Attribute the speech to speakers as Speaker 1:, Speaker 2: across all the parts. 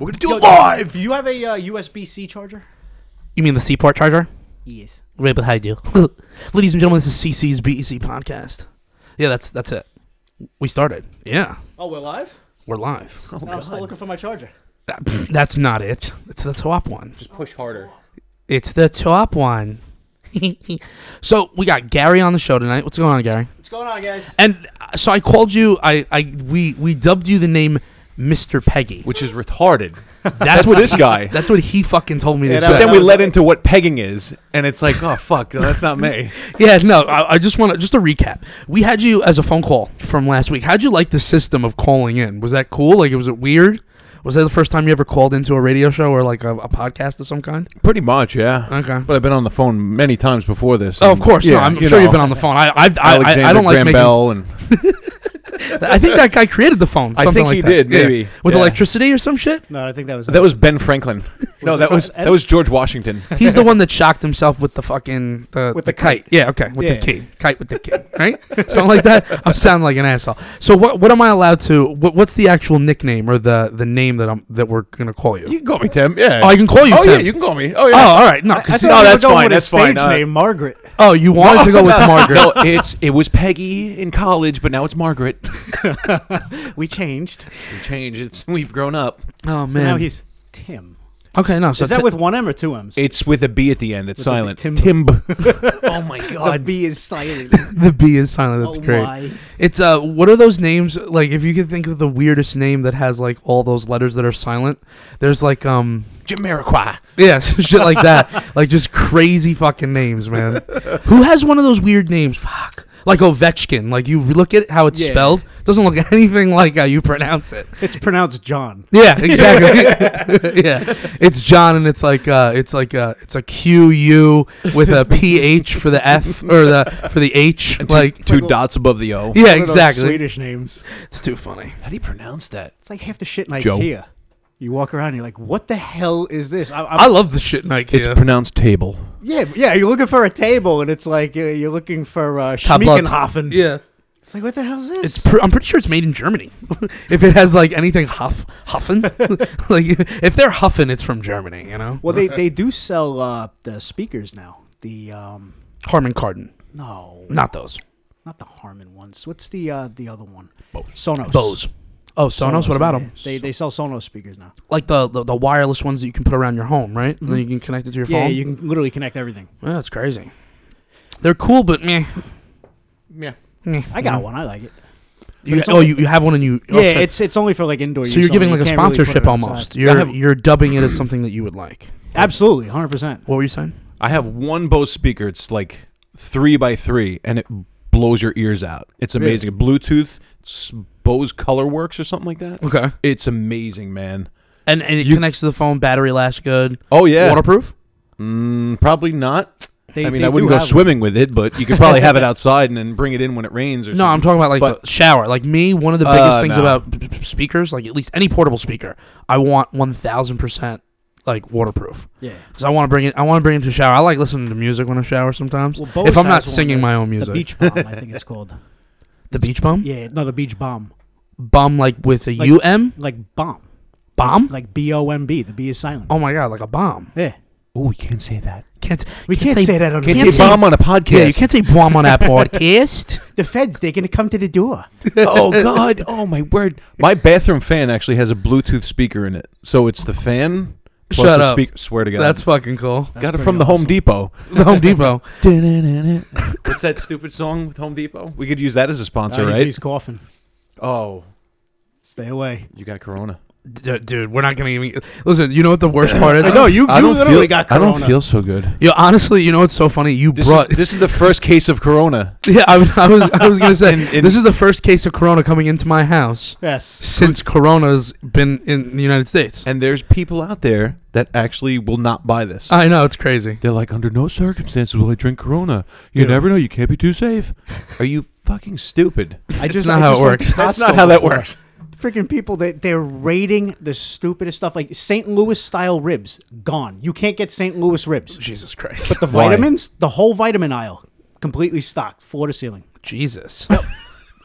Speaker 1: We're gonna do
Speaker 2: Yo,
Speaker 1: it live.
Speaker 2: Do you have a uh, USB C charger?
Speaker 1: You mean the C port charger?
Speaker 2: Yes.
Speaker 1: Right behind you, ladies and gentlemen. This is CC's BEC E podcast. Yeah, that's that's it. We started. Yeah,
Speaker 2: Oh, we're live.
Speaker 1: we're live.
Speaker 2: No, I'm still looking for my charger.
Speaker 1: That- that's not it. It's the top one.
Speaker 2: Just push harder.
Speaker 1: It's the top one. so we got Gary on the show tonight. What's going on, Gary?
Speaker 2: What's going on, guys?
Speaker 1: And uh, so I called you. I, I we we dubbed you the name Mr. Peggy.
Speaker 3: which is retarded.
Speaker 1: That's,
Speaker 3: what this
Speaker 1: he-
Speaker 3: guy-
Speaker 1: That's what he fucking told me.
Speaker 2: Yeah,
Speaker 1: to
Speaker 2: that-
Speaker 1: say.
Speaker 3: But then
Speaker 2: that
Speaker 3: we
Speaker 2: was-
Speaker 3: led into what pegging is, and it's like, oh fuck, no, that's not me.
Speaker 1: Yeah, no, I, I just want to just to recap. We had you as a phone call from last week. How'd you like the system of calling in? Was that cool? Like, was it weird? Was that the first time you ever called into a radio show or like a, a podcast of some kind?
Speaker 3: Pretty much, yeah.
Speaker 1: Okay.
Speaker 3: But I've been on the phone many times before this.
Speaker 1: Oh,
Speaker 3: and,
Speaker 1: of course. no,
Speaker 3: yeah,
Speaker 1: I'm sure you've
Speaker 3: know,
Speaker 1: been on the phone. I I, I, I, I
Speaker 3: Alexander
Speaker 1: don't like
Speaker 3: Graham
Speaker 1: making.
Speaker 3: Bell and
Speaker 1: I think that guy created the phone.
Speaker 3: I
Speaker 1: something
Speaker 3: think
Speaker 1: like
Speaker 3: he
Speaker 1: that.
Speaker 3: did,
Speaker 1: Yeah.
Speaker 3: maybe.
Speaker 1: with
Speaker 3: Yeah.
Speaker 1: electricity or some shit.
Speaker 2: No, I think that was
Speaker 3: that was Ben Franklin. no,
Speaker 2: it
Speaker 3: that
Speaker 2: Fra-
Speaker 3: was that was George Washington.
Speaker 1: He's the one that shocked himself with the fucking the,
Speaker 2: With
Speaker 1: the,
Speaker 2: the
Speaker 1: kite. Yeah, okay, with
Speaker 2: Yeah.
Speaker 1: the key, kite with the key, right? Something like that. I'm sounding like an asshole. So what? What am I allowed to? What, what's the actual nickname or the the name that I'm that we're gonna call you?
Speaker 3: you can call me Tim. Yeah.
Speaker 1: Oh, I can call you
Speaker 3: Oh
Speaker 1: Tim.
Speaker 3: yeah, you can call me. Oh
Speaker 1: Oh,
Speaker 3: yeah.
Speaker 1: all right. No,
Speaker 2: I, I
Speaker 1: 'cause-
Speaker 2: thought
Speaker 3: no,
Speaker 2: we
Speaker 3: that's
Speaker 2: were going
Speaker 3: fine,
Speaker 2: With
Speaker 3: that's
Speaker 2: a stage
Speaker 3: fine, uh,
Speaker 2: name Margaret.
Speaker 1: oh, you wanted to go with Margaret.
Speaker 3: Oh. no, it's it was Peggy in college, but now it's Margaret.
Speaker 2: We changed.
Speaker 3: We changed. It's we've grown up.
Speaker 1: Oh man.
Speaker 2: So now he's Tim.
Speaker 1: okay, no. So
Speaker 2: Is that
Speaker 1: Ti-
Speaker 2: with one M or two M's?
Speaker 3: It's with a B at the end. It's
Speaker 2: With a B,
Speaker 3: silent.
Speaker 2: Tim-
Speaker 3: oh my
Speaker 2: the
Speaker 3: god.
Speaker 2: B is silent.
Speaker 1: the B is silent? That's
Speaker 2: oh,
Speaker 1: great.
Speaker 2: My.
Speaker 1: It's uh, what are those names? Like, if you could think of the weirdest name that has like all those letters that are silent, there's like um.
Speaker 3: Jamiroquai.
Speaker 1: Yes, shit like that. like just crazy fucking names, man. Who has one of those weird names? Fuck. Like Ovechkin. Like you look at how it's
Speaker 2: Yeah.
Speaker 1: spelled, doesn't look anything like how you pronounce it.
Speaker 2: It's pronounced John.
Speaker 1: Yeah, exactly. yeah. It's John and it's like uh it's like uh it's a Q U with a P H for the F or the for the H. Like
Speaker 3: Two
Speaker 2: like-
Speaker 3: dots above the O.
Speaker 1: Yeah,
Speaker 2: One of those
Speaker 1: exactly.
Speaker 2: Swedish names.
Speaker 1: It's too funny.
Speaker 3: How do you pronounce that?
Speaker 2: It's like half the shit in
Speaker 3: Joe.
Speaker 2: IKEA. You walk around, and you're like, "What the hell is this?" I, I'm,
Speaker 1: I love the shit in IKEA.
Speaker 3: It's pronounced table.
Speaker 2: Yeah, yeah. You're looking for a table, and it's like uh, you're looking for uh,
Speaker 1: Tablet.
Speaker 2: Schmiekenhofen.
Speaker 1: yeah.
Speaker 2: It's like, what the hell is
Speaker 1: It's
Speaker 2: this?
Speaker 1: pr- I'm pretty sure it's made in Germany. if it has like anything huff huffin, like if they're huffing, it's from Germany. You know,
Speaker 2: well, they, they do sell uh, the speakers now. The um,
Speaker 1: Harman Kardon,
Speaker 2: no,
Speaker 1: not those
Speaker 2: not the Harman ones. What's the uh, the other one?
Speaker 1: Bose.
Speaker 2: Sonos.
Speaker 1: Bose. Oh, Sonos. What about them?
Speaker 2: They they sell Sonos speakers now.
Speaker 1: Like the, the the wireless ones that you can put around your home, right? And then you can connect it to your
Speaker 2: Mm-hmm. Yeah,
Speaker 1: phone.
Speaker 2: you can literally connect everything.
Speaker 1: Yeah, that's crazy. They're cool, but meh.
Speaker 3: Yeah.
Speaker 1: meh.
Speaker 2: I got one. I like it.
Speaker 1: You,
Speaker 2: it's
Speaker 1: oh,
Speaker 2: only-
Speaker 1: you, you have one and you. oh,
Speaker 2: yeah,
Speaker 1: so-
Speaker 2: it's it's only for like indoor.
Speaker 1: so
Speaker 2: use
Speaker 1: you're giving
Speaker 2: only.
Speaker 1: like a
Speaker 2: You can't really put it
Speaker 1: sponsorship
Speaker 2: outside.
Speaker 1: almost. You're
Speaker 3: have-
Speaker 1: you're dubbing it as something that you would like.
Speaker 2: Absolutely, hundred percent.
Speaker 1: What were you saying?
Speaker 3: I have one Bose speaker. It's like three by three, and it blows your ears out. It's amazing. Bluetooth, it's Bose ColorWorks or something like that.
Speaker 1: Okay.
Speaker 3: It's amazing, man.
Speaker 1: And and it
Speaker 3: You-
Speaker 1: connects to the phone. Battery lasts good.
Speaker 3: Oh yeah.
Speaker 1: Waterproof.
Speaker 3: Mm, probably not.
Speaker 2: They,
Speaker 3: I mean,
Speaker 2: they
Speaker 3: I wouldn't
Speaker 2: do
Speaker 3: go
Speaker 2: have
Speaker 3: swimming with it, but you could probably have it outside and then bring it in when it rains. Or
Speaker 1: No, I'm
Speaker 3: something.
Speaker 1: talking about like
Speaker 3: But-
Speaker 1: the shower. Like me, one of the biggest
Speaker 3: Uh,
Speaker 1: things
Speaker 3: no.
Speaker 1: about p- p- speakers, like at least any portable speaker, I want 1,000% like waterproof
Speaker 2: them. Yeah.
Speaker 1: because I want to bring it. I want to bring it to the shower. I like listening to music when I shower sometimes.
Speaker 2: Well, Bose
Speaker 1: if I'm not
Speaker 2: has one,
Speaker 1: singing
Speaker 2: the-
Speaker 1: my own
Speaker 2: The
Speaker 1: music,
Speaker 2: beach bomb, I think it's called.
Speaker 1: the beach bomb,
Speaker 2: Yeah, no, the beach bomb,
Speaker 1: bomb like with a
Speaker 2: Like-
Speaker 1: U M
Speaker 2: like bomb,
Speaker 1: bomb.
Speaker 2: like B O M B. The B is silent.
Speaker 1: Oh my god, like a bomb.
Speaker 2: Yeah,
Speaker 3: Oh, you can't say that.
Speaker 1: Can't
Speaker 2: we can't, say, that on
Speaker 1: can't
Speaker 2: the
Speaker 3: Can't
Speaker 1: say-
Speaker 3: say bomb on a podcast.
Speaker 1: Yeah, you can't say bomb on that podcast.
Speaker 2: The feds, they're gonna come to the door.
Speaker 3: oh god oh my word my bathroom fan actually has a bluetooth speaker in it so it's the fan plus
Speaker 1: Shut
Speaker 3: the
Speaker 1: up.
Speaker 3: speaker swear to god
Speaker 1: That's fucking cool.
Speaker 3: got it from the home depot
Speaker 1: The Home Depot.
Speaker 3: what's that stupid song with home depot we could use that as a sponsor
Speaker 2: Uh, he's,
Speaker 3: right
Speaker 2: he's coughing.
Speaker 3: oh
Speaker 2: Stay away.
Speaker 3: you got corona
Speaker 1: D- dude, we're not gonna even listen. You know what the worst part is?
Speaker 2: you,
Speaker 3: i don't feel
Speaker 2: got
Speaker 3: i don't feel so good
Speaker 1: Yo, honestly, you know what's so funny? You
Speaker 3: this
Speaker 1: brought
Speaker 3: is, this is the first case of corona
Speaker 1: Yeah, I, was- I was I was gonna say
Speaker 3: And- and-
Speaker 1: this is the first case of Corona coming into my house
Speaker 2: Yes.
Speaker 1: since Corona's been in the United States.
Speaker 3: and there's people out there that actually will not buy this
Speaker 1: I know it's crazy.
Speaker 3: they're like under no circumstances will i drink corona you
Speaker 2: Dude.
Speaker 3: never know you can't be too safe are you fucking stupid
Speaker 2: I
Speaker 1: It's not how it
Speaker 2: went
Speaker 1: works.
Speaker 2: to
Speaker 3: that's
Speaker 2: Costco
Speaker 3: not how that
Speaker 2: before.
Speaker 3: works
Speaker 2: Freaking people, they, they're raiding the stupidest stuff. Like St. Louis style ribs, gone. You can't get St. Louis ribs.
Speaker 1: Jesus Christ.
Speaker 2: The
Speaker 3: Why?
Speaker 2: vitamins, the whole vitamin aisle, completely stocked, floor to ceiling.
Speaker 1: Jesus.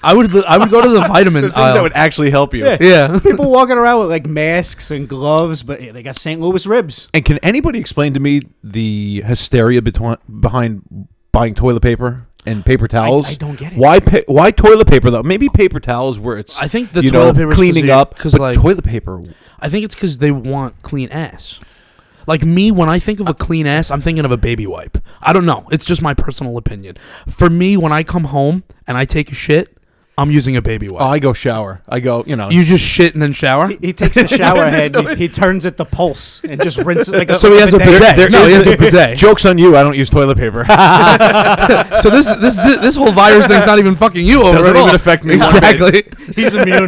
Speaker 1: I would I would go to the vitamin
Speaker 3: the things
Speaker 1: aisle.
Speaker 3: that would actually help you.
Speaker 4: Oh. Yeah.
Speaker 1: yeah.
Speaker 4: People walking around with like masks and gloves, but yeah, they got St. Louis ribs.
Speaker 3: And can anybody explain to me the hysteria betwi- behind buying toilet paper and paper towels?
Speaker 4: I don't get it.
Speaker 3: Why? Pa- why toilet paper though? Maybe paper towels where it's
Speaker 1: I think the
Speaker 3: you know,
Speaker 1: toilet paper is 'cause
Speaker 3: cleaning
Speaker 1: you-
Speaker 3: up,
Speaker 1: 'cause,
Speaker 3: but
Speaker 1: like-
Speaker 3: toilet paper.
Speaker 1: I think it's because they want clean ass. Like me, when I think of a clean ass, I'm thinking of a baby wipe. I don't know. It's just my personal opinion. For me, when I come home and I take a shit, I'm using a baby wipe.
Speaker 3: Oh, I go shower. I go. You know.
Speaker 1: you just shit and then shower.
Speaker 4: He takes the shower head, and he, he turns it to pulse, and just rinses like a
Speaker 1: So he has a
Speaker 4: bidet.
Speaker 1: bidet.
Speaker 3: there
Speaker 1: No,
Speaker 3: is
Speaker 1: he has
Speaker 3: the-
Speaker 1: a bidet.
Speaker 3: Jokes on you. I don't use toilet paper.
Speaker 1: so this, this this this whole virus thing's not even fucking you over
Speaker 3: Doesn't
Speaker 1: at all.
Speaker 3: even affect me one bit.
Speaker 1: Exactly.
Speaker 4: He's immune.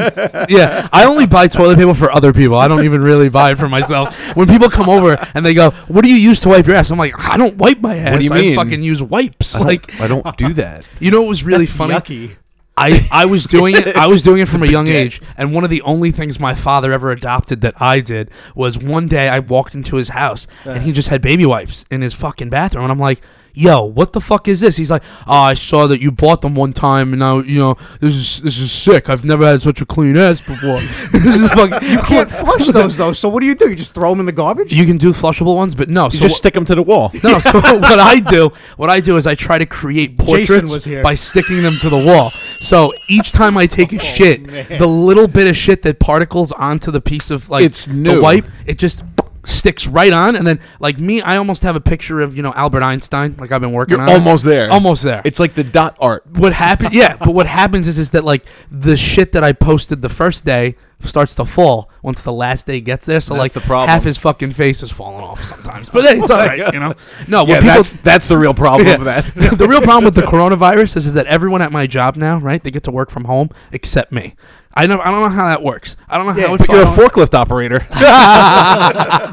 Speaker 1: yeah, I only buy toilet paper for other people. I don't even really buy it for myself. When people come over and they go, "What do you use to wipe your ass?" I'm like, "I don't wipe my ass.
Speaker 3: do you
Speaker 1: I
Speaker 3: mean?
Speaker 1: fucking use wipes."
Speaker 3: I don't-
Speaker 1: Like,
Speaker 3: I don't do that.
Speaker 1: you know, what was really funny.
Speaker 4: Yucky.
Speaker 1: I, I was doing it I was doing it from a young
Speaker 3: Bidet.
Speaker 1: age and one of the only things my father ever adopted that I did was one day I walked into his house and he just had baby wipes in his fucking bathroom and I'm like yo what the fuck is this he's like oh, I saw that you bought them one time and now you know this is this is sick I've never had such a clean ass before this is fucking you
Speaker 4: Can't flush those though. So what do you do? You just throw them in the garbage?
Speaker 1: you can do flushable ones but no
Speaker 3: You
Speaker 1: so
Speaker 3: just
Speaker 1: wh-
Speaker 3: stick them to the wall.
Speaker 1: no, no, so what I do, what I do is I try to create portraits
Speaker 4: was here.
Speaker 1: by sticking them to the wall. So each time I take a
Speaker 3: Oh,
Speaker 1: shit, the little bit of shit that particles onto the piece of like
Speaker 3: It's new.
Speaker 1: the wipe, it just sticks right on. And then like me, I almost have a picture of you know Albert Einstein. Like I've been working.
Speaker 3: You're
Speaker 1: on it.
Speaker 3: almost there.
Speaker 1: Almost there.
Speaker 3: It's like the dot art.
Speaker 1: what happened? Yeah, but what happens is is that like the shit that I posted the first day starts to fall once the last day gets there. So
Speaker 3: That's
Speaker 1: like
Speaker 3: the problem.
Speaker 1: half his fucking face is falling off sometimes. But hey, it's all right, you know. No, when
Speaker 3: Yeah,
Speaker 1: people
Speaker 3: that's that's the real problem of that.
Speaker 1: the the real problem with the coronavirus is, is that everyone at my job now, right? They get to work from home except me. I know I don't know how that works. I don't know
Speaker 4: Yeah,
Speaker 1: how it
Speaker 3: But you're a
Speaker 1: fucking-
Speaker 3: forklift operator.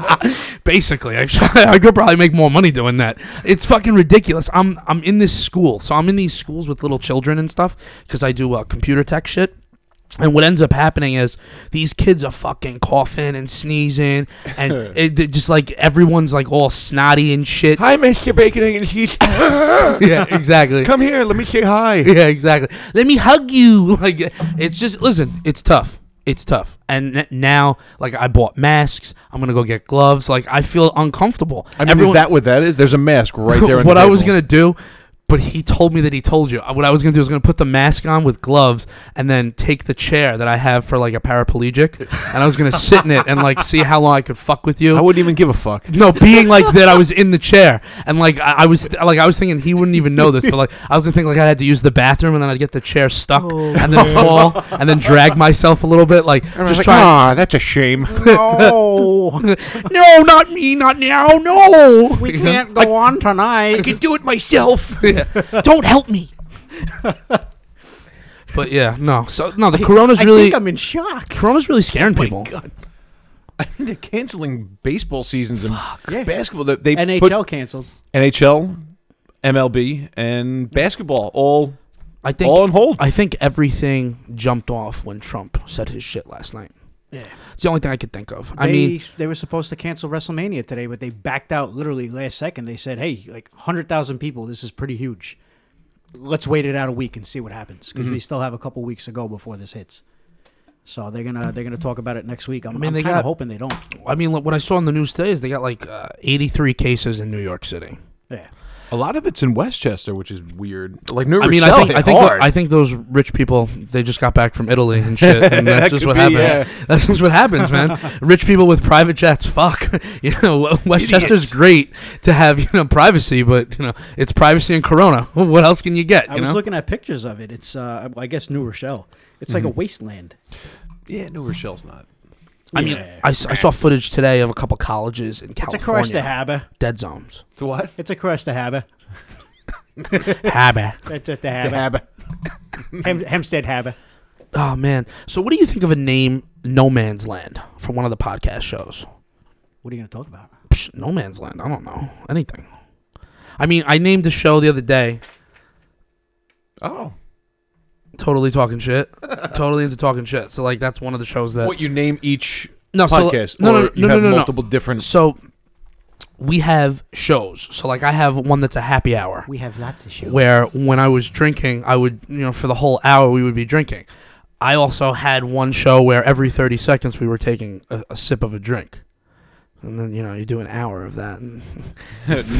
Speaker 1: basically I, I could probably make more money doing that. It's fucking ridiculous. I'm I'm in this school. So I'm in these schools with little children and stuff cuz I do uh, computer tech shit. And what ends up happening is these kids are fucking coughing and sneezing, and it, it just like everyone's like all snotty and shit.
Speaker 3: hi, Mr. Bacon Egg and Cheese.
Speaker 1: Yeah, exactly.
Speaker 3: Come here. Let me say hi.
Speaker 1: yeah, exactly. Let me hug you. Like it's just listen, it's tough. It's tough. And n- now like I bought masks, I'm going to go get gloves. Like I feel uncomfortable.
Speaker 3: I mean, is
Speaker 1: Everyone-
Speaker 3: that what that is? There's a mask right there. on
Speaker 1: what
Speaker 3: the
Speaker 1: I was
Speaker 3: table.
Speaker 1: going to do but he told me that he told you. Uh, What I was gonna do is gonna put the mask on with gloves, and then take the chair that I have for like a paraplegic, and I was gonna sit in it and like see how long I could fuck with you.
Speaker 3: I wouldn't even give a fuck.
Speaker 1: No, being like that, I was in the chair, and like I, I was, like I was thinking he wouldn't even know this, but like I was gonna think like I had to use the bathroom, and then I'd get the chair stuck,
Speaker 4: Oh.
Speaker 1: and then fall, and then drag myself a little bit, like just try.
Speaker 3: ah, that's a shame.
Speaker 4: no,
Speaker 1: No, not me, not now, no.
Speaker 4: we can't go on tonight.
Speaker 3: can do it myself.
Speaker 1: Don't help me. but yeah, no. So no, the corona's
Speaker 4: I
Speaker 1: really
Speaker 4: think I'm Oh in shock.
Speaker 1: corona's really scaring people.
Speaker 3: God. I mean, they're canceling baseball seasons and basketball. They, they
Speaker 4: NHL
Speaker 3: put
Speaker 4: canceled.
Speaker 3: NHL, MLB, and basketball all
Speaker 1: I think
Speaker 3: all on hold.
Speaker 1: I think everything jumped off when Trump said his shit last night.
Speaker 4: Yeah.
Speaker 1: It's the only thing I could think of.
Speaker 4: They,
Speaker 1: I mean,
Speaker 4: they were supposed to cancel WrestleMania today, but they backed out literally last second. They said, "Hey, like hundred thousand people, this is pretty huge. Let's wait it out a week and see what happens because
Speaker 1: Mm-hmm.
Speaker 4: we still have a couple weeks to go before this hits." So they're gonna they're gonna talk about it next week. I'm, I
Speaker 1: mean, they
Speaker 4: am kind
Speaker 1: got-
Speaker 4: of hoping they don't.
Speaker 1: I mean, look, what I saw on the news today is they got like uh, 83 cases in New York City.
Speaker 4: Yeah.
Speaker 3: A lot of it's in Westchester, which is weird. Like New
Speaker 1: I mean, I
Speaker 3: Rochelle
Speaker 1: think
Speaker 3: hit
Speaker 1: I think
Speaker 3: hard.
Speaker 1: I think those rich people they just got back from Italy and shit, and that's
Speaker 3: That
Speaker 1: just
Speaker 3: could
Speaker 1: what
Speaker 3: be,
Speaker 1: happens.
Speaker 3: yeah.
Speaker 1: That's just what happens, man. rich people with private jets, fuck. You know, Westchester's
Speaker 3: Idiots.
Speaker 1: great to have you know privacy, but you know it's privacy and Corona. What else can you get?
Speaker 4: I
Speaker 1: you
Speaker 4: was
Speaker 1: know?
Speaker 4: looking at pictures of it. It's uh, I guess New Rochelle. It's like a
Speaker 1: Mm-hmm.
Speaker 4: wasteland.
Speaker 3: yeah, New Rochelle's not.
Speaker 1: I mean,
Speaker 4: Yeah.
Speaker 1: I, s- I saw footage today of a couple colleges in
Speaker 4: it's across the
Speaker 1: California
Speaker 4: harbor.
Speaker 1: dead zones.
Speaker 3: It's what?
Speaker 4: It's across the harbor.
Speaker 1: Habit.
Speaker 4: That's at the
Speaker 3: It's a
Speaker 4: harbor.
Speaker 3: habit.
Speaker 4: Hem- Hempstead harbor.
Speaker 1: Oh man. So what do you think of a name, No Man's Land, for one of the podcast shows?
Speaker 4: What are you gonna talk about?
Speaker 1: Psh, no man's land. I don't know anything. I mean, I named a show the other day.
Speaker 3: Oh,
Speaker 1: Totally talking shit. totally into talking shit. So like, that's one of the shows that
Speaker 3: what you name each
Speaker 1: no, so,
Speaker 3: podcast?
Speaker 1: no,
Speaker 3: or
Speaker 1: no,
Speaker 3: you
Speaker 1: no, no,
Speaker 3: have
Speaker 1: no, no.
Speaker 3: multiple different.
Speaker 1: So we have shows. So like I have one that's a happy hour
Speaker 4: We have lots of shows.
Speaker 1: where when I was drinking, I would, you know, for the whole hour we would be drinking. I also had one show where every 30 seconds we were taking a, a sip of a drink. And then, you know, you do an hour of that. And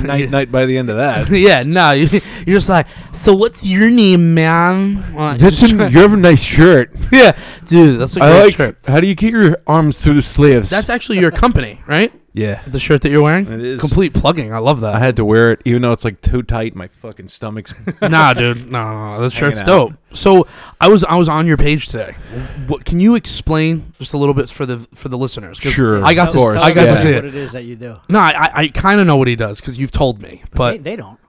Speaker 3: night, night by the end of that.
Speaker 1: yeah, no, you, you're just like, so what's your name, man? Well, just-
Speaker 3: you have a nice shirt.
Speaker 1: yeah, dude, that's a great
Speaker 3: I like.
Speaker 1: shirt.
Speaker 3: How do you get your arms through the sleeves?
Speaker 1: That's actually your company, right?
Speaker 3: yeah.
Speaker 1: The shirt that you're wearing?
Speaker 3: It is.
Speaker 1: Complete plugging. I love
Speaker 3: I
Speaker 1: that.
Speaker 3: had to wear it, even though it's like too tight. My fucking stomach's.
Speaker 1: nah, dude, no, no, no, this
Speaker 3: Hanging
Speaker 1: shirt's
Speaker 3: out.
Speaker 1: dope. So I was I was on your page today. What can you explain just a little bit for the for the listeners? 'Cause
Speaker 3: Sure,
Speaker 1: I got
Speaker 3: of
Speaker 1: to
Speaker 3: course.
Speaker 1: I got
Speaker 3: Yeah.
Speaker 1: to see
Speaker 4: what it
Speaker 1: it.
Speaker 4: is that you do.
Speaker 1: No, I I, I kind of know what he does because you've told me,
Speaker 4: they,
Speaker 1: but
Speaker 4: they don't.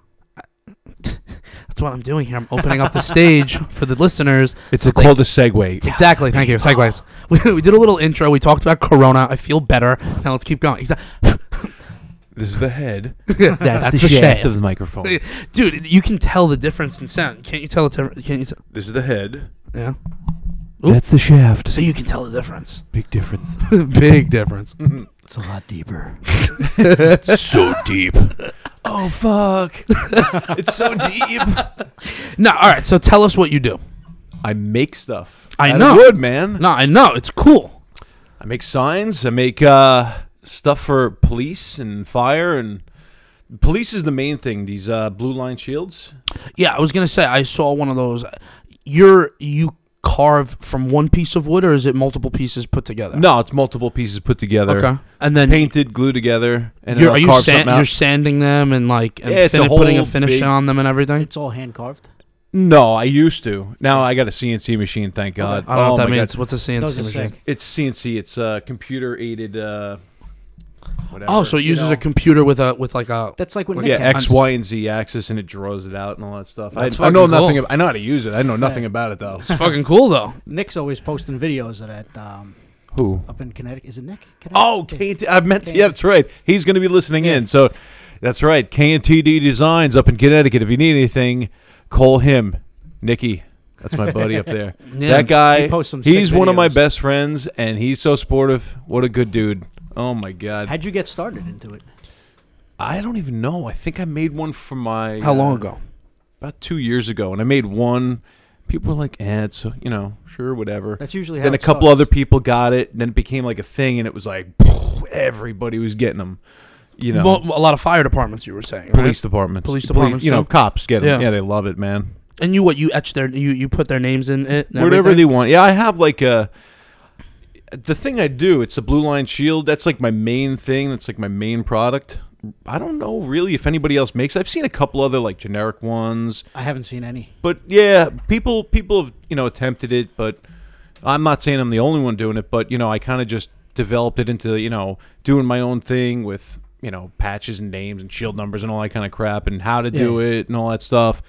Speaker 1: that's what I'm doing here. I'm opening up the stage for the listeners.
Speaker 3: It's a,
Speaker 1: Like-
Speaker 3: called a segue.
Speaker 1: Exactly. Thank you. Segues. We, we did a little intro. We talked about Corona. I feel better. Now let's keep going. Exactly.
Speaker 3: This is the head.
Speaker 1: That's,
Speaker 3: of the microphone.
Speaker 1: Dude, you can tell the difference in sound. Can't you tell the difference? Can't you tell?
Speaker 3: This is the head.
Speaker 1: Yeah. Oop.
Speaker 3: That's the shaft.
Speaker 1: So you can tell the difference.
Speaker 3: Big difference.
Speaker 1: Big difference.
Speaker 4: It's a lot deeper.
Speaker 3: so deep. Oh fuck! it's so deep.
Speaker 1: No, all right. So tell us what you do.
Speaker 3: I make stuff.
Speaker 1: I
Speaker 3: out of
Speaker 1: know.
Speaker 3: wood, man.
Speaker 1: No, I know it's cool.
Speaker 3: I make signs. I make uh, stuff for police and fire and police is the main thing. These uh, blue line shields.
Speaker 1: Yeah, I was gonna say I saw one of those. You're you carve from one piece of wood, or is it multiple pieces put together?
Speaker 3: No, it's multiple pieces put together,
Speaker 1: Okay. And then
Speaker 3: painted, glued together, and
Speaker 1: you're,
Speaker 3: then
Speaker 1: are
Speaker 3: I'll
Speaker 1: you
Speaker 3: carve
Speaker 1: sand,
Speaker 3: something out.
Speaker 1: you're sanding them and like and
Speaker 3: Yeah, it's a
Speaker 1: fini- putting a
Speaker 3: whole
Speaker 1: finish
Speaker 3: big-
Speaker 1: on them and everything?
Speaker 4: It's all hand carved.
Speaker 3: No, I used to. Now I got a CNC machine. Thank God.
Speaker 1: I don't know
Speaker 3: Oh
Speaker 1: what that
Speaker 3: my God.
Speaker 1: means. What's a CNC
Speaker 4: Those are
Speaker 1: machine?
Speaker 4: sick.
Speaker 3: It's CNC. It's uh, computer aided. Uh, whatever.
Speaker 1: Oh, so it
Speaker 3: you
Speaker 1: uses
Speaker 3: know.
Speaker 1: a computer with a with like a.
Speaker 4: That's like what
Speaker 1: Look
Speaker 4: Nick
Speaker 3: yeah,
Speaker 4: had.
Speaker 3: X, Y, and Z axis, and it draws it out and all that stuff. I,
Speaker 1: That's
Speaker 3: I know
Speaker 1: fucking
Speaker 3: nothing.
Speaker 1: cool.
Speaker 3: ab- I know how to use it. I know nothing about it though.
Speaker 1: It's fucking cool though.
Speaker 4: Nick's always posting videos of that um,
Speaker 3: Who?
Speaker 4: up in Connecticut. Is it Nick? Connecticut?
Speaker 3: Oh,
Speaker 4: Yeah.
Speaker 3: KNT. I meant. Yeah, that's right. He's going to be listening in. So that's right. KNTD Designs up in Connecticut. If you need anything, call him, Nikki. That's my buddy up there.
Speaker 1: Yeah.
Speaker 3: That guy.
Speaker 4: He posts some
Speaker 3: he's
Speaker 4: sick
Speaker 3: one of my
Speaker 4: videos.
Speaker 3: best friends, and he's so supportive. What a good dude. Oh my god.
Speaker 4: How'd you get started into it?
Speaker 3: I don't even know. I think I made one for my
Speaker 1: How long
Speaker 3: uh,
Speaker 1: ago?
Speaker 3: About two years ago, and I made one. People were like, "Eh, it's you know, sure, whatever."
Speaker 4: That's usually how
Speaker 3: then a
Speaker 4: it
Speaker 3: couple
Speaker 4: starts.
Speaker 3: other people got it, and then it became like a thing, and it was like everybody was getting them. You know,
Speaker 1: Well, a lot of fire departments. You were saying right?
Speaker 3: police departments,
Speaker 1: Police
Speaker 3: Poli-
Speaker 1: departments,
Speaker 3: you know,
Speaker 1: too.
Speaker 3: cops get them.
Speaker 1: Yeah.
Speaker 3: Yeah. they love it, man.
Speaker 1: and you what you etch their you you put their names in it. and
Speaker 3: Whatever
Speaker 1: everything?
Speaker 3: they want. Yeah, I have like a. The thing I do, it's a blue line shield. That's like my main thing. That's like my main product. I don't know really if anybody else makes. I've seen a couple other like generic ones.
Speaker 4: I haven't seen any.
Speaker 3: but yeah, people people have you know attempted it, but I'm not saying I'm the only one doing it. But you know, I kind of just developed it into you know doing my own thing with you know patches and names and shield numbers and all that kind of crap and how to do it and all that stuff.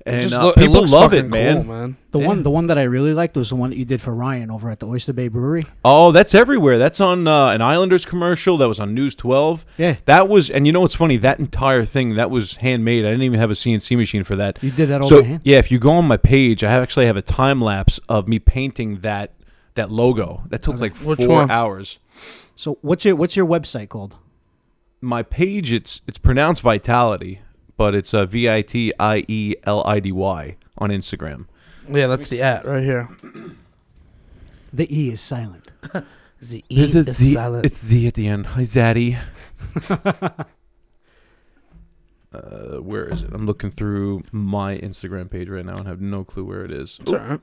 Speaker 1: It
Speaker 3: And
Speaker 1: just
Speaker 3: uh,
Speaker 1: loo- it
Speaker 3: people
Speaker 1: looks
Speaker 3: love it,
Speaker 1: fucking
Speaker 3: man.
Speaker 1: cool, man.
Speaker 4: The
Speaker 3: Yeah.
Speaker 4: one, the one that I really liked was the one that you did for Ryan over at the Oyster Bay Brewery.
Speaker 3: Oh, that's everywhere. That's on uh, an Islanders commercial. That was on News 12.
Speaker 4: Yeah.
Speaker 3: That was, and you know what's funny? That entire thing that was handmade. I didn't even have a CNC machine for that.
Speaker 4: You did that all
Speaker 3: so
Speaker 4: by hand?
Speaker 3: yeah, if you go on my page, I have, actually have a time lapse of me painting that that logo. That took like
Speaker 1: Which
Speaker 3: four
Speaker 1: one?
Speaker 3: hours.
Speaker 4: So what's your what's your website called?
Speaker 3: My page, it's it's pronounced Vitality, but it's uh, V I T I E L I D Y on Instagram.
Speaker 1: Yeah, that's the at right here.
Speaker 4: The E is silent.
Speaker 1: The
Speaker 3: This is the- It's the at the end. Hi, Zaddy. uh, where is it? I'm looking through my Instagram page right now and have no clue where it is.
Speaker 1: It's all right.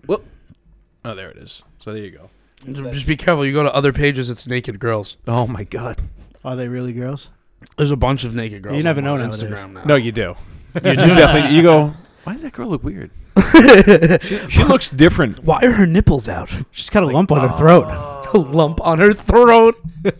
Speaker 3: Oh, there it is. So there you go.
Speaker 1: Just be careful. You go to other pages. It's naked girls.
Speaker 3: Oh my God.
Speaker 4: Are they really girls?
Speaker 1: There's a bunch of naked girls.
Speaker 4: You never
Speaker 1: on
Speaker 4: know
Speaker 1: my
Speaker 4: nowadays.
Speaker 1: Instagram now.
Speaker 3: No, you do.
Speaker 1: you
Speaker 3: You
Speaker 1: do
Speaker 3: definitely. You go. Why does that girl look weird? she, she looks different.
Speaker 1: Why are her nipples out?
Speaker 4: She's got a lump on her throat.
Speaker 1: A lump on her throat.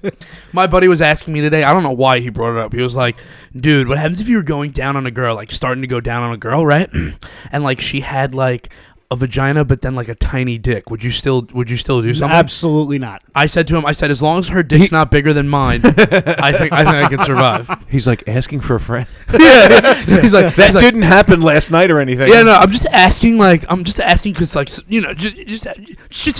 Speaker 1: My buddy was asking me today. I don't know why he brought it up. He was like, "Dude, what happens if you were going down on a girl, like starting to go down on a girl, right? and like she had like a vagina, but then like a tiny dick. Would you still? Would you still do something?"
Speaker 4: Absolutely not.
Speaker 1: I said to him, "I said as long as her dick's not bigger than mine, I think I think I can survive."
Speaker 3: He's like asking for a friend.
Speaker 1: yeah, he's like
Speaker 3: That
Speaker 1: he's like,
Speaker 3: didn't happen last night or anything.
Speaker 1: Yeah, no, I'm just asking. Like, I'm just asking because, like, s- you know, just, just shits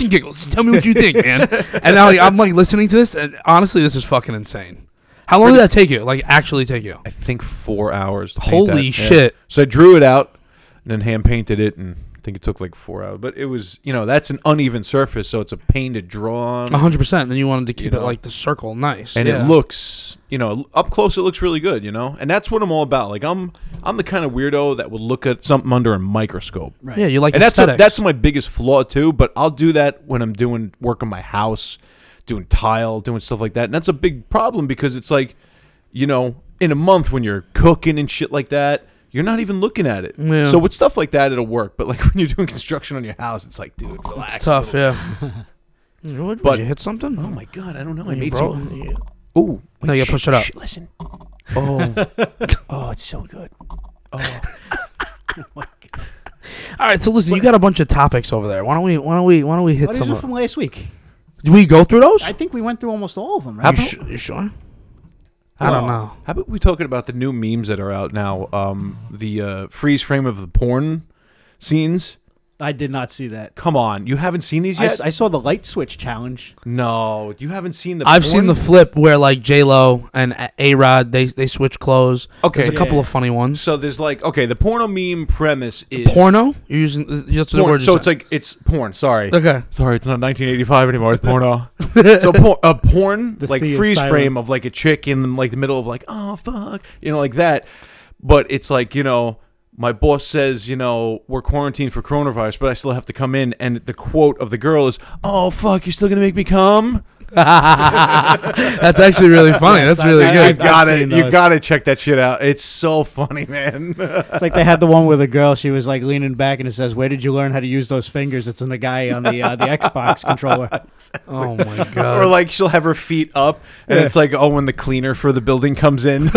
Speaker 1: and giggles. Just tell me what you think, man. And now, like, I'm like listening to this, and honestly, this is fucking insane. How long did that take you? Like actually take you?
Speaker 3: I think four hours. To paint
Speaker 1: Holy
Speaker 3: that, yeah.
Speaker 1: shit.
Speaker 3: So I drew it out and then hand painted it, and I think it took like four hours. But it was, you know, that's an uneven surface, so it's a pain to draw on,
Speaker 1: A hundred percent. Then you wanted to keep
Speaker 3: You
Speaker 1: it
Speaker 3: know.
Speaker 1: like the circle, nice.
Speaker 3: and
Speaker 1: yeah.
Speaker 3: it looks, you know, up close it looks really good, you know. And that's what I'm all about. Like I'm, I'm the kind of weirdo that would look at something under a microscope.
Speaker 1: Yeah, you like
Speaker 3: and that's
Speaker 1: aesthetics.
Speaker 3: that's my biggest flaw too. But I'll do that when I'm doing work on my house, doing tile, doing stuff like that. And that's a big problem because it's like, you know, in a month when you're cooking and shit like that, you're not even looking at it.
Speaker 1: Yeah.
Speaker 3: So with stuff like that, it'll work. But like when you're doing construction on your house, it's like, dude, relax.
Speaker 1: It's tough. Yeah. what, would
Speaker 3: But-
Speaker 1: you hit something?
Speaker 3: Oh my god, I don't know. I
Speaker 1: You
Speaker 3: made
Speaker 1: bro-
Speaker 3: some.
Speaker 1: you-
Speaker 3: Ooh,
Speaker 1: No, you push it up.
Speaker 3: listen.
Speaker 1: Oh.
Speaker 3: Oh, it's so good. Oh,
Speaker 1: All right. So listen, you got a bunch of topics over there. Why don't we? Why don't we? Why don't we hit
Speaker 4: What is
Speaker 1: some?
Speaker 4: it
Speaker 1: of-
Speaker 4: from last week?
Speaker 1: Do we go through those?
Speaker 4: I think we went through almost all of them,
Speaker 1: you,
Speaker 4: right?
Speaker 1: sh- you sure? I don't know.
Speaker 3: How about we talking about the new memes that are out now? Um, the uh, freeze frame of the porn scenes.
Speaker 4: I did not see that.
Speaker 3: Come on, you haven't seen these
Speaker 4: I
Speaker 3: yet?
Speaker 4: s- I, saw the light switch challenge.
Speaker 3: no, you haven't seen the.
Speaker 1: I've
Speaker 3: porn?
Speaker 1: seen the flip where like J Lo and A Rod they they switch clothes.
Speaker 3: Okay.
Speaker 1: There's a couple
Speaker 4: Yeah.
Speaker 1: of funny ones.
Speaker 3: So there's like okay, the porno meme premise is
Speaker 1: Porno? You're using that's the
Speaker 3: Porn.
Speaker 1: word. you
Speaker 3: so it's
Speaker 1: said.
Speaker 3: like it's porn. Sorry,
Speaker 1: okay.
Speaker 3: sorry, it's not 1985 anymore. It's porno. so por- a porn
Speaker 4: The
Speaker 3: like
Speaker 4: sea is
Speaker 3: freeze
Speaker 4: silent.
Speaker 3: frame of like a chick in like the middle of like oh fuck, you know like that. But it's like you know my boss says you know we're quarantined for coronavirus, but I still have to come in. And the quote of the girl is oh fuck, you're still gonna make me come.
Speaker 1: that's actually really funny.
Speaker 4: Yes,
Speaker 1: That's
Speaker 4: I-
Speaker 1: really
Speaker 4: I-
Speaker 1: good.
Speaker 4: I've
Speaker 3: you got
Speaker 4: seen
Speaker 3: it. You
Speaker 4: those.
Speaker 3: got to check that shit out. It's so funny, man.
Speaker 4: It's like they had the one where the girl she was like leaning back and it says, "Where did you learn how to use those fingers?" It's in the guy on the uh, the Xbox controller.
Speaker 1: oh my
Speaker 3: Or
Speaker 1: god.
Speaker 3: like she'll have her feet up, and
Speaker 4: Yeah.
Speaker 3: it's like, oh, when the cleaner for the building comes in.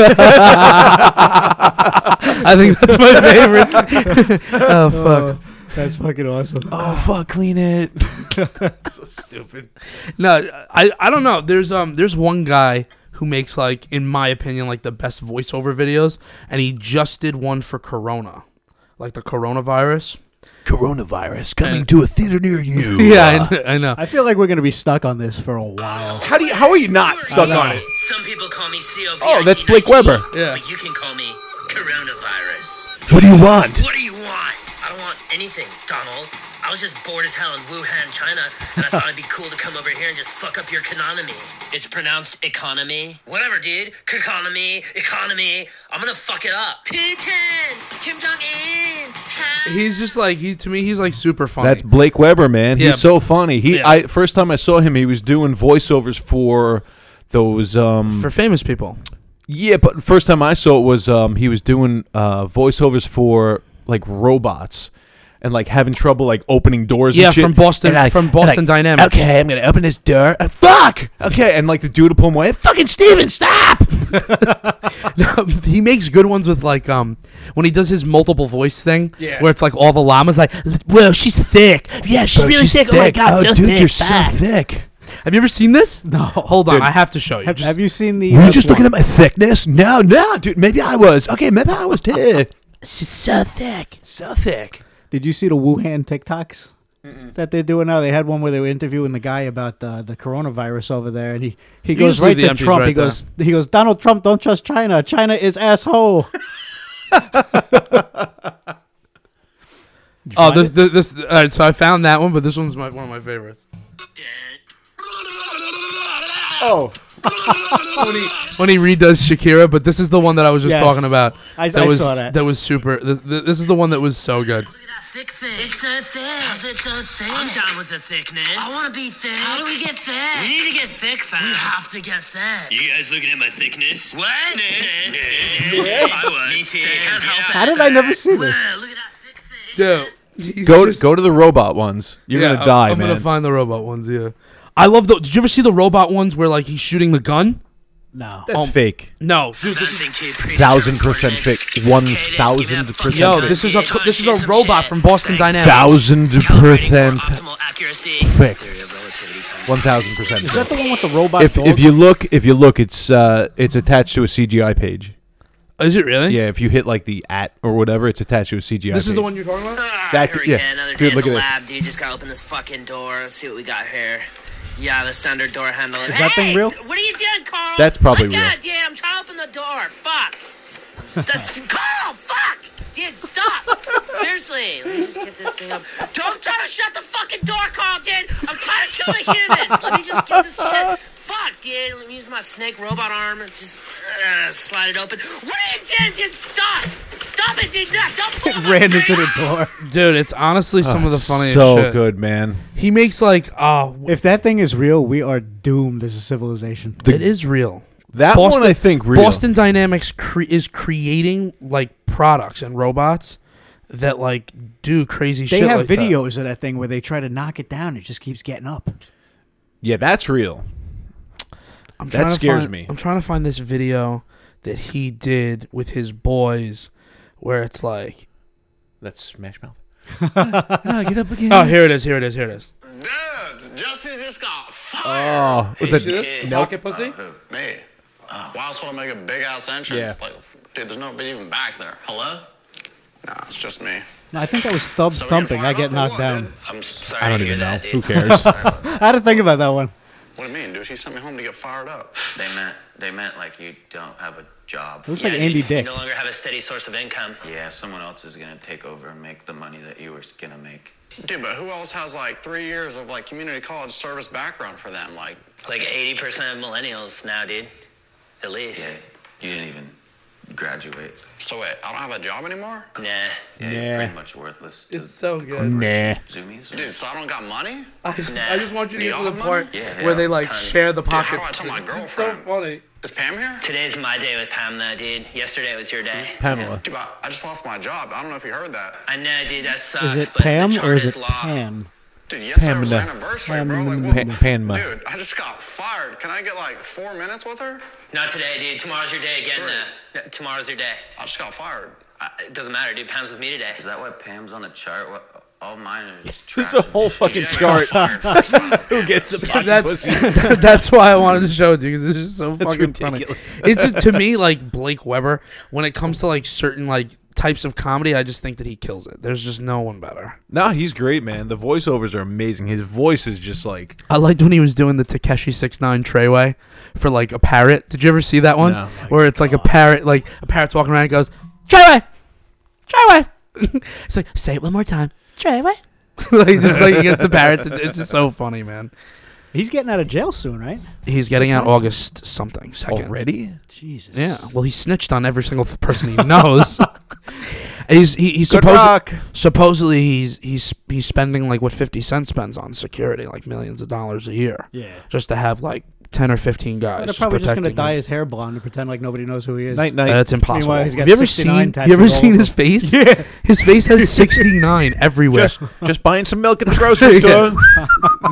Speaker 1: I think that's my favorite. oh fuck.
Speaker 4: That's fucking awesome.
Speaker 3: oh fuck, clean it. so stupid.
Speaker 1: No, I I don't know. There's um there's one guy who makes like in my opinion like the best voiceover videos, and he just did one for Corona, like the coronavirus.
Speaker 3: Coronavirus
Speaker 1: coming
Speaker 3: to a theater near you.
Speaker 1: yeah, I, kn- I know.
Speaker 4: I feel like we're gonna be stuck on this for a while.
Speaker 3: How do you? How are you not stuck on it?
Speaker 5: Some people call me COVID.
Speaker 3: Oh, that's Blake Weber.
Speaker 1: Yeah.
Speaker 5: But you can call me coronavirus.
Speaker 3: What do you want?
Speaker 5: What do you want? I don't want anything, Donald. I was just bored as hell in Wuhan, China, and I thought it'd be cool to come over here and just fuck up your economy. It's pronounced economy. Whatever, dude. Economy, economy. I'm gonna fuck it up. Putin, Kim Jong Un.
Speaker 1: He's just like he to me. He's like super funny.
Speaker 3: That's Blake Weber, man.
Speaker 1: Yeah.
Speaker 3: He's so funny. He,
Speaker 1: Yeah.
Speaker 3: I first time I saw him, he was doing voiceovers for those. Um,
Speaker 1: for famous people.
Speaker 3: yeah, but first time I saw it was um, he was doing uh, voiceovers for like robots. And like having trouble like opening doors.
Speaker 1: Yeah,
Speaker 3: and shit.
Speaker 1: from Boston-
Speaker 3: And, like-
Speaker 1: from
Speaker 3: and,
Speaker 1: Boston
Speaker 3: like,
Speaker 1: Dynamics.
Speaker 3: Okay, I'm gonna open this door. Uh, fuck. Okay, and like the dude will pull him away. Fucking Steven, stop.
Speaker 1: he makes good ones with like um when he does his multiple voice thing.
Speaker 3: Yeah.
Speaker 1: Where it's like all the llamas like, well, she's thick. Yeah, she's
Speaker 3: Bro,
Speaker 1: really thick. Oh my god, so thick. Fuck."
Speaker 3: thick.
Speaker 1: Have you ever seen this? No. Hold on,
Speaker 3: Dude.
Speaker 1: I have to show you.
Speaker 4: Have,
Speaker 1: Just-
Speaker 4: have you seen the? uh,
Speaker 3: Were you
Speaker 4: the
Speaker 3: just looking
Speaker 4: one-
Speaker 3: at my thickness? No, no, dude. Maybe I was. Okay, maybe I was too.
Speaker 1: she's so thick.
Speaker 3: so thick.
Speaker 4: Did you see the Wuhan TikToks that they're doing now? They had one where they were interviewing the guy about uh, the coronavirus over there, and he, he goes
Speaker 1: just
Speaker 4: right
Speaker 1: leave the
Speaker 4: to
Speaker 1: empties
Speaker 4: Trump.
Speaker 1: right
Speaker 4: he goes he goes Donald Trump, don't trust China. China is asshole.
Speaker 1: Oh, this, this, this. All right, so I found that one, but this one's my, one of my favorites.
Speaker 3: Oh,
Speaker 1: When he redoes Shakira, but this is the one that I was just
Speaker 4: Yes.
Speaker 1: talking about.
Speaker 4: I-
Speaker 1: that
Speaker 4: I
Speaker 1: was,
Speaker 4: saw that.
Speaker 1: was super. This, this is the one that was so good.
Speaker 5: Look at that thick thing. It's so thick. How's it so thick? I'm down with the thickness. I want to be thick. How do we get thick? We need to get thick fast. We have to get thick. You guys looking at my thickness? What? yeah. I was. Me too. Can't help it.
Speaker 4: How did I never see this?
Speaker 5: Wow, look at that thick thing.
Speaker 1: Dude, he's
Speaker 3: go
Speaker 1: just-
Speaker 3: go to the robot ones. You're
Speaker 1: Yeah,
Speaker 3: gonna die,
Speaker 1: I'm, I'm
Speaker 3: man.
Speaker 1: gonna find the robot ones. Yeah, I love the. Did you ever see the robot ones where like he's shooting the gun?
Speaker 4: No.
Speaker 3: That's fake.
Speaker 1: No, dude.
Speaker 5: That thing too pretty
Speaker 3: Thousand
Speaker 5: for
Speaker 3: percent
Speaker 5: cortex.
Speaker 3: fake. One
Speaker 5: Okay, then,
Speaker 3: thousand
Speaker 5: give me that
Speaker 3: percent
Speaker 5: fucking
Speaker 1: Yo,
Speaker 5: gun.
Speaker 1: this is a
Speaker 5: Shit,
Speaker 1: this is
Speaker 5: shit,
Speaker 1: a
Speaker 5: some
Speaker 1: robot
Speaker 5: shit.
Speaker 1: from Boston
Speaker 5: Thanks.
Speaker 1: Dynamics.
Speaker 3: Thousand
Speaker 5: Calibrating
Speaker 3: percent
Speaker 5: for optimal accuracy.
Speaker 3: Fake.
Speaker 5: Theory of relativity times
Speaker 3: One thousand percent.
Speaker 4: Is that the one with the robot?
Speaker 3: If
Speaker 4: dog?
Speaker 3: if you look if you look, it's uh it's attached to a CGI page.
Speaker 1: Is it really?
Speaker 3: Yeah, if you hit like the at or whatever, it's attached to a CGI.
Speaker 1: This is the
Speaker 3: page.
Speaker 1: one you're talking about.
Speaker 5: Ah,
Speaker 3: That-
Speaker 5: here we
Speaker 3: yeah.
Speaker 5: go, another
Speaker 3: Dude,
Speaker 5: day
Speaker 3: look
Speaker 5: at the
Speaker 3: at this.
Speaker 5: lab, dude. Just gotta open this fucking door. Let's see what we got here. Yeah, the standard door handle.
Speaker 4: Is that thing real?
Speaker 5: What are you doing, Carl?
Speaker 3: That's probably
Speaker 5: My
Speaker 3: real.
Speaker 5: God, yeah,
Speaker 6: That's Carl. Fuck, dude, stop. Seriously, let me just get this thing up. Don't try to shut the fucking door, Carl, dude. I'm trying to kill the humans. Let me just get this shit. Fuck, dude. Let me use my snake robot arm and just uh, slide it open. What are you doing, dude? Stop. Stop it, dude. No, don't pull my
Speaker 2: Ran into
Speaker 6: thing
Speaker 2: the
Speaker 6: out.
Speaker 2: door.
Speaker 1: Dude, it's honestly some of the funniest
Speaker 3: so
Speaker 1: shit.
Speaker 3: good, man.
Speaker 1: He makes like uh
Speaker 2: If that thing is real, we are doomed as a civilization.
Speaker 1: it is real.
Speaker 3: That one I think real.
Speaker 1: Boston Dynamics cre- is creating like products and robots that like do crazy
Speaker 2: They
Speaker 1: shit.
Speaker 2: have
Speaker 1: like that.
Speaker 2: videos of that thing where they try to knock it down. It just keeps getting up.
Speaker 3: Yeah, that's real.
Speaker 1: I'm
Speaker 3: That
Speaker 1: trying to
Speaker 3: scares
Speaker 1: find-
Speaker 3: me.
Speaker 1: I'm trying to find this video that he did with his boys, where it's like,
Speaker 3: That's Smash Mouth.
Speaker 1: oh, here it is, here it is, here it is.
Speaker 5: Dudes, just who just got
Speaker 3: Oh,
Speaker 5: fired.
Speaker 3: was that
Speaker 5: Pocket pussy? man. Why else would Oh. I make a big ass entrance?
Speaker 3: Yeah.
Speaker 5: Like, dude, there's nobody even back there. Hello? Nah, it's just me.
Speaker 2: No, I think that was thub
Speaker 5: So we
Speaker 2: thumping. I
Speaker 5: fired
Speaker 2: get
Speaker 5: up or
Speaker 2: knocked
Speaker 5: what,
Speaker 2: down.
Speaker 5: dude? I'm s- sorry.
Speaker 3: I don't
Speaker 5: to hear
Speaker 3: even know.
Speaker 5: that,
Speaker 3: Who
Speaker 5: dude.
Speaker 3: cares?
Speaker 2: I had to think about that one.
Speaker 5: What do you mean, dude? He sent me home to get fired up.
Speaker 7: They meant they meant like you don't have a job.
Speaker 2: Looks
Speaker 7: yeah,
Speaker 2: like
Speaker 5: I mean,
Speaker 2: Andy
Speaker 5: you
Speaker 2: Dick.
Speaker 5: No longer have a steady source of income.
Speaker 7: someone else is gonna take over and make the money that you were gonna make.
Speaker 5: Dude, but who else has like three years of like community college service background for them? Like,
Speaker 7: Like eighty percent of millennials now, dude. At least. Yeah, you didn't even graduate.
Speaker 5: so wait, I don't have a job anymore?
Speaker 7: Nah. Yeah,
Speaker 3: Nah.
Speaker 7: you're pretty much worthless. To
Speaker 1: so good.
Speaker 3: nah.
Speaker 7: Zoomies.
Speaker 5: Dude, so I don't got money?
Speaker 1: I, I just want you to
Speaker 5: Do
Speaker 1: get to
Speaker 5: y'all
Speaker 1: the
Speaker 5: have
Speaker 1: part
Speaker 7: money? Yeah,
Speaker 1: where
Speaker 7: yeah,
Speaker 1: they like
Speaker 7: tons.
Speaker 1: share the
Speaker 5: Dude, how
Speaker 1: pocket.
Speaker 5: do I tell my
Speaker 1: it's just so
Speaker 5: girlfriend?
Speaker 1: funny.
Speaker 5: Is Pam here?
Speaker 7: Today's my day with Pam, though, dude. Yesterday was your day.
Speaker 3: Pamela.
Speaker 5: Dude, I, I just lost my job. I don't know if you heard that.
Speaker 7: I know, dude. That sucks.
Speaker 2: Is it
Speaker 7: but
Speaker 2: Pam
Speaker 7: the
Speaker 2: or
Speaker 7: chart
Speaker 2: is it
Speaker 7: locked.
Speaker 2: Pam?
Speaker 5: Dude, yesterday was her
Speaker 3: Pamela.
Speaker 5: anniversary, bro. Like,
Speaker 2: Pamela.
Speaker 5: what?
Speaker 3: Pa- Panma.
Speaker 5: Dude, I just got fired. Can I get like four minutes with her?
Speaker 7: Not today, dude. Tomorrow's your day again,
Speaker 5: Right.
Speaker 7: though. Tomorrow's your day.
Speaker 5: I just got fired.
Speaker 7: Uh, it doesn't matter, dude. Pam's with me today.
Speaker 8: Is that why Pam's on the chart? What, all mine are just
Speaker 3: There's a
Speaker 8: trash.
Speaker 3: whole fucking
Speaker 5: Dude, I
Speaker 3: chart.
Speaker 5: got fired first time.
Speaker 3: Who gets the pocket
Speaker 1: That's
Speaker 3: pussy?
Speaker 1: that's why I wanted to show it to you because it's just so fucking
Speaker 3: ridiculous.
Speaker 1: funny. It's just, to me like Blake Weber when it comes to like certain like types of comedy. I just think that he kills it. There's just no one better.
Speaker 3: No, he's great, man. The voiceovers are amazing. His voice is just like
Speaker 1: I liked when he was doing the Takeshi Six Nine Treyway for like a parrot. Did you ever see that one?
Speaker 3: No.
Speaker 1: Where it's like a parrot, like a parrot's walking around and goes Treyway, Treyway. it's like say it one more time, Treyway. like just like you get the parrot. To, it's just so funny, man.
Speaker 2: He's getting out of jail soon, right?
Speaker 1: He's getting out August something second.
Speaker 3: already.
Speaker 2: Jesus.
Speaker 1: Yeah. Well, he snitched on every single th- person he
Speaker 3: Oh,
Speaker 1: knows. he's he, he's
Speaker 3: Good
Speaker 1: supposed
Speaker 3: rock.
Speaker 1: supposedly he's he's he's spending like what Fifty Cent spends on security, like millions of dollars a year.
Speaker 2: Yeah.
Speaker 1: Just to have like ten or fifteen guys.
Speaker 2: They're probably just gonna
Speaker 1: protecting
Speaker 2: dye
Speaker 1: him.
Speaker 2: his hair blonde to pretend like nobody knows who he is.
Speaker 3: Night night.
Speaker 1: That's impossible.
Speaker 2: Meanwhile, he's got
Speaker 1: Have you ever
Speaker 2: 69
Speaker 1: seen? You
Speaker 2: tattoos
Speaker 1: ever
Speaker 2: all
Speaker 1: seen
Speaker 2: over
Speaker 1: his
Speaker 2: him.
Speaker 1: face? His face has sixty nine everywhere.
Speaker 3: just just buying some milk at the grocery store.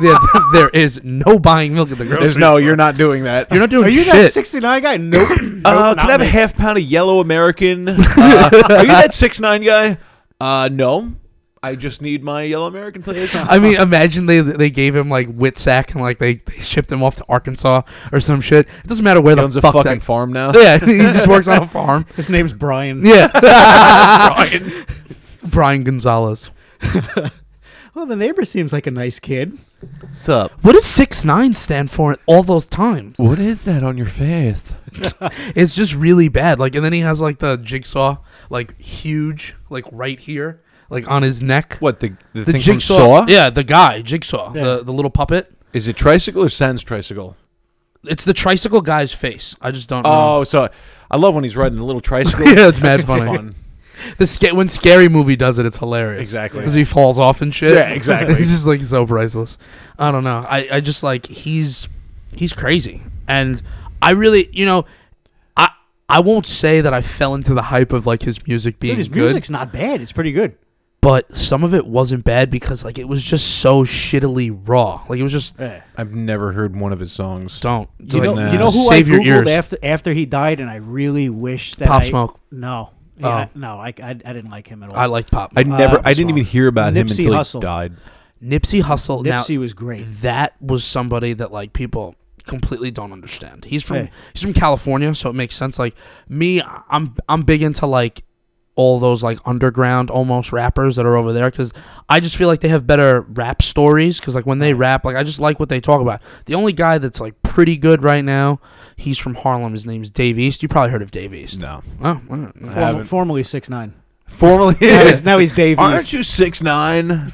Speaker 1: there, there is no buying milk at the grocery.
Speaker 3: There's no,
Speaker 1: store.
Speaker 3: you're not doing that.
Speaker 1: You're not doing
Speaker 2: Are you that
Speaker 1: shit.
Speaker 2: 69 guy? Nope. nope
Speaker 3: Uh, can
Speaker 2: not
Speaker 3: I have a
Speaker 2: me.
Speaker 3: half pound of yellow American? Uh, are you that six nine guy? Uh, no. I just need my yellow American, please.
Speaker 1: I mean, imagine they they gave him like Whitsack and like they, they shipped him off to Arkansas or some shit. It doesn't matter where
Speaker 3: Owns
Speaker 1: the
Speaker 3: a
Speaker 1: fuck
Speaker 3: fucking
Speaker 1: that.
Speaker 3: farm now.
Speaker 1: yeah, he just works on a farm.
Speaker 2: His name's Brian.
Speaker 1: Yeah, Brian Gonzalez.
Speaker 2: Well, Oh, the neighbor seems like a nice kid.
Speaker 3: What's up?
Speaker 1: What does six nine stand for? All those times,
Speaker 3: What is that on your face?
Speaker 1: it's just really bad. Like, and then he has like the jigsaw, like huge, like right here, like on his neck.
Speaker 3: What the the,
Speaker 1: The
Speaker 3: thing
Speaker 1: jigsaw,
Speaker 3: from Saw?
Speaker 1: yeah, the guy, jigsaw,
Speaker 2: Yeah.
Speaker 1: the the little puppet.
Speaker 3: Is it tricycle or sans tricycle?
Speaker 1: It's the tricycle guy's face. I just don't know.
Speaker 3: Oh, so I love when he's riding the little tricycle.
Speaker 1: Yeah, it's mad funny.
Speaker 3: fun.
Speaker 1: The sca- when scary movie does it, it's hilarious.
Speaker 3: Exactly.
Speaker 1: because he falls off and shit.
Speaker 3: Yeah, exactly.
Speaker 1: he's just like so priceless. I don't know. I, I just like he's he's crazy, and I really you know I I won't say that I fell into the hype of like his music being
Speaker 2: Dude, his
Speaker 1: good,
Speaker 2: music's not bad. It's pretty good.
Speaker 1: but some of it wasn't bad because like it was just so shittily raw. Like it was just
Speaker 2: Yeah.
Speaker 3: I've never heard one of his songs.
Speaker 1: don't
Speaker 2: You know,
Speaker 3: Nah.
Speaker 2: you know who
Speaker 1: save
Speaker 2: I
Speaker 1: your
Speaker 2: googled
Speaker 1: ears.
Speaker 2: after after he died, and I really wish that
Speaker 1: Pop
Speaker 2: I-
Speaker 1: Smoke.
Speaker 2: No, yeah, I- no, I, I I didn't like him at all.
Speaker 1: I liked pop.
Speaker 3: Oh. I never. I
Speaker 2: song.
Speaker 3: didn't even hear about him
Speaker 2: Nipsey
Speaker 3: until he
Speaker 2: Hussle.
Speaker 3: died.
Speaker 1: Nipsey Hussle. now-
Speaker 2: Nipsey was great.
Speaker 1: that was somebody that like people completely don't understand. He's from
Speaker 2: Hey.
Speaker 1: he's from California, so it makes sense. Like me, I'm I'm big into like all those like underground almost rappers that are over there because I just feel like they have better rap stories because like when they rap, like I just like what they talk about. The only guy that's like pretty good right now, he's from Harlem. His name's Dave East. You probably heard of Dave East.
Speaker 3: No.
Speaker 1: Oh, all right.
Speaker 4: Form-
Speaker 3: haven't.
Speaker 4: formerly six nine.
Speaker 3: Formerly,
Speaker 4: Now he's, now he's Dave
Speaker 3: aren't
Speaker 4: East.
Speaker 3: you six nine?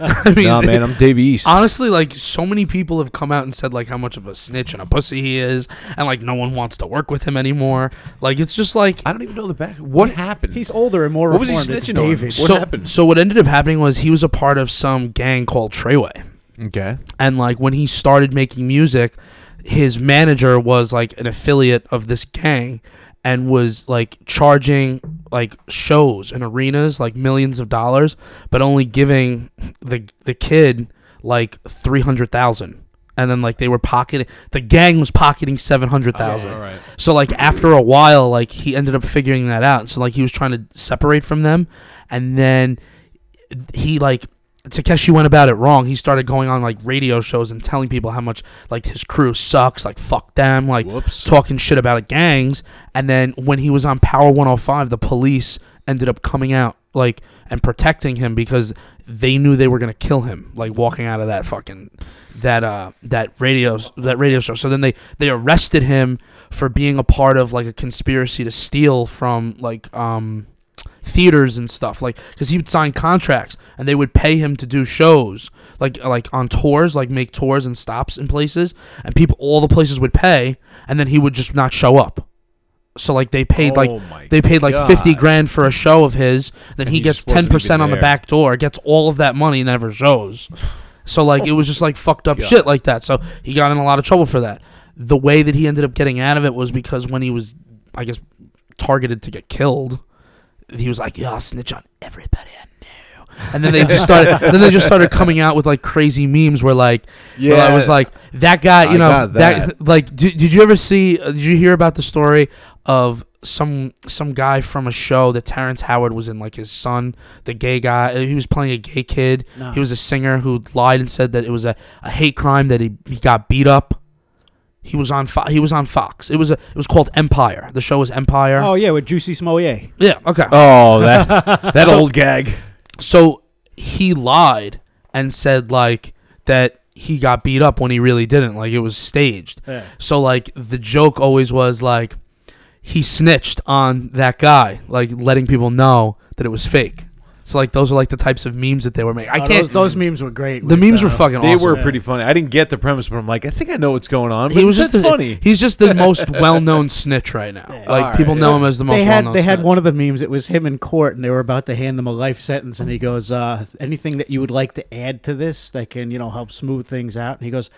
Speaker 1: I mean,
Speaker 3: nah, man, I'm Dave East.
Speaker 1: Honestly, like so many people have come out and said like how much of a snitch and a pussy he is, and like no one wants to work with him anymore. Like it's just like
Speaker 3: I don't even know the back. What happened?
Speaker 4: He's older and more
Speaker 3: What was he
Speaker 4: reformed. It's
Speaker 3: snitching on?
Speaker 4: David.
Speaker 3: What
Speaker 1: so.
Speaker 3: happened?
Speaker 1: So what ended up happening was he was a part of some gang called Treyway,
Speaker 3: okay.
Speaker 1: and like when he started making music, his manager was like an affiliate of this gang, and was like charging like shows and arenas like millions of dollars, but only giving the the kid like three hundred thousand. And then like they were pocketing, the gang was pocketing seven hundred thousand.
Speaker 3: all right.
Speaker 1: So like after a while, like he ended up figuring that out. So like he was trying to separate from them, and then he like Takeshi went about it wrong. He started going on like radio shows and telling people how much like his crew sucks, like fuck them, like
Speaker 3: Whoops.
Speaker 1: talking shit about it, gangs. And then when he was on Power 105, the police ended up coming out like and protecting him because they knew they were gonna kill him, like walking out of that fucking that uh that radio that radio show. So then they they arrested him for being a part of like a conspiracy to steal from like um theaters and stuff like because he would sign contracts and they would pay him to do shows like like on tours like make tours and stops in places and people all the places would pay and then he would just not show up so like they paid
Speaker 3: Oh my
Speaker 1: like they paid like 50
Speaker 3: God.
Speaker 1: grand for a show of his
Speaker 3: And
Speaker 1: then he,
Speaker 3: he
Speaker 1: gets
Speaker 3: just wasn't
Speaker 1: 10%
Speaker 3: even
Speaker 1: on the
Speaker 3: there.
Speaker 1: back door gets all of that money and never shows so like it was just like fucked up
Speaker 3: God.
Speaker 1: shit like that so he got in a lot of trouble for that the way that he ended up getting out of it was because when he was i guess targeted to get killed he was like, "Yeah, I'll snitch on everybody I knew." And then they just started. then they just started coming out with like crazy memes where like, yeah, I was
Speaker 3: Yeah.
Speaker 1: like that guy. You
Speaker 3: I
Speaker 1: know
Speaker 3: got
Speaker 1: that. like, did, did you ever see? uh, Did you hear about the story of some some guy from a show that Terrence Howard was in? Like his son, the gay guy. uh, He was playing a gay kid.
Speaker 4: No.
Speaker 1: He was a singer who lied and said that it was a, a hate crime that he, he got beat up. He was on Fo- he was on Fox. It was a, it was called Empire. The show was Empire.
Speaker 4: Oh yeah, with Juicy Smollett.
Speaker 1: yeah, okay.
Speaker 3: Oh, that that
Speaker 1: So-
Speaker 3: old gag.
Speaker 1: So he lied and said like that he got beat up when he really didn't. Like it was staged.
Speaker 4: Yeah.
Speaker 1: So like the joke always was like he snitched on that guy, like letting people know that it was fake. So like those are like the types of memes that they were making. I
Speaker 4: Oh,
Speaker 1: can't.
Speaker 4: Those, those memes were great.
Speaker 1: the
Speaker 4: with,
Speaker 1: memes
Speaker 4: uh,
Speaker 1: were fucking.
Speaker 3: They
Speaker 1: awesome.
Speaker 3: were pretty funny. I didn't get the premise, but I'm like, I think I know what's going on. But
Speaker 1: He was
Speaker 3: that's
Speaker 1: just the-
Speaker 3: funny.
Speaker 1: He's just the most well-known snitch right now. Like
Speaker 3: Alright,
Speaker 1: people know
Speaker 3: yeah.
Speaker 1: him as the most
Speaker 4: They had
Speaker 1: well-known.
Speaker 4: they had
Speaker 1: snitch.
Speaker 4: one of the memes. It was him in court, and they were about to hand him a life sentence, and he goes, uh, "Anything that you would like to add to this that can you know help smooth things out?" And he goes,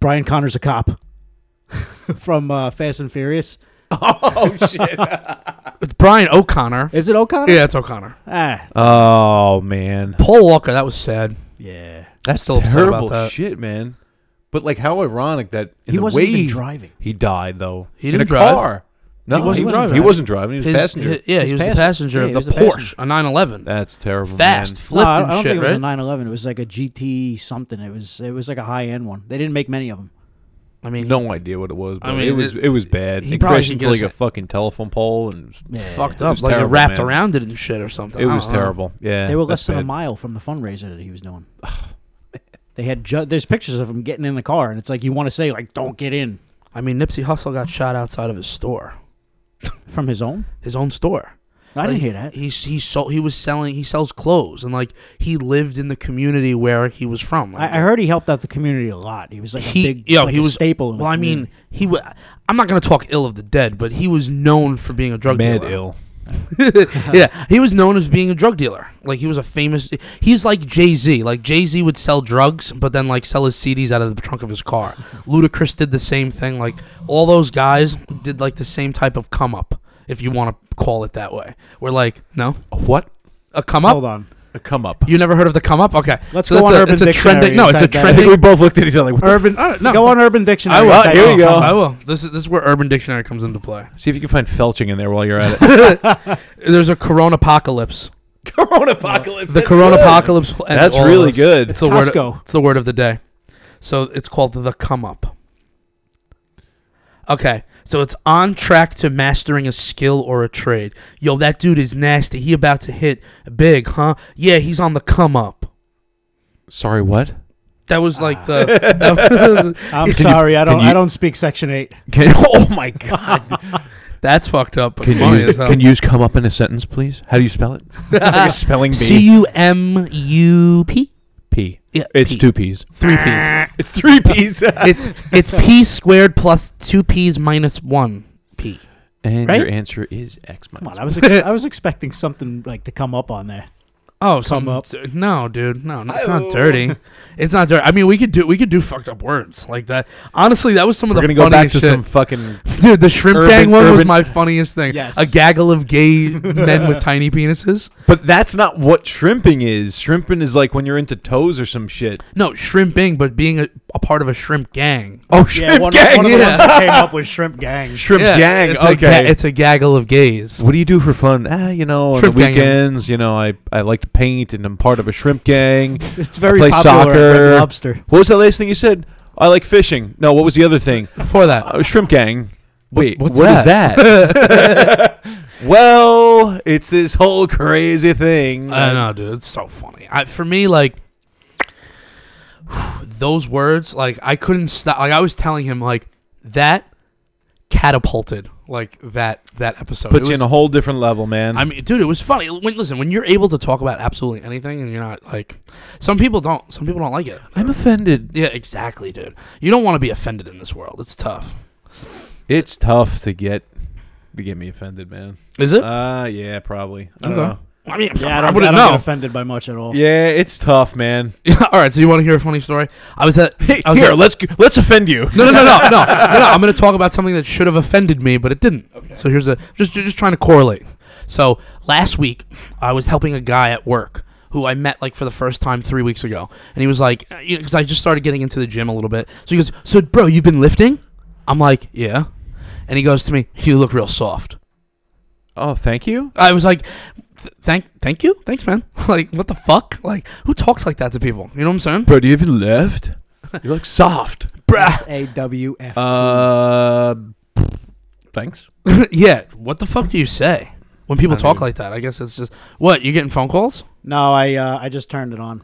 Speaker 4: "Brian Connor's a cop from uh, Fast and Furious.
Speaker 3: oh shit.
Speaker 1: It's Brian O'Connor.
Speaker 4: Is it O'Connor?
Speaker 1: Yeah, it's O'Connor.
Speaker 4: Ah,
Speaker 3: oh man,
Speaker 1: Paul Walker. That was sad.
Speaker 4: yeah.
Speaker 1: That's still upset about
Speaker 3: terrible
Speaker 1: that.
Speaker 3: shit, man. But like, how ironic that in
Speaker 4: He
Speaker 3: the
Speaker 4: wasn't
Speaker 3: way
Speaker 4: even
Speaker 3: he-
Speaker 4: driving.
Speaker 3: He died though.
Speaker 1: He
Speaker 3: in a
Speaker 1: didn't drive.
Speaker 3: car. No,
Speaker 1: He wasn't driving.
Speaker 3: He wasn't driving. He was a
Speaker 1: His-
Speaker 3: passenger.
Speaker 1: hi- yeah,
Speaker 4: His
Speaker 1: he was
Speaker 4: passen-
Speaker 1: the passenger
Speaker 4: yeah,
Speaker 1: of
Speaker 4: he
Speaker 1: the
Speaker 4: was the
Speaker 1: Porsche,
Speaker 4: passenger.
Speaker 1: a 911.
Speaker 3: That's terrible.
Speaker 1: Fast,
Speaker 3: man.
Speaker 1: flipped
Speaker 4: No, I,
Speaker 1: and
Speaker 4: I don't
Speaker 1: shit,
Speaker 4: think it was
Speaker 1: right?
Speaker 4: a 911. It was like a GT something. It was it was like a high end one. They didn't make many of them.
Speaker 1: I mean,
Speaker 3: No idea what it was. But
Speaker 1: I mean,
Speaker 3: it was
Speaker 1: it-
Speaker 3: it, was bad.
Speaker 1: he
Speaker 3: It
Speaker 1: probably
Speaker 3: crashed
Speaker 1: should
Speaker 3: into
Speaker 1: get
Speaker 3: like
Speaker 1: us
Speaker 3: a
Speaker 1: a-
Speaker 3: fucking telephone pole, and
Speaker 1: fucked
Speaker 3: It
Speaker 1: up.
Speaker 3: was
Speaker 1: Like it
Speaker 3: terrible,
Speaker 1: wrapped
Speaker 3: man.
Speaker 1: around it and shit or something.
Speaker 3: it
Speaker 1: I
Speaker 3: was
Speaker 1: don't know.
Speaker 3: terrible. Yeah,
Speaker 4: They were
Speaker 3: that's
Speaker 4: less than a
Speaker 3: bad.
Speaker 4: mile from the fundraiser that he was doing. They had ju- there's pictures of him getting in the car, and it's like you want to say like don't get in
Speaker 1: I mean, Nipsey Hussle got shot outside of his store,
Speaker 4: from his own.
Speaker 1: his own store.
Speaker 4: I didn't
Speaker 1: Like,
Speaker 4: hear that.
Speaker 1: He he sold. He was selling. He sells clothes and like he lived in the community where he was from. Like,
Speaker 4: I, I heard he helped out the community a lot. He was like
Speaker 1: he
Speaker 4: a big
Speaker 1: yo
Speaker 4: like
Speaker 1: he
Speaker 4: a
Speaker 1: was
Speaker 4: staple. in the
Speaker 1: Well, I mean,
Speaker 4: community.
Speaker 1: he wa- I'm not gonna talk ill of the dead, but he was known for being a drug
Speaker 3: Mad
Speaker 1: dealer.
Speaker 3: ill.
Speaker 1: yeah, he was known as being a drug dealer. Like he was a famous. He's like Jay Z. Like Jay Z would sell drugs, but then like sell his CDs out of the trunk of his car. Ludacris did the same thing. Like all those guys did like the same type of come up, if you want to call it that way. We're like, no,
Speaker 3: What?
Speaker 1: a come
Speaker 4: hold
Speaker 1: up.
Speaker 4: on.
Speaker 3: A come up.
Speaker 1: You never heard of the come up? Okay,
Speaker 4: Let's
Speaker 1: so
Speaker 4: go
Speaker 1: that's
Speaker 4: on
Speaker 1: a,
Speaker 4: Urban
Speaker 1: it's a trending.
Speaker 4: Dictionary
Speaker 1: No,
Speaker 4: and
Speaker 1: it's a
Speaker 4: type that in.
Speaker 3: I think
Speaker 1: trending.
Speaker 3: we both looked at each other like,
Speaker 4: Urban,
Speaker 1: uh, no.
Speaker 4: go on Urban Dictionary.
Speaker 1: I will.
Speaker 4: Type
Speaker 3: Here
Speaker 4: it
Speaker 3: we
Speaker 4: up.
Speaker 3: go.
Speaker 1: I will. This is this is where Urban Dictionary comes into play.
Speaker 3: see if you can find felching in there while you're at it.
Speaker 1: There's a corona apocalypse.
Speaker 3: corona apocalypse.
Speaker 1: The corona apocalypse. will end
Speaker 3: That's
Speaker 1: all of
Speaker 3: really
Speaker 1: us.
Speaker 3: good.
Speaker 1: It's the word.
Speaker 4: Costco.
Speaker 1: It's the word of the day. So it's called the come up. Okay, so it's on track to mastering a skill or a trade. Yo, that dude is nasty. He about to hit big, huh? Yeah, he's on the come up.
Speaker 3: Sorry, what?
Speaker 1: That was like the.
Speaker 4: I'm sorry, I don't.
Speaker 3: you-
Speaker 4: I don't speak Section Eight.
Speaker 3: Can,
Speaker 1: oh my god, that's fucked up. But
Speaker 3: can
Speaker 1: funny
Speaker 3: you
Speaker 1: as
Speaker 3: use,
Speaker 1: hell.
Speaker 3: can you use come up in a sentence, please? How do you spell it? It's like a spelling bee.
Speaker 1: C U M U P
Speaker 3: P.
Speaker 1: Yeah,
Speaker 3: it's
Speaker 1: P.
Speaker 3: two P's.
Speaker 1: three P's.
Speaker 3: It's three P's.
Speaker 1: It's it's P squared plus two P's minus one P.
Speaker 3: and
Speaker 1: right?
Speaker 3: your answer is X minus.
Speaker 4: Come on, I was. Ex- I was expecting something like to come up on there.
Speaker 1: Oh, some
Speaker 4: up.
Speaker 1: no, dude, no, no, it's not dirty. It's not dirty. I mean, we could do we could do fucked up words like that. Honestly, that was some of
Speaker 3: We're
Speaker 1: the
Speaker 3: gonna go back
Speaker 1: funniest
Speaker 3: to
Speaker 1: shit.
Speaker 3: some fucking.
Speaker 1: Dude, the shrimp
Speaker 3: Urban-
Speaker 1: gang one was
Speaker 3: urban-
Speaker 1: my funniest thing.
Speaker 4: Yes.
Speaker 1: A gaggle of gay men with tiny penises.
Speaker 3: But that's not what shrimping is. Shrimping is like when you're into toes or some shit.
Speaker 1: No, shrimping, but being a, a part of a shrimp gang.
Speaker 3: Oh,
Speaker 4: Yeah,
Speaker 3: shrimp
Speaker 4: one,
Speaker 3: gang.
Speaker 4: one of the
Speaker 1: yeah.
Speaker 4: ones that came up was Shrimp Gang.
Speaker 3: Shrimp gang.
Speaker 1: It's A
Speaker 3: okay.
Speaker 1: ga- it's a gaggle of gays.
Speaker 3: what do you do for fun? Ah, you know, on
Speaker 1: Shrimp
Speaker 3: the
Speaker 1: gang.
Speaker 3: weekends, you know, I, I like to paint and I'm part of a shrimp gang.
Speaker 4: It's very
Speaker 3: I play
Speaker 4: popular at Red
Speaker 3: soccer.
Speaker 4: Lobster.
Speaker 3: What was that last thing you said? I like fishing. No, what was the other thing?
Speaker 1: Before that,
Speaker 3: Uh, shrimp gang. Wait,
Speaker 1: what's
Speaker 3: what is that? well, it's this whole crazy thing.
Speaker 1: I know, dude. It's so funny. I, for me, like those words, like I couldn't stop. Like I was telling him, like that catapulted, like that that episode.
Speaker 3: Puts
Speaker 1: It
Speaker 3: you
Speaker 1: was-
Speaker 3: in a whole different level, man.
Speaker 1: I mean, dude, it was funny. When listen, when you're able to talk about absolutely anything, and you're not like some people don't. Some people don't like it.
Speaker 3: I'm offended.
Speaker 1: Yeah, exactly, dude. You don't want to be offended in this world. It's tough.
Speaker 3: It's tough to get to get me offended, man.
Speaker 1: Is it?
Speaker 3: Uh yeah, probably. I don't
Speaker 1: Okay.
Speaker 3: know.
Speaker 1: I mean,
Speaker 4: Yeah, I
Speaker 1: I
Speaker 4: don't, I
Speaker 1: wouldn't
Speaker 4: don't get
Speaker 1: know.
Speaker 4: offended by much at all.
Speaker 3: Yeah, it's tough, man.
Speaker 1: All right, so you want to hear a funny story? I was at I was
Speaker 3: Here,
Speaker 1: at-
Speaker 3: let's g- let's offend you.
Speaker 1: No, no, no, no, no, no, no. I'm going to talk about something that should have offended me, but it didn't. So here's a just just trying to correlate. So last week, I was helping a guy at work who I met like for the first time three weeks ago, and he was like, because you know, 'cause I just started getting into the gym a little bit. So he goes, "So, bro, you've been lifting?" I'm like, "Yeah," and he goes to me, "You look real soft."
Speaker 3: Oh, thank you.
Speaker 1: I was like, "Th- "Thank, thank you, thanks, man." like, what the fuck? Like, who talks like that to people? You know what I'm saying?
Speaker 3: Bro, do you even left? You look soft.
Speaker 1: Bruh.
Speaker 4: A W F.
Speaker 3: Uh, thanks.
Speaker 1: yeah. What the fuck do you say when people
Speaker 3: I
Speaker 1: talk
Speaker 3: mean-
Speaker 1: like that? I guess it's just what you getting phone calls.
Speaker 4: no, I uh, I just turned it on.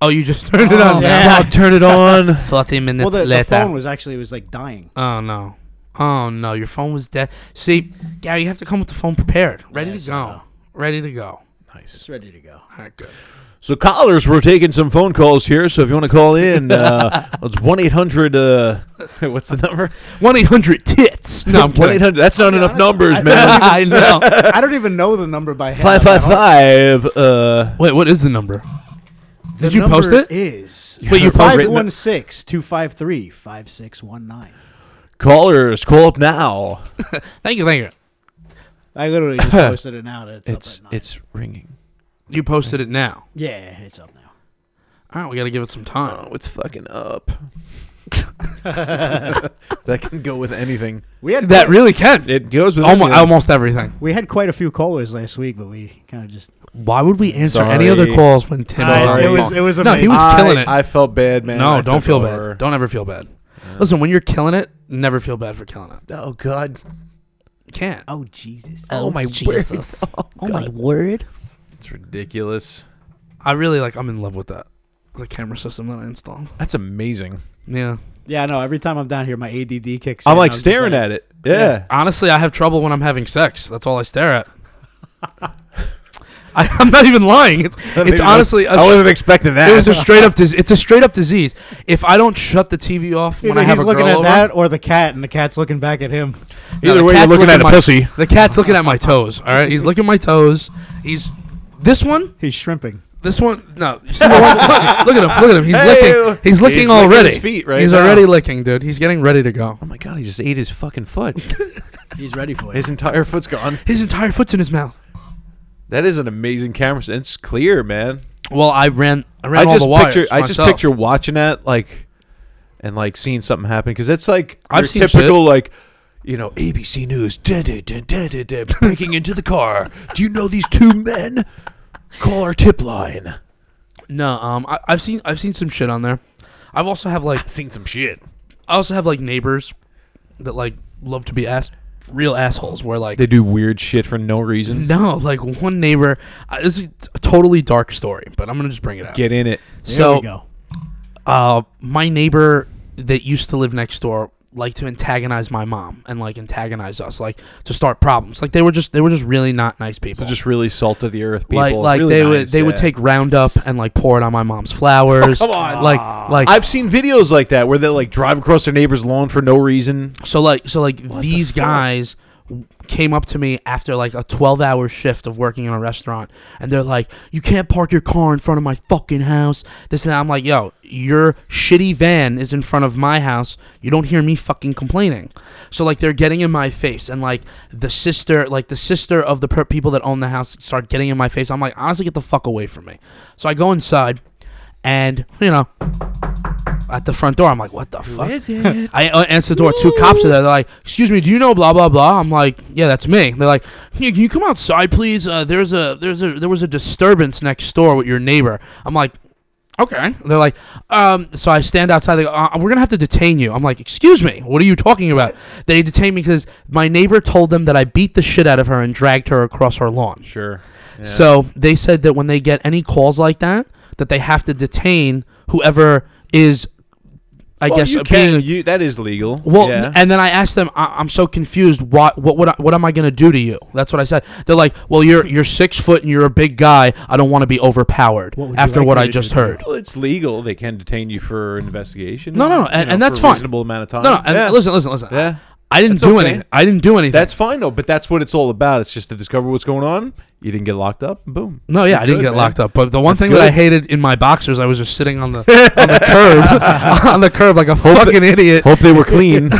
Speaker 1: Oh, you just turned it on.
Speaker 4: Yeah.
Speaker 3: Fuck, turn it on.
Speaker 1: Thirty minutes
Speaker 4: well, the, the
Speaker 1: later.
Speaker 4: phone was actually was like dying.
Speaker 1: oh no. Oh no, your phone was dead. See, Gary, you have to come with the phone prepared, ready
Speaker 4: Yes,
Speaker 1: to
Speaker 4: I
Speaker 1: go,
Speaker 4: know.
Speaker 1: ready to go.
Speaker 3: nice.
Speaker 4: It's ready to go.
Speaker 1: All right, good.
Speaker 3: So, callers, we're taking some phone calls here. So, if you want to call in, uh, it's 1 800. Uh, what's the number?
Speaker 1: One eight hundred tits. No, I'm
Speaker 3: 1
Speaker 1: kidding.
Speaker 3: 800. That's not enough numbers, man.
Speaker 1: I know.
Speaker 4: I don't even know the number by head.
Speaker 3: 555. Uh,
Speaker 1: Wait, what is the number?
Speaker 4: The
Speaker 1: Did you
Speaker 4: number
Speaker 1: post it?
Speaker 4: Is
Speaker 1: Wait, you posted it?
Speaker 4: 516-253-5619.
Speaker 3: callers, call up now.
Speaker 1: Thank you, thank you.
Speaker 4: I literally just posted it now. That it's,
Speaker 3: It's
Speaker 4: up at nine.
Speaker 3: it's ringing.
Speaker 1: You posted it now.
Speaker 4: yeah, it's up now.
Speaker 1: All right, we got to give it some time.
Speaker 3: Oh, it's fucking up. that can go with anything.
Speaker 4: We had
Speaker 1: That
Speaker 4: quite-
Speaker 1: really can.
Speaker 3: It goes with
Speaker 1: Almost,
Speaker 3: anything.
Speaker 1: almost everything.
Speaker 4: we had quite a few callers last week, but we kind of just
Speaker 1: Why would we answer any
Speaker 3: Sorry.
Speaker 1: other calls when Tim was on
Speaker 3: Sorry.
Speaker 1: the
Speaker 4: it was
Speaker 1: phone?
Speaker 4: it was
Speaker 1: No, he
Speaker 4: amazing.
Speaker 1: was-
Speaker 3: I,
Speaker 1: killing it.
Speaker 3: I felt bad, man.
Speaker 1: no,
Speaker 3: I
Speaker 1: don't
Speaker 3: took
Speaker 1: feel
Speaker 3: over.
Speaker 1: bad. Don't ever feel bad. Listen, when you're killing it, never feel bad for killing it.
Speaker 3: Oh God.
Speaker 1: You can't.
Speaker 4: oh Jesus!
Speaker 3: Oh, my Jesus. word. Oh, my
Speaker 1: word.
Speaker 3: It's ridiculous.
Speaker 1: I really like. I'm in love with that. The camera system that I installed.
Speaker 3: That's amazing.
Speaker 1: Yeah.
Speaker 4: Yeah, no. Every time I'm down here, my ADD kicks.
Speaker 3: I'm
Speaker 4: in,
Speaker 3: like
Speaker 4: just
Speaker 3: staring
Speaker 4: like,
Speaker 3: at it. Yeah.
Speaker 1: Honestly, I have trouble when I'm having sex. That's all I stare at. I, I'm not even lying. It's it's honestly. a
Speaker 3: I wasn't
Speaker 1: s-
Speaker 3: expecting that.
Speaker 1: It was a straight up. Dis- it's a straight up disease. If I don't shut the TV off when
Speaker 4: Either
Speaker 1: I have
Speaker 4: he's
Speaker 1: a
Speaker 4: looking
Speaker 1: girl
Speaker 4: at
Speaker 1: over,
Speaker 4: that or the cat, and the cat's looking back at him.
Speaker 1: No,
Speaker 3: Either
Speaker 1: the
Speaker 3: way, you're
Speaker 1: cat's
Speaker 3: looking at a
Speaker 1: my-
Speaker 3: pussy.
Speaker 1: The cat's looking at my toes. All right, he's looking at my toes. He's this one.
Speaker 4: He's shrimping.
Speaker 1: This one. No, you see the one- look, look at him. Look at him. He's
Speaker 3: Hey,
Speaker 1: licking. He's licking
Speaker 3: he's licking
Speaker 1: already.
Speaker 3: his feet right
Speaker 1: he's
Speaker 3: now.
Speaker 1: already licking, dude. He's getting ready to go.
Speaker 3: Oh my god! He just ate his fucking foot.
Speaker 4: He's ready for it.
Speaker 3: his entire foot's gone.
Speaker 1: His entire foot's in his mouth.
Speaker 3: That is an amazing camera. sen- It's clear, man.
Speaker 1: Well, I ran. I ran
Speaker 3: I
Speaker 1: all
Speaker 3: just
Speaker 1: the wires
Speaker 3: picture. I just
Speaker 1: myself.
Speaker 3: picture watching that like, and like seeing something happen because it's like
Speaker 1: I've
Speaker 3: your
Speaker 1: seen
Speaker 3: typical like. You know, ABC News, dun, dun, dun, dun, dun, dun, breaking into the car. Do you know these two men? Call our tip line.
Speaker 1: No, um, I, I've seen. I've seen some shit on there. I've also have like.
Speaker 3: Seen some shit.
Speaker 1: I also have like neighbors that like love to be ass, real assholes. Where like
Speaker 3: They do weird shit for no reason.
Speaker 1: no, like one neighbor. Uh, this is a totally dark story, but I'm gonna just bring it up.
Speaker 3: Get in it.
Speaker 4: There
Speaker 1: so
Speaker 4: we go.
Speaker 1: uh, my neighbor that used to live next door liked to antagonize my mom and like antagonize us, like to start problems. Like they were just they were just really not nice people.
Speaker 3: They're just really salt of the earth people.
Speaker 1: like like
Speaker 3: Really
Speaker 1: they
Speaker 3: nice,
Speaker 1: would they would
Speaker 3: yeah.
Speaker 1: take Roundup and like pour it on my mom's flowers.
Speaker 3: come on.
Speaker 1: like like
Speaker 3: I've seen videos like that where they like drive across their neighbor's lawn for no reason.
Speaker 1: So like so like these guys w- came up to me after like a 12 hour shift of working in a restaurant and they're like you can't park your car in front of my fucking house this and that. i'm like yo your shitty van is in front of my house you don't hear me fucking complaining so like they're getting in my face and like the sister like the sister of the per- people that own the house start getting in my face i'm like honestly get the fuck away from me so i go inside and you know at the front door i'm like what the fuck I uh, answer the door. Two cops are there. They're like, "Excuse me, do you know blah blah blah?" I'm like, "Yeah, that's me." They're like, "Hey, can you come outside, please? Uh, there's a there's a there was a disturbance next door with your neighbor." I'm like, "Okay." They're like, um, so I stand outside. They go, uh, "We're gonna have to detain you." I'm like, "Excuse me, what are you talking about?" They detain me because my neighbor told them that I beat the shit out of her and dragged her across her lawn.
Speaker 3: Sure.
Speaker 1: So they said that when they get any calls like that, that they have to detain whoever is. I guess
Speaker 3: you
Speaker 1: uh, being
Speaker 3: can. You, that is legal.
Speaker 1: well,
Speaker 3: yeah.
Speaker 1: and then I asked them, I- I'm so confused. What what what, what am I gonna do to you? That's what I said. They're like, well, you're you're six foot and you're a big guy. I don't want to be overpowered
Speaker 4: would you
Speaker 1: after
Speaker 4: like
Speaker 1: what
Speaker 4: me
Speaker 1: I
Speaker 4: to do
Speaker 1: just
Speaker 4: to you?
Speaker 1: heard.
Speaker 3: Well, it's legal. They can detain you for an investigation.
Speaker 1: No, no, no,
Speaker 3: you
Speaker 1: and-
Speaker 3: know,
Speaker 1: and
Speaker 3: for
Speaker 1: that's
Speaker 3: a
Speaker 1: fine.
Speaker 3: Reasonable amount of time.
Speaker 1: No, no, and
Speaker 3: Yeah.
Speaker 1: listen, listen, listen.
Speaker 3: Yeah.
Speaker 1: I didn't
Speaker 3: That's
Speaker 1: do
Speaker 3: okay.
Speaker 1: anything. I didn't do anything.
Speaker 3: That's fine though, but that's what it's all about. It's just to discover what's going on. You didn't get locked up. Boom.
Speaker 1: no, yeah, I didn't
Speaker 3: good,
Speaker 1: get
Speaker 3: man.
Speaker 1: locked up. But the one
Speaker 3: That's
Speaker 1: thing that I
Speaker 3: good.
Speaker 1: hated in my boxers, I was just sitting on the on the curb, on the curb like a fucking idiot.
Speaker 3: Hope they were clean.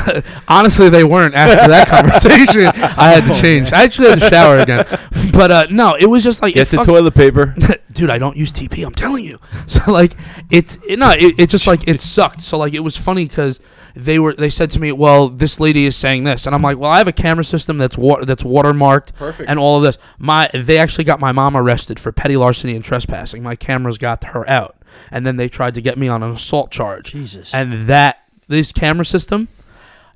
Speaker 1: Honestly, they weren't after that conversation. I had
Speaker 3: Oh,
Speaker 1: to change. I actually had to shower again. But uh, no, it was just like it
Speaker 3: Get the
Speaker 1: fuck-
Speaker 3: toilet paper.
Speaker 1: dude, I don't use TP. I'm telling you. So like, it's it, no, it, it just like it sucked. So like, it was funny because they were they said to me, well, this lady is saying this, and I'm like, well, I have a camera system that's wa- that's watermarked, perfect, and all of this. My they actually got my mom arrested for petty larceny and trespassing. My cameras got her out, and then they tried to get me on an assault charge.
Speaker 4: Jesus. Oh
Speaker 1: and that this camera system.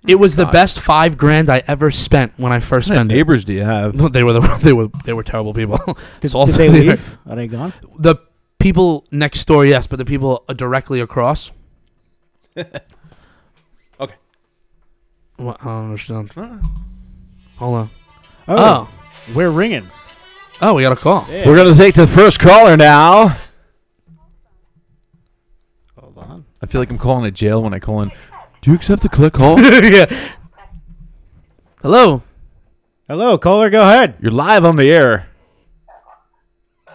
Speaker 1: It was the best five grand I ever spent when I first
Speaker 3: What
Speaker 1: spent it.
Speaker 3: neighbors do you have?
Speaker 1: They were the, they were they were terrible people.
Speaker 4: Did,
Speaker 1: It's all
Speaker 4: did they
Speaker 1: theater
Speaker 4: leave? Are they gone?
Speaker 1: the people next door, yes, but the people uh, directly across.
Speaker 3: Okay.
Speaker 1: What? I don't understand. Hold on.
Speaker 4: Oh,
Speaker 1: Oh.
Speaker 4: we're ringing.
Speaker 1: Oh, we got a call.
Speaker 3: We're gonna take the first caller now.
Speaker 4: Hold on.
Speaker 3: I feel like I'm calling a jail when I call in. Do you accept the click call?
Speaker 1: yeah. Hello.
Speaker 4: Hello, caller. Go ahead.
Speaker 3: You're live on the air.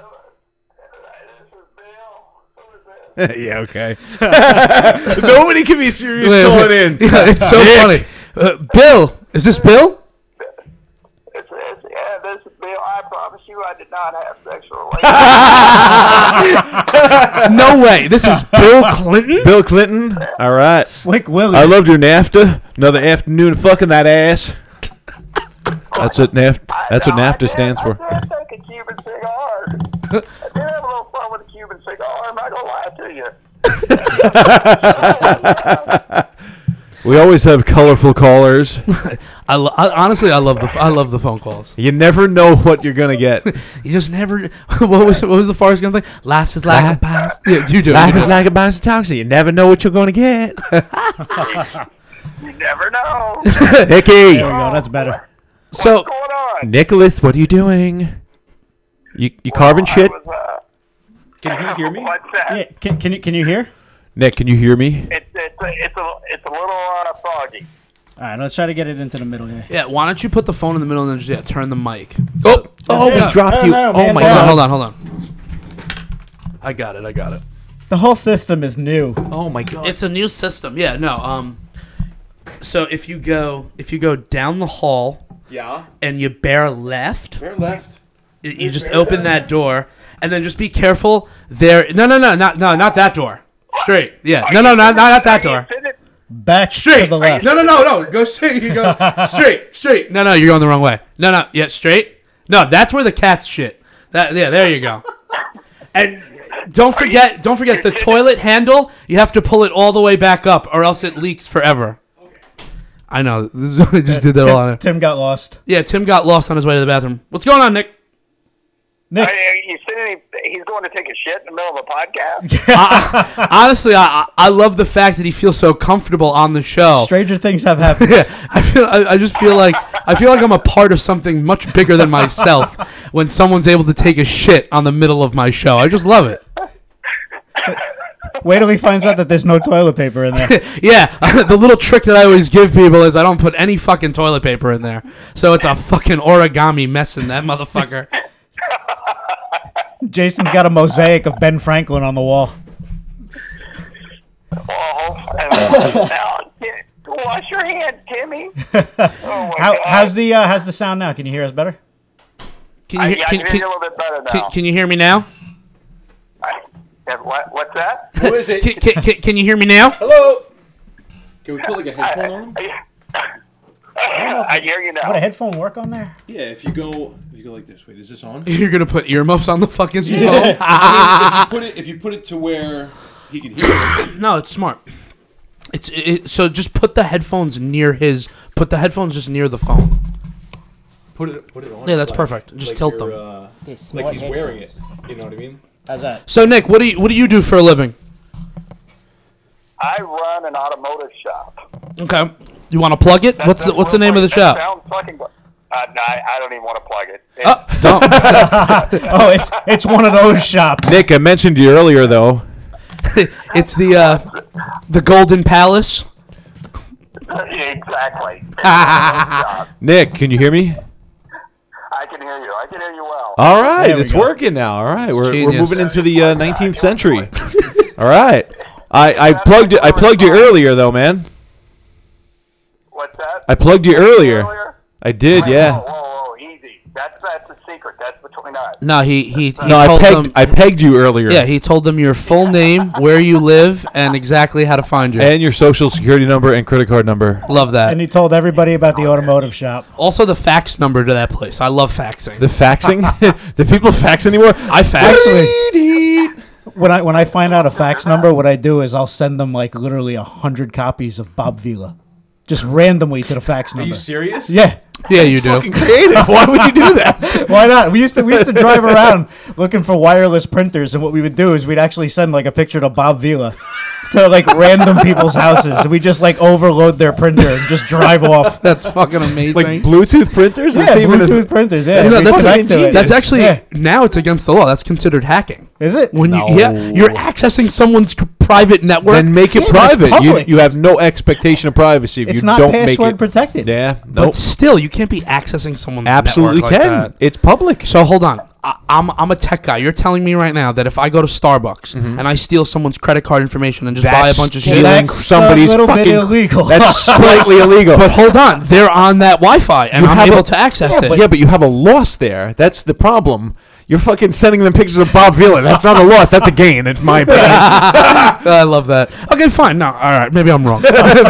Speaker 3: yeah, okay. Nobody can be serious
Speaker 1: Wait,
Speaker 3: calling
Speaker 1: wait.
Speaker 3: in.
Speaker 1: Yeah, it's so funny. Uh, Bill, is this Bill?
Speaker 9: It's, it's, yeah, this is Bill. I promise you, I did not have sexual relations.
Speaker 1: No way. This is Bill Clinton.
Speaker 3: Bill Clinton. All right.
Speaker 4: Slick Willie.
Speaker 3: I loved your NAFTA. Another afternoon of fucking that ass. That's what NAFTA. That's what
Speaker 9: No, I
Speaker 3: NAFTA
Speaker 9: did-
Speaker 3: stands for.
Speaker 9: I did take a Cuban cigar. I did have a little fun with a Cuban cigar. I'm not gonna lie to you.
Speaker 3: We always have colorful callers.
Speaker 1: I, lo- I honestly, I love the I love the phone calls.
Speaker 3: You never know what you're gonna get.
Speaker 1: You just never. What was what was the Forrest Gump thing? Laughs is like a pass. Yeah, you do.
Speaker 3: Life
Speaker 1: you
Speaker 3: is
Speaker 1: do.
Speaker 3: like a box of toxin. You never know what you're gonna get.
Speaker 9: You never know.
Speaker 3: Nikki,
Speaker 4: there we go. That's better.
Speaker 1: So
Speaker 9: What's going on?
Speaker 3: Nicholas, what are you doing? You you carving shit?
Speaker 9: I was,
Speaker 3: Can you
Speaker 9: uh, What's that?
Speaker 4: Yeah, can, can you can you hear?
Speaker 3: Nick, can you hear me?
Speaker 9: It's, it's, a, it's, a, it's a little uh, foggy.
Speaker 4: All right, let's try to get it into the middle here.
Speaker 1: yeah, why don't you put the phone in the middle and just yeah, turn the mic.
Speaker 3: Oh, oh,
Speaker 4: Yeah.
Speaker 3: we dropped
Speaker 4: No,
Speaker 3: you.
Speaker 4: no,
Speaker 3: Oh
Speaker 4: man,
Speaker 3: my
Speaker 4: no.
Speaker 1: Hold
Speaker 3: god.
Speaker 1: on, hold on, hold on. I got it. I got it.
Speaker 4: The whole system is new.
Speaker 3: Oh my god.
Speaker 1: It's a new system. Yeah. No. Um. So if you go if you go down the hall,
Speaker 3: Yeah.
Speaker 1: and you bear left,
Speaker 3: We're left.
Speaker 1: y- you just open that door, and then just be careful. There. No, no, no, not no, not that door. Straight. Yeah. No, no, not not at that door.
Speaker 9: Did it-
Speaker 4: Back to
Speaker 1: Straight.
Speaker 4: the left.
Speaker 1: No, no, no, no. Go straight. You go straight, straight. No, no, you're going the wrong way. No, no. Yeah, straight. No, that's where the cats shit. That yeah, there you go. And don't forget, don't forget the toilet handle. You have to pull it all the way back up, or else it leaks forever. I know. I just did that a
Speaker 2: Tim,
Speaker 1: lot.
Speaker 2: Tim got lost.
Speaker 1: Yeah, Tim got lost on his way to the bathroom. What's going on, Nick?
Speaker 2: Nick,
Speaker 9: I- he's sitting. He's going to take a shit in the middle of a podcast.
Speaker 1: Honestly, I, I I love the fact that he feels so comfortable on the show.
Speaker 2: stranger things have happened.
Speaker 1: Yeah, I feel. I, I just feel like I feel like I'm a part of something much bigger than myself when someone's able to take a shit on the middle of my show. I just love it.
Speaker 2: Wait till he finds out that there's no toilet paper in there.
Speaker 1: Yeah, the little trick that I always give people is I don't put any fucking toilet paper in there, so it's a fucking origami mess in that motherfucker.
Speaker 2: Jason's got a mosaic of Ben Franklin on the wall.
Speaker 9: Oh, and- now, Tim, wash your hands, Timmy. Oh my
Speaker 2: How,
Speaker 9: God.
Speaker 2: how's the uh, how's the sound now? Can you hear us better?
Speaker 1: Can
Speaker 9: I,
Speaker 1: you,
Speaker 9: yeah,
Speaker 1: hear-
Speaker 9: I
Speaker 1: can,
Speaker 9: can hear
Speaker 1: can,
Speaker 9: you a little bit better now.
Speaker 1: can, can you hear me now?
Speaker 9: I- yeah, what, what's that?
Speaker 3: Who is it?
Speaker 1: Can, can, can- can you hear me now?
Speaker 3: Hello. Can we put like a headphone on?
Speaker 9: I hear you now.
Speaker 2: Would a headphone work on there?
Speaker 3: Yeah. If you go, if you go like this. Wait, is this on?
Speaker 1: You're gonna put earmuffs on the fucking phone?
Speaker 3: put it if you put it to where he can hear.
Speaker 1: No, it's smart. It's it, so just put the headphones near his. Put the headphones just near the phone.
Speaker 3: put it. Put it on.
Speaker 1: Yeah, that's perfect. Just tilt them.
Speaker 3: Uh, like he's wearing it. You know what I mean?
Speaker 2: How's that?
Speaker 1: So Nick, what do you what do you do for a living?
Speaker 9: I run an automotive shop.
Speaker 1: Okay. You want to plug it?
Speaker 9: That
Speaker 1: what's the
Speaker 9: sounds
Speaker 1: What's the
Speaker 9: real
Speaker 1: name of the
Speaker 9: great. That
Speaker 1: shop?
Speaker 9: sounds fucking good. Uh, no, I, I don't even want to plug it. It-
Speaker 1: Oh, don't.
Speaker 2: Oh, it's it's one of those shops.
Speaker 3: Nick, I mentioned you earlier though.
Speaker 1: it's the uh, the Golden Palace.
Speaker 9: exactly.
Speaker 3: Nick, can you hear me?
Speaker 9: I can hear you. I can hear you well.
Speaker 1: Uh,
Speaker 3: All right,
Speaker 2: There we
Speaker 3: it's
Speaker 2: go.
Speaker 3: working now. All right, we're, we're
Speaker 1: genius.
Speaker 3: moving into the uh, 19th century. All right, I, I plugged it. I plugged you earlier though, man.
Speaker 9: What's that?
Speaker 3: I plugged you earlier.
Speaker 9: Earlier?
Speaker 3: I did,
Speaker 9: Whoa,
Speaker 3: yeah.
Speaker 9: whoa, whoa, easy. That's that's the secret. That's between us.
Speaker 1: No, he he, he
Speaker 3: No, I
Speaker 1: told
Speaker 3: pegged.
Speaker 1: them.
Speaker 3: I pegged you earlier.
Speaker 1: yeah, he told them your full name, where you live, and exactly how to find you.
Speaker 3: And your social security number and credit card number.
Speaker 1: love
Speaker 2: And
Speaker 1: that.
Speaker 2: he told everybody about the automotive shop.
Speaker 1: Also, the fax number to that place. I love faxing.
Speaker 3: The faxing? Do people fax anymore?
Speaker 1: I fax.
Speaker 2: When I when I find out a fax number, what I do is I'll send them like literally a hundred copies of Bob Vila, just randomly to the fax number.
Speaker 3: serious?
Speaker 2: Yeah,
Speaker 1: Yeah, you do.
Speaker 3: Creative. Why would you do that?
Speaker 2: why not? We used to we used to drive around looking for wireless printers, and what we would do is we'd actually send like a picture to Bob Vila to like random people's houses, and we just like overload their printer and just drive off.
Speaker 1: That's fucking amazing.
Speaker 3: Like Bluetooth printers?
Speaker 2: Yeah,
Speaker 3: That's even a-
Speaker 2: Bluetooth printers. Yeah,
Speaker 1: You know,
Speaker 2: we
Speaker 1: that's,
Speaker 2: connect to it.
Speaker 1: that's actually
Speaker 2: Yeah.
Speaker 1: now it's against the law. That's considered hacking.
Speaker 2: is it?
Speaker 1: When you yeah, you're accessing someone's c- private network.
Speaker 3: Then make it
Speaker 2: Yeah, but it's
Speaker 3: private. You,
Speaker 2: public.
Speaker 3: you have no expectation of privacy if
Speaker 2: It's
Speaker 3: you
Speaker 2: not
Speaker 3: don't make
Speaker 2: password
Speaker 3: it.
Speaker 2: protected.
Speaker 3: yeah,
Speaker 1: but
Speaker 3: no.
Speaker 1: still, you can't be accessing someone's
Speaker 3: Absolutely
Speaker 1: network like
Speaker 3: can.
Speaker 1: that.
Speaker 3: It's public.
Speaker 1: So hold on, I, I'm I'm a tech guy. You're telling me right now that if I go to Starbucks and I steal someone's credit card information and just buy a
Speaker 3: Mm-hmm. That's
Speaker 1: bunch of
Speaker 3: stealing
Speaker 1: shit,
Speaker 2: That's
Speaker 3: somebody's
Speaker 2: a little
Speaker 3: fucking-
Speaker 2: bit illegal.
Speaker 3: That's slightly illegal.
Speaker 1: but hold on, they're on that Wi-Fi and
Speaker 3: You
Speaker 1: I'm
Speaker 3: have
Speaker 1: able
Speaker 3: a-
Speaker 1: to access
Speaker 3: yeah,
Speaker 1: it.
Speaker 3: But, yeah, but you have a loss there. That's the problem. You're fucking sending them pictures of Bob Vila. That's not a loss. That's a gain. It's my opinion.
Speaker 1: I love that. Okay, fine. No, all right. Maybe I'm wrong.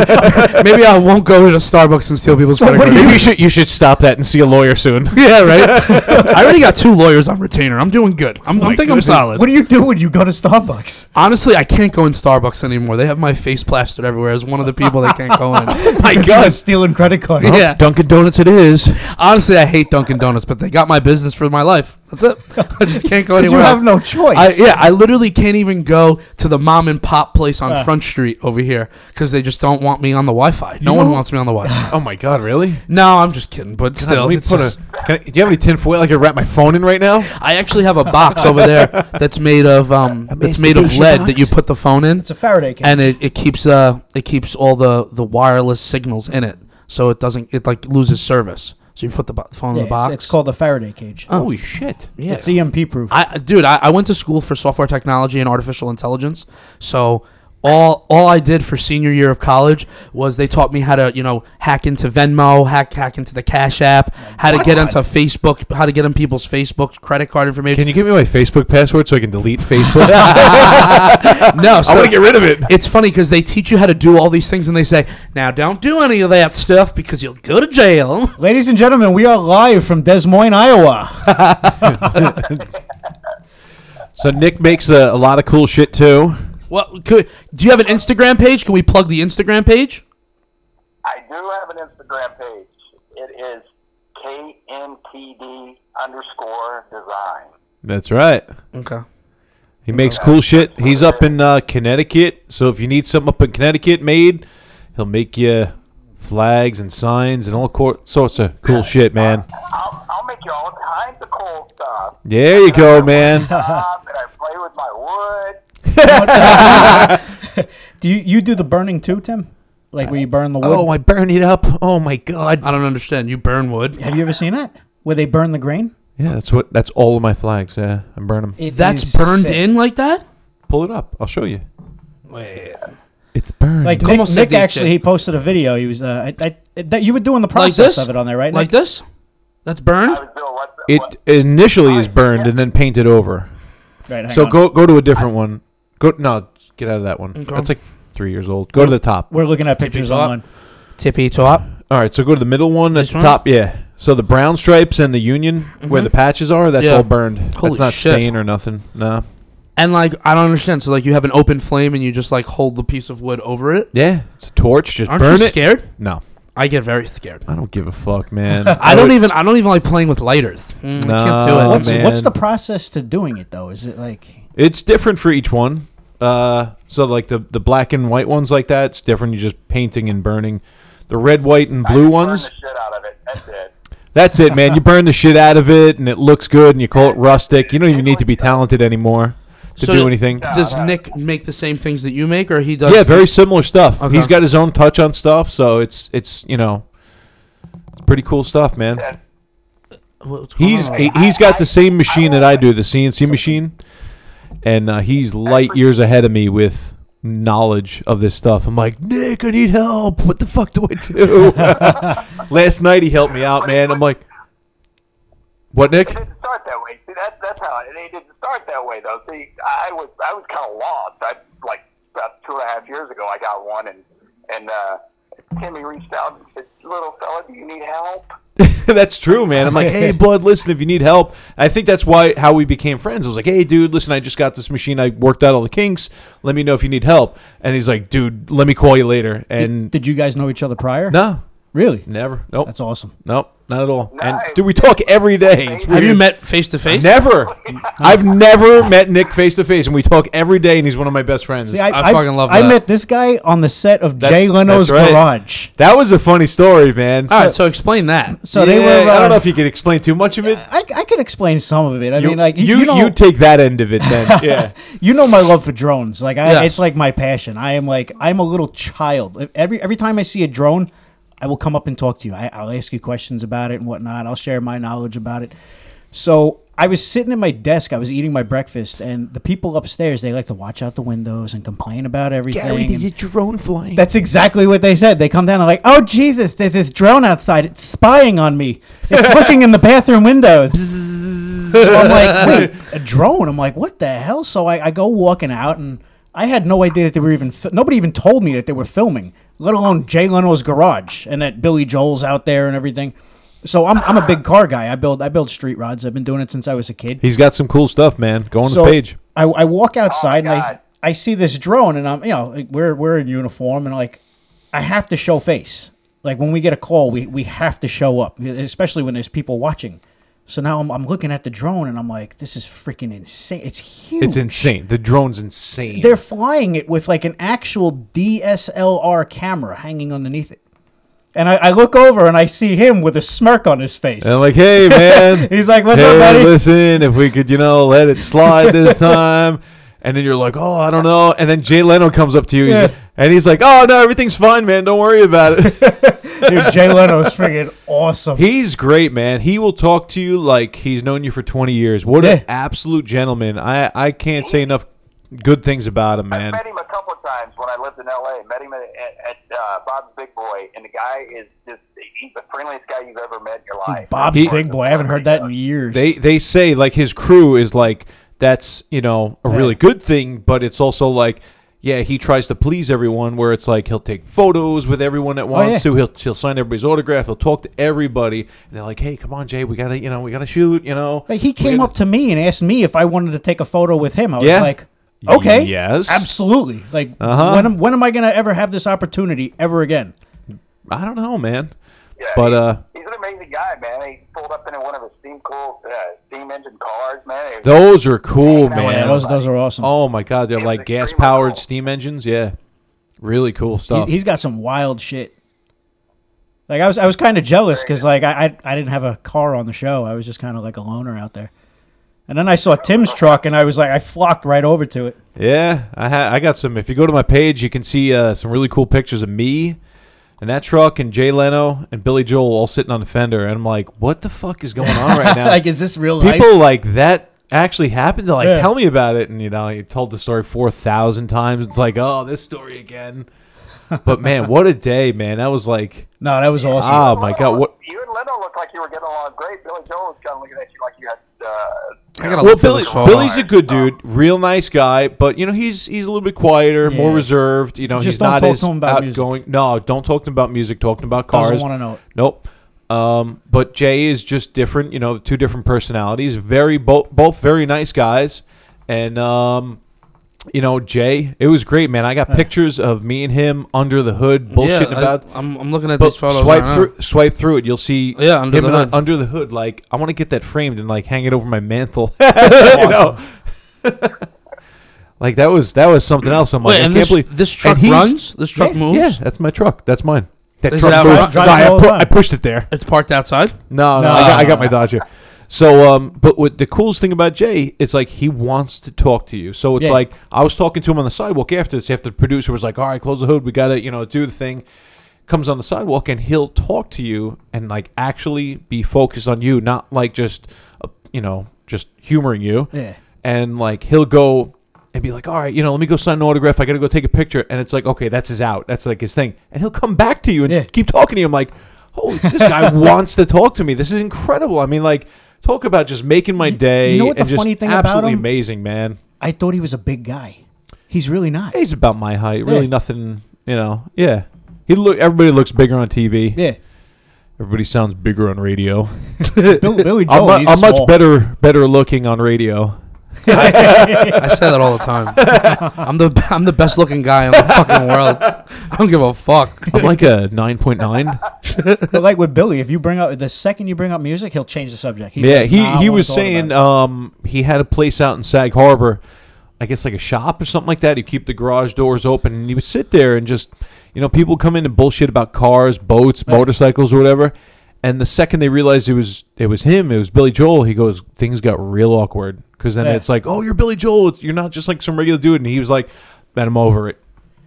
Speaker 1: maybe I won't go to Starbucks and steal people's credit
Speaker 3: What
Speaker 1: cards.
Speaker 3: do you- you should you should stop that and see a lawyer soon.
Speaker 1: Yeah, right. I already got two lawyers on retainer. I'm doing good. I'm, I think I'm solid.
Speaker 2: What do you do when you go to Starbucks?
Speaker 1: Honestly, I can't go in Starbucks anymore. They have my face plastered everywhere as one of the people that can't go in.
Speaker 2: My God, stealing credit cards.
Speaker 1: yeah.
Speaker 3: Dunkin' Donuts, it is.
Speaker 1: Honestly, I hate Dunkin' Donuts, but they got my business for my life. That's it. I just can't go
Speaker 2: 'Cause you
Speaker 1: anywhere
Speaker 2: have
Speaker 1: else.
Speaker 2: no choice.
Speaker 1: I, yeah, I literally can't even go to the mom and pop place
Speaker 2: Uh.
Speaker 1: on Front Street over here because they just don't want me on the Wi-Fi. No one
Speaker 2: know-
Speaker 1: wants me on the Wi-Fi.
Speaker 3: Oh my God, really?
Speaker 1: no, I'm just kidding. But
Speaker 3: Still,
Speaker 1: still, it's just-
Speaker 3: Can I, do you have any tinfoil I can wrap my phone in right now?
Speaker 1: I actually have a box over there that's made of um, that's made of
Speaker 3: Emaciation
Speaker 1: lead
Speaker 3: box?
Speaker 1: that you put the phone in.
Speaker 2: It's a Faraday cage.
Speaker 1: and it, it keeps uh it keeps all the the wireless signals in it, so it doesn't it like loses service. So you put the bo- phone
Speaker 2: Yeah,
Speaker 1: in the box. Oh,
Speaker 2: It's, it's called a Faraday cage.
Speaker 3: Holy shit!
Speaker 1: yeah.
Speaker 2: It's EMP proof.
Speaker 1: I dude, I, I went to school for software technology and artificial intelligence. So all all I did for senior year of college was they taught me how to you know hack into Venmo, hack hack into the Cash App, how to get into Facebook, how to get on people's Facebook credit card information.
Speaker 3: Can you give me my Facebook password so I can delete Facebook? I
Speaker 1: no, so
Speaker 3: want to get rid of it.
Speaker 1: it's funny because they teach you how to do all these things and they say now don't do any of that stuff because you'll go to jail.
Speaker 2: Ladies and gentlemen, we are live from Des Moines, Iowa.
Speaker 3: So Nick makes a, a lot of cool shit too.
Speaker 2: Uh,
Speaker 1: What could do you have an Instagram page? Can we plug the Instagram page?
Speaker 9: I do have an Instagram page. It is KMTD underscore design.
Speaker 3: That's right.
Speaker 1: Okay.
Speaker 3: He makes cool shit. He's up in uh, Connecticut, so if you need something up in Connecticut made, he'll make you flags and signs and all cor- sorts of cool shit, man.
Speaker 9: I'll, I'll make you all kinds of cool stuff.
Speaker 3: There you go, man.
Speaker 9: Stop, and I play with my wood.
Speaker 2: Do you you do the burning too, Tim? Like where you burn the wood?
Speaker 3: Oh, I burned it up. Oh my god.
Speaker 1: I don't understand. You burn wood.
Speaker 2: Have you ever seen that? Where they burn the grain?
Speaker 3: Yeah, that's what. That's all of my flags. Yeah, I burn them.
Speaker 1: That's burned in like that?
Speaker 3: Pull it up. I'll show you. It's burned.
Speaker 2: Like
Speaker 1: Como
Speaker 2: Nick,
Speaker 1: se
Speaker 2: Nick
Speaker 1: dice?
Speaker 2: actually, he posted a video. He was uh, I, I, that you were doing the
Speaker 1: Like
Speaker 2: process
Speaker 1: this?
Speaker 2: of it on there, right?
Speaker 1: Like
Speaker 2: Nick?
Speaker 1: this? That's burned?
Speaker 9: I was doing what?
Speaker 3: it
Speaker 9: what
Speaker 3: initially is burned and then painted over.
Speaker 2: Right, hang
Speaker 3: so
Speaker 2: on.
Speaker 3: go go to a different one. Go no, get out of that one. That's like three years old. Go to the top.
Speaker 2: We're looking at pictures
Speaker 1: top.
Speaker 2: online.
Speaker 1: Tippy top.
Speaker 3: All right, so go to the middle one at
Speaker 1: This
Speaker 3: the
Speaker 1: one? Mm-hmm.
Speaker 3: top. Yeah. So the brown stripes and the union where the patches are, that's
Speaker 1: Yeah.
Speaker 3: all burned.
Speaker 1: Holy
Speaker 3: that's not
Speaker 1: shit.
Speaker 3: stained or nothing. Nah.
Speaker 1: And like I don't understand. So like you have an open flame and you just like hold the piece of wood over it.
Speaker 3: Yeah, it's a torch. Just
Speaker 1: Aren't
Speaker 3: burn
Speaker 1: you
Speaker 3: it.
Speaker 1: scared?
Speaker 3: No,
Speaker 1: I get very scared.
Speaker 3: I don't give a fuck, man.
Speaker 1: I don't
Speaker 3: would-
Speaker 1: even I don't even like playing with lighters. Mm, I can't do
Speaker 3: No,
Speaker 1: it.
Speaker 2: What's,
Speaker 3: Oh, man.
Speaker 2: what's the process to doing it though? Is it like
Speaker 1: e-
Speaker 3: It's different for each one. Uh, so like the the black and white ones like that, it's different. You're just painting and burning. The red, white, and blue
Speaker 9: burned
Speaker 3: ones.
Speaker 9: the shit out of it. That's it.
Speaker 3: That's it, man. You burn the shit out of it, and it looks good, and you call it rustic. You don't even need to be talented anymore to
Speaker 1: So
Speaker 3: do anything.
Speaker 1: Does Nick make the same things that you make, or he does?
Speaker 3: Yeah, very similar stuff.
Speaker 1: Okay.
Speaker 3: He's got his own touch on stuff, so it's it's you know, it's pretty cool stuff, man.
Speaker 1: What's going
Speaker 3: He's
Speaker 1: on?
Speaker 3: he, he's got the same machine that I do, the CNC machine, and uh, he's light years ahead of me with knowledge of this stuff. I'm like, Nick, I need help. What the fuck do I do? Last night he helped me out, man. I'm like, what, Nick?
Speaker 9: It didn't start that way. See, that, that's how it, it didn't start that way, though. See, I was I was kind of lost. I like about two and a half years ago, I got one, and and uh, Timmy reached out and said, "Little fella, do you need help?"
Speaker 3: that's true, man. I'm like, hey, bud, listen, if you need help, I think that's why how we became friends. I was like, hey, dude, listen, I just got this machine. I worked out all the kinks. Let me know if you need help. And he's like, dude, let me call you later. And
Speaker 2: Did you guys know each other prior?
Speaker 3: Mm. no,
Speaker 2: Really?
Speaker 3: never. Nope.
Speaker 2: That's awesome.
Speaker 3: Nope, not at all.
Speaker 9: Nice.
Speaker 3: And do we talk every day? It's
Speaker 1: Have you
Speaker 3: weird.
Speaker 1: met face to face?
Speaker 3: Never. I've never met Nick face to face, and we talk every day, and he's one of my best friends.
Speaker 2: See,
Speaker 1: I fucking love
Speaker 2: I
Speaker 1: that.
Speaker 2: met this guy on the set of Jay
Speaker 3: That's-
Speaker 2: Leno's
Speaker 3: that's right.
Speaker 2: Garage.
Speaker 3: that was a funny story, man.
Speaker 1: All right, so explain that.
Speaker 2: So they
Speaker 3: Yeah,
Speaker 2: were. Uh,
Speaker 3: I don't know if you can explain too much of it.
Speaker 2: I, I can explain some of it. I
Speaker 3: You,
Speaker 2: mean, like
Speaker 3: you,
Speaker 2: you, know,
Speaker 3: you take that end of it, then. yeah.
Speaker 2: you know my love for drones. Like I,
Speaker 1: Yeah.
Speaker 2: it's like my passion. I am like I'm a little child. Every every time I see a drone, I will come up and talk to you. I, I'll ask you questions about it and whatnot. I'll share my knowledge about it. So I was sitting at my desk. I was eating my breakfast, and the people upstairs they like to watch out the windows and complain about everything. and-
Speaker 3: drone flying?
Speaker 2: That's exactly what they said. They come down and like, oh Jesus, there's this drone outside. It's spying on me. It's looking in the bathroom windows. so I'm like, wait, a drone? I'm like, what the hell? So I, I go walking out, and I had no idea that they were even. Fi- nobody even told me that they were filming, let alone Jay Leno's garage and that Billy Joel's out there and everything. So I'm, I'm a big car guy. I build I build street rods. I've been doing it since I was a kid.
Speaker 3: He's got some cool stuff, man. Go on
Speaker 2: So
Speaker 3: his page.
Speaker 2: I, I walk outside and I,
Speaker 9: God.
Speaker 2: I see this drone and I'm you know like, we're we're in uniform and like I have to show face. Like when we get a call, we, we have to show up, especially when there's people watching. So now I'm, I'm looking at the drone and I'm like, this is freaking insane. It's huge.
Speaker 3: It's insane. The drone's insane.
Speaker 2: They're flying it with like an actual DSLR camera hanging underneath it. And I, I look over and I see him with a smirk on his face.
Speaker 3: and I'm like, hey, man.
Speaker 2: He's like, what's
Speaker 3: hey,
Speaker 2: up, buddy?
Speaker 3: listen, if we could, you know, let it slide this time. And then you're like, oh, I don't know. And then Jay Leno comes up to you, he's-
Speaker 2: Yeah.
Speaker 3: and he's like, oh, no, everything's fine, man. Don't worry about it.
Speaker 2: Dude, Jay Leno's freaking awesome.
Speaker 3: He's great, man. He will talk to you like he's known you for 20 years. What
Speaker 2: Yeah.
Speaker 3: an absolute gentleman. I, I can't say enough good things about him,
Speaker 9: I
Speaker 3: man.
Speaker 9: met him a couple of times when I lived in L.A. Met him at, at uh, Bob's Big Boy, and the guy is just—he's the friendliest guy you've ever met in your life.
Speaker 2: Bob's
Speaker 3: He-
Speaker 2: Big Boy. I haven't heard that in years.
Speaker 3: They they say like his crew is like that's you know a really good thing, but it's also like yeah he tries to please everyone. Where it's like he'll take photos with everyone that wants
Speaker 2: Oh, yeah.
Speaker 3: to. He'll he'll sign everybody's autograph. He'll talk to everybody, and they're like, hey, come on, Jay, we gotta you know we gotta shoot. You know
Speaker 2: Like he came up to me and asked me if I wanted to take a photo with him. I was
Speaker 3: Yeah. Uh-huh.
Speaker 2: like, okay,
Speaker 3: Yes.
Speaker 2: absolutely. Like, when am when am I gonna ever have this opportunity ever again?
Speaker 3: I don't know, man.
Speaker 9: Yeah,
Speaker 3: But uh,
Speaker 9: he's an amazing guy, man. He pulled up in one of his steam cool uh, steam engine cars, man. It was-
Speaker 3: those are cool,
Speaker 9: that one
Speaker 3: man.
Speaker 2: Yeah, those, those are awesome.
Speaker 3: Oh my god, they're like
Speaker 9: extremely
Speaker 3: gas powered
Speaker 9: cool.
Speaker 3: steam engines. Yeah, really cool
Speaker 2: He's,
Speaker 3: stuff.
Speaker 2: he's got some wild shit. Like I was, I was kind of jealous because like I, I, I didn't have a car on the show. I was just kind of like a loner out there. And then I saw Tim's truck, and I was like, I flocked right over to it.
Speaker 3: yeah, I ha- I got some. If you go to my page, you can see uh, some really cool pictures of me and that truck and Jay Leno and Billy Joel all sitting on the fender, and I'm like, what the fuck is going on right now?
Speaker 2: like, is this real life?
Speaker 3: People like that actually happened. They're like,
Speaker 2: Yeah.
Speaker 3: tell me about it. And you know, he told the story four thousand times. It's like, oh, this story again. But man, what a day, man! That was like,
Speaker 2: No, that was awesome.
Speaker 3: oh my god, what?
Speaker 9: You and Leno looked like you were getting along great. Billy Joel was kind of looking at you like you had. Uh,
Speaker 1: I gotta
Speaker 3: Well,
Speaker 1: look for
Speaker 3: Billy,
Speaker 1: this photo.
Speaker 3: Billy's a good dude, real nice guy, but you know he's he's a little bit quieter, more
Speaker 2: Yeah.
Speaker 3: reserved. You know,
Speaker 2: Just
Speaker 3: he's
Speaker 2: don't
Speaker 3: not
Speaker 2: talk
Speaker 3: as
Speaker 2: to him about music.
Speaker 3: outgoing. No, don't talk to him about music. Talk to him about cars.
Speaker 2: Doesn't wanna know it.
Speaker 3: Nope. Um, but Jay is just different. You know, two different personalities. Very both both very nice guys, and um, you know Jay, it was great, man. I got pictures of me and him under the hood, bullshitting
Speaker 1: yeah,
Speaker 3: about.
Speaker 1: I, am I'm looking at
Speaker 3: But
Speaker 1: these photos.
Speaker 3: swipe
Speaker 1: right now.
Speaker 3: through, swipe through it. You'll see,
Speaker 1: Yeah, under
Speaker 3: him
Speaker 1: the
Speaker 3: and I-
Speaker 1: hood.
Speaker 3: under the hood. Like I want to get that framed and like hang it over my mantle. you know? like that was that was something else. I'm like,
Speaker 1: Wait,
Speaker 3: I
Speaker 1: and
Speaker 3: can't
Speaker 1: this,
Speaker 3: believe
Speaker 1: this
Speaker 3: and
Speaker 1: truck
Speaker 3: he's-
Speaker 1: runs. This truck moves.
Speaker 3: Yeah, that's my truck. That's mine. That
Speaker 1: Is it
Speaker 3: truck
Speaker 1: out
Speaker 3: moves.
Speaker 1: front?
Speaker 2: Drives
Speaker 3: I,
Speaker 2: all the
Speaker 3: pu-
Speaker 2: time.
Speaker 3: I pushed it there.
Speaker 1: It's parked outside.
Speaker 3: No, no, I, got, I got my Dodger. So, um, but what the coolest thing about Jay, it's like he wants to talk to you. So it's
Speaker 2: Yeah.
Speaker 3: like I was talking to him on the sidewalk after this. After the producer was like, "All right, close the hood. We gotta, you know, do the thing." Comes on the sidewalk and he'll talk to you and like actually be focused on you, not like just, uh, you know, just humoring you.
Speaker 2: Yeah.
Speaker 3: And like he'll go and be like, "All right, you know, let me go sign an autograph. I gotta go take a picture." And it's like, okay, that's his out. That's like his thing. And he'll come back to you and
Speaker 2: Yeah.
Speaker 3: keep talking to you. I'm like, oh, this guy wants to talk to me. This is incredible. I mean, like, talk about just making my day.
Speaker 2: you know what the
Speaker 3: and just
Speaker 2: funny thing about
Speaker 3: absolutely
Speaker 2: him-
Speaker 3: amazing, man.
Speaker 2: I thought he was a big guy. He's really not.
Speaker 3: He's about my height. Really,
Speaker 2: Yeah.
Speaker 3: nothing. You know, yeah. He look. Everybody looks bigger on TV.
Speaker 2: Yeah,
Speaker 3: Everybody sounds bigger on radio.
Speaker 2: Bill, Billy
Speaker 3: I'm,
Speaker 2: Joel.
Speaker 3: mu-
Speaker 2: Oh, he's
Speaker 3: I'm
Speaker 2: small.
Speaker 3: much better, better looking on radio.
Speaker 1: I say that all the time. I'm the I'm the best looking guy in the fucking world. I don't give a fuck.
Speaker 3: I'm like a nine point nine.
Speaker 2: But like with Billy, if you bring up the second you bring up music, he'll change the subject.
Speaker 3: yeah,
Speaker 2: does
Speaker 3: he,
Speaker 2: not
Speaker 3: he
Speaker 2: wanna
Speaker 3: was
Speaker 2: talk about
Speaker 3: saying
Speaker 2: it.
Speaker 3: um, he had a place out in Sag Harbor, I guess like a shop or something like that. He'd keep the garage doors open and he would sit there and just, you know, people come in and bullshit about cars, boats, motorcycles, or whatever. And the second they realized it was it was him, it was Billy Joel. He goes, things got real awkward because then
Speaker 2: Yeah.
Speaker 3: it's like, oh, you're Billy Joel. It's- You're not just like some regular dude. And he was like, man, I'm over it.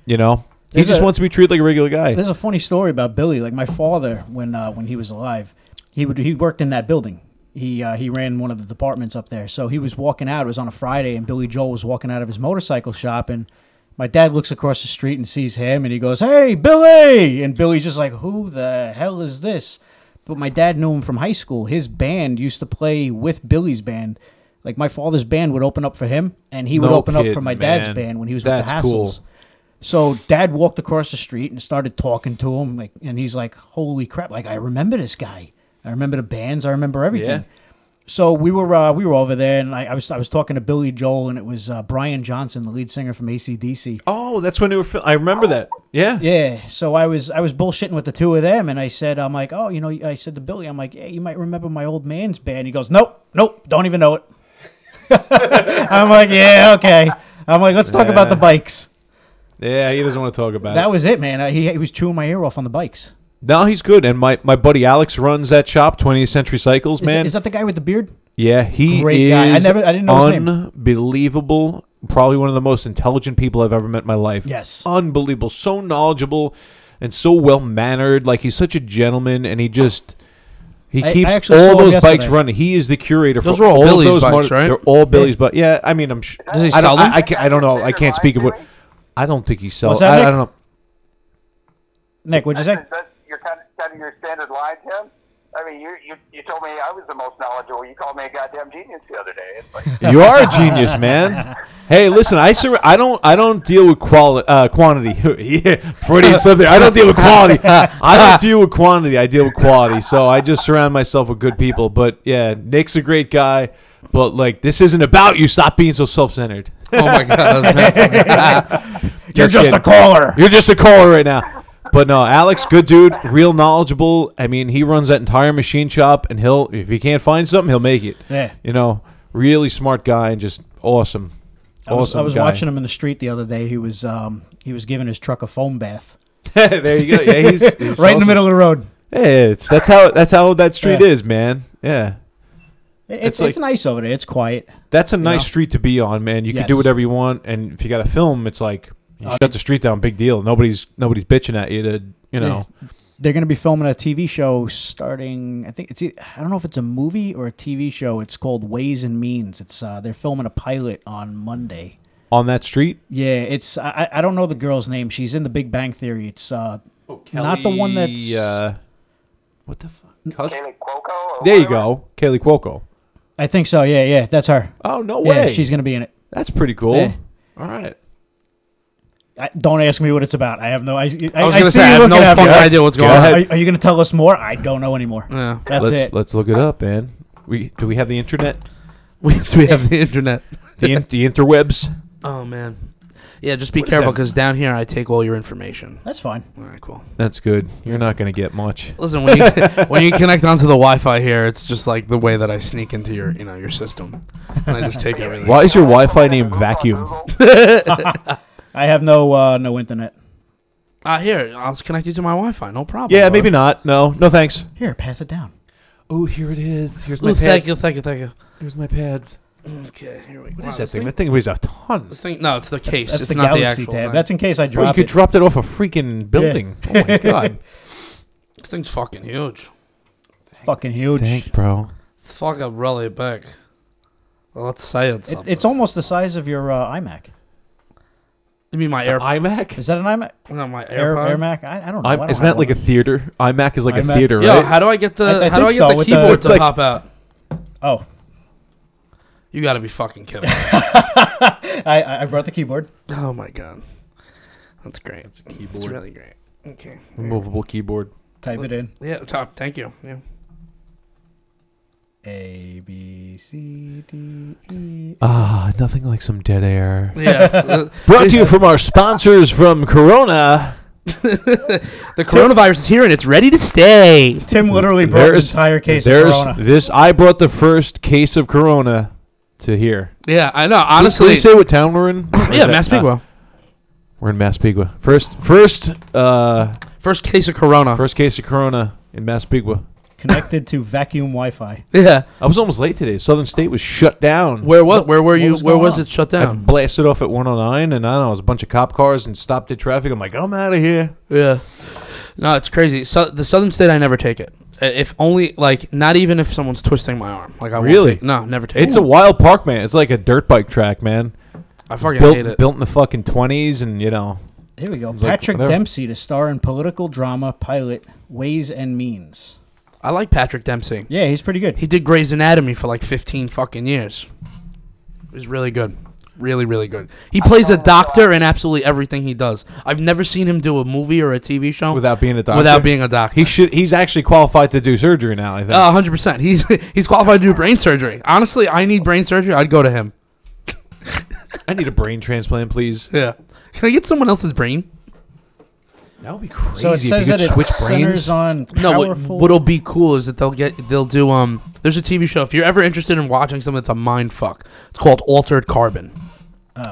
Speaker 3: You know, he
Speaker 2: There's
Speaker 3: just
Speaker 2: a-
Speaker 3: wants to be treated like a regular guy.
Speaker 2: There's a funny story about Billy. Like my father, when uh, when he was alive, he would he worked in that building. He uh, he ran one of the departments up there. So he was walking out. It was on a Friday, and Billy Joel was walking out of his motorcycle shop, and my dad looks across the street and sees him, and he goes, "Hey, Billy!" And Billy's just like, "Who the hell is this?" But my dad knew him from high school. His band used to play with Billy's band. Like my father's band would open up for him, and he would
Speaker 3: No
Speaker 2: open up for
Speaker 3: kidding,
Speaker 2: my dad's
Speaker 3: man.
Speaker 2: band when he was
Speaker 3: That's
Speaker 2: with the Hassles.
Speaker 3: cool.
Speaker 2: So dad walked across the street and started talking to him, like, and he's like, "Holy crap! Like I remember this guy. I remember the bands. I remember everything."
Speaker 3: Yeah.
Speaker 2: So we were uh, we were over there, and I, I was I was talking to Billy Joel, and it was uh, Brian Johnson, the lead singer from ACDC.
Speaker 3: oh, that's when they were. Fil- I remember that. Yeah.
Speaker 2: Yeah. So I was I was bullshitting with the two of them, and I said, I'm like, oh, you know, I said to Billy, I'm like, yeah, you might remember my old man's band. He goes, nope, nope, don't even know it. I'm like, yeah, okay. I'm like, let's talk about the
Speaker 3: Yeah.
Speaker 2: bikes.
Speaker 3: Yeah. He doesn't want to talk about it.
Speaker 2: That was it, man. I, he, he was chewing my ear off on the bikes.
Speaker 3: No, he's good. And my, my buddy Alex runs that shop, 20th Century Cycles,
Speaker 2: Is,
Speaker 3: man.
Speaker 2: is that the guy with the beard?
Speaker 3: yeah, he
Speaker 2: Great
Speaker 3: is
Speaker 2: guy. I never- I didn't know his name.
Speaker 3: unbelievable. Probably one of the most intelligent people I've ever met in my life.
Speaker 2: Yes.
Speaker 3: Unbelievable. So knowledgeable and so well mannered. Like, he's such a gentleman, and he just. He
Speaker 2: I- I
Speaker 3: keeps
Speaker 2: actually
Speaker 3: all
Speaker 2: saw him
Speaker 3: those bikes
Speaker 2: yesterday.
Speaker 3: running. He is the curator
Speaker 1: Those
Speaker 3: for
Speaker 1: are all Billy's
Speaker 3: of those
Speaker 1: bikes,
Speaker 3: motor-
Speaker 1: right?
Speaker 3: They're all Billy's bikes. Yeah, I mean, I'm sure.
Speaker 1: Does he
Speaker 3: I,
Speaker 1: sell
Speaker 3: don't, I,
Speaker 1: them?
Speaker 3: I, can't, I don't know. I can't speak of what.
Speaker 9: What's
Speaker 3: I don't think he
Speaker 2: What's
Speaker 3: sells.
Speaker 2: that,
Speaker 3: I,
Speaker 2: Nick?
Speaker 3: I don't know.
Speaker 2: Nick, what'd you say?
Speaker 9: Is that your kind of, kind of your standard line, Tim? I mean, you, you you told me I was the most knowledgeable. You called me a goddamn genius the other day. It's like,
Speaker 3: You are a genius, man. Hey, listen, I sur- I don't I don't deal with quali- uh, quantity. yeah, Freudian slip there. I don't deal with quality. I don't deal with quantity. I deal with quality. So I just surround myself with good people. But yeah, Nick's a great guy. But like, this isn't about you. Stop being so self centered.
Speaker 1: Oh my god, that's mad fucking-
Speaker 2: You're just a caller.
Speaker 3: You're just a caller right now. But no, Alex, good dude, real knowledgeable. I mean, he runs that entire machine shop, and he'll if he can't find something, he'll make it.
Speaker 2: Yeah.
Speaker 3: you know, really smart guy and just awesome.
Speaker 2: I was, I was
Speaker 3: guy.
Speaker 2: watching him in the street the other day. He was um, he was giving his truck a foam bath
Speaker 3: there you go. Yeah, he's, he's
Speaker 2: right in the
Speaker 3: awesome.
Speaker 2: middle of the road.
Speaker 3: Yeah, it's that's how that's how that street
Speaker 2: Yeah.
Speaker 3: is, man. Yeah,
Speaker 2: It- It's, it's,
Speaker 3: like-
Speaker 2: nice over there. It's quiet.
Speaker 3: that's a nice
Speaker 2: know?
Speaker 3: street to be on, man. You can do
Speaker 2: Yes.
Speaker 3: whatever you want, and if you got a film, it's like you
Speaker 2: Uh,
Speaker 3: shut the street down, big deal. Nobody's nobody's bitching at you to you know.
Speaker 2: They're going to be filming a TV show starting. I think it's e- I don't know if it's a movie or a TV show. It's called Ways and Means. It's uh, they're filming a pilot on Monday.
Speaker 3: on that street.
Speaker 2: Yeah, it's I, I- I don't know the girl's name. She's in The Big Bang Theory. It's uh, not the one that's
Speaker 3: Uh, what the fuck?
Speaker 9: Kaylee Cuoco. Or
Speaker 3: There you
Speaker 9: whatever.
Speaker 3: go, Kaylee Cuoco.
Speaker 2: I think so. Yeah, yeah, that's her.
Speaker 3: Oh no
Speaker 2: yeah,
Speaker 3: way!
Speaker 2: she's going to be in it.
Speaker 3: that's pretty cool.
Speaker 2: Yeah.
Speaker 3: All right.
Speaker 2: I, don't ask me what it's about. I have no. I, I,
Speaker 1: I was
Speaker 2: I
Speaker 1: gonna
Speaker 2: see
Speaker 1: say I
Speaker 2: you
Speaker 1: have no
Speaker 2: looking at me.
Speaker 1: fucking idea what's
Speaker 3: Go
Speaker 1: going on.
Speaker 3: ahead.
Speaker 2: Are, are you going to tell us more? I don't know anymore.
Speaker 1: Yeah.
Speaker 2: That's
Speaker 3: let's
Speaker 2: it.
Speaker 3: let's look it up, man. We do we have the internet?
Speaker 1: We, we have the internet.
Speaker 3: The in, the interwebs.
Speaker 1: Oh man. Yeah, just be
Speaker 3: What is
Speaker 1: careful
Speaker 3: that?
Speaker 1: because down here I take all your information.
Speaker 2: That's fine.
Speaker 1: All right, cool.
Speaker 3: That's good. You're not gonna get much.
Speaker 1: Listen, when you when you connect onto the Wi-Fi here, it's just like the way that I sneak into your you know your system, and I just take everything.
Speaker 3: Why is your Wi-Fi named
Speaker 9: Google,
Speaker 3: Vacuum?
Speaker 9: Google.
Speaker 2: I have no uh, no internet.
Speaker 1: Uh, here, I'll just connect you to my Wi-Fi. No problem.
Speaker 3: Yeah,
Speaker 1: bud.
Speaker 3: maybe not. No, no thanks.
Speaker 2: Here, pass it down.
Speaker 3: Oh, here it is. Here's
Speaker 1: Ooh, thank you, thank you, thank you.
Speaker 3: Here's my pad.
Speaker 1: Okay, here we go.
Speaker 3: What is
Speaker 1: Wow,
Speaker 3: that
Speaker 1: this
Speaker 3: thing? That thing weighs a ton.
Speaker 1: This thing? No, it's the case.
Speaker 2: That's
Speaker 1: it's
Speaker 2: the
Speaker 1: not the
Speaker 2: galaxy
Speaker 1: actual
Speaker 2: tab.
Speaker 1: thing.
Speaker 2: That's in case I drop
Speaker 3: Bro, you could
Speaker 2: it.
Speaker 3: drop that off a freaking building. Oh my god.
Speaker 1: this thing's fucking huge.
Speaker 2: Fucking huge.
Speaker 3: Thanks, bro.
Speaker 1: It's fucking really big. Well, let's say it's.
Speaker 2: It, it's almost the size of your uh, iMac.
Speaker 1: You mean my air?
Speaker 3: iMac.
Speaker 2: Is that an iMac?
Speaker 1: no, my AirPod.
Speaker 2: Air, AirMac? I, I don't know. I
Speaker 3: I'm,
Speaker 2: don't
Speaker 3: isn't that
Speaker 2: have
Speaker 3: like a
Speaker 2: one.
Speaker 3: theater? iMac is like a
Speaker 2: iMac.
Speaker 3: theater,
Speaker 1: Yo,
Speaker 3: right?
Speaker 1: how do I get the?
Speaker 2: I- I
Speaker 1: how do I
Speaker 2: think so,
Speaker 1: get the
Speaker 2: with the-
Speaker 1: keyboard
Speaker 2: It's
Speaker 1: to
Speaker 3: like-
Speaker 1: pop out?
Speaker 2: Oh,
Speaker 1: You got to be fucking kidding. me.
Speaker 2: I- I I brought the keyboard.
Speaker 1: oh my god, that's great. It's,
Speaker 3: Keyboard.
Speaker 1: really great. Okay.
Speaker 2: Mm.
Speaker 3: Removable keyboard.
Speaker 2: Type it in.
Speaker 1: Yeah. Top. Thank you. Yeah.
Speaker 2: A B C D E.
Speaker 3: Ah, nothing like some dead air.
Speaker 1: Yeah. the,
Speaker 3: Brought to you from our sponsors from Corona.
Speaker 1: the coronavirus is here and it's ready to stay.
Speaker 2: Tim literally brought an entire case of
Speaker 3: there's
Speaker 2: Corona.
Speaker 3: This I brought the first case of Corona to here.
Speaker 1: Yeah, I know.
Speaker 3: Can we- can
Speaker 1: Honestly.
Speaker 3: we say what town we're in? Or is
Speaker 1: yeah,
Speaker 3: that-
Speaker 1: Massapequa.
Speaker 3: uh, we're in Massapequa. First, first, uh,
Speaker 1: First case of corona.
Speaker 3: first case of Corona in Massapequa.
Speaker 2: Connected to vacuum Wi-Fi.
Speaker 1: Yeah.
Speaker 3: I was almost late today. Southern State was shut down.
Speaker 1: Where what? Where were you?
Speaker 2: was
Speaker 1: where
Speaker 2: going
Speaker 1: was
Speaker 2: on?
Speaker 1: it shut
Speaker 3: I
Speaker 1: down?
Speaker 3: blasted off at 109, and I don't know, it was a bunch of cop cars and stopped at traffic. I'm like, I'm out of here.
Speaker 1: Yeah. No, it's crazy. So the Southern State, I never take it. I- If only like not even if someone's twisting my arm. Like I won't
Speaker 3: Really?
Speaker 1: take- no, never take
Speaker 3: It's a
Speaker 1: it.
Speaker 3: wild park, man. It's like a dirt bike track, man.
Speaker 1: I fucking
Speaker 3: built
Speaker 1: hate it.
Speaker 3: built in the fucking 20s, and you know,
Speaker 2: Here we go.
Speaker 3: like,
Speaker 2: Patrick
Speaker 3: whatever.
Speaker 2: Dempsey to star in political drama pilot Ways and Means.
Speaker 1: I like Patrick Dempsey.
Speaker 2: Yeah, he's pretty good.
Speaker 1: He did Grey's Anatomy for like 15 fucking years. It was really good. Really, really good. He plays a doctor in absolutely everything he does. I've never seen him do a movie or a TV show
Speaker 3: without being a doctor,
Speaker 1: without being a doctor.
Speaker 3: he should. He's actually qualified to do surgery now. I think.
Speaker 1: Uh, 100%. He's he's qualified to do brain surgery. Honestly, I need brain surgery. I'd go to him.
Speaker 3: I need a brain transplant, please.
Speaker 1: Yeah. Can I get someone else's brain?
Speaker 3: That would be crazy.
Speaker 2: So it says that it
Speaker 3: switch
Speaker 2: centers
Speaker 3: brains.
Speaker 2: on
Speaker 1: No, what,
Speaker 2: powerful.
Speaker 1: what'll be cool is that they'll get they'll do um. There's a TV show if you're ever interested in watching something that's a mind fuck. It's called Altered Carbon.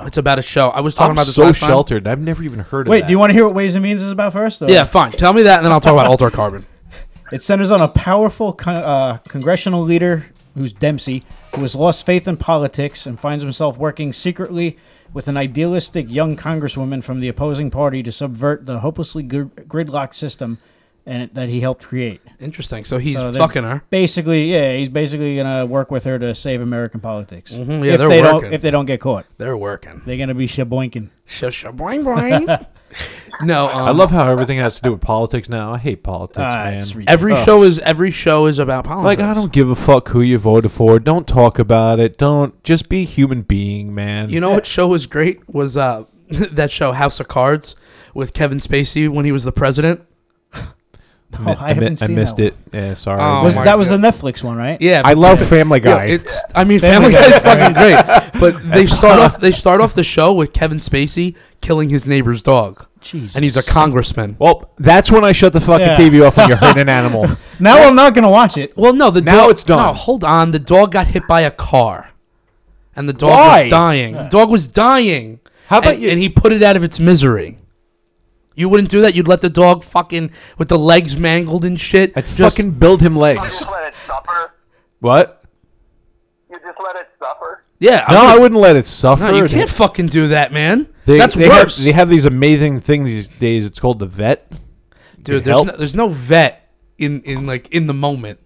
Speaker 1: It's about a show. I was talking
Speaker 3: Oh. I'm
Speaker 1: about this
Speaker 3: so
Speaker 1: last time.
Speaker 3: sheltered. I've never even heard of
Speaker 2: Wait,
Speaker 3: that.
Speaker 2: do you want to hear what Ways and Means is about first? or-
Speaker 1: Yeah, fine. Tell me that, and then I'll talk about Altered Carbon.
Speaker 2: It centers on a powerful con- uh, congressional leader who's Dempsey, who has lost faith in politics and finds himself working secretly with an idealistic young congresswoman from the opposing party to subvert the hopelessly gr- gridlock system and that he helped create.
Speaker 1: Interesting. So he's
Speaker 2: So they're
Speaker 1: fucking her.
Speaker 2: Basically, yeah, he's basically gonna work with her to save American politics.
Speaker 1: Mhm, yeah,
Speaker 2: if
Speaker 1: they're
Speaker 2: they
Speaker 1: working.
Speaker 2: don't if they don't get caught,
Speaker 1: They're working.
Speaker 2: they're gonna be shaboinking.
Speaker 1: Shush, boing boing. no, um,
Speaker 3: I love how everything has to do with politics now. I hate politics,
Speaker 2: Ah,
Speaker 3: man.
Speaker 2: it's ridiculous.
Speaker 1: every show is every show is about
Speaker 3: Oh. like
Speaker 1: politics.
Speaker 3: I don't give a fuck who you voted for. Don't talk about it. Don't just be a human being, man.
Speaker 1: You know what show was great was uh that show House of Cards with Kevin Spacey when he was the president.
Speaker 2: No, Oh, I haven't seen
Speaker 10: missed
Speaker 2: that
Speaker 10: it. Yeah, sorry.
Speaker 1: Oh,
Speaker 2: Was,
Speaker 1: my
Speaker 2: that was the
Speaker 1: God.
Speaker 2: Netflix one, right?
Speaker 1: Yeah,
Speaker 3: I
Speaker 1: but
Speaker 3: love
Speaker 1: yeah.
Speaker 3: Family
Speaker 1: Yeah,
Speaker 3: Guy.
Speaker 1: it's I mean
Speaker 2: Family
Speaker 1: Family,
Speaker 2: Guy.
Speaker 1: Guy is fucking great, but they start off they start off the show with Kevin Spacey killing his neighbor's dog,
Speaker 11: Jesus.
Speaker 1: and he's a congressman.
Speaker 3: well, that's when I shut the fucking
Speaker 2: Yeah.
Speaker 3: TV off when you're hurting an animal.
Speaker 2: Now I'm not gonna watch it.
Speaker 1: Well, no, the
Speaker 3: Now
Speaker 1: dog,
Speaker 3: it's done.
Speaker 1: No, hold on. The dog got hit by a car, and the dog
Speaker 3: Why?
Speaker 1: was dying. The dog was dying.
Speaker 3: How about
Speaker 1: and,
Speaker 3: you-
Speaker 1: And he put it out of its misery. You wouldn't do that. You'd let the dog fucking with the legs mangled and shit.
Speaker 3: I'd
Speaker 1: just-
Speaker 3: fucking build him
Speaker 9: You
Speaker 3: legs.
Speaker 9: just let it suffer.
Speaker 3: What?
Speaker 9: You just let it suffer.
Speaker 1: yeah.
Speaker 3: No, I
Speaker 1: wouldn't-
Speaker 3: wouldn't let it suffer.
Speaker 1: No, you can't fucking do that, man.
Speaker 3: They,
Speaker 1: That's
Speaker 3: they
Speaker 1: worse,
Speaker 3: Have, they have these amazing things these days. It's called the vet.
Speaker 1: dude.
Speaker 3: It
Speaker 1: There's
Speaker 3: help.
Speaker 1: no, there's no vet in in like in the moment.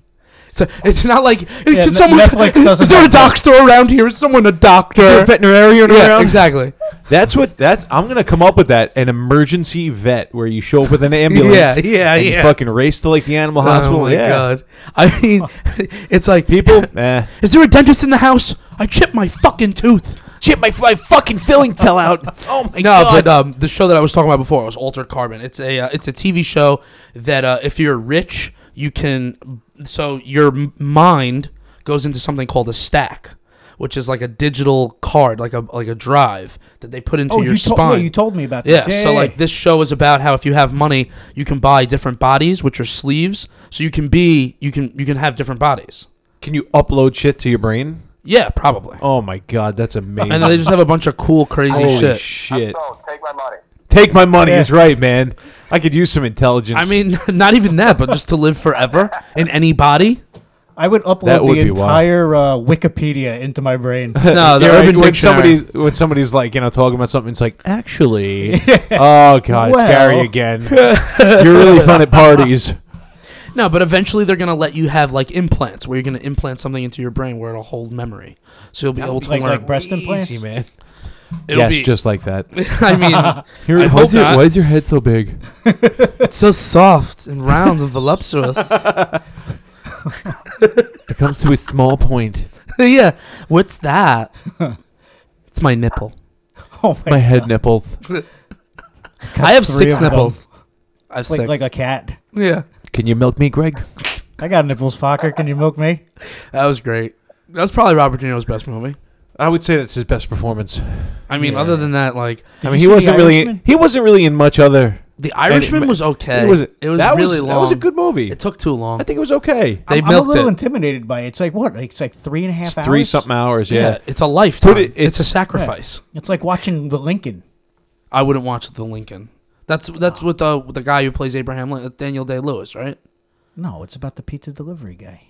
Speaker 1: It's, a, it's not like
Speaker 2: Yeah,
Speaker 1: can
Speaker 2: Ne-
Speaker 1: someone
Speaker 2: Netflix doesn't
Speaker 1: is there a
Speaker 2: have that.
Speaker 1: doctor around here? Is someone a doctor?
Speaker 3: veterinarian
Speaker 1: yeah, exactly.
Speaker 3: That's what. That's. I'm gonna come up with that. An emergency vet where you show up with an ambulance.
Speaker 1: Yeah, yeah,
Speaker 3: and you
Speaker 1: yeah.
Speaker 3: fucking race to like the animal hospital.
Speaker 1: Oh my
Speaker 3: yeah.
Speaker 1: god! I mean, it's like
Speaker 3: People. eh.
Speaker 1: Is there a dentist in the house? I chipped my fucking tooth.
Speaker 3: Chip my, my fucking filling fell out. Oh my
Speaker 1: no, but um, the show that I was talking about before was Altered Carbon. It's a uh, it's a TV show that uh, if you're rich, you can so your m- mind goes into something called a stack, which is like a digital card, like a like a drive that they put into
Speaker 2: Oh,
Speaker 1: your
Speaker 2: you,
Speaker 1: spine.
Speaker 2: told yeah, you told me about
Speaker 1: Yeah,
Speaker 2: this. Yeah,
Speaker 1: so
Speaker 2: yeah,
Speaker 1: like
Speaker 2: yeah.
Speaker 1: this show is about how if you have money, you can buy different bodies, which are sleeves, so you can be you can you can have different bodies.
Speaker 3: Can you upload shit to your brain?
Speaker 1: Yeah, probably.
Speaker 3: Oh my god, that's amazing.
Speaker 1: And then they just have a bunch of cool, crazy
Speaker 3: Holy
Speaker 1: shit.
Speaker 3: shit.
Speaker 9: So take my money.
Speaker 3: Take my money.
Speaker 2: Yeah.
Speaker 3: He's right, man. I could use some intelligence.
Speaker 1: I mean, not even that, but just to live forever in any body.
Speaker 2: I would
Speaker 3: That
Speaker 2: upload
Speaker 3: would
Speaker 2: the
Speaker 3: be wild.
Speaker 2: entire uh, Wikipedia into my brain.
Speaker 1: No, the
Speaker 3: Yeah,
Speaker 1: Urban
Speaker 3: when
Speaker 1: Dictionary.
Speaker 3: somebody's when somebody's like you know talking about something, it's like actually, oh god, it's Gary
Speaker 2: Well.
Speaker 3: again. You're really fun at parties.
Speaker 1: No, but eventually they're gonna let you have like implants, where you're gonna implant something into your brain where it'll hold memory, so you'll be able to
Speaker 2: like,
Speaker 1: learn.
Speaker 2: like breast implants.
Speaker 3: Easy man.
Speaker 1: it'll
Speaker 3: yes,
Speaker 1: be,
Speaker 3: just like that.
Speaker 1: I mean,
Speaker 3: Here,
Speaker 1: I hope not.
Speaker 3: is your head so big?
Speaker 1: it's so soft and round and voluptuous.
Speaker 3: It comes to a small point.
Speaker 1: yeah, what's that? It's my nipple.
Speaker 2: Oh my,
Speaker 3: My head nipples.
Speaker 2: God,
Speaker 1: I have
Speaker 2: three
Speaker 1: six
Speaker 2: of them.
Speaker 1: nipples. I have
Speaker 2: Like
Speaker 1: six.
Speaker 2: like a cat.
Speaker 1: yeah,
Speaker 3: Can you milk me, Greg?
Speaker 2: I got nipples, Fokker. Can you milk me?
Speaker 1: that was great. That's probably Robert De Niro's best movie.
Speaker 3: I would say that's his best performance.
Speaker 1: I mean, other than that, like
Speaker 3: I
Speaker 2: you
Speaker 3: mean,
Speaker 2: see
Speaker 3: he
Speaker 2: The
Speaker 3: wasn't really
Speaker 2: Irishman?
Speaker 3: he wasn't really in much other.
Speaker 1: The Irishman
Speaker 3: ma-
Speaker 1: was okay.
Speaker 3: It was
Speaker 1: It was
Speaker 3: that was,
Speaker 1: really long.
Speaker 3: That was a good movie.
Speaker 1: It took too long.
Speaker 3: I think it was okay.
Speaker 1: They
Speaker 2: I'm, I'm a
Speaker 1: milked
Speaker 2: little
Speaker 1: it.
Speaker 2: intimidated by it. It's like what? Like, it's like three and a half hours.
Speaker 3: Three something hours.
Speaker 1: yeah.
Speaker 3: Yeah.
Speaker 1: it's a lifetime.
Speaker 3: it-
Speaker 1: it's, a
Speaker 3: it's-
Speaker 1: sacrifice.
Speaker 2: It's like watching the Lincoln.
Speaker 1: I wouldn't watch the Lincoln. That's that's with the with the guy who plays Abraham Lincoln, Daniel Day Lewis, right?
Speaker 2: No, it's about the pizza delivery guy.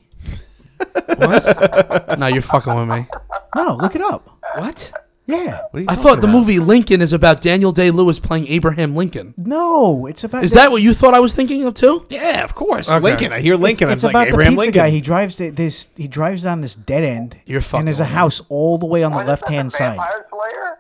Speaker 1: no, you're fucking with me.
Speaker 2: No, look it up.
Speaker 1: What?
Speaker 2: Yeah.
Speaker 3: What are you
Speaker 1: I
Speaker 3: talking
Speaker 1: thought the
Speaker 3: about?
Speaker 1: movie Lincoln is about Daniel Day Lewis playing Abraham Lincoln.
Speaker 2: No, it's about.
Speaker 1: Is
Speaker 2: the-
Speaker 1: that what you thought I was thinking of too?
Speaker 3: Yeah, of course.
Speaker 1: Okay.
Speaker 3: Lincoln. I hear Lincoln.
Speaker 2: It's
Speaker 3: I'm
Speaker 2: about
Speaker 3: like Abraham
Speaker 2: the pizza
Speaker 3: Lincoln.
Speaker 2: guy. He drives th- this. He drives down this dead end.
Speaker 1: You're fucking
Speaker 2: And there's a
Speaker 1: with me.
Speaker 2: house all the way on the
Speaker 9: What is
Speaker 2: left
Speaker 9: this,
Speaker 2: hand
Speaker 9: the
Speaker 2: side.
Speaker 9: Vampire Slayer?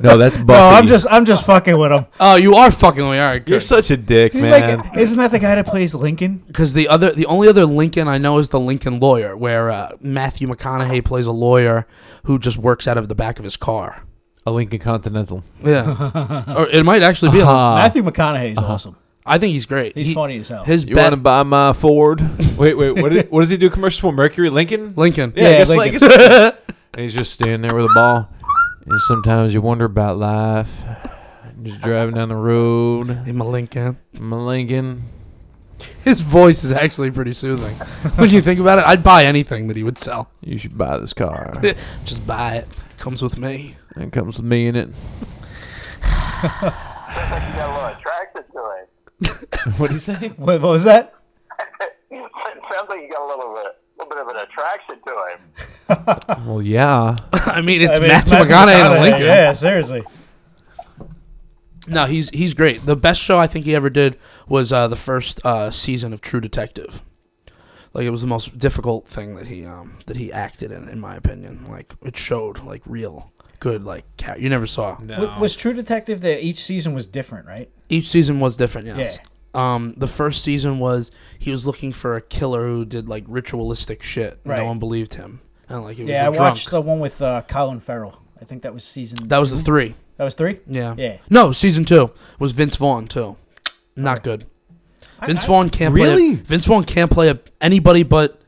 Speaker 3: no, that's Buffy.
Speaker 2: No, I'm just, I'm just fucking with him.
Speaker 3: Uh,
Speaker 1: Oh, you are fucking with me. All right,
Speaker 3: You're
Speaker 1: good.
Speaker 3: such a dick,
Speaker 2: He's
Speaker 3: man.
Speaker 2: like, isn't that the guy that plays Lincoln?
Speaker 1: Because the other, the only other Lincoln I know is the Lincoln Lawyer, where uh, Matthew McConaughey plays a lawyer who just works out of the back of his car.
Speaker 3: a Lincoln Continental.
Speaker 1: Yeah, or it might actually be. a
Speaker 2: Matthew McConaughey is awesome.
Speaker 1: I think he's great.
Speaker 2: He's
Speaker 1: Uh-huh. He-
Speaker 2: funny as hell.
Speaker 1: His
Speaker 3: You
Speaker 1: bet-
Speaker 3: want to buy my Ford? wait, wait. What, did, what does he do commercials for? Mercury Lincoln.
Speaker 1: Lincoln.
Speaker 3: Yeah, I
Speaker 2: Yeah,
Speaker 3: guess
Speaker 2: Lincoln.
Speaker 3: Lincoln. and he's just standing there with a ball. And sometimes you wonder about life. Just driving down the road,
Speaker 1: Him a Lincoln.
Speaker 3: my Lincoln.
Speaker 1: His voice is actually pretty soothing. when you think about it, I'd buy anything that he would sell.
Speaker 3: You should buy this car.
Speaker 1: Just buy it. Comes with me.
Speaker 3: It comes with me in it.
Speaker 9: You got a little attracted to it.
Speaker 3: What do you say?
Speaker 2: What, what was that?
Speaker 9: it sounds like you got a little bit, little bit of an attraction to him.
Speaker 3: Well, yeah.
Speaker 1: I mean, it's
Speaker 2: I mean,
Speaker 1: Matthew McConaughey and a Lincoln.
Speaker 2: Yeah, seriously.
Speaker 1: No, he's he's great. The best show I think he ever did was uh, the first uh, season of True Detective. Like it was the most difficult thing that he um, that he acted in, in my opinion. Like it showed like real good like ca- you never saw.
Speaker 2: W- was True Detective that each season was different, right?
Speaker 1: Each season was different. Yes.
Speaker 2: Yeah.
Speaker 1: Um, the first season was he was looking for a killer who did like ritualistic shit. and
Speaker 2: Right.
Speaker 1: No one believed him, and like he was
Speaker 2: Yeah, I
Speaker 1: a drunk.
Speaker 2: watched the one with uh, Colin Farrell. I think that was season.
Speaker 1: That was the three.
Speaker 2: that was three.
Speaker 1: Yeah.
Speaker 2: Yeah.
Speaker 1: No, season two was Vince Vaughn too. Not good. Vince Vaughn can't play.
Speaker 12: Really?
Speaker 1: A, Vince Vaughn can't play a, anybody but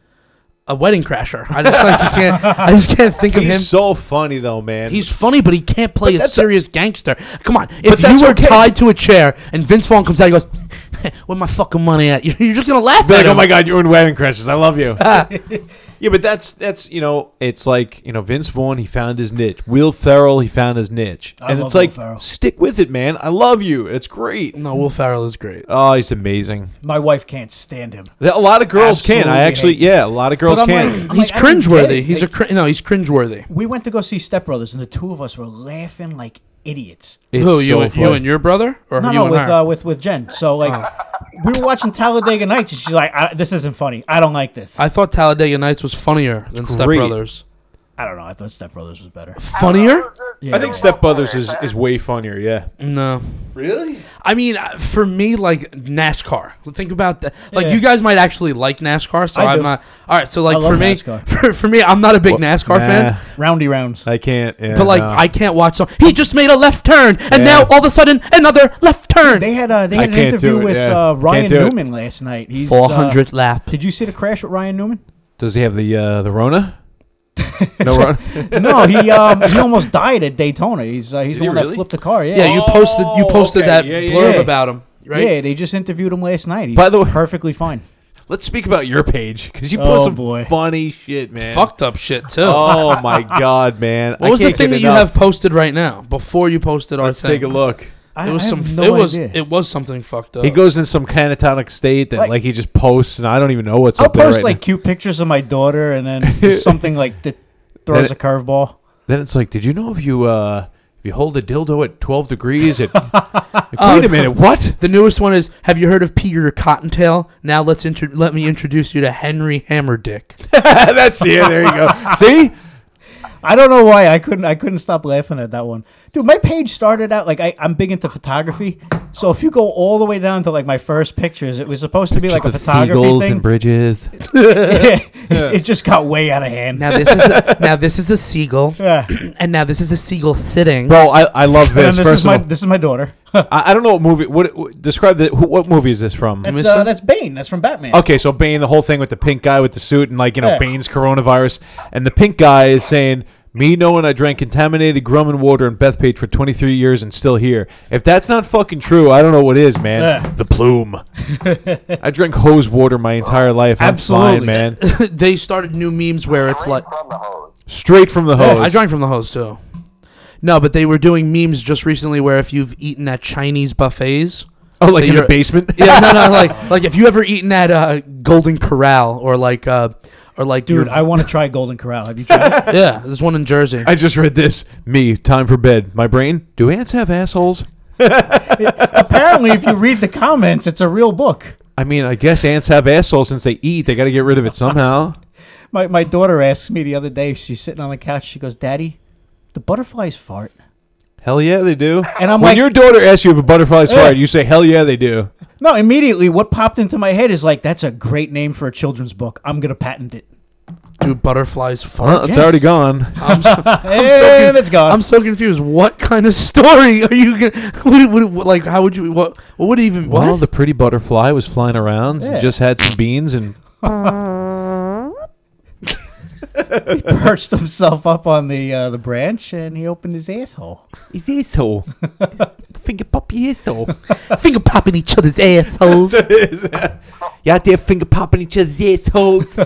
Speaker 1: a wedding crasher. I just, I just can't. I just can't think of
Speaker 3: He's
Speaker 1: him.
Speaker 3: so funny though, man.
Speaker 1: He's funny, but he can't play a
Speaker 3: that's a-
Speaker 1: serious gangster. Come on,
Speaker 3: But
Speaker 1: if
Speaker 3: that's
Speaker 1: you were
Speaker 3: okay.
Speaker 1: tied to a chair and Vince Vaughn comes out, and goes, "Where my fucking money at?" You're you're just gonna laugh
Speaker 3: Be
Speaker 1: at
Speaker 3: like,
Speaker 1: him.
Speaker 3: oh my god, you're in Wedding Crashers. I love you.
Speaker 2: Ah.
Speaker 3: yeah, but that's that's you know, it's like you know, Vince Vaughn he found his niche. Will Ferrell he found his niche,
Speaker 2: I
Speaker 3: and
Speaker 2: love
Speaker 3: it's like
Speaker 2: Will Ferrell.
Speaker 3: stick with it, man. I love you. It's great.
Speaker 1: No, Will Farrell is great.
Speaker 3: Oh, he's amazing.
Speaker 2: My wife can't stand him.
Speaker 3: That- a lot of girls can. I
Speaker 2: Absolutely
Speaker 3: actually,
Speaker 2: hate
Speaker 3: yeah, a lot of girls
Speaker 2: I'm
Speaker 3: can.
Speaker 2: like- I'm
Speaker 1: He's
Speaker 2: like, I don't get
Speaker 1: cringeworthy.
Speaker 2: it.
Speaker 1: He's a
Speaker 2: Like,
Speaker 1: cr- no. He's cringeworthy.
Speaker 2: we went to go see Step Brothers, and the two of us were laughing like idiots.
Speaker 3: It's
Speaker 1: Who you?
Speaker 3: so
Speaker 1: and- you
Speaker 3: funny.
Speaker 1: and your brother, or
Speaker 2: No,
Speaker 1: you
Speaker 2: no,
Speaker 1: and
Speaker 2: with
Speaker 1: her?
Speaker 2: uh, with with Jen. So like,
Speaker 3: Oh.
Speaker 2: we were watching Talladega Nights, and she's like, I, "This isn't funny. I don't like this. I,
Speaker 1: I thought Talladega Nights was funnier than Step
Speaker 3: great.
Speaker 1: Brothers.
Speaker 2: don't know. I thought Step Brothers was better."
Speaker 1: Funnier?
Speaker 2: Yeah.
Speaker 3: I think Step Brothers is, is way funnier. Yeah,
Speaker 1: No.
Speaker 3: really.
Speaker 1: I mean, uh, for me, like NASCAR. Think about that. Like,
Speaker 2: Yeah.
Speaker 1: you guys might actually like NASCAR, so
Speaker 2: I
Speaker 1: I'm
Speaker 2: do.
Speaker 1: not. All right, so like
Speaker 2: love
Speaker 1: for me,
Speaker 2: NASCAR.
Speaker 1: for, for me, I'm not a big
Speaker 3: Well,
Speaker 1: NASCAR
Speaker 3: nah,
Speaker 1: fan.
Speaker 2: Roundy rounds.
Speaker 3: I can't. uh, yeah,
Speaker 1: But like,
Speaker 3: no.
Speaker 1: I can't watch. Some, he just made a left turn, and
Speaker 3: Yeah.
Speaker 1: now all of a sudden, another left turn.
Speaker 2: They had uh, they
Speaker 3: I
Speaker 2: had an
Speaker 3: can't
Speaker 2: interview
Speaker 3: do it,
Speaker 2: with
Speaker 3: yeah.
Speaker 2: uh, Ryan
Speaker 3: Can't do it.
Speaker 2: Newman last night. He's uh,
Speaker 1: 400 lap.
Speaker 2: did you see the crash with Ryan Newman?
Speaker 3: does he have the uh, the Rona? No Rona.
Speaker 2: no, he um, he almost died at Daytona. He's uh, he's
Speaker 3: he
Speaker 2: the one
Speaker 3: really?
Speaker 2: that flipped the car. Yeah.
Speaker 1: Yeah, you posted. You
Speaker 3: Oh,
Speaker 1: posted
Speaker 3: okay.
Speaker 1: that
Speaker 3: Yeah, yeah,
Speaker 1: blurb
Speaker 2: yeah.
Speaker 1: about him, right?
Speaker 2: Yeah, they just interviewed him last night. He's
Speaker 3: By the way-
Speaker 2: perfectly fine.
Speaker 3: Let's speak about your page because you
Speaker 2: Oh,
Speaker 3: post some
Speaker 2: boy.
Speaker 3: funny shit, man.
Speaker 1: Fucked up shit too.
Speaker 3: Oh my god, man!
Speaker 1: what
Speaker 3: I
Speaker 1: was the
Speaker 3: can't
Speaker 1: thing
Speaker 3: get
Speaker 1: that you
Speaker 3: enough.
Speaker 1: have posted right now before you posted our
Speaker 3: Let's
Speaker 1: thing?
Speaker 3: take a look.
Speaker 2: I,
Speaker 1: It was
Speaker 2: I
Speaker 1: some.
Speaker 2: have no
Speaker 1: it was.
Speaker 2: idea.
Speaker 1: It was something fucked up.
Speaker 3: He goes in some catatonic state that like,
Speaker 2: Like-
Speaker 3: he just posts, and I don't even know what's
Speaker 2: I'll
Speaker 3: up there
Speaker 2: post
Speaker 3: right
Speaker 2: like cute pictures of my daughter, and then just something like that throws
Speaker 3: Then
Speaker 2: a curveball.
Speaker 3: now. Then it's like, did you know if you uh if you hold a dildo at twelve degrees, it like, wait a minute, what?
Speaker 1: The newest one is Have you heard of Peter Cottontail? Now let's intro- let me introduce you to Henry Hammerdick.
Speaker 3: That's yeah, there you go. See,
Speaker 2: I don't know why I couldn't I couldn't stop laughing at that one. Dude, my page started out like I, I'm big into photography. So if you go all the way down to like my first pictures, it was supposed to be like a
Speaker 3: Just
Speaker 2: photography
Speaker 3: seagulls
Speaker 2: thing.
Speaker 3: and bridges.
Speaker 2: it, it just got way out of hand.
Speaker 1: Now this is a, now this is a seagull,
Speaker 2: Yeah.
Speaker 1: and now this is a seagull sitting.
Speaker 3: Bro, I, I love
Speaker 2: And
Speaker 3: this.
Speaker 2: this
Speaker 3: First
Speaker 2: is
Speaker 3: of
Speaker 2: my
Speaker 3: all,
Speaker 2: this is my daughter.
Speaker 3: I, I don't know what movie. What, what describe the who, what movie is this from?
Speaker 2: That's uh, that's Bane. That's from Batman.
Speaker 3: Okay, so Bane, the whole thing with the pink guy with the suit and like you know
Speaker 2: Yeah.
Speaker 3: Bane's coronavirus, and the pink guy is saying, "Me knowing I drank contaminated Grumman water in Bethpage for 23 years and still here. If that's not fucking true, I don't know what is, man.
Speaker 2: Yeah.
Speaker 3: The plume. I drank hose water my entire life. I'm
Speaker 2: Absolutely.
Speaker 3: fine, man.
Speaker 1: they started new memes where it's like
Speaker 9: From the hose.
Speaker 3: Straight from the hose.
Speaker 1: I drank from the hose too. No, but they were doing memes just recently where if you've eaten at Chinese buffets.
Speaker 3: Oh, like in the
Speaker 1: you're-
Speaker 3: basement.
Speaker 1: uh, Yeah, no, no, like like if you ever eaten at uh, Golden Corral or like uh or like
Speaker 2: Dude,
Speaker 1: your-
Speaker 2: I want to try Golden Corral. Have you tried it?
Speaker 1: yeah, there's one in Jersey.
Speaker 3: I just read this. Me, time for bed. My brain. Do ants have assholes?
Speaker 2: Apparently, if you read the comments, it's a real book.
Speaker 3: I mean, I guess ants have assholes since they eat. They got to get rid of it somehow.
Speaker 2: My my daughter asks me the other day, she's sitting on the couch, she goes, Daddy, the butterflies fart.
Speaker 3: Hell yeah, they do.
Speaker 2: And I'm
Speaker 3: when
Speaker 2: like-
Speaker 3: your daughter asks you if a butterfly's
Speaker 2: Yeah.
Speaker 3: fart, you say, "Hell yeah, they do."
Speaker 2: No, immediately what popped into my head is like, that's a great name for a children's book. I'm gonna patent it.
Speaker 1: Do butterflies fart?
Speaker 3: Well, it's
Speaker 2: Yes.
Speaker 3: already gone.
Speaker 2: and it's gone.
Speaker 1: I'm so confused. What kind of story are you gonna? What, what, what, like, how would you? What? What would even? What?
Speaker 3: Well, the pretty butterfly was flying around
Speaker 2: Yeah.
Speaker 3: and just had some beans, and
Speaker 2: perched himself up on the uh, the branch and he opened his asshole.
Speaker 3: his asshole, finger poppy asshole.
Speaker 1: finger popping each other's assholes.
Speaker 3: You out there finger popping each other's assholes?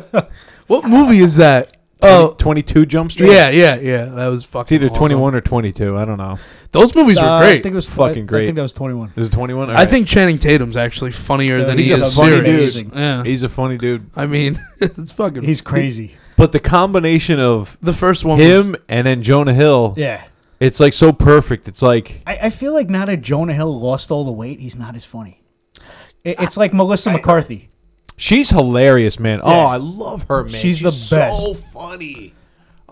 Speaker 1: what movie is that? Oh,
Speaker 3: twenty-two Jump Street.
Speaker 1: yeah, yeah, yeah. That was fucking.
Speaker 3: it's either
Speaker 1: awesome.
Speaker 3: twenty-one or twenty-two. I don't know.
Speaker 1: Those movies were
Speaker 2: Uh,
Speaker 1: great.
Speaker 2: I think it was
Speaker 3: Fucking
Speaker 2: I- I
Speaker 3: great.
Speaker 2: think that was 21.
Speaker 3: Is it twenty-one?
Speaker 1: I think Channing Tatum's actually funnier
Speaker 2: Yeah,
Speaker 1: than
Speaker 2: he's
Speaker 1: he
Speaker 2: a
Speaker 1: is
Speaker 2: funny
Speaker 1: serious.
Speaker 2: dude.
Speaker 1: Yeah,
Speaker 3: he's a funny dude.
Speaker 1: I mean, it's fucking.
Speaker 2: He's crazy.
Speaker 3: But the combination of
Speaker 1: the first one. was-
Speaker 3: him and then Jonah Hill,
Speaker 2: Yeah.
Speaker 3: it's like so perfect. It's like
Speaker 2: I, I feel like now that Jonah Hill lost all the weight, he's not as funny. It, it's like Melissa McCarthy.
Speaker 3: She's hilarious, man.
Speaker 2: Yeah.
Speaker 3: Oh, I love her, man.
Speaker 2: She's the
Speaker 3: So
Speaker 2: best.
Speaker 3: funny.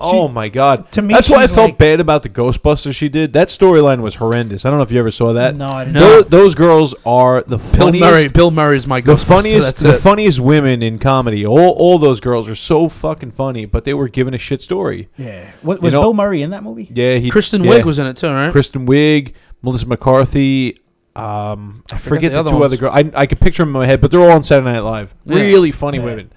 Speaker 3: Oh my god.
Speaker 2: to me,
Speaker 3: that's why I
Speaker 2: she's
Speaker 3: felt
Speaker 2: like-
Speaker 3: bad about the Ghostbusters she did. That storyline was horrendous. I don't know if you ever saw that.
Speaker 2: No, I didn't.
Speaker 3: Tho- Those, girls are the
Speaker 1: Bill
Speaker 3: funniest.
Speaker 1: Murray. Bill Murray's my
Speaker 3: The
Speaker 1: ghost.
Speaker 3: funniest,
Speaker 1: that's
Speaker 3: the
Speaker 1: it.
Speaker 3: funniest women in comedy. All, all those girls are so fucking funny, but they were given a shit story.
Speaker 2: Yeah. What, was
Speaker 3: know-
Speaker 2: Bill Murray in that movie?
Speaker 3: Yeah, he.
Speaker 1: Kristen
Speaker 3: yeah.
Speaker 1: Wiig was in it too, right?
Speaker 3: Kristen Wiig, Melissa McCarthy. Um, I
Speaker 1: forget
Speaker 3: forget
Speaker 1: the
Speaker 3: the,
Speaker 1: other
Speaker 3: two
Speaker 1: ones.
Speaker 3: other girls. I, I could picture them in my head, but they're all on Saturday Night Live.
Speaker 1: Yeah.
Speaker 3: Really funny
Speaker 1: Yeah.
Speaker 3: women,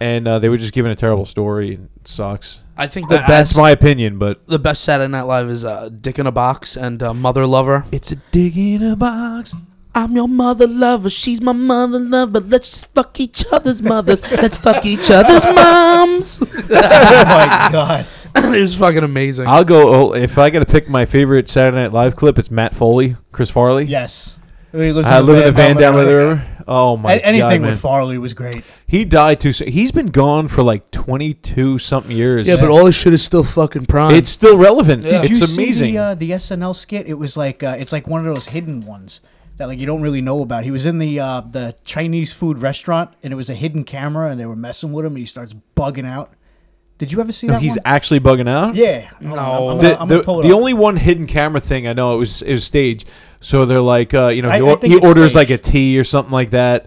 Speaker 3: and uh, they were just giving a terrible story. and It sucks.
Speaker 1: I think
Speaker 3: Th-
Speaker 1: that
Speaker 3: that's
Speaker 1: adds-
Speaker 3: my opinion, but
Speaker 1: The best Saturday Night Live is uh, Dick in a Box and uh, Mother Lover.
Speaker 3: It's a dig in a box.
Speaker 1: I'm your mother lover. She's my mother lover. Let's just fuck each other's mothers. Let's fuck each other's moms. oh
Speaker 2: my God.
Speaker 1: it was fucking amazing.
Speaker 3: I'll go. Oh, if I got to pick my favorite Saturday Night Live clip, it's Matt Foley, Chris Farley.
Speaker 2: Yes. He lives
Speaker 3: I
Speaker 2: the
Speaker 3: live in a van
Speaker 2: by
Speaker 3: down
Speaker 2: the
Speaker 3: by the
Speaker 2: river.
Speaker 3: river. Oh my!
Speaker 2: A-
Speaker 3: God,
Speaker 2: anything with
Speaker 3: man.
Speaker 2: Farley was great.
Speaker 3: He died too soon. He's been gone for like twenty two something years.
Speaker 1: yeah, but all this shit is still fucking prime.
Speaker 3: it's still relevant. It's
Speaker 2: Did you
Speaker 3: amazing.
Speaker 2: see the, uh, the SNL skit? It was like uh, it's like one of those hidden ones that like you don't really know about. He was in the uh, the Chinese food restaurant, and it was a hidden camera, and they were messing with him, and he starts bugging out. Did you ever see
Speaker 3: no,
Speaker 2: that?
Speaker 3: he's
Speaker 2: one?
Speaker 3: actually bugging out.
Speaker 2: yeah. Hold on, I'm- I'm, gonna,
Speaker 3: the,
Speaker 2: I'm
Speaker 3: the-
Speaker 2: gonna pull it
Speaker 3: the
Speaker 2: up.
Speaker 3: only one hidden camera thing I know it was it was stage. So they're like, uh, you know,
Speaker 2: I-
Speaker 3: he,
Speaker 2: I
Speaker 3: or-
Speaker 2: think
Speaker 3: he
Speaker 2: it's
Speaker 3: orders like
Speaker 2: staged.
Speaker 3: a tea or something like that,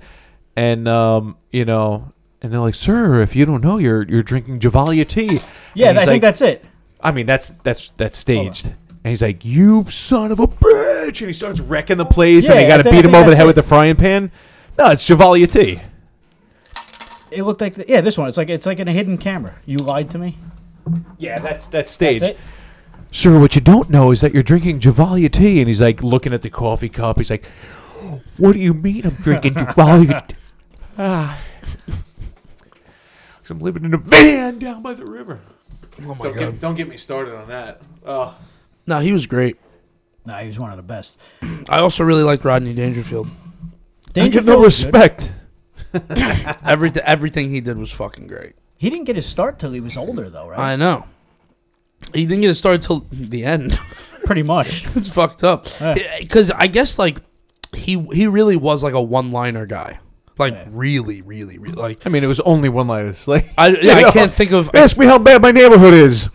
Speaker 3: and um, you know, and they're like, sir, if you don't know, you're you're drinking Javalia tea.
Speaker 2: yeah, I
Speaker 3: And he's
Speaker 2: think
Speaker 3: like-
Speaker 2: that's it.
Speaker 3: I mean, that's that's that's staged. And he's like, "You son of a bitch!" And he starts wrecking the place, and they got
Speaker 2: Yeah,
Speaker 3: to
Speaker 2: I thi- I
Speaker 3: beat him
Speaker 2: think
Speaker 3: over the
Speaker 2: that's
Speaker 3: head
Speaker 2: it.
Speaker 3: with the frying pan. No, it's Javalia tea.
Speaker 2: It looked like the, yeah, this one. It's like it's like in a hidden camera. You lied to me.
Speaker 3: Yeah, that's that's
Speaker 2: That's
Speaker 3: staged.
Speaker 2: it.
Speaker 3: Sir, what you don't know is that you're drinking Javalia tea. And he's like looking at the coffee cup. He's like, "What do you mean I'm drinking Javalia?" tea? Ah, 'Cause I'm living in a van down by the river.
Speaker 1: oh my
Speaker 3: Don't
Speaker 1: god.
Speaker 3: get, don't get me started on that. Oh.
Speaker 1: No, he was great.
Speaker 2: No, he was one of the best.
Speaker 1: I also really liked Rodney Dangerfield.
Speaker 3: I get no
Speaker 2: Dangerfield was good.
Speaker 3: respect.
Speaker 1: Every everything he did was fucking great.
Speaker 2: He didn't get his start till he was older, though, right?
Speaker 1: I know. He didn't get a start till the end.
Speaker 2: Pretty much.
Speaker 1: it's fucked up.
Speaker 2: Yeah.
Speaker 1: Because I guess like he he really was like a one liner guy. Like
Speaker 2: Yeah.
Speaker 1: really, really, really like
Speaker 3: I mean, it was only one line. It's like
Speaker 1: I,
Speaker 3: You
Speaker 1: I
Speaker 3: know,
Speaker 1: can't think of
Speaker 3: Ask me how bad my neighborhood is.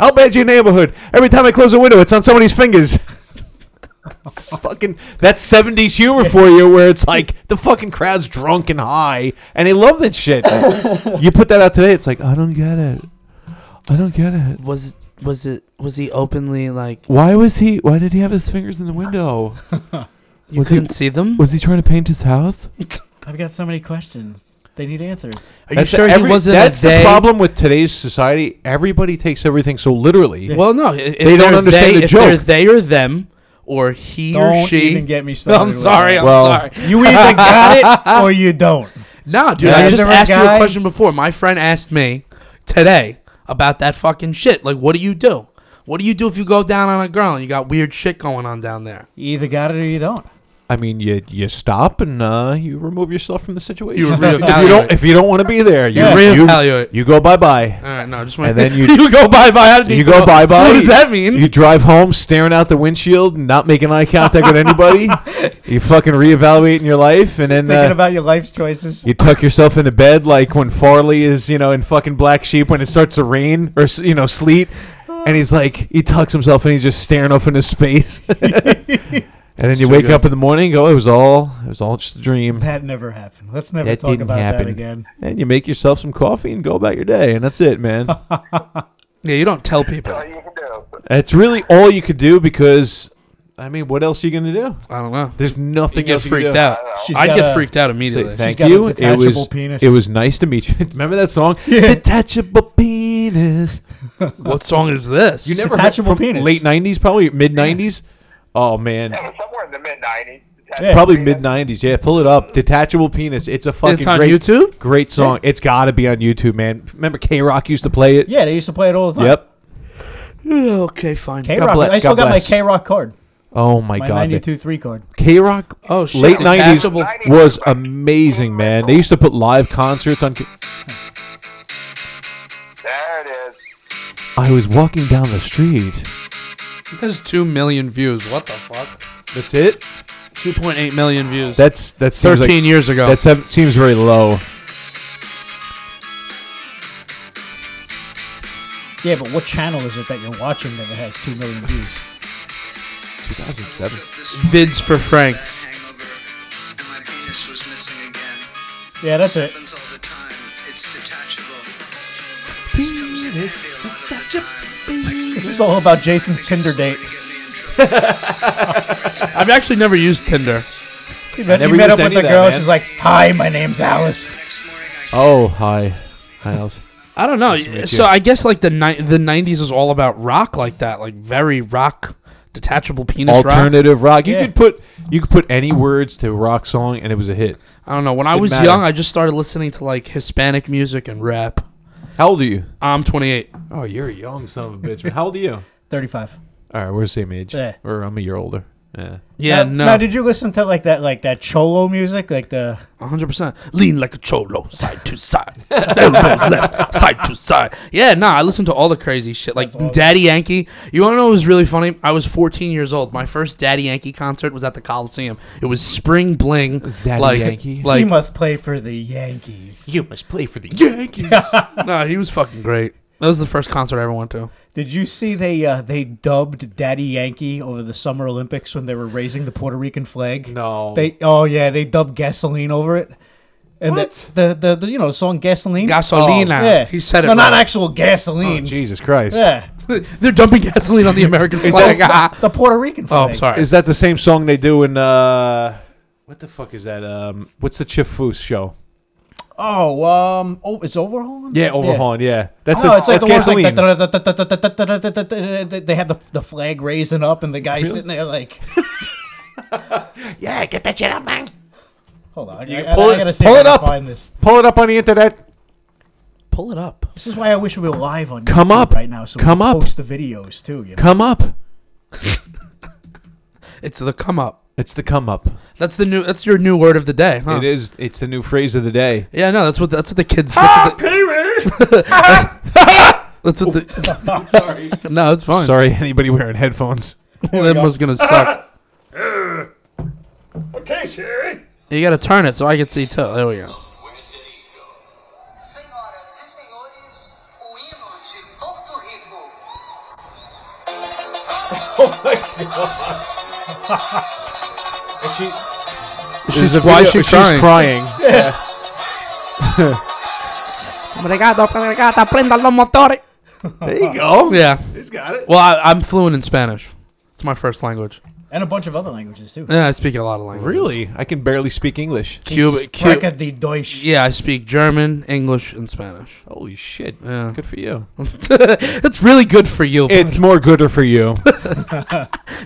Speaker 3: how bad's your neighborhood? Every time I close a window, it's on somebody's fingers. It's fucking that's 70s humor for you where it's like the fucking crowd's drunk and high and they love that shit. you put that out today, it's like I don't get it. I don't get it.
Speaker 1: was was it was he openly like
Speaker 3: Why was he why did he have his fingers in the window?
Speaker 1: you
Speaker 3: Was he-
Speaker 1: couldn't see them?
Speaker 3: Was he trying to paint his house?
Speaker 2: I've got so many questions. They need answers.
Speaker 1: Are you sure he wasn't a
Speaker 3: That's the
Speaker 1: they?
Speaker 3: problem with today's society. Everybody takes everything so literally.
Speaker 1: Well, no, i- if
Speaker 3: They don't
Speaker 1: they're
Speaker 3: understand
Speaker 1: they,
Speaker 3: the
Speaker 1: if they're
Speaker 3: joke.
Speaker 1: they or them or he or
Speaker 2: Don't
Speaker 1: she.
Speaker 2: even get me started
Speaker 1: I'm
Speaker 2: with
Speaker 1: sorry.
Speaker 2: that.
Speaker 1: I'm
Speaker 3: Well-
Speaker 1: sorry.
Speaker 2: You either got it or you don't.
Speaker 1: No, dude,
Speaker 2: Yeah,
Speaker 1: I
Speaker 2: is
Speaker 1: just
Speaker 2: there a
Speaker 1: asked you a
Speaker 2: guy-
Speaker 1: question before. My friend asked me today about that fucking shit. Like, what do you do? What do you do if you go down on a girl and you got weird shit going on down there?
Speaker 2: You either got it or you don't.
Speaker 3: I mean, you you stop and uh, you remove yourself from the situation.
Speaker 1: You
Speaker 3: if
Speaker 1: reevaluate.
Speaker 3: you don't if you don't want to be there, you
Speaker 2: Yeah.
Speaker 3: you,
Speaker 1: Reevaluate.
Speaker 3: you go bye bye.
Speaker 1: All right, no, just
Speaker 3: And
Speaker 1: wait.
Speaker 3: then you-
Speaker 1: go bye bye. I didn't
Speaker 3: You
Speaker 1: need to
Speaker 3: go
Speaker 1: know.
Speaker 3: bye bye.
Speaker 1: What does that mean?
Speaker 3: You drive home staring out the windshield, and not making eye contact with anybody. you fucking reevaluate in your life, and then
Speaker 2: Thinking
Speaker 3: uh,
Speaker 2: about your life's choices.
Speaker 3: you tuck yourself into bed like when Farley is you know in fucking Black Sheep when it starts to rain or s- you know sleet, and he's like he tucks himself and he's just staring off into space. and then you
Speaker 1: too
Speaker 3: wake
Speaker 1: good.
Speaker 3: up in the morning, and go, it was all it was all just a dream.
Speaker 2: That never happened. Let's never
Speaker 3: That
Speaker 2: talk
Speaker 3: didn't
Speaker 2: about
Speaker 3: happen.
Speaker 2: that again.
Speaker 3: and you make yourself some coffee and go about your day, and that's it, man.
Speaker 1: yeah, you don't tell
Speaker 9: That's
Speaker 1: people.
Speaker 9: all Oh, you can do.
Speaker 3: it's really all you could do because, I mean, what else are you gonna do?
Speaker 1: I don't know.
Speaker 3: There's
Speaker 1: You
Speaker 3: nothing
Speaker 1: get
Speaker 3: else you can
Speaker 1: freaked
Speaker 3: do.
Speaker 1: out.
Speaker 2: She's
Speaker 1: I
Speaker 2: got
Speaker 1: get
Speaker 2: a-
Speaker 1: freaked out
Speaker 3: Say
Speaker 1: immediately.
Speaker 3: thank
Speaker 2: got a
Speaker 3: you. It
Speaker 2: detachable
Speaker 3: was
Speaker 2: penis.
Speaker 3: it was nice to meet you. Remember that song? Detachable penis.
Speaker 1: what song is this?
Speaker 3: You never
Speaker 2: Detachable
Speaker 3: heard from
Speaker 2: penis.
Speaker 3: late '90s, probably mid '90s. Oh man,
Speaker 9: Yeah, but somewhere in the mid 90s.
Speaker 2: Yeah.
Speaker 3: probably mid '90s. Yeah, pull it up. Detachable penis. It's a fucking
Speaker 1: It's on
Speaker 3: great,
Speaker 1: YouTube?
Speaker 3: Great song. It's got to be on YouTube, man. Remember K Rock used to play it.
Speaker 2: Yeah, they used to play it all the time.
Speaker 3: Yep.
Speaker 1: okay, fine.
Speaker 2: K
Speaker 3: God
Speaker 2: Rock.
Speaker 3: bless-
Speaker 2: I still
Speaker 3: God
Speaker 2: got my
Speaker 3: bless.
Speaker 2: K Rock card.
Speaker 3: Oh my,
Speaker 2: My
Speaker 3: god. man.
Speaker 2: 92 3 card.
Speaker 3: K Rock,
Speaker 1: Oh, shit,
Speaker 3: late
Speaker 1: the
Speaker 3: nineties
Speaker 1: Cashable-
Speaker 3: was amazing, man. They used to put live concerts on. K-
Speaker 9: There it is.
Speaker 3: I was walking down the street.
Speaker 1: There's two million views. What the fuck?
Speaker 3: That's it.
Speaker 1: Two point eight million views.
Speaker 3: That's that seems
Speaker 1: Thirteen
Speaker 3: like,
Speaker 1: years ago.
Speaker 3: That sev- seems very low.
Speaker 2: Yeah, but what channel is it that you're watching that has 2 million views?
Speaker 3: 2007.
Speaker 1: vids for Frank.
Speaker 7: hangover, and my penis was missing again.
Speaker 2: Yeah, that's it.
Speaker 7: Happens all the time. It's detachable.
Speaker 2: This is all about Jason's Tinder date.
Speaker 7: Get me in trouble.
Speaker 1: I've actually never used Tinder.
Speaker 2: You met, you met up with the girl. She's like, "Hi, my name's Alice."
Speaker 3: Oh, hi. Hi, Alice.
Speaker 1: I don't know.
Speaker 3: Nice to meet
Speaker 1: so
Speaker 3: you.
Speaker 1: I guess like the ni- the nineties was all about rock like that, like very rock, detachable penis
Speaker 3: Alternative rock. You
Speaker 1: Yeah.
Speaker 3: could put you could put any words to a rock song and it was a hit.
Speaker 1: rock. I don't know. When I
Speaker 3: Didn't
Speaker 1: was
Speaker 3: matter.
Speaker 1: young, I just started listening to like Hispanic music and rap.
Speaker 3: How old are you?
Speaker 1: I'm 28.
Speaker 3: Oh, you're a young son of a bitch. man. How old are you?
Speaker 2: Thirty-five.
Speaker 3: All right, we're the same age.
Speaker 2: Yeah.
Speaker 3: Or I'm a year older. Yeah.
Speaker 1: Yeah,
Speaker 2: Now-
Speaker 1: no,
Speaker 2: Now, did you listen to like that, like that cholo music, like the?
Speaker 1: 100. percent Lean like a cholo, side to side, elbows left, side to side. Yeah, no, I listened to all the crazy shit, like Daddy Yankee. You want to know what was really funny? I was 14 years old. My first Daddy Yankee concert was at the Coliseum. It was Spring Bling.
Speaker 3: Daddy
Speaker 1: like,
Speaker 3: Yankee.
Speaker 1: Like,
Speaker 2: you must play for the Yankees.
Speaker 3: You must play for the Yankees.
Speaker 1: no, he was fucking great. That was the first concert I ever went to.
Speaker 2: Did you see they uh, they dubbed Daddy Yankee over the Summer Olympics when they were raising the Puerto Rican flag?
Speaker 3: No.
Speaker 2: They oh yeah, they dubbed gasoline over it. And what? The, the, the you know the song gasoline. Oh,
Speaker 1: Gasolina.
Speaker 2: Yeah.
Speaker 1: He said it Oh,
Speaker 2: No, not
Speaker 1: wrong.
Speaker 2: actual gasoline.
Speaker 3: Jesus Christ.
Speaker 2: yeah.
Speaker 1: They're dumping gasoline on the American flag.
Speaker 2: The Puerto Rican
Speaker 1: oh,
Speaker 2: flag.
Speaker 1: I'm sorry.
Speaker 3: Is that the same song they do in uh what the fuck is that? Um what's the Chip Foose show?
Speaker 2: Oh, um, oh, it's overhaul.
Speaker 3: Yeah, Overhaulin', yeah. That's
Speaker 2: Oh,
Speaker 3: a,
Speaker 2: it's like
Speaker 3: that's
Speaker 2: the ones like
Speaker 3: gasoline.
Speaker 2: that- they have the, the flag raising up and the guy sitting there like,
Speaker 3: yeah, get that shit up, man.
Speaker 2: hold on,
Speaker 3: You
Speaker 2: I,
Speaker 3: can
Speaker 2: I,
Speaker 3: pull
Speaker 2: I
Speaker 3: it-
Speaker 2: gotta see
Speaker 3: pull
Speaker 2: if I
Speaker 3: it
Speaker 2: can
Speaker 3: up.
Speaker 2: Find this.
Speaker 3: Pull it up on the internet.
Speaker 1: Pull it up.
Speaker 2: This is why I wish we were live on
Speaker 3: Come
Speaker 2: YouTube
Speaker 3: up.
Speaker 2: right now, so
Speaker 3: Come
Speaker 2: we
Speaker 3: up.
Speaker 2: can post the videos too. You know?
Speaker 3: Come up.
Speaker 1: It's the come up.
Speaker 3: It's the come up.
Speaker 1: That's the new. That's your new word of the day, huh?
Speaker 3: It is it's the new phrase of the day.
Speaker 1: Yeah, no, that's what that's what the kids. That's what the, that's what the. sorry. No, it's fine.
Speaker 3: Sorry, anybody wearing headphones.
Speaker 1: That was gonna suck.
Speaker 13: Okay, Sherry.
Speaker 1: You gotta turn it so I can see too. There we go.
Speaker 5: Senhoras e senhores, o hino de Porto Rico.
Speaker 1: She's why is she
Speaker 3: she's
Speaker 1: crying?
Speaker 3: crying. There you go.
Speaker 1: Yeah.
Speaker 3: He's got it.
Speaker 1: Well, I, I'm fluent in Spanish. It's my first language.
Speaker 2: and a bunch of other languages too.
Speaker 1: Yeah, I speak a lot of languages.
Speaker 3: Really? I can barely speak English.
Speaker 1: Cuba, Cuba.
Speaker 2: the Deutsch.
Speaker 1: Yeah, I speak German, English, and Spanish.
Speaker 3: Holy shit.
Speaker 1: Yeah.
Speaker 3: Good for you.
Speaker 1: That's really good for you.
Speaker 3: It's more gooder for you.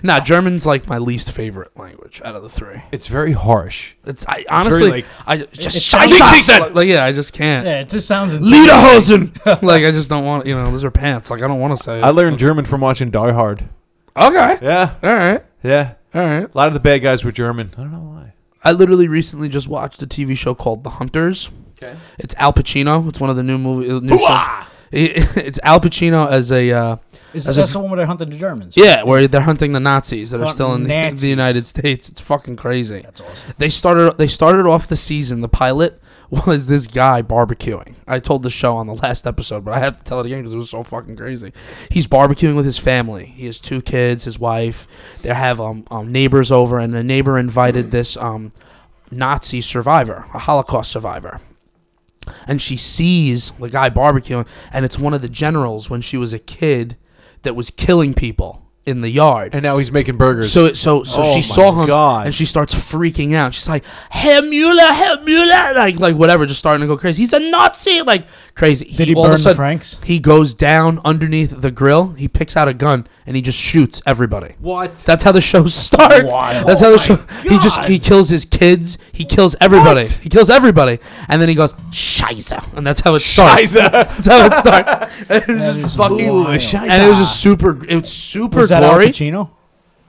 Speaker 1: nah, German's like my least favorite language out of the three.
Speaker 3: it's very harsh.
Speaker 1: It's I honestly
Speaker 3: like-
Speaker 1: I just
Speaker 2: it
Speaker 1: shut
Speaker 2: sounds-
Speaker 1: up.
Speaker 3: Nutsack said-
Speaker 1: Like, like, yeah, I just can't.
Speaker 2: Yeah, it just sounds.
Speaker 1: Lederhosen. like I just don't want you know those are pants. Like I don't want to say. It.
Speaker 3: I learned German from watching Die Hard.
Speaker 1: okay.
Speaker 3: Yeah.
Speaker 1: All right.
Speaker 3: Yeah.
Speaker 1: All right.
Speaker 3: A lot of the bad guys were German. I don't know why.
Speaker 1: I literally recently just watched a TV show called The Hunters.
Speaker 3: Okay.
Speaker 1: It's Al Pacino. It's one of the new movie uh, new shows. It- It's Al Pacino as a uh,
Speaker 2: Is
Speaker 1: As
Speaker 2: this
Speaker 1: a-
Speaker 2: that's the one where they hunted the Germans?
Speaker 1: yeah, where they're hunting the Nazis that are still in the,
Speaker 2: Nazis.
Speaker 1: the United States. It's fucking crazy.
Speaker 2: that's awesome.
Speaker 1: They started they started off the season. The pilot was this guy barbecuing. I told the show on the last episode, but I have to tell it again because it was so fucking crazy. He's barbecuing with his family. He has two kids, his wife. They have um, um neighbors over, and the neighbor invited this um Nazi survivor, a Holocaust survivor. And she sees the guy barbecuing, and it's one of the generals when she was a kid that was killing people in the yard.
Speaker 3: And now he's making burgers.
Speaker 1: So so so
Speaker 3: Oh
Speaker 1: she
Speaker 3: my
Speaker 1: saw him
Speaker 3: God.
Speaker 1: and she starts freaking out. She's like, "Herr Mueller, Herr Mueller!" Like like whatever, just starting to go crazy. He's a Nazi, like crazy.
Speaker 2: Did he
Speaker 1: all of a
Speaker 2: burn the
Speaker 1: sudden-
Speaker 2: Franks?
Speaker 1: He goes down underneath the grill. He picks out a gun and he just shoots everybody.
Speaker 3: What?
Speaker 1: That's how the show starts.
Speaker 3: Wild.
Speaker 1: That's how the
Speaker 3: Oh
Speaker 1: show.
Speaker 3: my
Speaker 1: He just
Speaker 3: God.
Speaker 1: he kills his kids. He kills everybody. He kills everybody, and then he goes Scheiße, and that's how it
Speaker 3: Scheiße.
Speaker 1: starts. that's how it starts. And it was
Speaker 2: is
Speaker 1: just fucking.
Speaker 2: wild.
Speaker 1: And it was just super. It was super
Speaker 2: Was that Al
Speaker 1: gory.
Speaker 2: Pacino?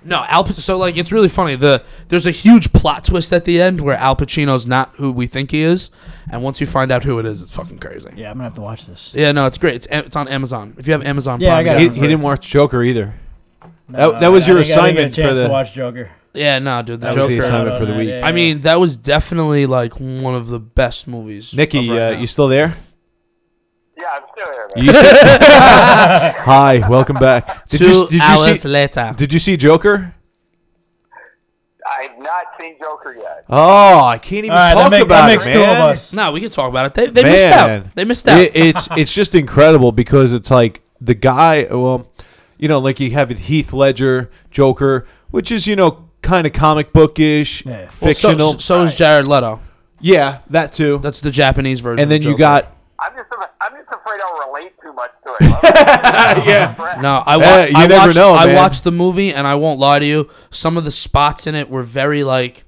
Speaker 1: No, Al. Pac- So like, it's really funny. The there's a huge plot twist at the end where Al Pacino's not who we think he is, and once you find out who it is, it's fucking crazy. Yeah,
Speaker 2: Yeah, I'm gonna have to watch this.
Speaker 1: no, it's great. It's a- it's on Amazon. If you have Amazon,
Speaker 2: Yeah, I
Speaker 1: Prime,
Speaker 2: got
Speaker 1: you
Speaker 3: he,
Speaker 2: it.
Speaker 3: he didn't watch Joker either.
Speaker 2: No,
Speaker 3: that, that was
Speaker 2: I-
Speaker 3: your
Speaker 2: I didn't get a
Speaker 3: assignment for
Speaker 2: chance to
Speaker 3: the.
Speaker 2: watch Joker.
Speaker 1: Yeah, no, dude, the
Speaker 3: That
Speaker 1: Joker.
Speaker 3: was the assignment
Speaker 2: Out
Speaker 3: for
Speaker 2: on
Speaker 3: the
Speaker 2: that,
Speaker 3: week.
Speaker 2: yeah.
Speaker 1: I mean, that was definitely like one of the best movies.
Speaker 3: Nikki,
Speaker 1: of right
Speaker 3: uh,
Speaker 1: now.
Speaker 3: you still there?
Speaker 9: Yeah, I'm still here, man.
Speaker 3: You should- Hi, welcome back. Did
Speaker 1: two
Speaker 3: you, did
Speaker 1: hours
Speaker 3: you see?
Speaker 1: later.
Speaker 3: Did you see Joker?
Speaker 9: I have not seen Joker yet.
Speaker 3: Oh, I can't even
Speaker 2: All right,
Speaker 3: talk
Speaker 2: that, make,
Speaker 3: about
Speaker 2: that makes
Speaker 3: it,
Speaker 2: two of
Speaker 3: man.
Speaker 2: us.
Speaker 1: No, we can talk about it. They, they missed out. They missed out.
Speaker 3: It- it's it's just incredible because it's like the guy. Well, you know, like you have Heath Ledger Joker, which is you know kind of comic bookish,
Speaker 1: Well, so-
Speaker 3: fictional.
Speaker 1: so, so is Jared Leto.
Speaker 3: Yeah, that too.
Speaker 1: That's the Japanese version.
Speaker 3: and then
Speaker 1: of
Speaker 3: you
Speaker 1: Joker.
Speaker 3: got
Speaker 9: I'm just, af- I'm just afraid I'll relate too much to it.
Speaker 3: yeah.
Speaker 1: No, I, wa-
Speaker 3: Eh, you
Speaker 1: I
Speaker 3: never
Speaker 1: watched.
Speaker 3: know,
Speaker 1: I
Speaker 3: man.
Speaker 1: watched the movie, and I won't lie to you. Some of the spots in it were very like,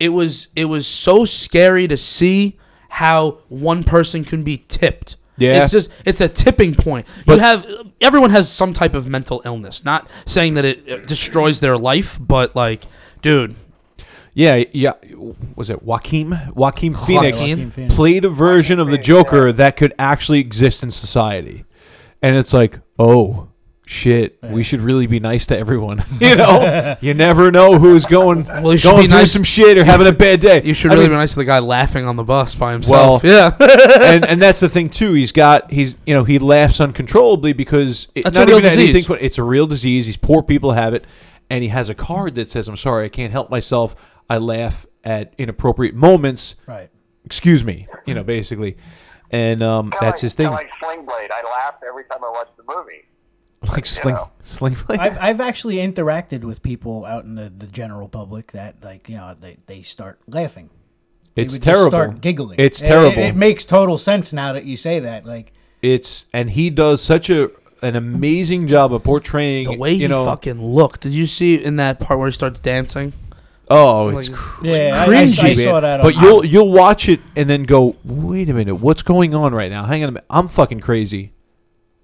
Speaker 1: it was it was so scary to see how one person can be tipped.
Speaker 3: Yeah.
Speaker 1: it's just it's a tipping point.
Speaker 3: But-
Speaker 1: you have everyone has some type of mental illness. Not saying that it, it destroys their life, but like, dude,
Speaker 3: Yeah, yeah. Was it Joaquin? Joaquin Phoenix,
Speaker 1: Joaquin
Speaker 4: Phoenix.
Speaker 3: played a version of the Joker that could actually exist in society, and it's like, oh shit, we should really be nice to everyone. you know, you never know who's going
Speaker 1: well, you should
Speaker 3: going
Speaker 1: be
Speaker 3: through
Speaker 1: nice.
Speaker 3: some shit or having a bad day.
Speaker 1: you should
Speaker 3: I
Speaker 1: really
Speaker 3: mean,
Speaker 1: be nice to the guy laughing on the bus by
Speaker 3: well,
Speaker 1: himself. yeah,
Speaker 3: and and that's the thing too. He's got he's you know he laughs uncontrollably because it's
Speaker 1: That's
Speaker 3: not
Speaker 1: a real
Speaker 3: even
Speaker 1: disease.
Speaker 3: anything. It's a real disease. These poor people have it, and he has a card that says, "I'm sorry, I can't help myself. I laugh at inappropriate moments.
Speaker 2: Right.
Speaker 3: Excuse me. You know, basically, and um, that's his thing.
Speaker 9: Mm-hmm. Kinda like Sling Blade. I laughed every time I watched the movie.
Speaker 3: Like sling, sling.
Speaker 2: I've, I've actually interacted with people out in the, the general public that like you know they, they start laughing. They
Speaker 3: It's
Speaker 2: would just
Speaker 3: terrible.
Speaker 2: Start giggling.
Speaker 3: It's
Speaker 2: It- it-
Speaker 3: terrible.
Speaker 2: It, makes total sense now that you say that. Like
Speaker 3: It's and he does such a an amazing job of portraying
Speaker 1: the way
Speaker 3: you
Speaker 1: he
Speaker 3: know.
Speaker 1: fucking looked. Did you see in that part where he starts dancing?
Speaker 3: Oh, it's
Speaker 1: Like,
Speaker 3: cr-
Speaker 2: Yeah,
Speaker 3: it's
Speaker 2: I- I- I
Speaker 3: cringy,
Speaker 2: saw
Speaker 3: man.
Speaker 2: that on-
Speaker 3: but you'll you'll watch it and then go, wait a minute, what's going on right now? Hang on a minute, I'm fucking crazy,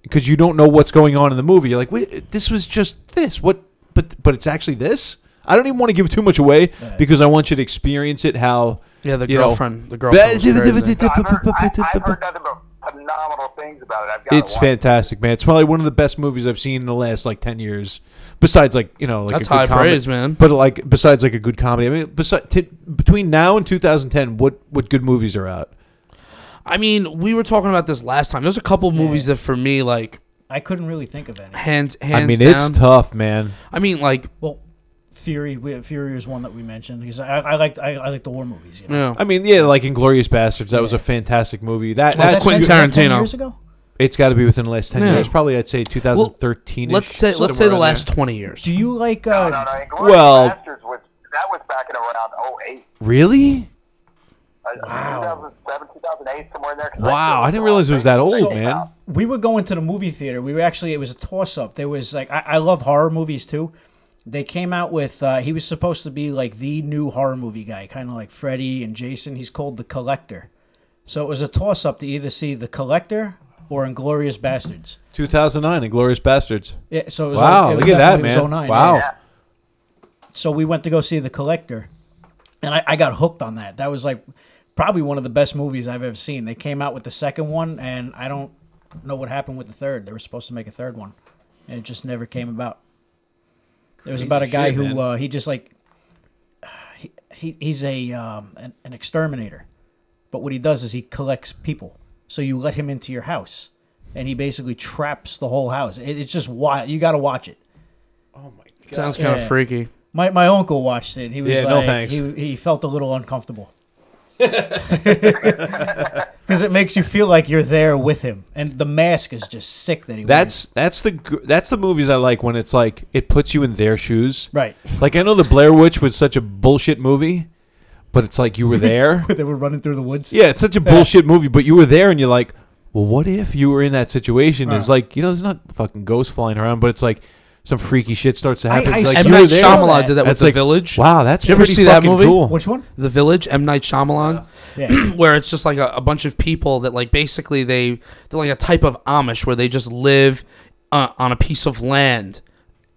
Speaker 3: because you don't know what's going on in the movie. You're like, wait, this was just this. What? But but it's actually this. I don't even want to give too much away because I want you to experience it how.
Speaker 1: Yeah, the
Speaker 3: you know-
Speaker 1: girlfriend- the girlfriend was crazy.
Speaker 9: I've heard, I, I've heard nothing but phenomenal things about it. I've got
Speaker 3: It's fantastic, man. It's probably one of the best movies I've seen in the last like ten years. Besides, like you know, like
Speaker 1: That's
Speaker 3: a good
Speaker 1: high
Speaker 3: comedy-
Speaker 1: praise, man.
Speaker 3: But like, besides like a good comedy, I mean, besides t- between now and 2010, what what good movies are out?
Speaker 1: I mean, we were talking about this last time. There's a couple movies that for me, like
Speaker 2: I couldn't really think of any.
Speaker 1: hands, hands.
Speaker 3: I mean,
Speaker 1: down.
Speaker 3: it's tough, man.
Speaker 1: I mean, like,
Speaker 2: Well, Fury. We, Fury is one that we mentioned because I, I liked I, I like the war movies. You know?
Speaker 1: no.
Speaker 3: I mean, yeah, like Inglorious Bastards, that was a fantastic movie. That
Speaker 1: Well,
Speaker 3: that's
Speaker 1: Quentin
Speaker 3: good-
Speaker 2: Is that 10
Speaker 1: Tarantino.
Speaker 2: Years ago.
Speaker 3: It's got to be within the last ten
Speaker 1: Yeah.
Speaker 3: years. Probably, I'd say 2013.
Speaker 1: let's say let's say the last 20 years.
Speaker 2: Do you like?
Speaker 9: No,
Speaker 2: Uh,
Speaker 9: no, no. Inglourious
Speaker 3: Well-
Speaker 9: Basterds was that was back in around 08,
Speaker 3: Really?
Speaker 9: uh, 2007, 2008, somewhere in there. 'cause
Speaker 3: Wow, I didn't realize it was that old, man.
Speaker 2: uh, we were going to the movie theater. We were actually it was a toss up. There was like I, I love horror movies too. They came out with uh, he was supposed to be like the new horror movie guy, kind of like Freddy and Jason. He's called the Collector. So it was a toss up to either see the Collector or Inglorious Bastards.
Speaker 3: 2009, Inglorious Bastards.
Speaker 2: Yeah, so it was
Speaker 3: Wow,
Speaker 2: it was
Speaker 3: look at that,
Speaker 2: definitely- it
Speaker 3: man!
Speaker 1: oh
Speaker 2: was 09,
Speaker 3: wow.
Speaker 2: yeah. So we went to go see the Collector, and I, I got hooked on that. That was like probably one of the best movies I've ever seen. They came out with the second one, and I don't know what happened with the third. They were supposed to make a third one, and it just never came about. It was about a guy
Speaker 3: shit, man.
Speaker 2: who uh, he just like he, he he's a um, an, an exterminator, but what he does is he collects people. So you let him into your house, and he basically traps the whole house. It, it's just wild. You got to watch it.
Speaker 1: Sounds
Speaker 2: Yeah.
Speaker 1: kind of freaky.
Speaker 2: My my uncle watched it. He was
Speaker 3: Yeah,
Speaker 2: like,
Speaker 3: no thanks.
Speaker 2: He, he felt a little uncomfortable because it makes you feel like you're there with him, and the mask is just sick that he.
Speaker 3: That's that's the gr- that's the movies I like when it's like it puts you in their shoes.
Speaker 2: Right.
Speaker 3: Like I know the Blair Witch was such a bullshit movie, but it's like you were there.
Speaker 2: wears. they were running through the woods.
Speaker 3: yeah, it's such a bullshit movie, but you were there and you're like, well, what if you were in that situation? It's like you know, there's not fucking ghosts flying around, but it's like some freaky shit starts to
Speaker 2: I-
Speaker 3: happen.
Speaker 2: I
Speaker 3: It's like,
Speaker 2: saw
Speaker 1: M
Speaker 3: you were
Speaker 1: Night
Speaker 3: there.
Speaker 2: that.
Speaker 1: Shyamalan did that with
Speaker 3: That's
Speaker 1: The
Speaker 3: like,
Speaker 1: Village.
Speaker 3: Wow, that's
Speaker 1: Did you ever
Speaker 3: pretty
Speaker 1: see that
Speaker 3: fucking
Speaker 1: movie?
Speaker 3: cool.
Speaker 2: Which one?
Speaker 1: The Village, M Night Shyamalan.
Speaker 2: Yeah.
Speaker 1: where it's just like a, a bunch of people that like basically they they're like a type of Amish where they just live uh, on a piece of land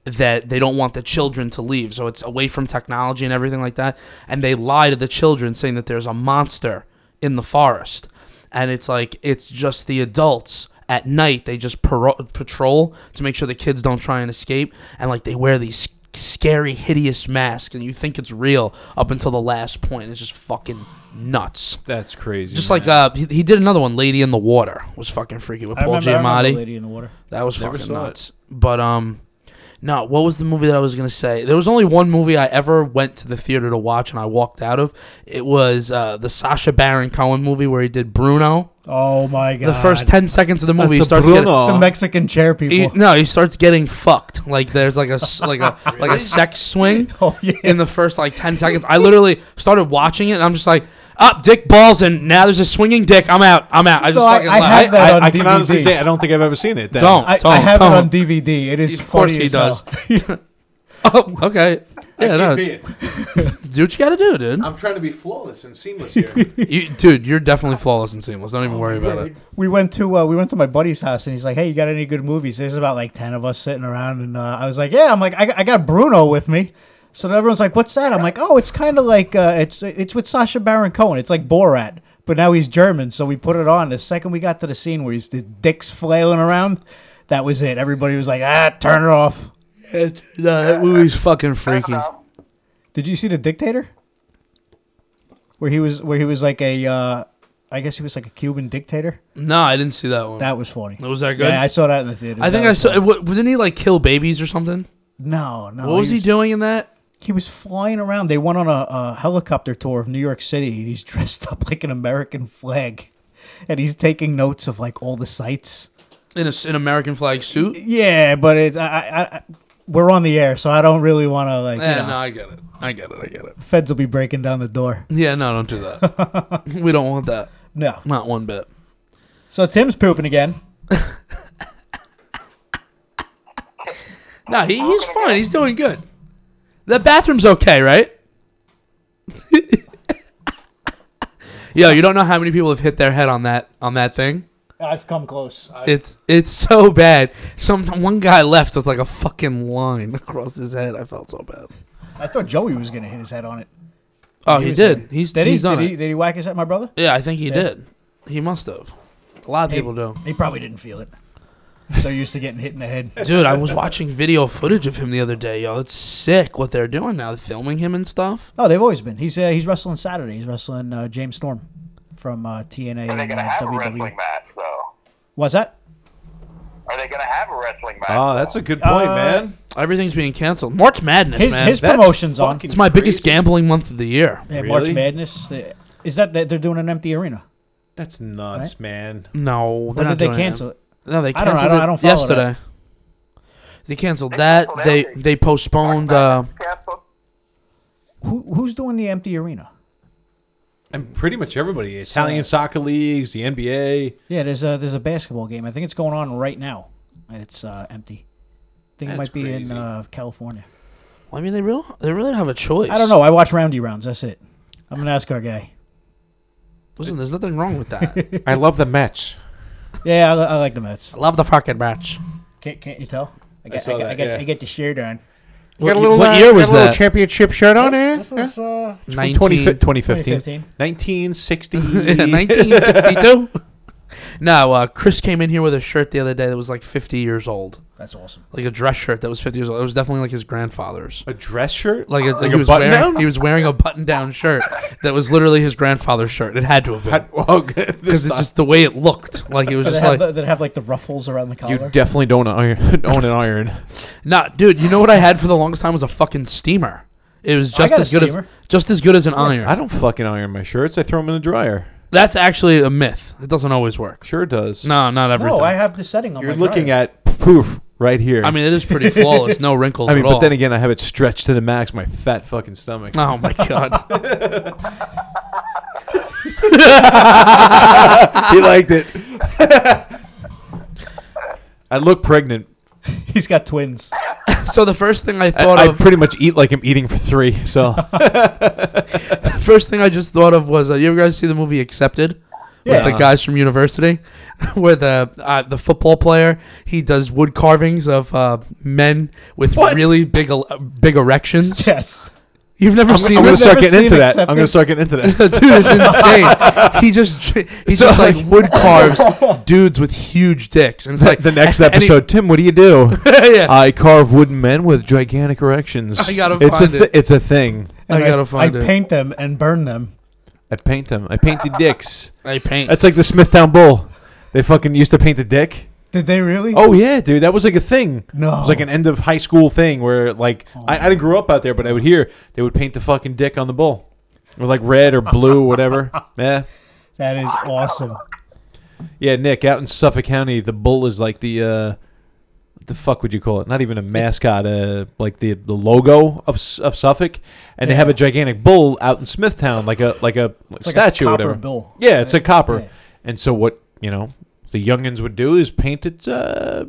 Speaker 1: that they don't want the children to leave, so it's away from technology and everything like that, and they lie to the children saying that there's a monster in the forest, and it's like it's just the adults. At night, they just paro- patrol to make sure the kids don't try and escape, and like they wear these scary, hideous masks, and you think it's real up until the last point. It's just fucking nuts.
Speaker 3: That's crazy.
Speaker 1: Just
Speaker 3: man.
Speaker 1: like uh, he, he did another one, Lady in the Water, was fucking freaky with
Speaker 2: I
Speaker 1: Paul
Speaker 2: remember, I remember
Speaker 1: Giamatti.
Speaker 2: Lady in the Water.
Speaker 1: that was
Speaker 3: Never
Speaker 1: fucking
Speaker 3: saw it.
Speaker 1: nuts. But um, No, what was the movie that I was gonna say? There was only one movie I ever went to the theater to watch, and I walked out of. It was uh, the Sasha Baron Cohen movie where he did Bruno.
Speaker 2: Oh my god!
Speaker 1: The first ten seconds of the movie, he
Speaker 2: That's the
Speaker 1: starts
Speaker 2: Bruno.
Speaker 1: getting
Speaker 2: The Mexican chair people.
Speaker 1: He- no, he starts getting fucked. Like there's like a s- like a like a sex swing in the first like ten seconds. I literally started watching it, and I'm just like, up dick balls, and now there's a swinging dick. I'm out. I'm out. I just fucking left.
Speaker 3: I, I can honestly say I don't think I've ever seen it. Then.
Speaker 1: Don't,
Speaker 2: I,
Speaker 1: don't,
Speaker 2: I have
Speaker 1: don't.
Speaker 2: it on DVD. It is
Speaker 1: Of course
Speaker 2: funny
Speaker 1: he
Speaker 2: as
Speaker 1: does.
Speaker 2: hell.
Speaker 1: oh, okay. Yeah,
Speaker 3: I
Speaker 1: no.
Speaker 3: keep
Speaker 1: do what you gotta do, dude.
Speaker 3: I'm trying to be flawless and seamless here.
Speaker 1: You, dude, you're definitely flawless and seamless. Don't even worry about it.
Speaker 2: we went to uh, we went to my buddy's house and he's like, "Hey, you got any good movies?" There's about like ten of us sitting around, and uh, I was like, "Yeah." I'm like, I, I got Bruno with me, so then everyone's like, "What's that?" I'm like, "Oh, it's kind of like uh, it's it's with Sasha Baron Cohen. It's like Borat, but now he's German." So we put it on. The second we got to the scene where he's his dick's flailing around, that was it. Everybody was like, "Ah, turn it off."
Speaker 1: no, that movie's fucking freaky.
Speaker 2: Did you see the Dictator? Where he was where he was like a, uh, I guess he was like a Cuban dictator.
Speaker 1: No, I didn't see that one.
Speaker 2: That was funny.
Speaker 1: Was that good?
Speaker 2: Yeah, I saw that in the theaters.
Speaker 1: I think
Speaker 2: That
Speaker 1: I
Speaker 2: was
Speaker 1: saw. What, didn't he like kill babies or something?
Speaker 2: No, no.
Speaker 1: What was he doing in that?
Speaker 2: He was flying around. They went on a, a helicopter tour of New York City, and he's dressed up like an American flag, and he's taking notes of like all the sights.
Speaker 1: In a, s- an American flag suit?
Speaker 2: Yeah, but it, I, I, I, we're on the air, so I don't really want to like. you
Speaker 1: yeah,
Speaker 2: know,
Speaker 1: Eh, no, I get it. I get it. I get it.
Speaker 2: Feds will be breaking down the door.
Speaker 1: Yeah, no, don't do that. we don't want that.
Speaker 2: No.
Speaker 1: Not one bit.
Speaker 2: So Tim's pooping again.
Speaker 1: No, he, he's fine. He's doing good. The bathroom's okay, right? Yo, you don't know how many people have hit their head on that on that thing.
Speaker 2: I've come close.
Speaker 1: It's it's so bad. Some one guy left with like a fucking line across his head. I felt so bad.
Speaker 2: I thought Joey was gonna hit his head on it.
Speaker 1: Oh, he
Speaker 2: was
Speaker 1: did.
Speaker 2: hitting-
Speaker 1: He's-
Speaker 2: did he?
Speaker 1: he's done
Speaker 2: did
Speaker 1: it.
Speaker 2: he? Did he whack his head, my brother?
Speaker 1: Yeah, I think he
Speaker 2: Yeah.
Speaker 1: did. He must have. A lot of
Speaker 2: He-
Speaker 1: people do.
Speaker 2: He probably didn't feel it. So used to getting hit in the head.
Speaker 1: Dude, I was watching video footage of him the other day, yo. It's sick what they're doing now. They're filming him and stuff.
Speaker 2: Oh, they've always been. He's uh, he's wrestling Saturday. He's wrestling uh, James Storm from uh, TNA
Speaker 9: Are they
Speaker 2: and
Speaker 9: going to
Speaker 2: uh,
Speaker 9: have a
Speaker 2: WWE.
Speaker 9: wrestling
Speaker 3: E.
Speaker 9: match, though?
Speaker 2: What's that?
Speaker 9: Are they going to have a wrestling match?
Speaker 3: Ah,
Speaker 1: Oh, that's a good
Speaker 9: point, Uh, man.
Speaker 1: Everything's being canceled. March Madness,
Speaker 2: His-
Speaker 1: man.
Speaker 2: his That's promotion's on. fucking
Speaker 1: It's my biggest
Speaker 2: crazy.
Speaker 1: gambling month of the year.
Speaker 2: Yeah, March Madness. Uh, Is that that they're doing an empty arena?
Speaker 3: That's nuts, man.
Speaker 1: No, they're
Speaker 2: Or
Speaker 1: not
Speaker 2: did they
Speaker 1: doing it.
Speaker 2: cancel it?
Speaker 1: No, they
Speaker 2: I don't know, I
Speaker 1: canceled
Speaker 2: don't-
Speaker 1: it
Speaker 2: I don't follow that.
Speaker 1: yesterday. They canceled that. They they postponed. Uh,
Speaker 2: Who who's doing the empty arena?
Speaker 3: And pretty much everybody, the Italian soccer leagues, the NBA.
Speaker 2: Yeah, there's a there's a basketball game. I think it's going on right now, and it's uh, empty. I think it
Speaker 1: That's
Speaker 2: might be in uh, California.
Speaker 1: I mean, they real they really don't have a choice.
Speaker 2: I don't know. I watch roundy rounds. That's it. I'm an NASCAR guy.
Speaker 1: Listen, there's nothing wrong with that.
Speaker 3: I love the match.
Speaker 2: Yeah, I, li- I like the Mets.
Speaker 1: Love the fucking match.
Speaker 2: Can't, can't you tell? I get I,
Speaker 3: saw
Speaker 2: get, I,
Speaker 3: that,
Speaker 2: get,
Speaker 3: yeah.
Speaker 2: I get the shirt on.
Speaker 1: What- what
Speaker 3: uh,
Speaker 2: uh,
Speaker 1: year was that?
Speaker 3: championship shirt on there.
Speaker 2: This was, uh,
Speaker 3: It's from
Speaker 1: 19
Speaker 3: 20 2015.
Speaker 2: 2015.
Speaker 3: 1960.
Speaker 1: Yeah, 1962. no, uh, Chris came in here with a shirt the other day that was like 50 years old.
Speaker 2: That's awesome.
Speaker 1: Like a dress shirt that was 50 years old. It was definitely like his grandfather's.
Speaker 3: A dress shirt?
Speaker 1: Like, a,
Speaker 3: Like
Speaker 1: he
Speaker 3: a
Speaker 1: was
Speaker 3: button
Speaker 1: wearing,
Speaker 3: down?
Speaker 1: He was wearing a button-down shirt that was literally his grandfather's shirt. It had to have been.
Speaker 3: Had- oh, good. This
Speaker 1: Because
Speaker 3: time.
Speaker 1: just the way it looked, like it was
Speaker 2: Did it
Speaker 1: just
Speaker 2: have
Speaker 1: like
Speaker 2: the, did it have like the ruffles around the collar?
Speaker 3: You definitely don't iron, own an iron.
Speaker 1: Nah, dude, you know what I had for the longest time was a fucking steamer. It was
Speaker 2: I
Speaker 1: just
Speaker 2: got a
Speaker 1: as good as
Speaker 2: steamer.
Speaker 1: just as good as an iron.
Speaker 3: I don't fucking iron my shirts. I throw them in the dryer.
Speaker 1: That's actually a myth. It doesn't always work.
Speaker 3: Sure does.
Speaker 1: No, not everything.
Speaker 2: No, I have the setting on
Speaker 3: You're
Speaker 2: my
Speaker 3: looking at proof right here.
Speaker 1: I mean, it is pretty flawless, no wrinkles
Speaker 3: I mean,
Speaker 1: at
Speaker 3: but
Speaker 1: all.
Speaker 3: then again, I have it stretched to the max. My fat fucking stomach.
Speaker 1: oh my god.
Speaker 3: he liked it. I look pregnant.
Speaker 2: He's got twins.
Speaker 1: so the first thing I
Speaker 3: I,
Speaker 1: thought
Speaker 3: I
Speaker 1: of,
Speaker 3: pretty much eat like I'm eating for three. So
Speaker 1: the first thing I just thought of was uh, you ever guys see the movie Accepted?
Speaker 3: Yeah.
Speaker 1: With the guys from university, where the uh, the football player he does wood carvings of uh, men with
Speaker 3: What?
Speaker 1: really big el- big erections.
Speaker 2: Yes.
Speaker 1: You've never
Speaker 3: I'm, I'm
Speaker 1: seen.
Speaker 3: gonna
Speaker 1: it?
Speaker 3: start
Speaker 2: never
Speaker 3: getting into
Speaker 2: seen
Speaker 3: that.
Speaker 2: Accepted?
Speaker 3: I'm gonna start getting into that.
Speaker 1: Dude, it's insane. He just he
Speaker 3: So-
Speaker 1: just like wood carves dudes with huge dicks, and it's like
Speaker 3: the next
Speaker 1: and he-
Speaker 3: episode, Uh, Tim. What do you do?
Speaker 1: Yeah.
Speaker 3: I carve wooden men with gigantic erections.
Speaker 1: I gotta
Speaker 3: it's
Speaker 1: find
Speaker 3: a
Speaker 1: it.
Speaker 3: It's a thing.
Speaker 1: I
Speaker 2: And
Speaker 1: gotta find
Speaker 2: I
Speaker 1: it.
Speaker 2: paint them and burn them.
Speaker 3: I paint them. I paint the dicks.
Speaker 1: I paint.
Speaker 3: That's like the Smithtown Bull. They fucking used to paint the dick.
Speaker 2: Did they really?
Speaker 3: Oh yeah, dude, that was like a thing.
Speaker 2: No.
Speaker 3: it was like an end of high school thing where like I, I didn't grow up out there, but I would hear they would paint the fucking dick on the bull, or like red or blue, whatever. Yeah,
Speaker 2: That is awesome.
Speaker 3: yeah, Nick, out in Suffolk County, the bull is like the uh, what the fuck would you call it? Not even a mascot, uh, like the the logo of S- of Suffolk, and they have a gigantic bull out in Smithtown, like a like a
Speaker 2: like a
Speaker 3: statue, or
Speaker 2: copper
Speaker 3: whatever.
Speaker 2: bull.
Speaker 3: Yeah, it's a copper.
Speaker 2: Yeah.
Speaker 3: And so what you know the youngins would do is paint its uh,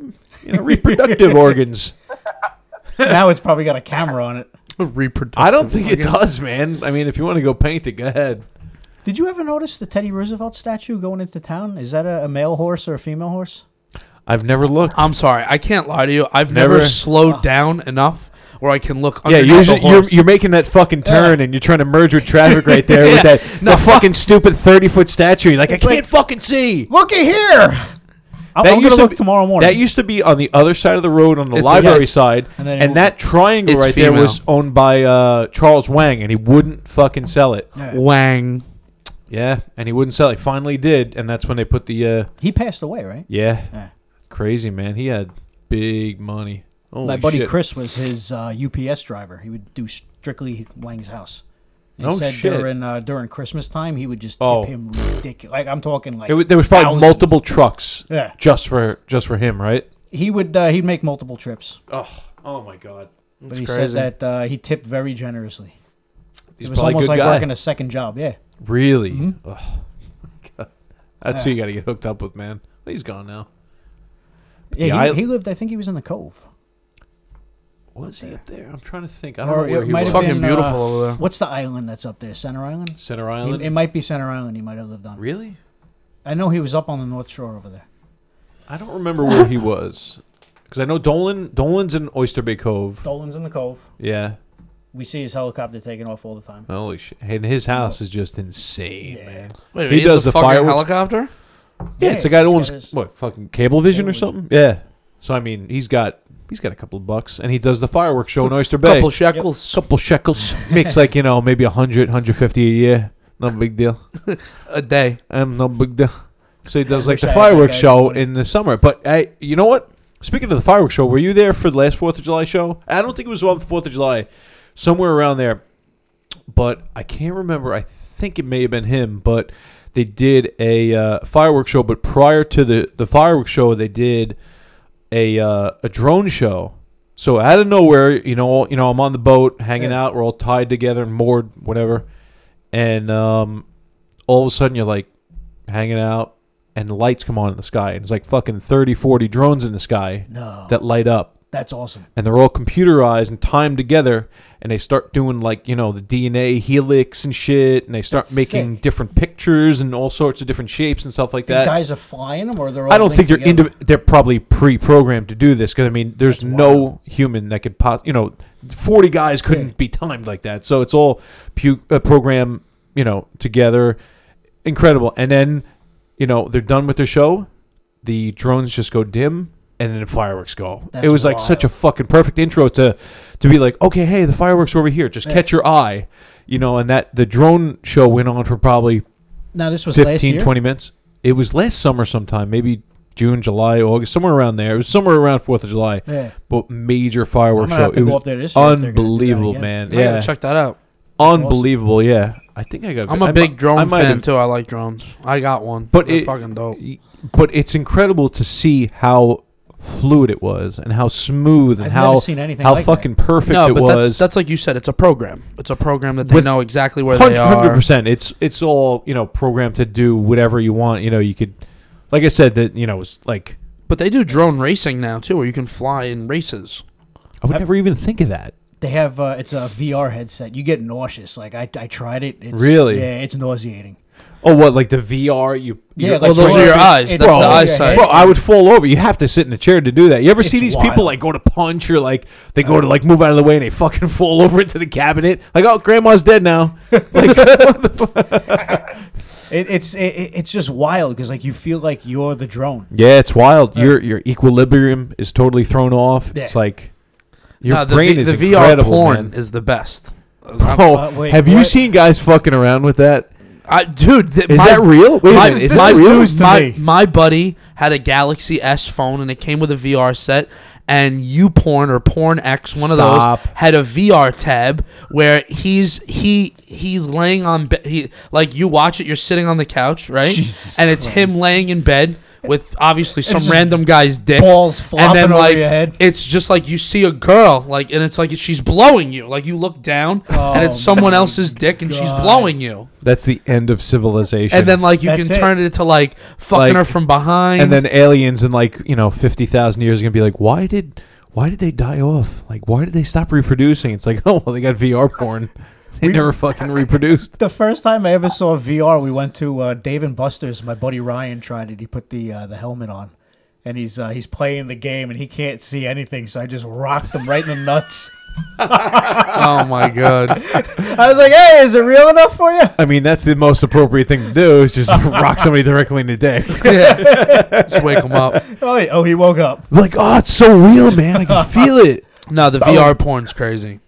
Speaker 3: you know reproductive organs.
Speaker 2: now it's probably got a camera on it.
Speaker 1: Reproductive.
Speaker 3: I don't think it does, man. I mean, if you want to go paint it, go ahead.
Speaker 2: Did you ever notice the Teddy Roosevelt statue going into town? Is that a, a male horse or a female horse?
Speaker 3: I've never looked.
Speaker 1: I'm sorry, I can't lie to you. I've never,
Speaker 3: Never- Ah.
Speaker 1: slowed down enough where I can look.
Speaker 3: Yeah,
Speaker 1: underneath the
Speaker 3: usually you're,
Speaker 1: horse.
Speaker 3: you're making that fucking turn and you're trying to merge with traffic right there with
Speaker 1: Yeah.
Speaker 3: that
Speaker 1: No,
Speaker 3: the fucking stupid thirty foot statue. You're Like I can't fucking see.
Speaker 2: Looky here. I'm,
Speaker 3: That
Speaker 2: I'm
Speaker 3: used to
Speaker 2: gonna look
Speaker 3: be-
Speaker 2: tomorrow morning.
Speaker 3: That used to be on the other side of the road on the
Speaker 1: It's-
Speaker 3: library
Speaker 1: yes.
Speaker 3: side,
Speaker 2: And
Speaker 3: and,
Speaker 2: then it moved.
Speaker 3: that triangle
Speaker 1: It's
Speaker 3: right there was owned by uh, Charles Wang, and he wouldn't fucking sell it.
Speaker 1: Wang.
Speaker 3: Yeah, and he wouldn't sell it. He finally did, and that's when they put the uh,
Speaker 2: he passed away, right?
Speaker 3: yeah,
Speaker 2: Yeah.
Speaker 3: crazy man. He had big money. Oh,
Speaker 4: My
Speaker 2: My buddy
Speaker 3: shit.
Speaker 2: Chris was his uh, UPS driver. He would do strictly Wang's house. And
Speaker 3: No
Speaker 2: he said
Speaker 3: shit.
Speaker 2: during uh, during Christmas time, he would just tip
Speaker 3: Oh.
Speaker 2: him ridiculous. Like I'm talking like
Speaker 3: It wa- there was probably
Speaker 2: thousands.
Speaker 3: multiple trucks.
Speaker 2: Yeah.
Speaker 3: just for just for him, right?
Speaker 2: He would uh, he'd make multiple trips,
Speaker 3: Oh, oh my god.
Speaker 2: but he
Speaker 3: crazy.
Speaker 2: said that uh, he tipped very generously.
Speaker 3: He's
Speaker 2: it was
Speaker 3: probably a
Speaker 2: almost
Speaker 3: good
Speaker 2: like
Speaker 3: guy.
Speaker 2: working a second job. Yeah,
Speaker 3: Really?
Speaker 2: Mhm.
Speaker 3: Oh, my God. That's who you got to get hooked up with, man. He's gone now. Yeah,
Speaker 2: yeah. he,
Speaker 3: I-
Speaker 2: he lived. I think he was in the Cove.
Speaker 3: Was he up there? I'm trying to think. I don't
Speaker 2: Or
Speaker 3: know where
Speaker 2: it
Speaker 3: he
Speaker 2: might
Speaker 3: was.
Speaker 2: have
Speaker 1: Fucking
Speaker 2: been, uh,
Speaker 1: beautiful over there.
Speaker 2: What's the island that's up there? Center Island.
Speaker 3: Center
Speaker 2: He-
Speaker 3: Island.
Speaker 2: it might be Center Island. He might have lived on.
Speaker 3: really?
Speaker 2: I know he was up on the North Shore over there.
Speaker 3: I don't remember where he was because I know Dolan. Dolan's in Oyster Bay Cove.
Speaker 2: Dolan's in the Cove.
Speaker 3: Yeah.
Speaker 2: We see his helicopter taking off all the time.
Speaker 3: Holy shit! And his house is just insane,
Speaker 2: Yeah.
Speaker 3: man.
Speaker 1: Wait,
Speaker 3: he
Speaker 1: he
Speaker 3: does
Speaker 1: has a
Speaker 3: the
Speaker 1: fucking
Speaker 3: fireworks.
Speaker 1: helicopter.
Speaker 3: Yeah,
Speaker 2: Yeah,
Speaker 3: it's the guy that
Speaker 2: he's got
Speaker 3: owns
Speaker 2: his-
Speaker 3: what fucking Cablevision or
Speaker 2: Cablevision.
Speaker 3: something. Yeah. So I mean, he's got he's got a couple of bucks, and he does the fireworks show in Oyster Bay.
Speaker 1: Couple shekels.
Speaker 3: couple shekels makes like you know maybe 100 150 a year no big deal
Speaker 1: a day.
Speaker 3: um, no big deal so he does like
Speaker 2: wish
Speaker 3: the
Speaker 2: I had that
Speaker 3: fireworks
Speaker 2: guy's
Speaker 3: show
Speaker 2: money.
Speaker 3: in the summer but I, you know what speaking of the fireworks show were you there for the last 4th of July show I don't think it was on the 4th of July somewhere around there but I can't remember I think it may have been him but they did a uh, fireworks show but prior to the the fireworks show they did a uh, a drone show. So out of nowhere, you know, you know, I'm on the boat hanging out. We're all tied together and moored, whatever. And um, all of a sudden, you're like hanging out, and the lights come on in the sky, and it's like fucking 30, 40 drones in the sky
Speaker 2: No.
Speaker 3: that light up
Speaker 2: That's awesome.
Speaker 3: and they're all computerized and timed together and they start doing like you know the dna helix and shit and they start
Speaker 2: That's
Speaker 3: making
Speaker 2: sick.
Speaker 3: different pictures and all sorts of different shapes and stuff like
Speaker 2: The
Speaker 3: that
Speaker 2: guys are flying them, or they're. All
Speaker 3: i don't think
Speaker 2: linked
Speaker 3: they're
Speaker 2: together?
Speaker 3: indiv- they're probably pre-programmed to do this because i mean there's no human that could pos- you know 40 guys couldn't be timed like that so it's all pu- uh, program you know together incredible and then you know they're done with their show the drones just go dim and then the fireworks go.
Speaker 2: That's
Speaker 3: it was like such a fucking perfect intro to to be like, okay, hey, the fireworks are over here. Just catch your eye, you know. And that the drone show went on for probably
Speaker 2: Now this was last year.
Speaker 3: fifteen, twenty 15, 20 minutes. It was last summer sometime, maybe June, July, August, somewhere around there. It was somewhere around Fourth of July.
Speaker 2: Yeah.
Speaker 3: But major fireworks
Speaker 2: I'm gonna
Speaker 3: show.
Speaker 2: have to
Speaker 3: it
Speaker 2: go
Speaker 3: was
Speaker 2: up there this year if they're gonna do that
Speaker 3: unbelievable,
Speaker 2: again.
Speaker 3: man.
Speaker 1: I
Speaker 3: Yeah,
Speaker 1: gotta check that out.
Speaker 3: unbelievable. Yeah, I think I got.
Speaker 1: I'm
Speaker 3: a
Speaker 1: a big drone
Speaker 3: I might
Speaker 1: fan
Speaker 3: have-
Speaker 1: too. I like drones. I got one.
Speaker 3: But
Speaker 1: They're
Speaker 3: it-
Speaker 1: fucking dope.
Speaker 3: but it's incredible to see how fluid it was and how smooth and
Speaker 2: I've
Speaker 3: how
Speaker 2: never seen anything
Speaker 3: how
Speaker 2: like that.
Speaker 3: fucking perfect
Speaker 1: No,
Speaker 3: it
Speaker 1: but
Speaker 3: was.
Speaker 1: that's that's like you said. It's a program. It's a program that they
Speaker 3: With
Speaker 1: know exactly where they
Speaker 3: Hundred
Speaker 1: are.
Speaker 3: percent. It's it's all you know programmed to do whatever you want. You know you could, like I said, that you know it's like
Speaker 1: But they do drone racing now too, where you can fly in races.
Speaker 3: I would never even think of that.
Speaker 2: They have uh, it's a VR headset. You get nauseous. Like I, I tried it. It's,
Speaker 3: Really?
Speaker 2: Yeah, it's nauseating.
Speaker 3: Oh, what like the VR? You
Speaker 2: Yeah,
Speaker 3: you-
Speaker 2: like
Speaker 1: Well, those
Speaker 2: Bro,
Speaker 1: are your
Speaker 2: it's-
Speaker 1: eyes.
Speaker 2: it's
Speaker 1: That's
Speaker 2: all
Speaker 1: the
Speaker 2: your
Speaker 1: eyesight.
Speaker 2: head.
Speaker 3: Bro, I would fall over. You have to sit in a chair to do that. You ever see
Speaker 2: It's
Speaker 3: these people
Speaker 2: wild.
Speaker 3: like go to punch or like they go to like move out of the way and they fucking fall over into the cabinet? Like, oh, grandma's dead now.
Speaker 2: It, it's it, it- it's just wild because like you feel like you're the drone.
Speaker 3: Yeah, it's wild. Your your equilibrium is totally thrown off.
Speaker 2: Yeah.
Speaker 3: It's like your
Speaker 1: Nah, the
Speaker 3: brain
Speaker 1: V-
Speaker 3: is
Speaker 1: the VR
Speaker 3: incredible,
Speaker 1: porn
Speaker 3: man.
Speaker 1: is the best.
Speaker 3: Oh,
Speaker 2: Uh, wait,
Speaker 3: have you
Speaker 2: what?
Speaker 3: seen guys fucking around with that?
Speaker 1: I, dude, th-
Speaker 3: Is
Speaker 1: my-
Speaker 3: that real? Wait a
Speaker 1: my,
Speaker 3: minute, is
Speaker 1: my,
Speaker 3: this
Speaker 1: my-
Speaker 3: news to
Speaker 1: my-
Speaker 3: me?
Speaker 1: my buddy had a Galaxy S phone and it came with a VR set. And YouPorn or Porn X, one of
Speaker 3: Stop.
Speaker 1: those, had a VR tab where he's he he's laying on bed. He like you watch it. You're sitting on the couch, right?
Speaker 2: Jesus
Speaker 1: and it's him laying in bed with obviously some
Speaker 2: just
Speaker 1: random guy's dick,
Speaker 2: balls flopping
Speaker 1: and then
Speaker 2: over
Speaker 1: like
Speaker 2: your head.
Speaker 1: it's just like you see a girl, like and it's like she's blowing you. Like you look down and it's
Speaker 2: Oh
Speaker 1: someone
Speaker 2: my
Speaker 1: else's dick and she's
Speaker 2: God.
Speaker 1: blowing you.
Speaker 3: That's the end of civilization.
Speaker 1: And then like you
Speaker 2: That's
Speaker 1: can
Speaker 2: it.
Speaker 1: turn it into like fucking
Speaker 3: Like-
Speaker 1: her from behind.
Speaker 3: and then aliens in like you know fifty thousand years are gonna be like, why did why did they die off? Like why did they stop reproducing? It's like oh well they got VR porn. They never fucking reproduced.
Speaker 2: The first time I ever saw VR, we went to uh, Dave and Buster's. My buddy Ryan tried it. He put the uh, the helmet on, and he's uh, he's playing the game, and he can't see anything. So I just rocked him right in the nuts.
Speaker 1: oh my god.
Speaker 2: I was like, "Hey, is it real enough for you?"
Speaker 3: I mean that's the most appropriate thing to do is just rock somebody directly in the dick.
Speaker 1: Yeah. Just wake them up.
Speaker 2: Oh, he- oh, he woke up.
Speaker 3: Like oh it's so real man I can feel it.
Speaker 1: No, the VR porn's crazy.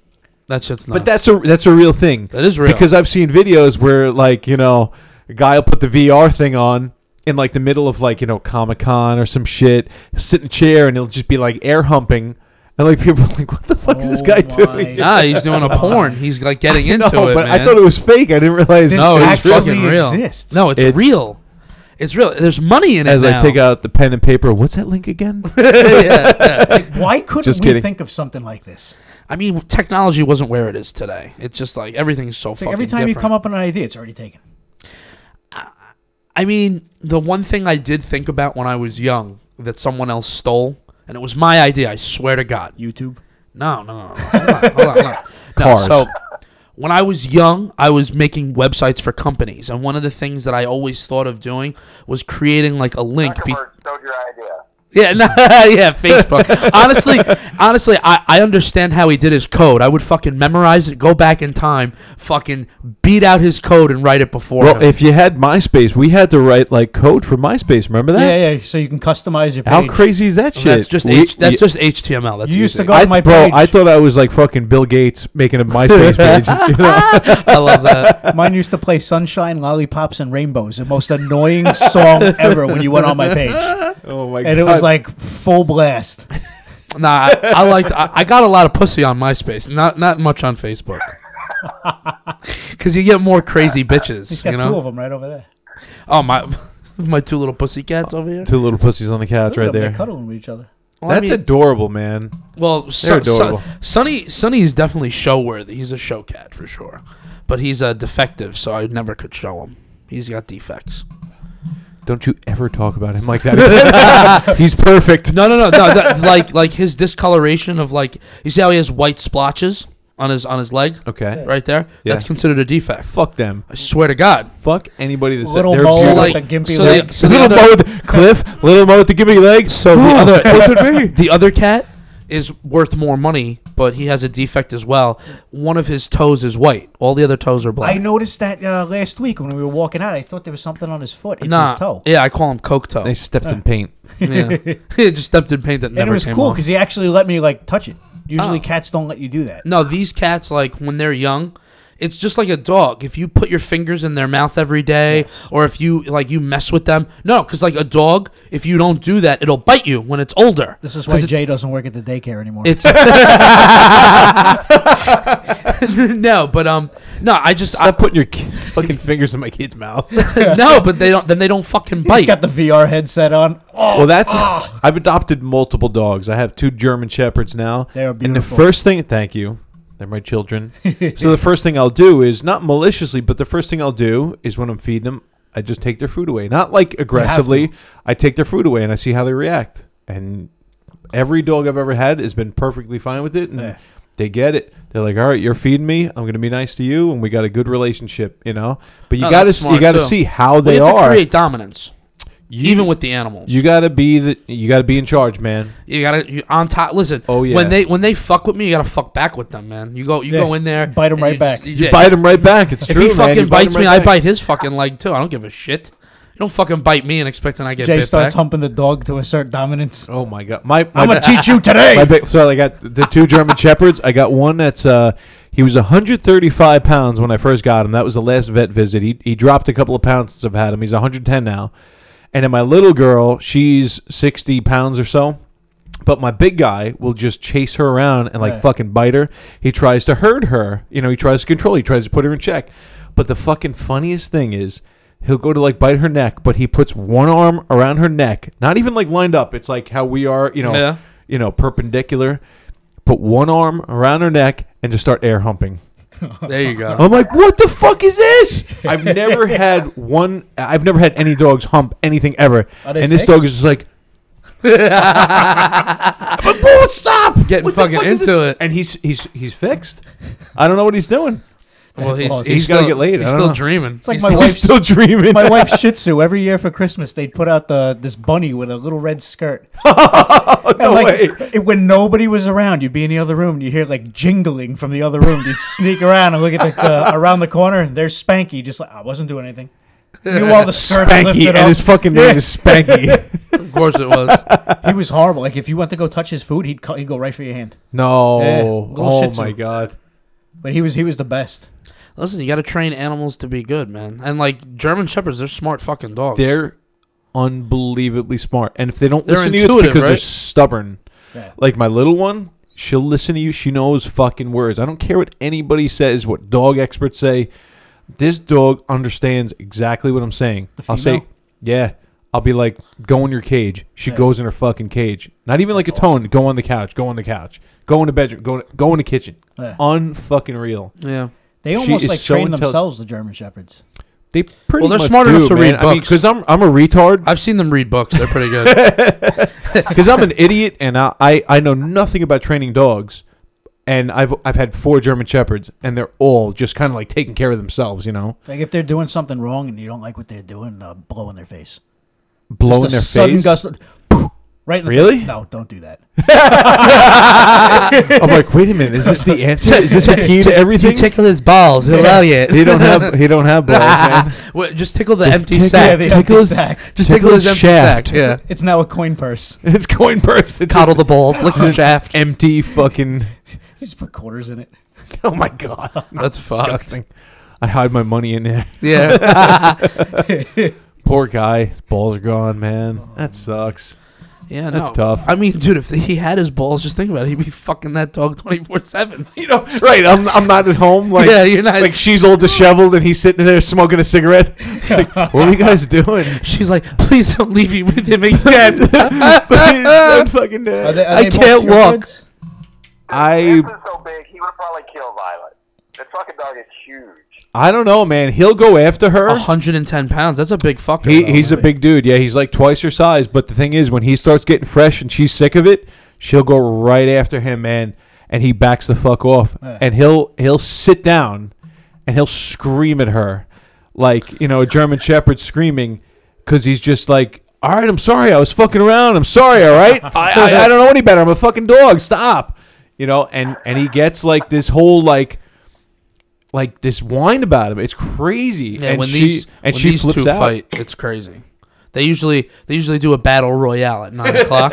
Speaker 1: That shit's nuts.
Speaker 3: But that's a that's a real thing.
Speaker 1: That is real.
Speaker 3: because I've seen videos where like you know a guy will put the VR thing on in like the middle of like you know Comic Con or some shit, sit in a chair and he'll just be like air humping, and like people are like, what the fuck is this
Speaker 2: Oh
Speaker 3: guy
Speaker 2: my
Speaker 3: doing?
Speaker 1: nah, he's doing a porn. He's like getting into
Speaker 3: no,
Speaker 1: it.
Speaker 3: but
Speaker 1: man.
Speaker 3: I thought it was fake. I didn't realize.
Speaker 2: This
Speaker 1: no, it's
Speaker 2: actually
Speaker 1: fucking real.
Speaker 2: exists.
Speaker 1: No, it's,
Speaker 3: It's-
Speaker 1: real. It's real. There's money in it
Speaker 3: As
Speaker 1: now.
Speaker 3: I take out the pen and paper, what's that link again?
Speaker 1: Yeah, yeah.
Speaker 2: Why couldn't
Speaker 3: Just
Speaker 2: we
Speaker 3: kidding.
Speaker 2: think of something like this?
Speaker 1: I mean, technology wasn't where it is today. It's just like everything's so
Speaker 2: It's
Speaker 1: fucking
Speaker 2: like every time
Speaker 1: different.
Speaker 2: you come up with an idea, it's already taken.
Speaker 1: I mean, the one thing I did think about when I was young that someone else stole, and it was my idea. I swear to God.
Speaker 2: YouTube.
Speaker 1: No, no, no. no. Hold on, hold on, hold on. No,
Speaker 3: Cars.
Speaker 1: so when I was young, I was making websites for companies, and one of the things that I always thought of doing was creating like a link. Be-
Speaker 9: Zuckerberg stole your idea.
Speaker 1: yeah, no, yeah, Facebook. honestly, honestly, I, I understand how he did his code. I would fucking memorize it, go back in time, fucking beat out his code and write it before.
Speaker 3: well,
Speaker 1: him.
Speaker 3: if you had MySpace, we had to write like code for MySpace. Remember that?
Speaker 2: Yeah, yeah. So you can customize your page.
Speaker 3: How crazy is that shit?
Speaker 1: that's just
Speaker 3: We-
Speaker 1: H- that's
Speaker 3: we-
Speaker 1: just HTML. That's
Speaker 2: You used
Speaker 1: easy.
Speaker 2: to go
Speaker 3: I,
Speaker 2: to my
Speaker 3: bro,
Speaker 2: page.
Speaker 3: I thought I was like fucking Bill Gates making a MySpace page. You know?
Speaker 1: I love that.
Speaker 2: Mine used to play Sunshine, Lollipops, and Rainbows, the most annoying song ever when you went on my page.
Speaker 3: Oh my
Speaker 2: And it was like full blast.
Speaker 1: Nah, I, I liked. I, I got a lot of pussy on MySpace. Not not much on Facebook. Because you get more crazy bitches,
Speaker 2: Got
Speaker 1: you
Speaker 2: two of
Speaker 1: know.
Speaker 2: them right over there.
Speaker 1: Oh my, my two little pussy cats over here.
Speaker 3: two little pussies on the couch
Speaker 2: Look
Speaker 3: right
Speaker 2: at 'em,
Speaker 3: there.
Speaker 2: They're cuddling with each other.
Speaker 1: Well,
Speaker 3: That's
Speaker 1: I mean,
Speaker 3: adorable, man.
Speaker 1: well. Son,
Speaker 3: adorable.
Speaker 1: son, Sonny Sonny is definitely show worthy. He's a show cat for sure, but he's a defective, so I never could show him. He's got defects.
Speaker 3: Don't you ever talk about him like that. He's perfect.
Speaker 1: No, no, no, no. that- like like his discoloration of like you see how he has white splotches on his on his leg
Speaker 3: Okay.
Speaker 1: right there.
Speaker 3: Yeah.
Speaker 1: That's considered a defect.
Speaker 3: Fuck them.
Speaker 1: I swear to God.
Speaker 3: Fuck anybody that's
Speaker 2: Little
Speaker 3: they're
Speaker 2: mole
Speaker 3: beautiful.
Speaker 1: like-
Speaker 2: with the gimpy
Speaker 1: so
Speaker 2: leg.
Speaker 1: they- so the
Speaker 3: little
Speaker 1: other-
Speaker 3: mole with Cliff, little mole with the gimpy leg.
Speaker 1: So the
Speaker 3: Oh,
Speaker 1: other
Speaker 3: that's what me.
Speaker 1: the other cat is worth more money, but he has a defect as well. One of his toes is white. All the other toes are black.
Speaker 2: I noticed that uh, last week when we were walking out. I thought there was something on his foot. It's
Speaker 1: Nah,
Speaker 2: his toe.
Speaker 1: yeah, I call him Coke Toe.
Speaker 3: They stepped in paint.
Speaker 1: yeah, he just stepped in paint that
Speaker 2: and
Speaker 1: never
Speaker 2: it was
Speaker 1: came
Speaker 2: cool
Speaker 1: off.
Speaker 2: because he actually let me like touch it. Usually
Speaker 1: Oh.
Speaker 2: cats don't let you do that.
Speaker 1: No, these cats like when they're young, it's just like a dog. If you put your fingers in their mouth every day, or if you like you mess with them, no, because like a dog, if you don't do that, it'll bite you when it's older.
Speaker 2: This is
Speaker 1: 'Cause
Speaker 2: why
Speaker 1: it's-
Speaker 2: Jay doesn't work at the daycare anymore.
Speaker 1: It's no, but um, no, I just I,
Speaker 3: Stop putting your ki- fucking fingers in my kid's mouth.
Speaker 1: no, but they don't. Then they don't fucking
Speaker 2: He's
Speaker 1: bite.
Speaker 2: got the VR headset on.
Speaker 1: Oh,
Speaker 2: Oh,
Speaker 3: Well, that's I've adopted multiple dogs. I have two German shepherds now.
Speaker 2: They are
Speaker 3: And the
Speaker 2: beautiful.
Speaker 3: first thing, thank you. They're my children. so the first thing I'll do is not maliciously, but the first thing I'll do is when I'm feeding them, I just take their food away. Not like aggressively. I take their food away and I see how they react. And every dog I've ever had has been perfectly fine with it. And
Speaker 2: Yeah.
Speaker 3: they get it. They're like, "All right, you're feeding me. I'm going to be nice to you, and we got a good relationship." You know. But you
Speaker 1: No,
Speaker 3: got
Speaker 1: Oh, that's
Speaker 3: to you
Speaker 1: smart,
Speaker 3: got to
Speaker 1: too.
Speaker 3: see how
Speaker 1: Well,
Speaker 3: they
Speaker 1: you have
Speaker 3: are.
Speaker 1: to create dominance,
Speaker 3: You-
Speaker 1: even with the animals.
Speaker 3: you got to be the you got to be in charge, man.
Speaker 1: You gotta you, on top. Listen,
Speaker 3: Oh, yeah.
Speaker 1: when they when they fuck with me, you gotta fuck back with them, man. You go you
Speaker 2: Yeah.
Speaker 1: go in there,
Speaker 2: Bite 'em
Speaker 1: and
Speaker 2: right
Speaker 1: you
Speaker 2: back.
Speaker 1: just-
Speaker 3: You
Speaker 1: yeah.
Speaker 3: bite him right back. It's
Speaker 1: If
Speaker 3: true.
Speaker 1: he
Speaker 3: man.
Speaker 1: fucking
Speaker 3: You bite him
Speaker 1: bites me,
Speaker 3: right
Speaker 1: I
Speaker 3: back.
Speaker 1: bite his fucking leg too. I don't give a shit. You don't fucking bite me and expecting I get
Speaker 2: Jay
Speaker 1: bit
Speaker 2: starts
Speaker 1: back.
Speaker 2: humping the dog to assert dominance.
Speaker 3: Oh my god, my my,
Speaker 2: I'm gonna
Speaker 3: ba-
Speaker 2: teach you today.
Speaker 3: my ba- so I got the two German shepherds. I got one that's uh He was 135 pounds when I first got him. That was the last vet visit. He, he dropped a couple of pounds since I've had him. He's 110 now. And then my little girl, she's 60 pounds or so. But my big guy will just chase her around and like
Speaker 14: Right.
Speaker 3: fucking bite her. He tries to hurt her. You know, he tries to control. He tries to put her in check. But the fucking funniest thing is, he'll go to like bite her neck, but he puts one arm around her neck, not even like lined up. It's like how we are, you know,
Speaker 1: Yeah.
Speaker 3: you know, perpendicular. Put one arm around her neck and just start air humping.
Speaker 1: There you go.
Speaker 3: I'm like, what the fuck is this? I've never had one. I've never had any dogs hump anything ever,
Speaker 1: Are they
Speaker 3: and this
Speaker 1: fixed?
Speaker 3: dog is just like. but stop getting
Speaker 1: fucking into
Speaker 3: it. And he's he's he's fixed. I don't know what he's doing.
Speaker 1: Well, he's-
Speaker 3: he's,
Speaker 1: he's
Speaker 3: he's got to
Speaker 1: still-
Speaker 3: get laid.
Speaker 1: he's
Speaker 3: I don't
Speaker 1: still
Speaker 3: know.
Speaker 1: dreaming.
Speaker 2: It's like
Speaker 3: He's
Speaker 2: my
Speaker 3: still-
Speaker 2: wife's
Speaker 3: he's still dreaming.
Speaker 2: My wife's Shih Tzu. Every year for Christmas, they'd put out the this bunny with a little red skirt. And,
Speaker 3: No
Speaker 2: like, it- when nobody was around, you'd be in the other room. and You hear like jingling from the other room. You'd sneak around and look at the, the around the corner, and there's Spanky. Just like I wasn't doing anything. You all the skirt
Speaker 3: Spanky,
Speaker 2: lifted
Speaker 3: and
Speaker 2: up.
Speaker 3: his fucking name is Spanky.
Speaker 1: Of course it was.
Speaker 2: He was horrible. Like if you went to go touch his food, he'd, cut, he'd go right for your hand.
Speaker 3: No.
Speaker 2: Yeah, little
Speaker 3: Oh
Speaker 2: Shih Tzu.
Speaker 3: my god.
Speaker 2: But he was he was the best.
Speaker 1: Listen, you got to train animals to be good, man. And like German shepherds, they're smart fucking dogs.
Speaker 3: They're unbelievably smart, and if they don't
Speaker 1: They're
Speaker 3: listen to you, it's
Speaker 1: intuitive,
Speaker 3: because they're
Speaker 1: right?
Speaker 3: stubborn.
Speaker 1: Yeah.
Speaker 3: Like my little one, she'll listen to you. She knows fucking words. I don't care what anybody says, what dog experts say. This dog understands exactly what I'm saying. I'll say,
Speaker 14: female?
Speaker 3: yeah. I'll be like, go in your cage. She
Speaker 14: Yeah.
Speaker 3: goes in her fucking cage. Not even like a tone. Go on the couch. Go on the couch. Go in the bedroom. Go go in the kitchen.
Speaker 2: Yeah.
Speaker 3: Unfucking real.
Speaker 1: Yeah.
Speaker 2: They
Speaker 3: She
Speaker 2: almost
Speaker 3: is
Speaker 2: like
Speaker 3: so
Speaker 2: train
Speaker 3: intelli-
Speaker 2: themselves, the German shepherds.
Speaker 3: They pretty
Speaker 1: well, they're
Speaker 3: much
Speaker 1: smart
Speaker 3: do,
Speaker 1: enough to
Speaker 3: man.
Speaker 1: read books.
Speaker 3: I mean, 'cause I'm I'm a retard.
Speaker 1: I've seen them read books. They're pretty good.
Speaker 3: because I'm an idiot and I, I, I know nothing about training dogs. And I've I've had four German shepherds, and they're all just kind of like taking care of themselves, you know,
Speaker 2: Like if they're doing something wrong and you don't like what they're doing, uh, blow in their face.
Speaker 3: blowing
Speaker 2: Just a
Speaker 3: their
Speaker 2: sudden
Speaker 3: face.
Speaker 2: gust of- right in the
Speaker 3: Really?
Speaker 2: face. No, don't do that.
Speaker 3: I'm like, wait a minute, is this the answer? Is this the key to everything?
Speaker 1: You tickle his balls. He'll love you.
Speaker 3: He don't have he don't have balls. man.
Speaker 1: Wait, just tickle the
Speaker 3: Just
Speaker 1: empty
Speaker 3: tickle-
Speaker 1: sack.
Speaker 3: yeah, the empty
Speaker 1: his-
Speaker 3: sack.
Speaker 1: Just
Speaker 3: Tickle
Speaker 1: tickle
Speaker 3: his
Speaker 1: his empty
Speaker 3: shaft.
Speaker 1: sack. Yeah.
Speaker 2: It's now a coin purse.
Speaker 3: It's coin purse. It's
Speaker 1: Coddle the balls. Look at the shaft.
Speaker 3: Empty fucking.
Speaker 2: Just put quarters in it.
Speaker 3: Oh my god,
Speaker 1: That's fucked.
Speaker 3: disgusting. I hide my money in there.
Speaker 1: Yeah.
Speaker 3: Poor guy, his balls are gone, man. That sucks.
Speaker 1: Yeah,
Speaker 3: that's
Speaker 1: no.
Speaker 3: tough.
Speaker 1: I mean, dude, if he had his balls, just think about it. He'd be fucking that dog twenty four seven.
Speaker 3: You know, right? I'm, I'm not at home. Like,
Speaker 1: Yeah, you're not-
Speaker 3: Like she's all disheveled and he's sitting there smoking a cigarette. Like, what are you guys doing?
Speaker 1: She's like, please don't leave me with him again.
Speaker 3: Please don't fucking do it.
Speaker 1: Are they- uh, are I they both can't purebreds?
Speaker 3: I
Speaker 9: The fucking dog is huge.
Speaker 3: I don't know, man. He'll go after her.
Speaker 1: 110 pounds. That's a big fucker.
Speaker 3: He,
Speaker 1: though,
Speaker 3: he's a
Speaker 1: man.
Speaker 3: big dude. Yeah, he's like twice her size. But the thing is, when he starts getting fresh and she's sick of it, she'll go right after him, man. And he backs the fuck off.
Speaker 2: Yeah.
Speaker 3: And he'll he'll sit down, and he'll scream at her, like you know a German Shepherd screaming, because he's just like, all right, I'm sorry, I was fucking around. I'm sorry, all right. I, I I don't know any better. I'm a fucking dog. Stop. You know. And and he gets like this whole like. Like this whine about him, it's crazy.
Speaker 1: Yeah,
Speaker 3: and
Speaker 1: when
Speaker 3: she,
Speaker 1: these
Speaker 3: and
Speaker 1: when
Speaker 3: she
Speaker 1: these
Speaker 3: flips
Speaker 1: two
Speaker 3: out.
Speaker 1: fight, it's crazy. They usually they usually do a battle royale at nine o'clock.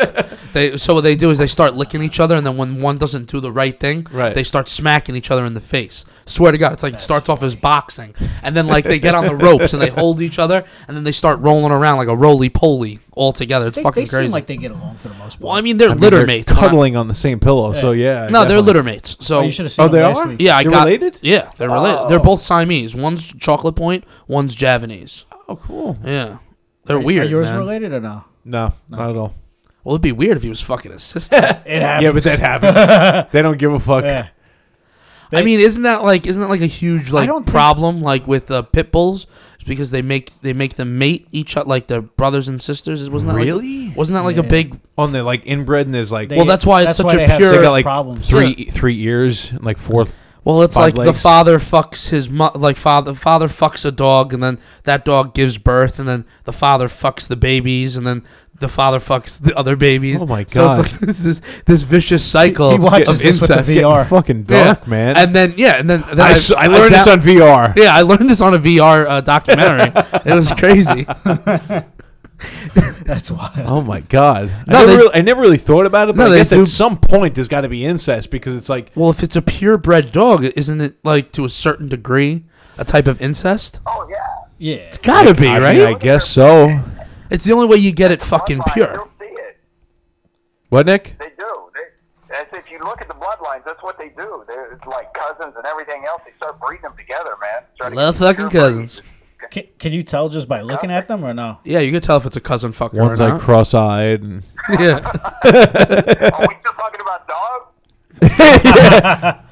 Speaker 1: They so what they do is they start licking each other, and then when one doesn't do the right thing,
Speaker 3: Right.
Speaker 1: they start smacking each other in the face. Swear to God, it's like it starts off as boxing, and then like they get on the ropes and they hold each other, and then they start rolling around like a roly poly all together. It's
Speaker 2: They,
Speaker 1: fucking
Speaker 2: they
Speaker 1: crazy.
Speaker 2: seem like they get along for the most part.
Speaker 1: well, I mean they're litter mates, when I-
Speaker 3: cuddling on the same pillow. So yeah,
Speaker 1: no, they're
Speaker 3: definitely.
Speaker 1: litter mates. So
Speaker 2: Oh, you should've seen Oh, them they last are? week.
Speaker 1: Yeah, I
Speaker 3: They're
Speaker 1: got
Speaker 3: related?
Speaker 1: Yeah, they're related. They're both Siamese. One's Chocolate Point. One's Javanese.
Speaker 3: Oh, cool.
Speaker 1: Yeah, they're
Speaker 2: Are- are
Speaker 1: weird.
Speaker 2: yours
Speaker 1: man.
Speaker 2: related or no?
Speaker 3: No, not at all.
Speaker 1: Well, it'd be weird if he was fucking his sister.
Speaker 2: It happens.
Speaker 3: Yeah, but that happens. they don't give a fuck.
Speaker 2: Yeah.
Speaker 1: I mean, isn't that like isn't that like a huge like
Speaker 2: don't think-
Speaker 1: problem like with uh, pit bulls? It's because they make they make them mate each other like their brothers and sisters. Wasn't that like-
Speaker 3: Really?
Speaker 1: wasn't that like a
Speaker 3: Yeah.
Speaker 1: big?
Speaker 3: On the like inbred and there's like
Speaker 1: Well, that's why it's such a pure.
Speaker 3: they got like three three ears and like four.
Speaker 1: Well, it's
Speaker 3: five
Speaker 1: like the
Speaker 3: legs.
Speaker 1: father fucks his mo- like father father fucks a dog, and then that dog gives birth, and then the father fucks the babies, and then the father fucks the other babies.
Speaker 3: Oh my
Speaker 1: So
Speaker 3: God.
Speaker 1: it's like this is this vicious cycle.
Speaker 3: He
Speaker 1: of
Speaker 3: watches this with the
Speaker 1: incest.
Speaker 3: VR. It's getting fucking dark, man.
Speaker 1: And then yeah, and then, then
Speaker 3: I s- I learned this on VR.
Speaker 1: Yeah, I learned this on a VR uh, documentary. it was crazy.
Speaker 2: That's wild.
Speaker 3: Oh my god!
Speaker 1: No,
Speaker 3: I, never
Speaker 1: they-
Speaker 3: really, I never really thought about it, but
Speaker 1: No,
Speaker 3: I
Speaker 1: they
Speaker 3: guess
Speaker 1: do-
Speaker 3: at some point there's got to be incest because it's like
Speaker 1: Well, if it's a purebred dog, isn't it like to a certain degree a type of incest?
Speaker 9: Oh yeah.
Speaker 15: Yeah.
Speaker 1: It's gotta be,
Speaker 3: I mean,
Speaker 1: right?
Speaker 3: I guess so.
Speaker 1: It's the only way you get it fucking pure.
Speaker 3: What, Nick?
Speaker 9: They do. They, that's if you look at the bloodlines, that's what they do. They're it's like cousins and everything else. They start breeding them together, man. Try to
Speaker 1: Love
Speaker 9: get the
Speaker 1: fucking
Speaker 9: pure breed.
Speaker 1: cousins.
Speaker 2: Can, can you tell just by looking at them or no?
Speaker 1: Yeah, you can tell if it's a cousin fucker
Speaker 3: One's
Speaker 1: or
Speaker 3: like
Speaker 1: not.
Speaker 3: cross-eyed. And
Speaker 1: yeah.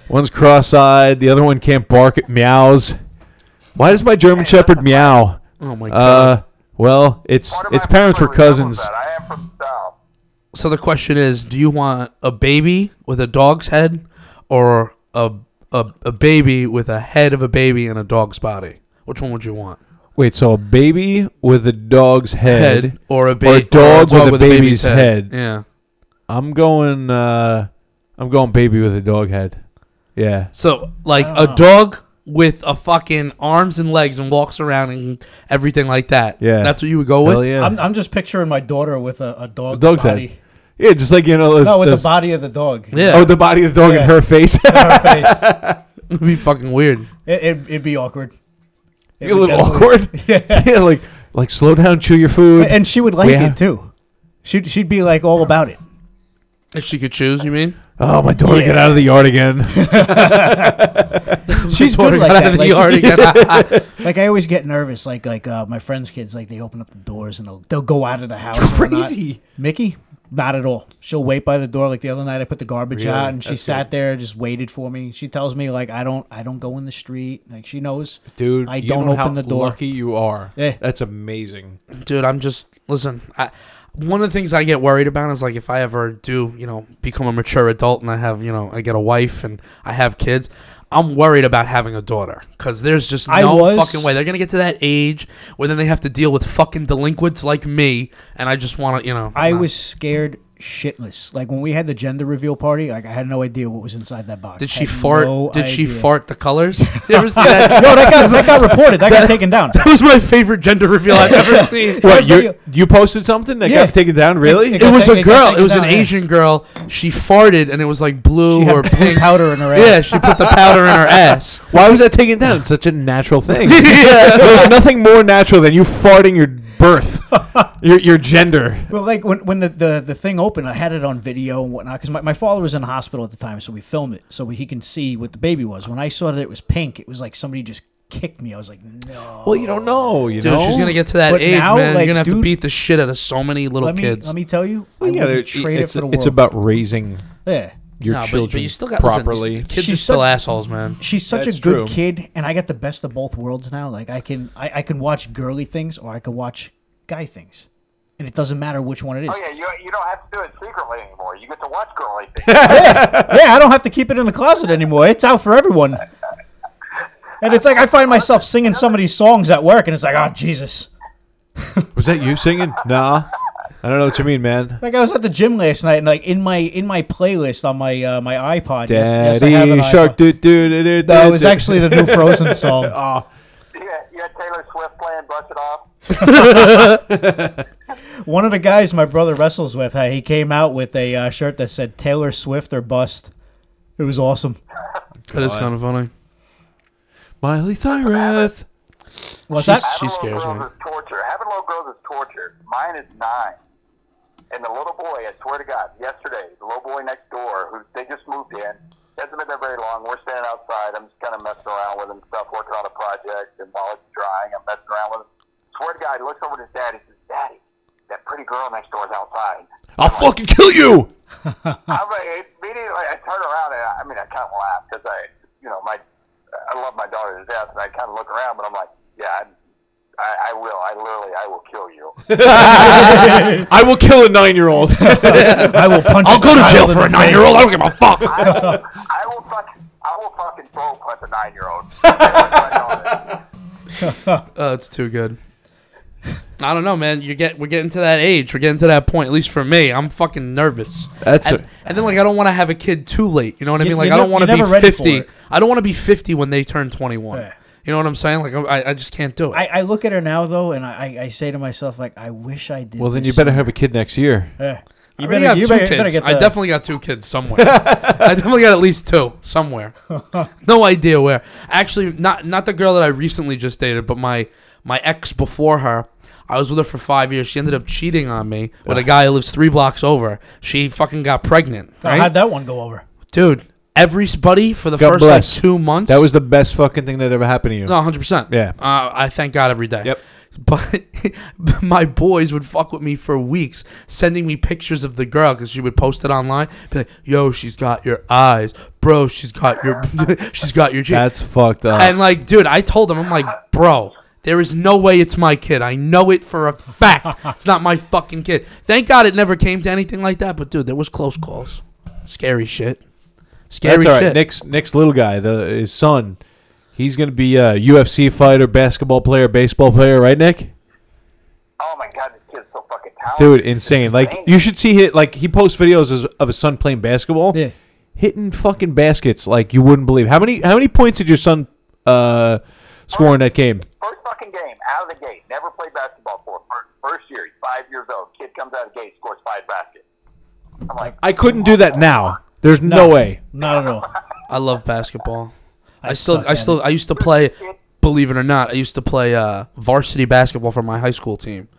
Speaker 3: One's cross-eyed. The other one can't bark. It meows. Why does my German Shepherd meow?
Speaker 1: Oh my
Speaker 3: Uh, well, its its parents were cousins.
Speaker 1: So the question is, do you want a baby with a dog's head, or a a, a baby with a head of a baby and a dog's body? Which one would you want?
Speaker 3: Wait, so a baby with a dog's head,
Speaker 1: Head, or a ba-
Speaker 3: or
Speaker 1: or
Speaker 3: a
Speaker 1: a
Speaker 3: dog,
Speaker 1: dog
Speaker 3: with,
Speaker 1: with
Speaker 3: a
Speaker 1: a
Speaker 3: baby's,
Speaker 1: baby's
Speaker 3: head.
Speaker 1: head. Yeah.
Speaker 3: I'm going. Uh, I'm going baby with a dog head. Yeah.
Speaker 1: So like a
Speaker 2: Oh.
Speaker 1: dog with a fucking arms and legs and walks around and everything like that.
Speaker 3: Yeah.
Speaker 1: that's what you would go with.
Speaker 3: Hell yeah.
Speaker 2: I'm, I'm just picturing my daughter with a, a dog.
Speaker 3: A dog's
Speaker 2: body.
Speaker 3: head. Yeah, just like you know. Those,
Speaker 2: no, with
Speaker 3: those-
Speaker 2: the body of the dog.
Speaker 1: Yeah.
Speaker 3: Oh, the body of the dog
Speaker 2: Yeah.
Speaker 3: in her face.
Speaker 2: In her face.
Speaker 1: It'd be fucking weird.
Speaker 2: It, it, it'd be awkward. It
Speaker 3: Be a
Speaker 2: would
Speaker 3: little
Speaker 2: definitely-
Speaker 3: awkward. Yeah. like like slow down, chew your food.
Speaker 2: And she would like
Speaker 3: Yeah.
Speaker 2: it too. She'd, she'd be like all about it.
Speaker 1: If she could choose, you mean?
Speaker 3: Oh, my daughter got out of the yard again.
Speaker 2: She's
Speaker 1: Daughter
Speaker 2: good like
Speaker 1: got
Speaker 2: that.
Speaker 1: out of the
Speaker 2: like,
Speaker 1: yard again.
Speaker 2: like I always get nervous. Like like uh, my friends' kids, like they open up the doors and they'll they'll go out of the house. and whatnot.
Speaker 3: Crazy.
Speaker 2: Mickey, not at all. She'll wait by the door. Like the other night, I put the garbage
Speaker 3: Really?
Speaker 2: out and she
Speaker 3: That's
Speaker 2: sat there and just waited for me. She tells me like I don't I don't go in the street. Like she knows,
Speaker 3: Dude,
Speaker 2: I
Speaker 3: you
Speaker 2: don't
Speaker 3: know
Speaker 2: open
Speaker 3: how
Speaker 2: the door.
Speaker 3: Lucky you are.
Speaker 2: Yeah.
Speaker 3: That's amazing.
Speaker 1: dude i'm just listen I, one of the things i get worried about is like if i ever do you know become a mature adult and i have you know i get a wife and i have kids i'm worried about having a daughter because there's just
Speaker 2: I
Speaker 1: no
Speaker 2: was-
Speaker 1: fucking way they're gonna get to that age where then they have to deal with fucking delinquents like me and i just want to you know
Speaker 2: I
Speaker 1: nah.
Speaker 2: was scared shitless. Like when we had the gender reveal party, like I had no idea what was inside that box.
Speaker 1: did she
Speaker 2: Had
Speaker 1: fart
Speaker 2: no
Speaker 1: did she
Speaker 2: idea.
Speaker 1: fart the colors you ever see that
Speaker 2: No, that got that got reported. That got taken down.
Speaker 1: that was my favorite gender reveal i've ever seen
Speaker 3: What
Speaker 2: video-
Speaker 3: you you posted something that
Speaker 2: Yeah.
Speaker 3: got taken down? Really?
Speaker 2: It-
Speaker 1: it was a
Speaker 2: They got
Speaker 1: girl.
Speaker 2: taken
Speaker 1: It was an
Speaker 2: down, yeah.
Speaker 1: Asian girl. She farted, and it was like blue
Speaker 2: She
Speaker 1: or
Speaker 2: had
Speaker 1: pink.
Speaker 2: powder in her ass.
Speaker 1: Yeah, she put the powder in her ass.
Speaker 3: Why was that taken down? It's such a natural thing. There's nothing more natural than you farting your birth, your your gender.
Speaker 2: Well, like when, when the, the, the thing opened, I had it on video and whatnot because my, my father was in the hospital at the time, so we filmed it so he can see what the baby was. When I saw that it was pink, it was like somebody just kicked me. I was like, no.
Speaker 3: Well, you don't know. You
Speaker 1: Dude,
Speaker 3: know.
Speaker 1: she's gonna get to that
Speaker 2: But
Speaker 1: age,
Speaker 2: now,
Speaker 1: man.
Speaker 2: like,
Speaker 1: You're gonna have to
Speaker 2: dude-
Speaker 1: beat the shit out of so many little
Speaker 2: Let me
Speaker 1: kids.
Speaker 2: let me tell you, I
Speaker 3: Well, yeah,
Speaker 2: would
Speaker 3: it-
Speaker 2: trade it
Speaker 3: it's,
Speaker 2: for the world.
Speaker 3: it's about raising
Speaker 2: yeah.
Speaker 3: your
Speaker 1: Nah, but-
Speaker 3: children
Speaker 1: but, you still got listen,
Speaker 3: properly.
Speaker 1: these kids are
Speaker 2: She's
Speaker 1: still
Speaker 2: such-
Speaker 1: assholes, man.
Speaker 2: She's such
Speaker 3: That's
Speaker 2: a good
Speaker 3: true.
Speaker 2: kid, and I got the best of both worlds now. Like I can I, I can watch girly things or I can watch guy things, and it doesn't matter which one it is.
Speaker 9: Oh yeah, you, you don't have to do it secretly anymore. You get to watch girly things.
Speaker 2: yeah, I don't have to keep it in the closet anymore. It's out for everyone. And it's like I find myself singing somebody's songs at work, and it's like, oh Jesus!
Speaker 3: Was that you singing? Nah. I don't know what you mean, man.
Speaker 2: Like I was at the gym last night, and like in my in my playlist on my uh, my iPod. yes- yes, I
Speaker 3: Daddy
Speaker 2: have an
Speaker 3: shark,
Speaker 2: iPod.
Speaker 3: do do do do.
Speaker 2: No, it was actually the new Frozen song.
Speaker 3: Oh.
Speaker 9: you, had, you had Taylor Swift playing "Bust It Off."
Speaker 2: One of the guys my brother wrestles with, uh, he came out with a uh, shirt that said Taylor Swift or bust. It was awesome.
Speaker 1: That is kind of funny.
Speaker 3: Miley Cyrus.
Speaker 2: What's
Speaker 1: She's-
Speaker 2: that?
Speaker 1: She scares
Speaker 9: Having little
Speaker 1: me.
Speaker 9: girls is torture. Having little girls is torture. Mine is nine. And the little boy, I swear to God, yesterday, the little boy next door, who they just moved in, hasn't been there very long. We're standing outside. I'm just kind of messing around with him, stuff, working on a project. And while it's drying, I'm messing around with him. Swear to God, he looks over at his dad. He says, "Daddy, that pretty girl next door is outside."
Speaker 3: I'll fucking kill you.
Speaker 9: I'm like, immediately, I turn around and I, I mean, I kind of laugh because I, you know, my, I love my daughter to death, and I kind of look around, but I'm like, yeah, I'm, I, I will, I literally, I will kill you.
Speaker 3: I will kill a nine-year-old.
Speaker 2: I will punch.
Speaker 3: I'll
Speaker 2: a
Speaker 3: go to
Speaker 2: child
Speaker 3: jail
Speaker 2: in
Speaker 3: for
Speaker 2: the
Speaker 3: a
Speaker 2: face.
Speaker 3: nine-year-old. I don't give a fuck.
Speaker 9: I will, I will fucking, I will fucking throw punch a nine year old. I
Speaker 1: Oh, it's too good. I don't know, man. You get we're getting to that age. We're getting to that point. At least for me, I'm fucking nervous.
Speaker 3: That's
Speaker 1: and,
Speaker 3: a-
Speaker 1: and then like I don't want to have a kid too late. You know what I
Speaker 2: You-
Speaker 1: mean? Like
Speaker 2: you're
Speaker 1: I
Speaker 2: ne-
Speaker 1: don't want
Speaker 2: you're
Speaker 1: to be
Speaker 2: never ready for
Speaker 1: 50.
Speaker 2: it.
Speaker 1: I don't want to be 50 when they turn 21.
Speaker 2: Yeah.
Speaker 1: You know what I'm saying? Like I, I just can't do it.
Speaker 2: I, I look at her now though, and I, I- I say to myself like, I wish I did.
Speaker 3: Well, then
Speaker 2: this Eh.
Speaker 3: you better
Speaker 2: sooner.
Speaker 3: have a kid next year.
Speaker 2: Yeah.
Speaker 1: I already have two kids. I definitely got two kids somewhere. I definitely got at least two somewhere. no idea where. Actually, not not the girl that I recently just dated, but my my ex before her. I was with her for five years. She ended up cheating on me with a
Speaker 3: Ah.
Speaker 1: guy who lives three blocks over. She fucking got pregnant.
Speaker 3: Oh,
Speaker 2: Now,
Speaker 1: Right?
Speaker 2: How'd that one go over?
Speaker 1: Dude, everybody for the
Speaker 3: God
Speaker 1: first
Speaker 3: bless.
Speaker 1: like two months.
Speaker 3: That was the best fucking thing that ever happened to you.
Speaker 1: No, hundred percent.
Speaker 3: Yeah.
Speaker 1: uh, I thank God every day. Yep. But my boys would fuck with me for weeks, sending me pictures of the girl because she would post it online. Be like, "Yo, she's got your eyes, bro. She's got your, she's got your." Jeans.
Speaker 3: That's fucked up.
Speaker 1: And like, dude, I told him, I'm like, bro, there is no way it's my kid. I know it for a fact. it's not my fucking kid. Thank God it never came to anything like that. But dude, there was close calls, scary shit, scary
Speaker 3: That's all right.
Speaker 1: shit.
Speaker 3: Nick's Nick's little guy, the his son, he's gonna be a UFC fighter, basketball player, baseball player, right, Nick?
Speaker 9: Oh my god, this kid's so fucking talented.
Speaker 3: Dude, insane! Like you should see hit. Like he posts videos of- of his son playing basketball, yeah. hitting fucking baskets like you wouldn't believe. How many how many points did your son uh, score in that game?
Speaker 9: First fucking game, out of the gate. Never played basketball before. First, first year, he's five years old. Kid comes out of the gate, scores five baskets. I'm like,
Speaker 3: I couldn't do that now. There's no, way.
Speaker 2: Not at all.
Speaker 1: I love basketball. I,
Speaker 2: I
Speaker 1: still,
Speaker 2: suck
Speaker 1: I
Speaker 2: at
Speaker 1: still, I used to play. Believe it or not, I used to play uh, varsity basketball for my high school team.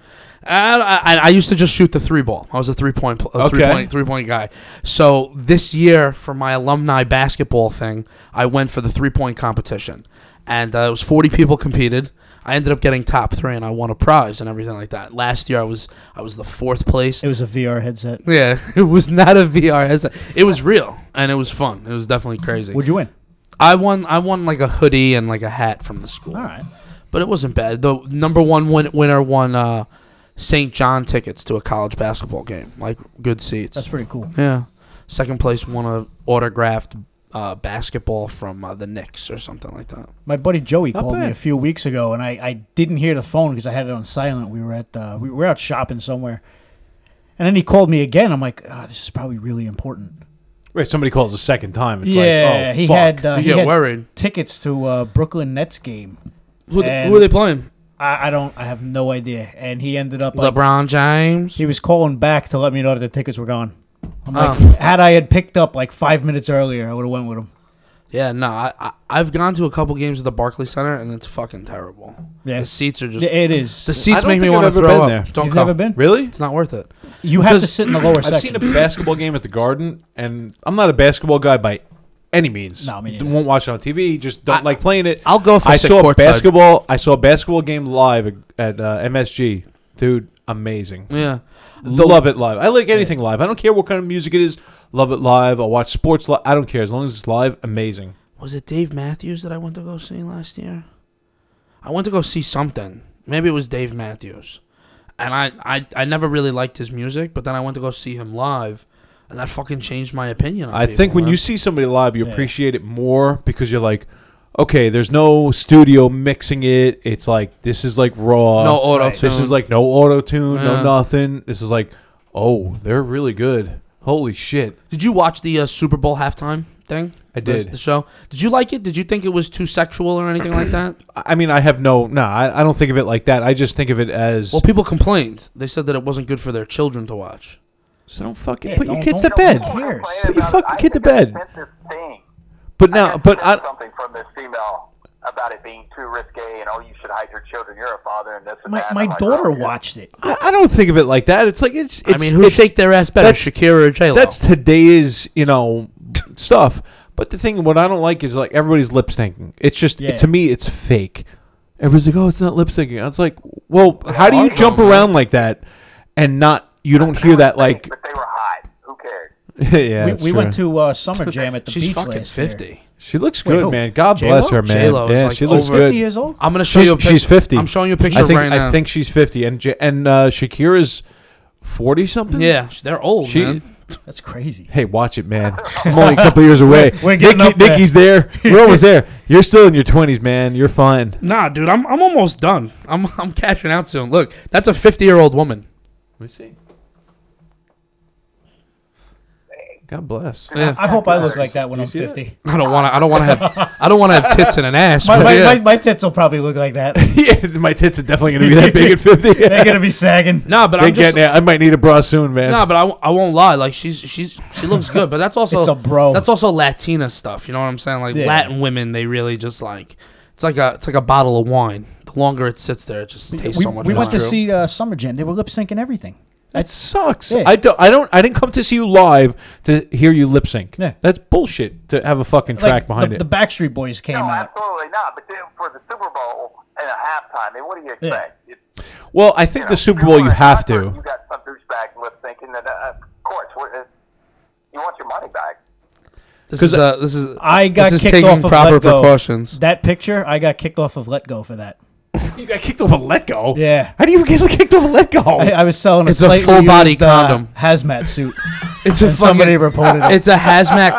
Speaker 1: And I, I, I used to just shoot the three ball. I was a three point, pl- a three
Speaker 3: Okay.
Speaker 1: point, three point guy. So this year for my alumni basketball thing, I went for the three point competition, and uh, it was forty people competed. I ended up getting top three, and I won a prize and everything like that. Last year I was, I was the fourth place.
Speaker 2: It was a VR headset.
Speaker 1: Yeah, it was not a VR headset. It was real and it was fun. It was definitely crazy.
Speaker 2: Would you win?
Speaker 1: I won. I won like a hoodie and like a hat from the school. All
Speaker 2: right,
Speaker 1: but it wasn't bad. The number one win- winner won uh, St. John tickets to a college basketball game, like good seats.
Speaker 2: That's pretty cool.
Speaker 1: Yeah. Second place won a autographed uh, basketball from uh, the Knicks or something like that.
Speaker 2: My buddy Joey
Speaker 1: Not
Speaker 2: called
Speaker 1: bad.
Speaker 2: me a few weeks ago, and I, I didn't hear the phone because I had it on silent. We were at uh, we were out shopping somewhere, and then he called me again. I'm like, oh, this is probably really important.
Speaker 3: Right, somebody calls a second time. It's
Speaker 2: yeah,
Speaker 3: like, oh,
Speaker 2: he
Speaker 3: fuck.
Speaker 2: had uh,
Speaker 1: You
Speaker 2: he
Speaker 1: get
Speaker 2: had
Speaker 1: worried.
Speaker 2: tickets to uh, Brooklyn Nets game.
Speaker 1: Who th-
Speaker 2: And
Speaker 1: who are they playing?
Speaker 2: I, I don't. I have no idea. And he ended up like,
Speaker 1: LeBron James.
Speaker 2: He was calling back to let me know that the tickets were gone. I'm like,
Speaker 1: Oh.
Speaker 2: had I had picked up like five minutes earlier, I would have went with him.
Speaker 1: Yeah, no, I, I I've gone to a couple games at the Barclays Center and it's fucking terrible.
Speaker 2: Yeah.
Speaker 1: the seats are just
Speaker 2: Yeah, it is.
Speaker 1: The
Speaker 3: I
Speaker 1: seats
Speaker 3: don't
Speaker 1: make me
Speaker 3: think I've
Speaker 1: want to
Speaker 3: ever
Speaker 1: throw
Speaker 3: been
Speaker 1: up.
Speaker 3: there.
Speaker 1: Don't
Speaker 2: You've
Speaker 1: come.
Speaker 2: never been?
Speaker 3: Really?
Speaker 1: It's not worth it.
Speaker 2: You have to
Speaker 1: Because-
Speaker 2: sit in the lower
Speaker 3: I've seen
Speaker 2: section.
Speaker 3: a basketball game at the Garden, and I'm not a basketball guy by any means.
Speaker 2: No, me neither.
Speaker 3: Won't watch it on TV. Just don't like playing it.
Speaker 1: I'll go if I
Speaker 3: I
Speaker 1: sit
Speaker 3: saw a
Speaker 1: courtside.
Speaker 3: basketball. I saw a basketball game live at uh, MSG. Dude, amazing.
Speaker 1: Yeah.
Speaker 3: Love it live. I like anything live. I don't care what kind of music it is. Love it live. I'll watch sports live. I don't care as long as it's live. Amazing.
Speaker 1: Was it Dave Matthews that I went to go see last year? I went to go see something. Maybe it was Dave Matthews. And I, I, I never really liked his music, but then I went to go see him live, and that fucking changed my opinion. On
Speaker 3: I think when you see somebody live, you appreciate it more because you're like, okay, there's no studio mixing it. It's like this is like raw.
Speaker 1: No auto-tune.
Speaker 3: This is like no auto tune,
Speaker 1: Yeah.
Speaker 3: no nothing. This is like, oh, they're really good. Holy shit!
Speaker 1: did you watch the uh, Super Bowl halftime thing?
Speaker 3: I
Speaker 1: The-
Speaker 3: did.
Speaker 1: the show. Did you like it? Did you think it was too sexual or anything like that?
Speaker 3: I I mean, I have no, nah. I, I don't think of it like that. I just think of it as
Speaker 1: Well, people complained. They said that it wasn't good for their children to watch.
Speaker 3: so. Don't fucking
Speaker 2: Yeah,
Speaker 3: put your
Speaker 2: don't-
Speaker 3: kids to
Speaker 2: don't-
Speaker 3: bed.
Speaker 2: who cares?
Speaker 3: Put your fucking kid to bed. But now, but I,
Speaker 9: something from this female about it being too risque and oh, you should hide your children. You're a father and this and
Speaker 2: My,
Speaker 9: that.
Speaker 2: my
Speaker 9: I'm like,
Speaker 2: daughter
Speaker 9: oh,
Speaker 2: watched it.
Speaker 3: I I don't think of it like that. It's like it's.
Speaker 1: I
Speaker 3: it's
Speaker 1: mean, who
Speaker 3: it's-
Speaker 1: shake their ass better,
Speaker 3: that's-
Speaker 1: Shakira or J-Lo?
Speaker 3: That's today's, you know, stuff. But the thing, what I don't like is like everybody's lip syncing. It's just
Speaker 2: Yeah.
Speaker 3: to me, it's fake. Everybody's like, "Oh, it's not lip syncing." I was like, "Well, how do you
Speaker 1: awesome,
Speaker 3: jump
Speaker 1: man.
Speaker 3: around like that and not you don't hear that like?"
Speaker 9: But they were hot. Who cares?
Speaker 3: yeah, that's
Speaker 2: we we went
Speaker 3: true.
Speaker 2: to uh, summer jam at the
Speaker 1: She's
Speaker 2: beach
Speaker 1: fucking
Speaker 2: last year.
Speaker 1: fifty.
Speaker 3: She looks
Speaker 2: Wait,
Speaker 3: good,
Speaker 2: who?
Speaker 3: man. God
Speaker 2: J-Lo?
Speaker 3: bless her, man.
Speaker 1: J-Lo is
Speaker 3: yeah,
Speaker 1: like
Speaker 3: she looks
Speaker 1: over
Speaker 3: good.
Speaker 2: 50 years old?
Speaker 1: I'm gonna show
Speaker 3: she's,
Speaker 1: you. A pic-
Speaker 3: she's fifty.
Speaker 1: I'm showing you a picture
Speaker 3: I think,
Speaker 1: right now.
Speaker 3: I think she's fifty, and J- and uh, Shakira's forty something.
Speaker 1: Yeah, sh- they're old,
Speaker 3: She-
Speaker 1: man.
Speaker 2: That's crazy.
Speaker 3: Hey, watch it, man. I'm only a couple years away.
Speaker 2: We're- we're getting
Speaker 3: Nikki-
Speaker 2: up there.
Speaker 3: Nikki's there. We're almost there. You're still in your 20s, man. You're fine.
Speaker 1: Nah, dude, I'm I'm almost done. I'm I'm cashing out soon. Look, that's a 50 year old woman.
Speaker 3: Let me see. God bless.
Speaker 1: Yeah.
Speaker 2: I hope I look like that
Speaker 3: Do
Speaker 2: when
Speaker 3: you
Speaker 2: I'm
Speaker 3: see that?
Speaker 2: 50.
Speaker 1: I don't want to. I don't want to have. I don't want to have tits and an ass.
Speaker 2: My,
Speaker 1: but
Speaker 2: my,
Speaker 1: yeah.
Speaker 2: my, my tits will probably look like that.
Speaker 3: yeah, my tits are definitely going to be that big at 50.
Speaker 2: They're gonna be sagging.
Speaker 1: Nah, but
Speaker 3: They
Speaker 1: I'm just-
Speaker 3: getting it. I might need a bra soon, man.
Speaker 1: No, but I, w- I won't lie. Like she's she's she looks good, but that's also
Speaker 2: It's a bro.
Speaker 1: That's also Latina stuff. You know what I'm saying? Like
Speaker 2: Yeah.
Speaker 1: Latin women, they really just like it's like a it's like a bottle of wine. The longer it sits there, it just tastes
Speaker 16: we
Speaker 1: so much.
Speaker 16: we went to
Speaker 1: better.
Speaker 16: see uh, Summer Jam. They were lip syncing everything.
Speaker 3: That sucks.
Speaker 16: Yeah.
Speaker 3: I don't. I don't. I didn't come to see you live to hear you lip sync.
Speaker 16: Yeah.
Speaker 3: that's bullshit. To have a fucking track
Speaker 2: Like,
Speaker 3: behind
Speaker 2: the,
Speaker 3: it.
Speaker 2: the Backstreet Boys came out.
Speaker 9: Absolutely not. But then for the Super Bowl and a halftime, I mean, what do you expect? It's
Speaker 3: well, I think the Super Bowl you have to.
Speaker 9: You got some douchebag lip thinking that, uh, of course, what, uh, you want your money back.
Speaker 1: This is uh, this is
Speaker 2: I got
Speaker 1: this is
Speaker 2: kicked
Speaker 1: taking
Speaker 2: off of
Speaker 1: proper
Speaker 2: Let Go.
Speaker 1: precautions.
Speaker 2: That picture, I got kicked off of Let Go for that.
Speaker 3: You got kicked off a let go.
Speaker 2: Yeah,
Speaker 3: How do you get kicked off a let go?
Speaker 2: I, I was selling a
Speaker 1: It's a
Speaker 2: slightly
Speaker 1: full-body
Speaker 2: used, uh,
Speaker 1: condom.
Speaker 2: hazmat suit.
Speaker 1: It's a
Speaker 2: and somebody
Speaker 1: fucking-
Speaker 2: reported it.
Speaker 1: It's a hazmat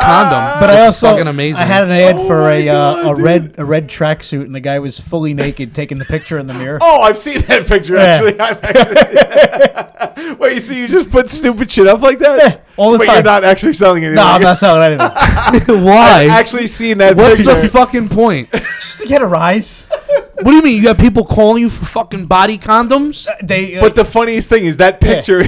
Speaker 1: condom.
Speaker 2: But I
Speaker 1: It's
Speaker 2: also
Speaker 1: fucking amazing.
Speaker 2: I had an ad for
Speaker 3: my
Speaker 2: a
Speaker 3: God,
Speaker 2: uh, a
Speaker 3: dude.
Speaker 2: red a red tracksuit, and the guy was fully naked taking the picture in the mirror.
Speaker 3: oh, I've seen that picture
Speaker 2: Yeah.
Speaker 3: actually. I've actually Wait, so you just put stupid shit up like that?
Speaker 2: all the
Speaker 3: Wait, you're
Speaker 2: time.
Speaker 3: not actually selling anything.
Speaker 2: no, I'm not selling anything.
Speaker 1: Why?
Speaker 3: I've actually seen that
Speaker 1: What's
Speaker 3: picture.
Speaker 1: the fucking point?
Speaker 2: Just to get a rise.
Speaker 1: What do you mean? You got people calling you for fucking body condoms?
Speaker 2: They
Speaker 3: but the funniest thing is that
Speaker 2: Yeah.
Speaker 3: picture.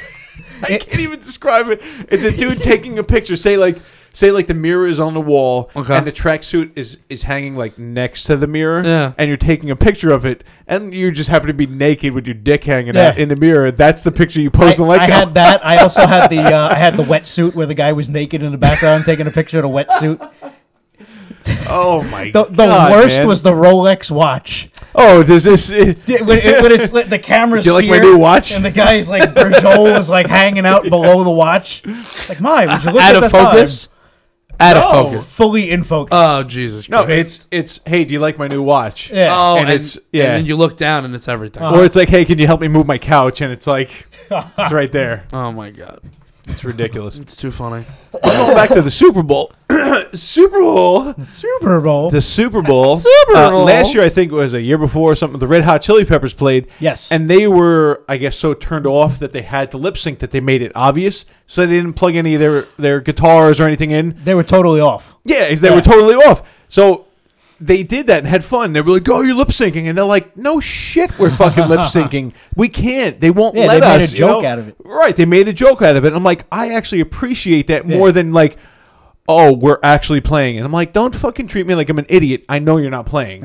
Speaker 3: I can't even describe it. It's a dude taking a picture. Say like, say like the mirror is on the wall,
Speaker 1: Okay.
Speaker 3: and the tracksuit is is hanging like next to the mirror.
Speaker 1: Yeah.
Speaker 3: And you're taking a picture of it, and you just happen to be naked with your dick hanging out
Speaker 2: Yeah.
Speaker 3: in the mirror. That's the picture you
Speaker 2: I,
Speaker 3: post on like.
Speaker 2: I had that. I also had the uh, I had the wetsuit where the guy was naked in the background taking a picture of a wetsuit.
Speaker 3: oh my
Speaker 2: The,
Speaker 3: god.
Speaker 2: the worst was the Rolex watch.
Speaker 3: Oh, does this?
Speaker 2: Yeah, when, it, when it's lit, the camera's
Speaker 3: Do you like my
Speaker 2: here,
Speaker 3: new watch?
Speaker 2: and the guy's like Berjol is like hanging out below the watch. Like, my, would you look
Speaker 1: Out
Speaker 2: at
Speaker 1: of
Speaker 2: the
Speaker 1: focus?
Speaker 2: time?
Speaker 1: Out of
Speaker 2: Oh,
Speaker 1: focus.
Speaker 2: fully in focus.
Speaker 1: Oh Jesus!
Speaker 3: no,
Speaker 1: Christ.
Speaker 3: it's it's. Hey, do you like my new watch?
Speaker 2: yeah.
Speaker 1: oh,
Speaker 3: and
Speaker 1: and,
Speaker 3: it's- yeah.
Speaker 1: And then you look down and it's everything.
Speaker 2: Uh-huh.
Speaker 3: Or it's like, hey, can you help me move my couch? And it's like, it's right there.
Speaker 1: oh my god,
Speaker 3: It's ridiculous.
Speaker 1: it's too funny.
Speaker 3: going back to the Super Bowl. Super Bowl.
Speaker 2: Super Bowl.
Speaker 3: The Super Bowl.
Speaker 1: Super
Speaker 3: uh,
Speaker 1: Bowl.
Speaker 3: last year, I think it was a year before or something. The Red Hot Chili Peppers played.
Speaker 2: Yes.
Speaker 3: And they were, I guess, so turned off that they had to lip sync that they made it obvious. So they didn't plug any of their, their guitars or anything in.
Speaker 2: they were totally off.
Speaker 3: Yeah, 'cause they were
Speaker 2: Yeah.
Speaker 3: totally off. So they did that and had fun. They were like, "Oh, you're lip syncing," and they're like, "No shit, we're fucking lip syncing. We can't. They won't
Speaker 2: Yeah,
Speaker 3: let
Speaker 2: they made a
Speaker 3: us." you
Speaker 2: joke
Speaker 3: know?
Speaker 2: out of it.
Speaker 3: Right? They made a joke out of it. I'm like, I actually appreciate that more than like, oh, we're actually playing. And I'm like, don't fucking treat me like I'm an idiot. I know you're not playing.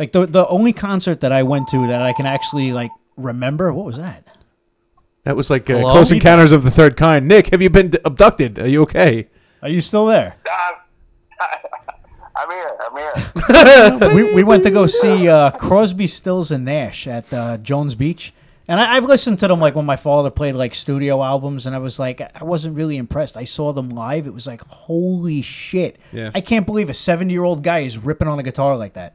Speaker 2: Like the the only concert that I went to that I can actually like remember. What was that?
Speaker 3: That was like uh,
Speaker 1: Hello?
Speaker 3: Close Encounters of the Third Kind. Nick, have you been d- abducted? Are you okay?
Speaker 2: Are you still there?
Speaker 9: I'm here. I'm here.
Speaker 2: we, we went to go see uh, Crosby, Stills, and Nash at uh, Jones Beach. And I, I've listened to them like when my father played like studio albums, and I was like, I wasn't really impressed. I saw them live; it was like, holy shit!
Speaker 3: Yeah.
Speaker 2: I can't believe a seventy-year-old guy is ripping on a guitar like that.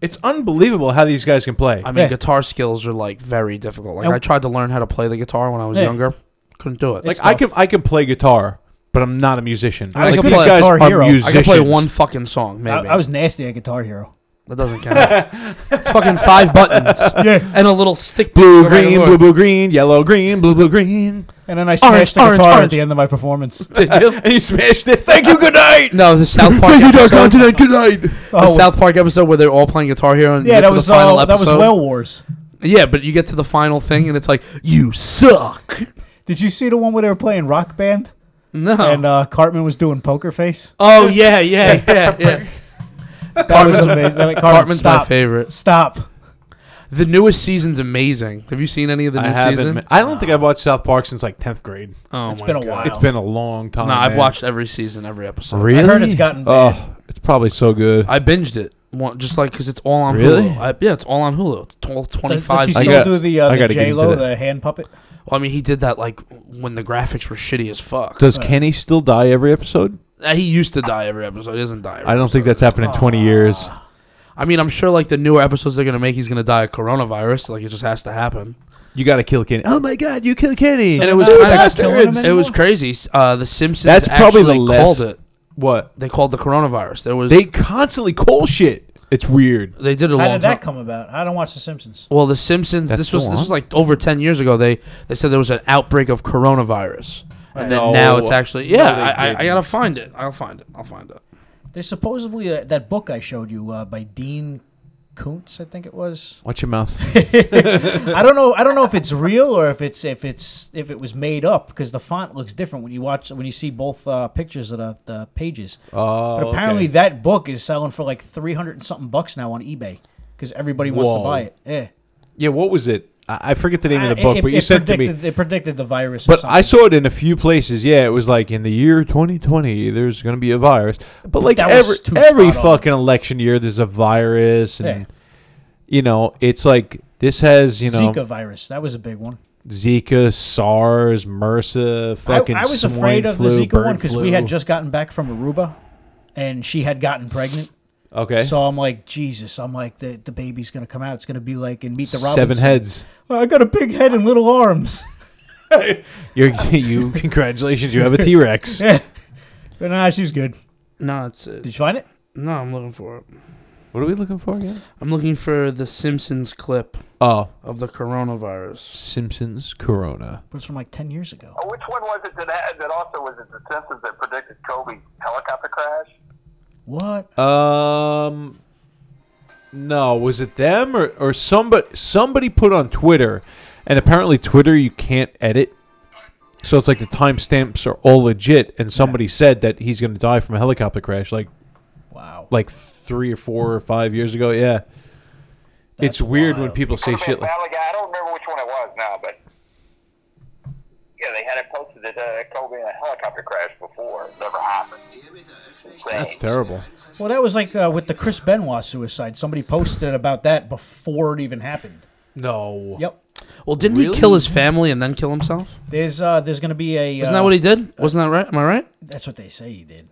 Speaker 3: It's unbelievable how these guys can play.
Speaker 1: I mean,
Speaker 2: Yeah.
Speaker 1: guitar skills are like very difficult. Like
Speaker 2: And-
Speaker 1: I tried to learn how to play the guitar when I was
Speaker 2: Yeah.
Speaker 1: younger, couldn't do it.
Speaker 3: like I can, I can play guitar, but I'm not a musician.
Speaker 1: I
Speaker 3: like,
Speaker 1: can
Speaker 3: these
Speaker 1: play
Speaker 3: guys
Speaker 2: Guitar
Speaker 3: are
Speaker 2: Hero. I can
Speaker 1: I can play
Speaker 3: musicians.
Speaker 1: one fucking song,
Speaker 2: I,
Speaker 1: maybe.
Speaker 2: I was nasty at Guitar Hero.
Speaker 1: that doesn't count. it's fucking five buttons and a little stick.
Speaker 3: Blue,
Speaker 1: Go ahead and
Speaker 3: green,
Speaker 1: look.
Speaker 3: blue, blue, green, yellow, green, blue, blue, green.
Speaker 2: And then I
Speaker 1: Orange,
Speaker 2: smashed the
Speaker 1: orange,
Speaker 2: guitar
Speaker 1: orange.
Speaker 2: at the end of my performance.
Speaker 1: Did you?
Speaker 3: And you smashed it. Thank you. Good night.
Speaker 1: No, the South Park.
Speaker 3: Thank you, Dark
Speaker 1: episode,
Speaker 3: Continent. Good night.
Speaker 1: the
Speaker 2: Oh,
Speaker 1: South Park episode where they're all playing Guitar Hero and you
Speaker 2: yeah,
Speaker 1: get
Speaker 2: that
Speaker 1: to
Speaker 2: was
Speaker 1: the final
Speaker 2: all, that was
Speaker 1: episode.
Speaker 2: Well Wars.
Speaker 1: yeah, but you get to the final thing and it's like you suck.
Speaker 2: Did you see the one where they were playing Rock Band
Speaker 1: No.
Speaker 2: and uh, Cartman was doing Poker Face?
Speaker 1: oh yeah, yeah, yeah, yeah.
Speaker 2: That was amazing. Like, Cartman,
Speaker 1: Cartman's my
Speaker 2: stop.
Speaker 1: favorite.
Speaker 2: Stop.
Speaker 1: The newest season's amazing. Have you seen any of the
Speaker 3: I
Speaker 1: new
Speaker 3: haven't.
Speaker 1: season?
Speaker 3: ma- I don't think I've watched South Park since like tenth grade.
Speaker 1: Oh
Speaker 2: It's
Speaker 1: my
Speaker 2: been a
Speaker 1: God.
Speaker 2: while.
Speaker 3: It's been a long time.
Speaker 1: No,
Speaker 3: oh,
Speaker 1: I've
Speaker 3: man.
Speaker 1: watched every season, every episode.
Speaker 3: Really?
Speaker 2: I heard it's gotten bad.
Speaker 3: Oh, it's probably so good.
Speaker 1: I binged it, one- just like because it's all on
Speaker 3: Really?
Speaker 1: Hulu. I, yeah, it's all on Hulu. It's twelve twenty
Speaker 2: Does, does
Speaker 1: five.
Speaker 2: she
Speaker 3: I
Speaker 2: still
Speaker 3: got-
Speaker 2: do the, uh,
Speaker 3: I
Speaker 2: the
Speaker 3: gotta get
Speaker 2: J Lo,
Speaker 3: into that.
Speaker 2: the hand puppet?
Speaker 1: Well, I mean, he did that like when the graphics were shitty as fuck.
Speaker 3: Does Kenny still die every episode?
Speaker 1: Uh, he used to die every episode. He doesn't die. Every
Speaker 3: I don't think
Speaker 1: episode.
Speaker 3: that's happened in twenty years.
Speaker 1: I mean, I'm sure like the newer episodes they're gonna make, he's gonna die of coronavirus. Like it just has to happen.
Speaker 3: You got to kill Kenny. Oh my God, you killed Kenny. Oh,
Speaker 1: And it was
Speaker 3: You
Speaker 1: kind
Speaker 3: bastards.
Speaker 1: of it was crazy. S- Uh, the Simpsons
Speaker 3: That's probably
Speaker 1: actually
Speaker 3: the
Speaker 1: called
Speaker 3: less-
Speaker 1: it.
Speaker 3: What
Speaker 1: They called the coronavirus. There was
Speaker 3: they
Speaker 1: they,
Speaker 3: constantly call shit. It's weird.
Speaker 1: did it a
Speaker 2: How
Speaker 1: long
Speaker 2: did that
Speaker 1: time.
Speaker 2: come about? I don't watch The Simpsons.
Speaker 1: Well, the Simpsons.
Speaker 3: That's
Speaker 1: this was
Speaker 3: still
Speaker 1: this
Speaker 3: on?
Speaker 1: was like over ten years ago. They they said there was an outbreak of coronavirus, and
Speaker 3: Right.
Speaker 1: then
Speaker 3: No.
Speaker 1: now it's actually yeah.
Speaker 3: No, they
Speaker 1: I, I, I
Speaker 3: didn't.
Speaker 1: gotta find it. I'll find it. I'll find it.
Speaker 2: There's supposedly that, that book I showed you uh, by Dean Koontz, I think it was.
Speaker 3: Watch your mouth.
Speaker 2: I don't know. I don't know if it's real or if it's if it's if it was made up because the font looks different when you watch when you see both uh, pictures of the, the pages.
Speaker 3: Oh,
Speaker 2: but apparently
Speaker 3: okay.
Speaker 2: that book is selling for like three hundred and something bucks now on eBay because everybody wants to
Speaker 3: Whoa.
Speaker 2: buy it. Yeah.
Speaker 3: Yeah, what was it? I I forget the name
Speaker 2: Uh,
Speaker 3: of the book,
Speaker 2: it-
Speaker 3: but you
Speaker 2: it
Speaker 3: sent to me.
Speaker 2: predicted- it predicted the virus or
Speaker 3: But I saw it in a few places. Yeah, it was like in the year 2020, there's going to be a virus. But,
Speaker 2: But
Speaker 3: like
Speaker 2: that
Speaker 3: every
Speaker 2: was too
Speaker 3: every
Speaker 2: spot on.
Speaker 3: fucking election year, there's a virus, and
Speaker 2: Yeah.
Speaker 3: you know, it's like this has you know
Speaker 2: Zika virus. That was a big one.
Speaker 3: Zika, SARS, MRSA,
Speaker 2: I,
Speaker 3: fucking.
Speaker 2: I was
Speaker 3: swine
Speaker 2: afraid of the
Speaker 3: flu,
Speaker 2: Zika one
Speaker 3: bird
Speaker 2: because
Speaker 3: flu.
Speaker 2: we had just gotten back from Aruba, and she had gotten pregnant.
Speaker 3: Okay.
Speaker 2: So I'm like, Jesus! I'm like, the, the baby's gonna come out. It's gonna be like in Meet the
Speaker 3: Seven
Speaker 2: Robinson.
Speaker 3: heads.
Speaker 2: "Well, I got a big head and little arms.
Speaker 3: You're, you congratulations, you have a T Rex.
Speaker 2: yeah. But nah, she was good.
Speaker 1: No, it's. Did
Speaker 2: you find it?
Speaker 1: No, I'm looking for it.
Speaker 3: What are we looking for again?
Speaker 1: I'm looking for the Simpsons clip.
Speaker 3: Oh.
Speaker 1: Of the coronavirus.
Speaker 3: Simpsons Corona.
Speaker 2: But it's from like ten years ago.
Speaker 9: Oh, which one was it that had, that also was it the Simpsons that predicted Kobe's helicopter crash?
Speaker 2: What?
Speaker 1: Uh,
Speaker 3: Um, no, was it them or or somebody? Somebody put on Twitter, and apparently Twitter you can't edit, so it's like the timestamps are all legit. And somebody said that he's going to die from a helicopter crash, like
Speaker 2: wow,
Speaker 3: like three or four or five years ago. Yeah, it's weird when people say shit like.
Speaker 9: Valley guy. I don't remember which one it was now, but yeah, they had it posted that uh, Kobe in a helicopter crash before. It never happened.
Speaker 3: That's terrible.
Speaker 2: Well, that was like uh, with the Chris Benoit suicide. Somebody posted about that before it even happened.
Speaker 3: No.
Speaker 2: Yep.
Speaker 1: Well, didn't he kill his family and then kill himself?
Speaker 2: There's uh, there's gonna be a.
Speaker 1: Isn't
Speaker 2: uh,
Speaker 1: that what he did? Wasn't that right? Am I right?
Speaker 2: That's what they say he did.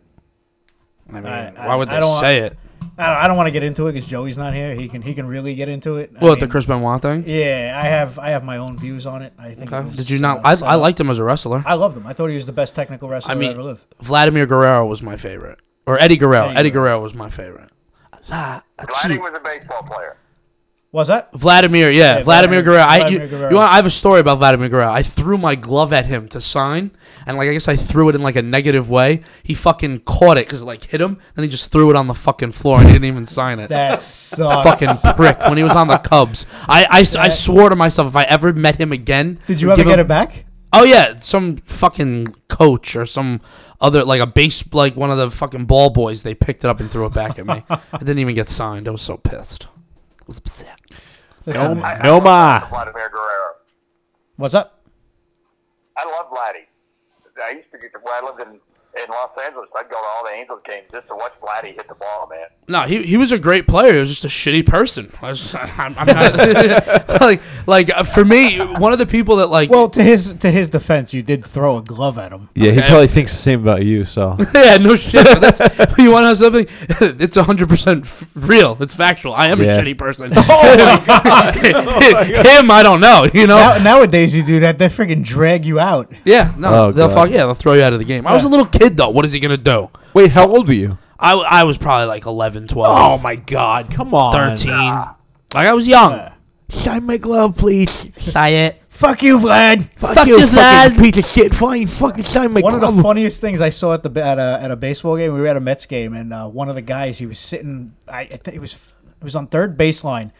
Speaker 1: I mean, why would they say it?
Speaker 2: I don't, I don't want to get into it because Joey's not here. He can he can really get into it. I
Speaker 1: Well, the
Speaker 2: mean,
Speaker 1: Chris Benoit thing.
Speaker 2: Yeah, I have I have my own views on it. I think. it
Speaker 1: Okay.
Speaker 2: was,
Speaker 1: Did you not?
Speaker 2: uh,
Speaker 1: I,
Speaker 2: set
Speaker 1: I
Speaker 2: up.
Speaker 1: liked him as a wrestler.
Speaker 2: I loved him. I thought he was the best technical wrestler
Speaker 1: I
Speaker 2: I've ever
Speaker 1: mean,
Speaker 2: lived.
Speaker 1: Vladimir Guerrero was my favorite, or Eddie Guerrero. Eddie,
Speaker 2: Eddie
Speaker 1: Guerrero was my favorite. La,
Speaker 9: Gladdy was a baseball player.
Speaker 2: Was that?
Speaker 1: Vladimir, yeah,
Speaker 2: Yeah, Vladimir-
Speaker 1: Vladimir, Guerrero. I,
Speaker 2: Vladimir
Speaker 1: you,
Speaker 2: Guerrero.
Speaker 1: you want? I have a story about Vladimir Guerrero. I threw my glove at him to sign, and like I guess I threw it in like a negative way. He fucking caught it because it like hit him, then he just threw it on the fucking floor and he didn't even sign it.
Speaker 2: That sucks.
Speaker 1: Fucking prick. When he was on the Cubs, I I, s- I
Speaker 2: That-
Speaker 1: swore to myself if I ever met him again.
Speaker 2: Did you
Speaker 1: I'd
Speaker 2: ever
Speaker 1: give
Speaker 2: get
Speaker 1: him-
Speaker 2: it back?
Speaker 1: Oh yeah, some fucking coach or some other like a base like one of the fucking ball boys. They picked it up and threw it back at me. I didn't even get signed. I was so pissed. I was upset.
Speaker 3: No,
Speaker 9: I- I
Speaker 3: no
Speaker 9: love
Speaker 3: ma.
Speaker 9: Vladimir Guerrero.
Speaker 2: What's up?
Speaker 9: I love Vladdy. I used to get to, when I lived in, in Los Angeles, I'd go to all the Angels games just to watch Vladdy hit the ball, man.
Speaker 1: No, he, he was a great player. He was just a shitty person. I was, I, am I'm not, like like uh, for me, one of the people that like
Speaker 2: Well, to his to his defense, you did throw a glove at him.
Speaker 3: Yeah, he
Speaker 1: Okay.
Speaker 3: probably thinks the same about you. So
Speaker 1: yeah, no shit. But that's, but you want to know something? It's 100% f- real. It's factual. I am
Speaker 3: Yeah.
Speaker 1: a shitty person.
Speaker 2: Oh, my God. Oh, my God.
Speaker 1: Him, I don't know. You know.
Speaker 2: Now- nowadays you do that, they freaking drag you out.
Speaker 1: yeah, no,
Speaker 3: Oh,
Speaker 1: they'll
Speaker 3: God.
Speaker 1: fuck, yeah, they'll throw you out of the game. I was a
Speaker 2: Yeah.
Speaker 1: little kid though. What is he gonna do?
Speaker 3: wait, how old were you?
Speaker 1: I, w- I was probably like 11, 12.
Speaker 3: Oh my God! Come on,
Speaker 1: 13. Like I was young.
Speaker 3: Shine my glove, please.
Speaker 1: Say it.
Speaker 2: Fuck you, Vlad.
Speaker 3: Fuck,
Speaker 1: Fuck
Speaker 3: you,
Speaker 1: this
Speaker 3: fucking
Speaker 1: lad.
Speaker 3: piece of shit. Fine, fucking shine my
Speaker 2: One of
Speaker 3: glove.
Speaker 2: the funniest things I saw at the at a, at a baseball game, we were at a Mets game, and uh, one of the guys he was sitting, I, I think it was it was on third baseline.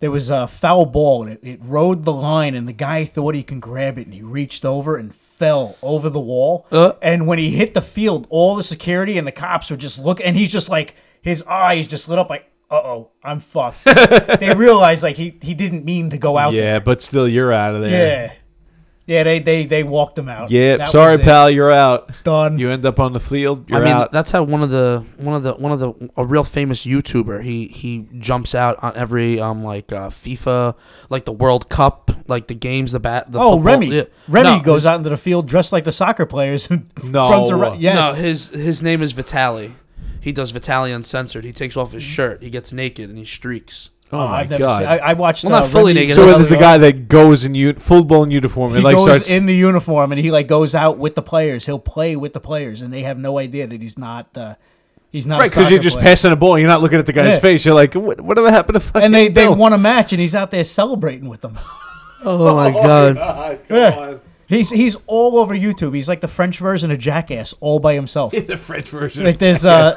Speaker 2: There was a foul ball, and it, it rode the line, and the guy thought he can grab it, and he reached over and fell over the wall.
Speaker 1: Uh.
Speaker 2: And when he hit the field, all the security and the cops were just look, and he's just like his eyes just lit up like. Uh oh, I'm fucked. they realized like he, he didn't mean to go out
Speaker 3: Yeah, but still, you're out of there.
Speaker 2: Yeah. Yeah, they they they walked him out. That
Speaker 3: sorry,
Speaker 2: was it.
Speaker 3: pal, you're out.
Speaker 2: Done.
Speaker 3: You end up on the field. You're
Speaker 1: I mean,
Speaker 3: out.
Speaker 1: that's how one of the one of the one of the a real famous YouTuber. He he jumps out on every um like uh, FIFA, like the World Cup, like the games, the bat. The
Speaker 2: Oh,
Speaker 1: football-
Speaker 2: Remy.
Speaker 1: yeah.
Speaker 2: Remy
Speaker 1: No,
Speaker 2: goes out into the field dressed like the soccer players. And
Speaker 3: No.
Speaker 2: Runs around. Yes.
Speaker 1: No, his his name is Vitali. He does Vitali uncensored. He takes off his shirt. He gets naked and he streaks.
Speaker 3: oh, my
Speaker 2: I've never
Speaker 3: god.
Speaker 2: seen- I, I watched.
Speaker 1: Well, not
Speaker 2: uh,
Speaker 1: fully
Speaker 2: Remy-
Speaker 1: naked,
Speaker 3: so
Speaker 1: that's-
Speaker 3: there's a guy that goes in u- full blown uniform
Speaker 2: He
Speaker 3: and like
Speaker 2: goes
Speaker 3: starts.
Speaker 2: in the uniform and he like goes out with the players. He'll play with the players, and they have no idea that he's not. Uh, he's not a
Speaker 3: right, because you're
Speaker 2: soccer
Speaker 3: just
Speaker 2: player.
Speaker 3: passing a ball. You're not looking at the guy's
Speaker 2: Yeah.
Speaker 3: face. You're like, what, whatever happened to fucking.
Speaker 2: And they they
Speaker 3: Bill?
Speaker 2: Oh won a match, and he's out there celebrating with them.
Speaker 3: Oh my god.
Speaker 2: Yeah. He's he's all over YouTube. He's like the French version of Jackass, all by himself.
Speaker 17: the French version.
Speaker 2: Like there's uh,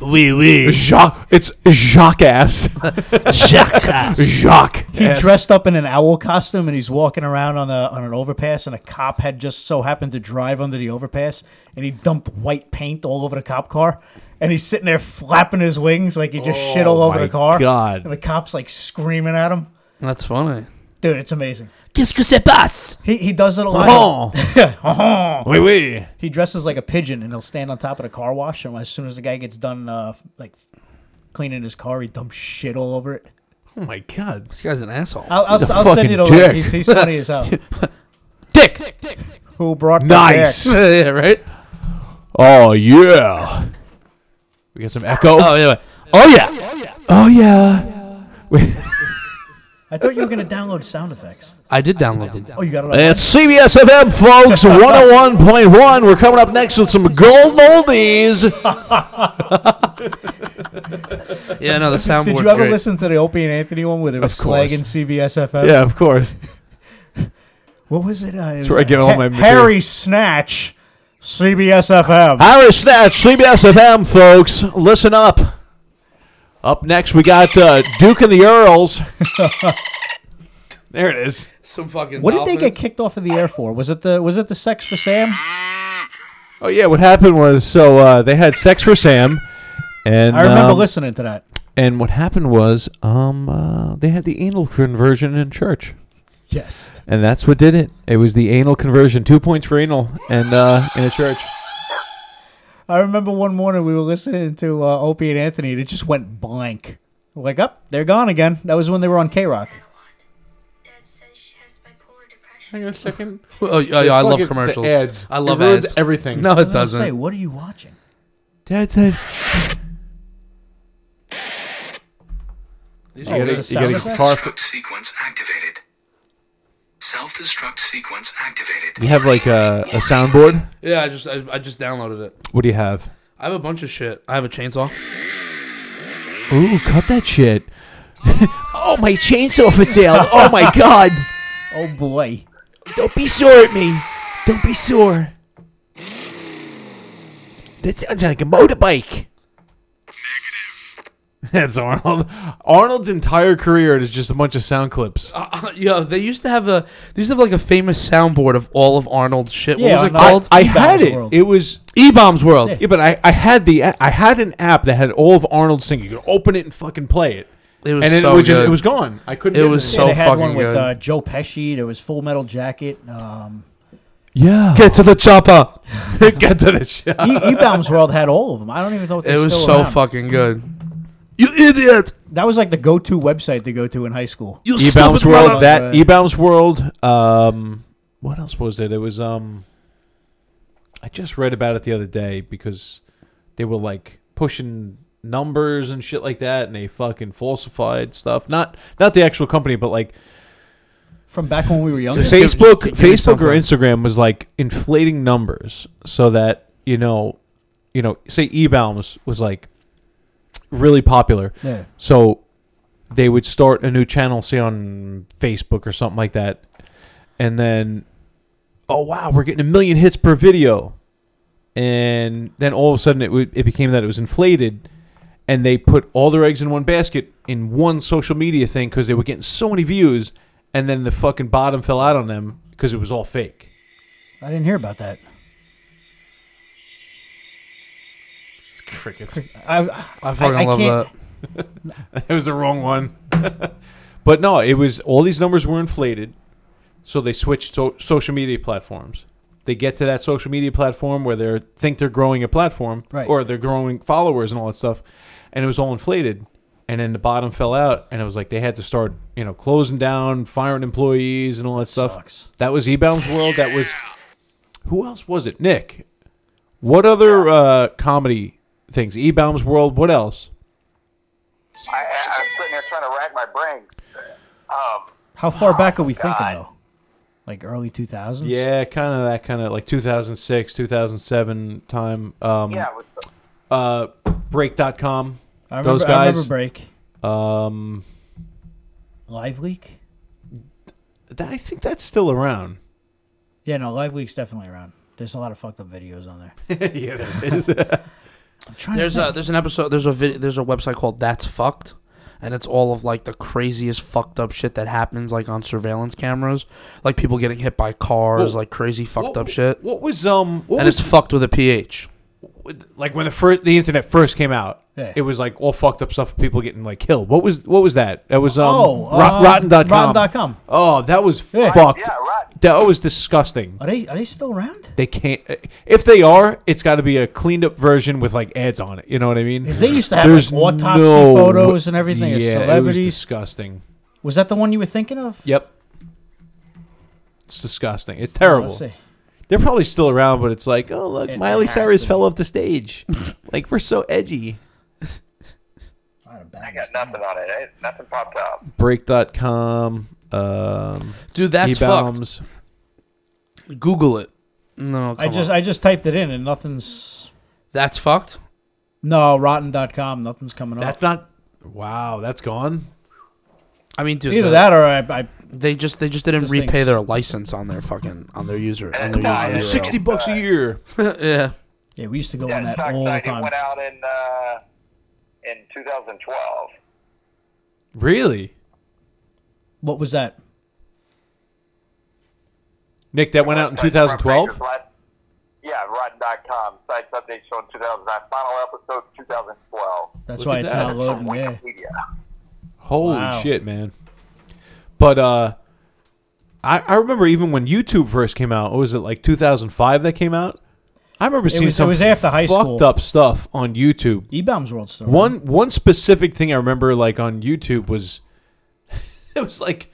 Speaker 1: oui, oui.
Speaker 3: Jacques. It's Jacques ass.
Speaker 1: Jacques.
Speaker 3: Jacques.
Speaker 2: He dressed up in an owl costume and he's walking around on a on an overpass, and a cop had just so happened to drive under the overpass, and he dumped white paint all over the cop car, and he's sitting there flapping his wings like he just shit all
Speaker 1: Oh,
Speaker 2: over
Speaker 1: my
Speaker 2: the car.
Speaker 1: God.
Speaker 2: And the cops like screaming at him.
Speaker 1: That's funny.
Speaker 2: Dude, it's amazing.
Speaker 1: Qu'est-ce que c'est passe?
Speaker 2: He, he does it a lot.
Speaker 1: Uh-huh. Oui, oui.
Speaker 2: He dresses like a pigeon and he'll stand on top of the car wash. And as soon as the guy gets done, uh, like cleaning his car, he dumps shit all over it.
Speaker 1: Oh my god, this guy's an asshole.
Speaker 2: I'll, I'll,
Speaker 1: He's a
Speaker 2: I'll send
Speaker 1: fucking
Speaker 2: it over.
Speaker 1: dick.
Speaker 2: He's, he's funny as hell.
Speaker 1: dick.
Speaker 2: Who brought
Speaker 3: Nice.
Speaker 2: That
Speaker 1: yeah, right.
Speaker 3: Oh yeah. We got some echo.
Speaker 1: Oh yeah. Oh yeah. Oh yeah. Wait,
Speaker 2: I thought you were gonna download sound effects.
Speaker 1: I did download it.
Speaker 2: Oh, you got it. online?
Speaker 3: It's CBS FM, folks. 101.1. We're coming up next with some golden oldies.
Speaker 1: Oh, Yeah, no, the soundboard's
Speaker 2: Did you ever
Speaker 1: great.
Speaker 2: listen to the Opie and Anthony one where they were
Speaker 3: Of course.
Speaker 2: slagging CBS FM?
Speaker 3: yeah, of course.
Speaker 2: What was it? Uh,
Speaker 3: That's where I get all
Speaker 2: Ha-
Speaker 3: my material.
Speaker 2: Harry Snatch, CBS FM.
Speaker 3: Harry Snatch, CBS FM, folks. Listen up. Up next, we got uh, Duke and the Earls. there it is.
Speaker 1: Some fucking.
Speaker 2: What did they get kicked off of the air for? Was it the was it the sex for Sam?
Speaker 3: Oh yeah, what happened was so uh, they had sex for Sam, and
Speaker 2: I remember
Speaker 3: um,
Speaker 2: listening to that.
Speaker 3: And what happened was um, uh, they had the anal conversion in church.
Speaker 2: Yes.
Speaker 3: And that's what did it. It was the anal conversion. Two points for anal and uh, in a church.
Speaker 2: I remember one morning we were listening to uh, Opie and Anthony and it just went blank. We're like, up, they're gone again. That was when they were on K Rock.
Speaker 3: Hang on a second.
Speaker 1: Oh, oh, yeah, I love commercials. I love
Speaker 3: it ruins
Speaker 1: ads.
Speaker 3: everything.
Speaker 1: No, it
Speaker 2: I was
Speaker 1: doesn't.
Speaker 2: gonna Say, what are you watching?
Speaker 3: Dad says.
Speaker 1: These
Speaker 3: You gotta-
Speaker 1: always-
Speaker 3: you gotta
Speaker 1: sound
Speaker 3: get
Speaker 1: effects.
Speaker 3: tar-
Speaker 9: Self-destruct sequence activated. Self-destruct sequence activated.
Speaker 3: You have like a, a soundboard.
Speaker 1: Yeah, I just I, I just downloaded it.
Speaker 3: What do you have?
Speaker 1: I have a bunch of shit. I have a chainsaw.
Speaker 3: Ooh, cut that shit. oh, my chainsaw for sale. Oh, my God.
Speaker 2: Oh boy.
Speaker 3: Don't be sore at me. Don't be sore. That sounds like a motorbike. That's Arnold. Arnold's entire career is just a bunch of sound clips.
Speaker 1: Uh, yeah, they used to have a they used to have like a famous soundboard of all of Arnold's shit. What
Speaker 3: Yeah,
Speaker 1: was
Speaker 3: on,
Speaker 1: it
Speaker 3: uh,
Speaker 1: called?
Speaker 3: I- I had E-Bombs it. World. It was
Speaker 1: E Bombs World.
Speaker 3: Yeah, but I, I had the a- I had an app that had all of Arnold's singing. You could open it and fucking play it.
Speaker 1: It was
Speaker 3: and then
Speaker 1: so
Speaker 3: it was, just-
Speaker 1: good.
Speaker 3: it was gone. I couldn't.
Speaker 1: It
Speaker 3: get
Speaker 1: was
Speaker 3: it.
Speaker 1: so
Speaker 2: they had one
Speaker 1: fucking
Speaker 2: with
Speaker 1: good.
Speaker 2: uh, Joe Pesci. There was Full Metal Jacket. Um,
Speaker 3: yeah.
Speaker 1: Get to the chopper. Get to the chopper.
Speaker 2: e- E-Bombs World had all of them. I don't even know if they're
Speaker 1: It was
Speaker 2: still
Speaker 1: so
Speaker 2: around.
Speaker 1: fucking good. You idiot!
Speaker 2: That was like the go-to website to go to in high school.
Speaker 1: You
Speaker 3: Ebounds
Speaker 2: mother-
Speaker 3: World. That
Speaker 2: Yeah.
Speaker 3: Ebounds World. Um, what else was there? There was um. I just read about it the other day because they were like pushing numbers and shit like that, and they fucking falsified stuff. Not not the actual company, but like
Speaker 2: From back when we were younger.
Speaker 3: Facebook,
Speaker 1: give me
Speaker 3: Facebook or
Speaker 1: something.
Speaker 3: Instagram was like inflating numbers so that you know, you know, say Ebaums was like really popular.
Speaker 2: Yeah.
Speaker 3: So they would start a new channel, say on Facebook or something like that, and then, oh wow, we're getting a million hits per video, and then all of a sudden it would, it became that it was inflated. And they put all their eggs in one basket in one social media thing because they were getting so many views, and then the fucking bottom fell out on them because it was all fake.
Speaker 2: I didn't hear about that.
Speaker 3: Crickets.
Speaker 2: I,
Speaker 1: I fucking love
Speaker 2: can't-
Speaker 3: that was the wrong one. but no, it was all these numbers were inflated, so they switched to social media platforms. They get to that social media platform where they think they're growing a platform
Speaker 2: Right.
Speaker 3: or they're growing followers and all that stuff, and it was all inflated. And then the bottom fell out, and it was like they had to start, you know, closing down, firing employees, and all that stuff. That was Ebounds World. That was who else was it? Nick. What other uh, comedy things? Ebounds World. What else?
Speaker 18: I, I, I'm sitting here trying to rack my brain. Um,
Speaker 2: How far back
Speaker 3: Oh,
Speaker 2: are we thinking though? Like early 2000s?
Speaker 3: Yeah, kind of that kind of like 2006, 2007 time. Um,
Speaker 2: Yeah,
Speaker 3: uh, Break.com.
Speaker 2: I remember,
Speaker 3: those
Speaker 2: I
Speaker 3: guys.
Speaker 2: remember Break.
Speaker 3: Um,
Speaker 2: Live Leak?
Speaker 3: that, I think that's still around.
Speaker 2: Yeah, no, Live Leak's definitely around. There's a lot of fucked up videos on there.
Speaker 3: yeah, there is.
Speaker 2: trying to
Speaker 1: there's a
Speaker 2: think.
Speaker 1: there's an episode there's a vid, there's a website called That's Fucked, and it's all of like the craziest fucked up shit that happens like on surveillance cameras, like people getting hit by cars,
Speaker 3: Whoa.
Speaker 1: like crazy fucked
Speaker 3: What-
Speaker 1: up shit.
Speaker 3: What was um? What
Speaker 1: and
Speaker 3: was
Speaker 1: it's fucked with a ph.
Speaker 3: like when the first the internet first came out?
Speaker 1: Yeah.
Speaker 3: It was like all fucked up stuff. People getting like killed. What was what was that? That was um.
Speaker 2: Oh,
Speaker 3: rot-
Speaker 2: uh,
Speaker 3: rotten.com.
Speaker 2: Rotten.com.
Speaker 3: Oh, that was
Speaker 2: Yeah.
Speaker 3: fucked.
Speaker 2: Yeah, Rotten.
Speaker 3: That was disgusting.
Speaker 2: Are they are they still around?
Speaker 3: They can't. If they are, it's got to be a cleaned up version with like ads on it. You know what I mean?
Speaker 2: 'Cause they used to have, like, autopsy photos and everything
Speaker 3: Yeah,
Speaker 2: of
Speaker 3: It
Speaker 2: celebrities.
Speaker 3: was disgusting.
Speaker 2: Was that the one you were thinking of?
Speaker 3: Yep. It's disgusting. It's
Speaker 2: Oh,
Speaker 3: terrible.
Speaker 2: let's see.
Speaker 3: They're probably still around, but it's like, oh look,
Speaker 2: It
Speaker 3: Miley
Speaker 2: has
Speaker 3: Cyrus
Speaker 2: to
Speaker 3: fell off the stage. like we're so edgy.
Speaker 9: I got nothing on it. eh? Nothing popped up.
Speaker 3: Break.com. Um,
Speaker 1: Dude, that's
Speaker 3: E-bombs.
Speaker 1: Google it. No,
Speaker 2: I just I just typed it in and nothing's
Speaker 1: that's fucked.
Speaker 2: No, rotten.com, nothing's coming up.
Speaker 3: That's not. Wow, that's gone.
Speaker 1: I mean, dude,
Speaker 2: Either
Speaker 1: the-
Speaker 2: that or I, I
Speaker 1: they just they just didn't
Speaker 2: Those
Speaker 1: repay
Speaker 2: things.
Speaker 1: their license on their fucking on their user. on their
Speaker 3: Come on,
Speaker 1: user
Speaker 3: it's
Speaker 1: zero.
Speaker 3: sixty bucks a year.
Speaker 1: yeah.
Speaker 2: Yeah, we used to go on that all the
Speaker 9: Like, it
Speaker 2: time.
Speaker 9: went out in uh, in 2012.
Speaker 3: Really,
Speaker 2: What was that?
Speaker 3: Nick? That went out in
Speaker 9: Like,
Speaker 3: 2012.
Speaker 9: Rotten- Yeah, Rotten.com. Sites update showing 2009. Final episode 2012.
Speaker 2: That's
Speaker 3: Look
Speaker 2: why
Speaker 3: at
Speaker 2: it's
Speaker 3: that.
Speaker 2: not loading. Yeah.
Speaker 3: Holy
Speaker 2: Wow.
Speaker 3: shit, man! But uh, I I remember even when YouTube first came out. What was it like 2005 that came out? I remember
Speaker 2: It
Speaker 3: seeing
Speaker 2: was- it
Speaker 3: some
Speaker 2: was after high
Speaker 3: fucked
Speaker 2: school.
Speaker 3: up stuff on YouTube.
Speaker 2: E-bombs world store.
Speaker 3: One one specific thing I remember like on YouTube was it was like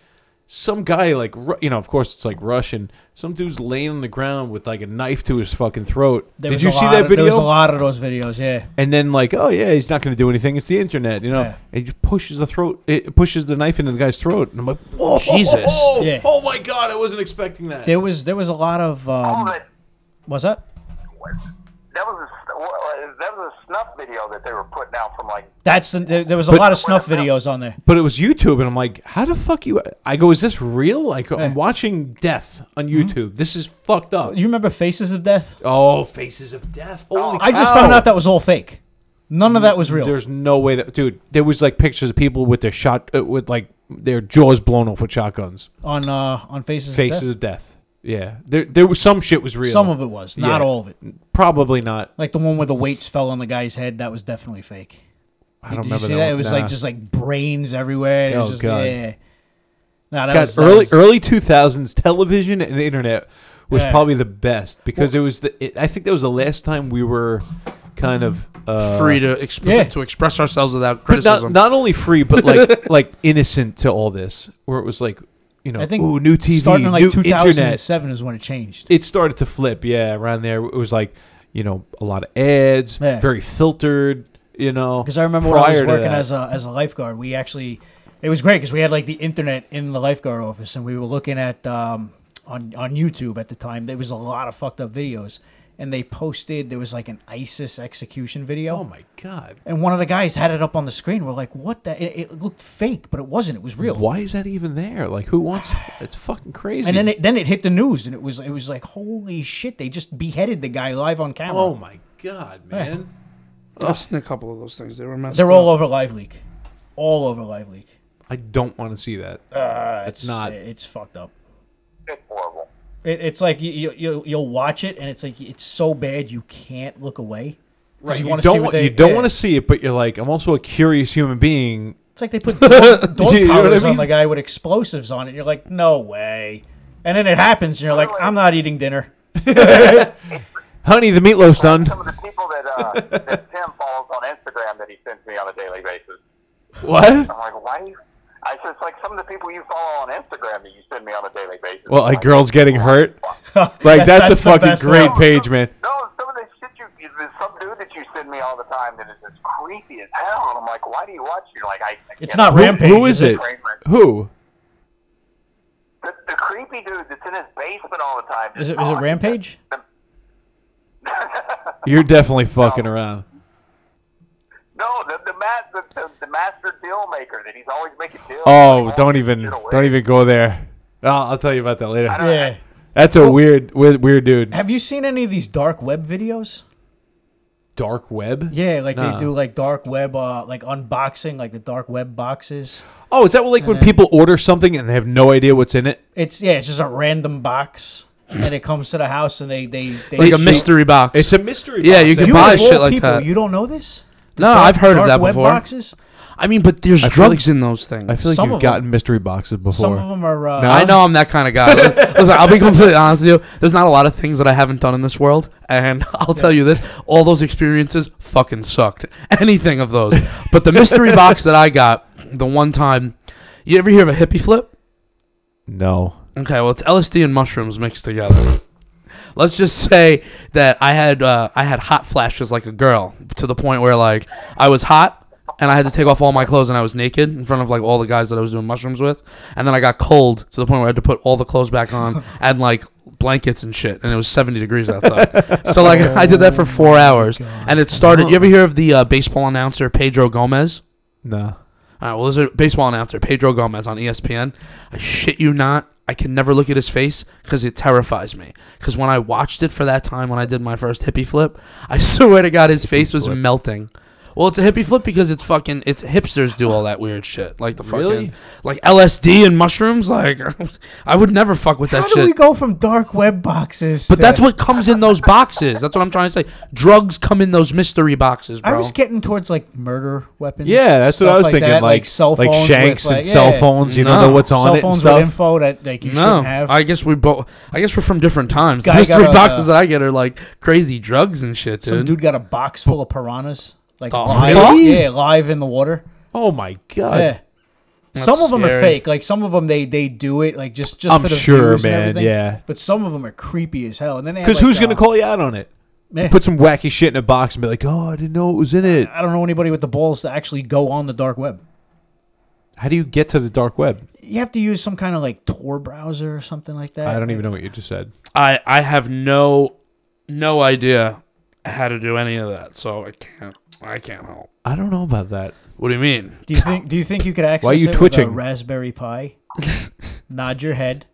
Speaker 3: some guy like Ru- you know of course it's like Russian. Some dude's laying on the ground with like a knife to his fucking throat.
Speaker 2: There
Speaker 3: Did
Speaker 2: was
Speaker 3: you
Speaker 2: a
Speaker 3: see
Speaker 2: lot
Speaker 3: that
Speaker 2: of- There
Speaker 3: video?
Speaker 2: was a lot of those videos, yeah.
Speaker 3: and then like oh yeah he's not going to do anything it's the internet you know
Speaker 2: Yeah.
Speaker 3: and he just pushes the throat it pushes the knife into the guy's throat and i'm like whoa
Speaker 2: Jesus. Yeah.
Speaker 3: oh my god i wasn't expecting that
Speaker 2: There was there was a lot of um, was that?
Speaker 9: That was a s- wha- that was a snuff video that they were putting out from like
Speaker 2: That's the, there, there was a
Speaker 3: But-
Speaker 2: lot of snuff videos on there.
Speaker 3: but it was youtube and i'm like how the fuck you i go is this real like i'm watching death on
Speaker 2: Mm-hmm.
Speaker 3: youtube this is fucked up
Speaker 2: You remember Faces of Death?
Speaker 3: oh faces of death holy
Speaker 2: I just
Speaker 3: cow.
Speaker 2: found out that was all fake. None of that was real.
Speaker 3: Oh. there's no way that dude there was like pictures of people with their shot uh, with like their jaws blown off with shotguns
Speaker 2: on uh on Faces,
Speaker 3: faces
Speaker 2: of Death.
Speaker 3: of death yeah there there was some shit was real
Speaker 2: Some of it was, not all of it.
Speaker 3: probably not
Speaker 2: Like the one where the weights fell on the guy's head, that was definitely fake.
Speaker 3: I don't
Speaker 2: Did you
Speaker 3: remember
Speaker 2: see
Speaker 3: that
Speaker 2: that?
Speaker 3: one.
Speaker 2: It was
Speaker 3: Nah.
Speaker 2: like just like brains everywhere. It was
Speaker 3: Oh,
Speaker 2: just,
Speaker 3: God.
Speaker 2: Yeah. Nah, that
Speaker 3: God,
Speaker 2: was, that
Speaker 3: early
Speaker 2: was-
Speaker 3: early two thousands television and internet was
Speaker 2: Yeah.
Speaker 3: probably the best because it was the. It, I think that was the last time we were kind of uh,
Speaker 1: free to exp- to express ourselves without
Speaker 3: but
Speaker 1: criticism.
Speaker 3: not not only free, but like like innocent to all this, where it was like you know,
Speaker 2: I think
Speaker 3: ooh, new TV,
Speaker 2: starting in like
Speaker 3: new internet.
Speaker 2: 2007 is when it changed.
Speaker 3: It started to flip, yeah, around there. It was like you know a lot of ads,
Speaker 2: Yeah.
Speaker 3: very filtered, you know.
Speaker 2: Because I remember when I was
Speaker 3: prior to
Speaker 2: working
Speaker 3: that.
Speaker 2: as a as a lifeguard, we actually it was great because we had like the internet in the lifeguard office, and we were looking at um, on on YouTube at the time. There was a lot of fucked up videos, and they posted there was like an ISIS execution video.
Speaker 3: Oh my god!
Speaker 2: And one of the guys had it up on the screen. We're like, "What the?" It, it looked fake, but it wasn't. It was real.
Speaker 3: Why is that even there? Like, who wants? It's fucking crazy.
Speaker 2: And then it then it hit the news, and it was it was like, "Holy shit!" They just beheaded the guy live on camera.
Speaker 3: oh my god, man.
Speaker 1: I've seen a couple of those things. They were messed
Speaker 2: They're all
Speaker 1: up.
Speaker 2: over Live Leak, all over Live Leak.
Speaker 3: I don't want to see that.
Speaker 2: Uh,
Speaker 3: That's not.
Speaker 2: It's fucked up.
Speaker 9: it's horrible.
Speaker 2: It, it's like you, you you you'll watch it and it's like it's so bad you can't look away. 'Cause
Speaker 3: You,
Speaker 2: wanna
Speaker 3: don't.
Speaker 2: see what
Speaker 3: want-
Speaker 2: they-
Speaker 3: you don't
Speaker 2: yeah.
Speaker 3: want to see it, but you're like, I'm also a curious human being.
Speaker 2: It's like they put dog, dog
Speaker 3: You know what I
Speaker 2: collars on
Speaker 3: mean?
Speaker 2: the guy with explosives on it. And you're like, no way. And then it happens, and you're like, I'm not eating dinner.
Speaker 3: Honey, the meatloaf's done.
Speaker 9: Some of the people that uh, that Tim follows on Instagram that he sends me on a daily basis.
Speaker 3: What?
Speaker 9: I'm like, why? do you- I said, it's like some of the people you follow on Instagram that you send me on a daily basis.
Speaker 3: Well,
Speaker 9: I'm
Speaker 3: like girls getting hurt. Like
Speaker 9: That's-
Speaker 3: that's,
Speaker 9: that's
Speaker 3: a
Speaker 9: the
Speaker 3: fucking
Speaker 9: best
Speaker 3: great
Speaker 9: one.
Speaker 3: page, man.
Speaker 9: No, some of the shit you, there's some dude that you send me all the time that is as creepy as hell, and I'm like, why do you watch? You're like, I. I
Speaker 2: It's
Speaker 9: can't-
Speaker 2: not
Speaker 3: Who-
Speaker 2: rampage.
Speaker 3: Who is it? Who?
Speaker 9: The, the creepy dude that's in his basement all the time.
Speaker 2: Is it is it rampage?
Speaker 3: You're definitely fucking around.
Speaker 9: No, the the, ma- the, the the master deal maker that he's always making deals.
Speaker 3: Oh, don't even, don't even go there. I'll, I'll tell you about that later.
Speaker 9: I don't- Yeah.
Speaker 3: That's a weird, weird, weird dude.
Speaker 2: Have you seen any of these dark web videos?
Speaker 3: Dark web.
Speaker 2: Yeah, like
Speaker 3: Nah.
Speaker 2: they do like dark web, uh, like unboxing, like the dark web boxes.
Speaker 3: Oh, is that what, like
Speaker 2: And
Speaker 3: when
Speaker 2: then-
Speaker 3: people order something and they have no idea what's in it?
Speaker 2: It's yeah, it's just a random box, and it comes to the house, and they they, they
Speaker 1: Like a mystery box.
Speaker 3: It's a mystery
Speaker 1: Yeah, you can
Speaker 2: You
Speaker 1: buy
Speaker 2: of all
Speaker 1: shit like
Speaker 2: people,
Speaker 1: that.
Speaker 2: You don't know this? The
Speaker 1: No,
Speaker 2: dark-
Speaker 1: I've heard of
Speaker 2: dark
Speaker 1: that
Speaker 2: web
Speaker 1: before.
Speaker 2: boxes?
Speaker 1: I mean, but there's
Speaker 3: I feel
Speaker 1: drugs
Speaker 3: like-
Speaker 1: in those things.
Speaker 3: I feel like
Speaker 2: Some
Speaker 3: you've
Speaker 2: of 'em-
Speaker 3: gotten mystery boxes before.
Speaker 2: Some of them are. Uh,
Speaker 1: No. I know I'm that kind of guy. Listen, I'll be completely honest with you. There's not a lot of things that I haven't done in this world, and I'll tell you this: all those experiences fucking sucked. Anything of those, but the mystery box that I got the one time. You ever hear of a hippie flip?
Speaker 3: No.
Speaker 1: Okay, well, it's LSD and mushrooms mixed together. Let's just say that I had uh, I had hot flashes like a girl to the point where like I was hot and I had to take off all my clothes and I was naked in front of like all the guys that I was doing mushrooms with, and then I got cold to the point where I had to put all the clothes back on and like blankets and shit, and it was seventy degrees outside. so like I did that for four hours, and it started. You ever hear of the uh, baseball announcer Pedro Gomez?
Speaker 3: No.
Speaker 1: All right, well, there's a baseball announcer, Pedro Gomez, on E ESPN. I shit you not. I can never look at his face because it terrifies me. Because when I watched it for that time, when I did my first hippie flip, I swear to God, his face was melting. Well, it's a hippie flip because it's fucking, it's hipsters do all that weird shit. Like the fucking,
Speaker 3: Really?
Speaker 1: like LSD and mushrooms. Like, I would never fuck with that
Speaker 2: How
Speaker 1: shit.
Speaker 2: do we go from dark web boxes?
Speaker 1: but
Speaker 2: to-
Speaker 1: that's what comes in those boxes. That's what I'm trying to say. Drugs come in those mystery boxes, bro.
Speaker 2: I was getting towards like murder weapons.
Speaker 3: Yeah, that's what I
Speaker 2: stuff
Speaker 3: was thinking.
Speaker 2: that,
Speaker 3: Like,
Speaker 2: like cell phones,
Speaker 3: like
Speaker 2: with,
Speaker 3: shanks
Speaker 2: like-
Speaker 3: and cell
Speaker 2: yeah.
Speaker 3: phones. You
Speaker 1: No.
Speaker 3: don't know what's on
Speaker 2: Cell
Speaker 3: it and
Speaker 2: phones
Speaker 3: stuff.
Speaker 2: with info that like you shouldn't have.
Speaker 1: I guess we both. I guess we're from different times.
Speaker 2: Guy
Speaker 1: These
Speaker 2: got
Speaker 1: three
Speaker 2: a- uh,
Speaker 1: boxes that I get are like crazy drugs and shit, dude.
Speaker 2: Some dude got a box full of piranhas, like
Speaker 1: Oh,
Speaker 2: live,
Speaker 1: really?
Speaker 2: yeah, live in the water.
Speaker 3: oh my god.
Speaker 2: Yeah.
Speaker 1: That's
Speaker 2: some of them
Speaker 1: scary.
Speaker 2: are fake. Like some of them, they they do it like just just
Speaker 3: I'm
Speaker 2: for the
Speaker 3: sure,
Speaker 2: views
Speaker 3: man,
Speaker 2: And everything.
Speaker 3: yeah.
Speaker 2: But some of them are creepy as hell. And then
Speaker 3: Because who's
Speaker 2: uh,
Speaker 3: gonna call you out on it?
Speaker 2: Yeah.
Speaker 3: Put some wacky shit in a box and be like, "Oh, I didn't know it was in it."
Speaker 2: I don't know anybody with the balls to actually go on the dark web.
Speaker 3: How do you get to the dark web?
Speaker 2: You have to use some kind of like Tor browser or something like that.
Speaker 3: I don't even know what you just said.
Speaker 1: I I have no no idea how to do any of that, so I can't I can't help.
Speaker 3: I don't know about that.
Speaker 1: What do you mean?
Speaker 2: Do you think? Do you think you could access
Speaker 3: Why are you
Speaker 2: it
Speaker 3: twitching?
Speaker 2: with a Raspberry Pi? Nod your head.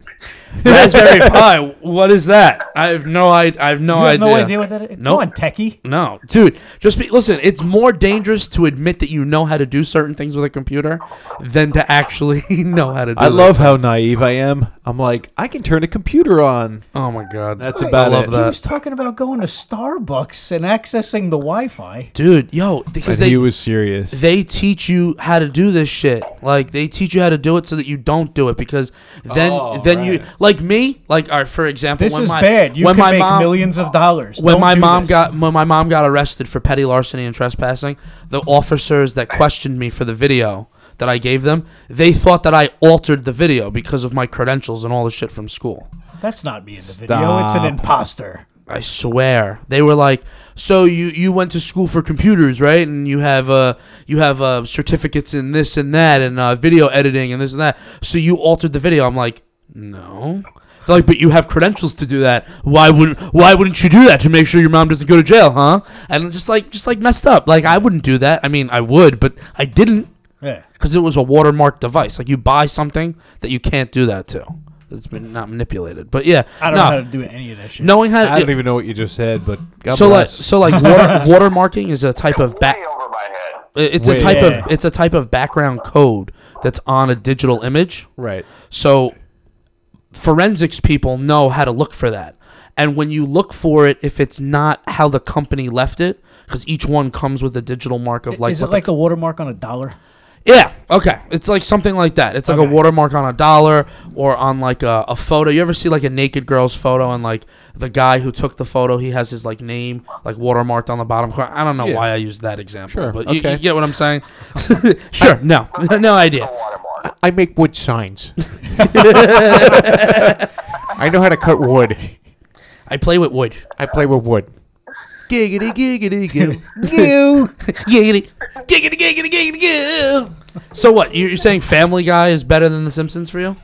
Speaker 1: Raspberry Pi? What is that? I have no I I have no
Speaker 2: you have
Speaker 1: idea.
Speaker 2: no idea what that is.
Speaker 1: Nope.
Speaker 2: Come on, techie.
Speaker 1: No, dude. Just be, listen. It's more dangerous to admit that you know how to do certain things with a computer than to actually know how to. do
Speaker 3: I
Speaker 1: those
Speaker 3: love
Speaker 1: things.
Speaker 3: how naive I am. I'm like, I can turn a computer on.
Speaker 1: Oh my god,
Speaker 3: That's about
Speaker 1: I love
Speaker 3: it.
Speaker 2: He
Speaker 1: that.
Speaker 2: was talking about going to Starbucks and accessing the Wi-Fi.
Speaker 1: dude. Yo, because
Speaker 3: And
Speaker 1: they
Speaker 3: he was serious.
Speaker 1: they teach you how to do this shit. Like they teach you how to do it so that you don't do it because then
Speaker 3: Oh,
Speaker 1: then
Speaker 3: right.
Speaker 1: you like me like all right, for example
Speaker 2: This
Speaker 1: when
Speaker 2: is
Speaker 1: my,
Speaker 2: bad. You
Speaker 1: when
Speaker 2: can
Speaker 1: my
Speaker 2: make
Speaker 1: mom,
Speaker 2: millions of dollars.
Speaker 1: when
Speaker 2: Don't
Speaker 1: my
Speaker 2: do
Speaker 1: mom
Speaker 2: this.
Speaker 1: got when my mom got arrested for petty larceny and trespassing, the officers that questioned me for the video that I gave them, they thought that I altered the video because of my credentials and all the shit from school.
Speaker 2: That's not me in the video. It's an
Speaker 3: Stop.
Speaker 2: imposter.
Speaker 1: I swear they were like, so you you went to school for computers, right? And you have uh you have uh, certificates in this and that and uh, video editing and this and that. So you altered the video. I'm like, no. They're like, but you have credentials to do that. Why wouldn't Why wouldn't you do that to make sure your mom doesn't go to jail, huh? And just like just like messed up. Like I wouldn't do that. I mean, I would, but I didn't
Speaker 2: Yeah.
Speaker 1: because it was a watermark device. Like you buy something that you can't do that to. It's been not manipulated, but yeah.
Speaker 2: I don't
Speaker 1: no,
Speaker 2: know how to do any of that shit.
Speaker 1: knowing how
Speaker 3: I don't even know what you just said, but God
Speaker 1: so like
Speaker 3: bless.
Speaker 1: so like water, watermarking is a type of back
Speaker 9: Way over my head.
Speaker 1: it's
Speaker 3: Way
Speaker 1: a type
Speaker 2: Yeah.
Speaker 1: of it's a type of background code that's on a digital image.
Speaker 3: right.
Speaker 1: So forensics people know how to look for that. And when you look for it if it's not how the company left it cuz each one comes with a digital mark of like
Speaker 2: is
Speaker 1: what
Speaker 2: it
Speaker 1: the
Speaker 2: like the watermark on a dollar?
Speaker 1: yeah. Okay. It's like something like that. It's like
Speaker 2: Okay.
Speaker 1: a watermark on a dollar or on like a, a photo. You ever see like a naked girl's photo and like the guy who took the photo, he has his like name like watermarked on the bottom corner. I don't know
Speaker 3: Yeah.
Speaker 1: why I used that example,
Speaker 3: Sure,
Speaker 1: but you- you,
Speaker 3: okay.
Speaker 1: get what I'm saying. sure. no. no idea. Uh,
Speaker 3: I make wood signs. I know how to cut wood.
Speaker 1: I play with wood.
Speaker 3: I play with wood.
Speaker 1: Giggity giggity goo.
Speaker 2: You.
Speaker 1: giggity giggity giggity giggity goo. So what? you- You're saying Family Guy is better than The Simpsons for you?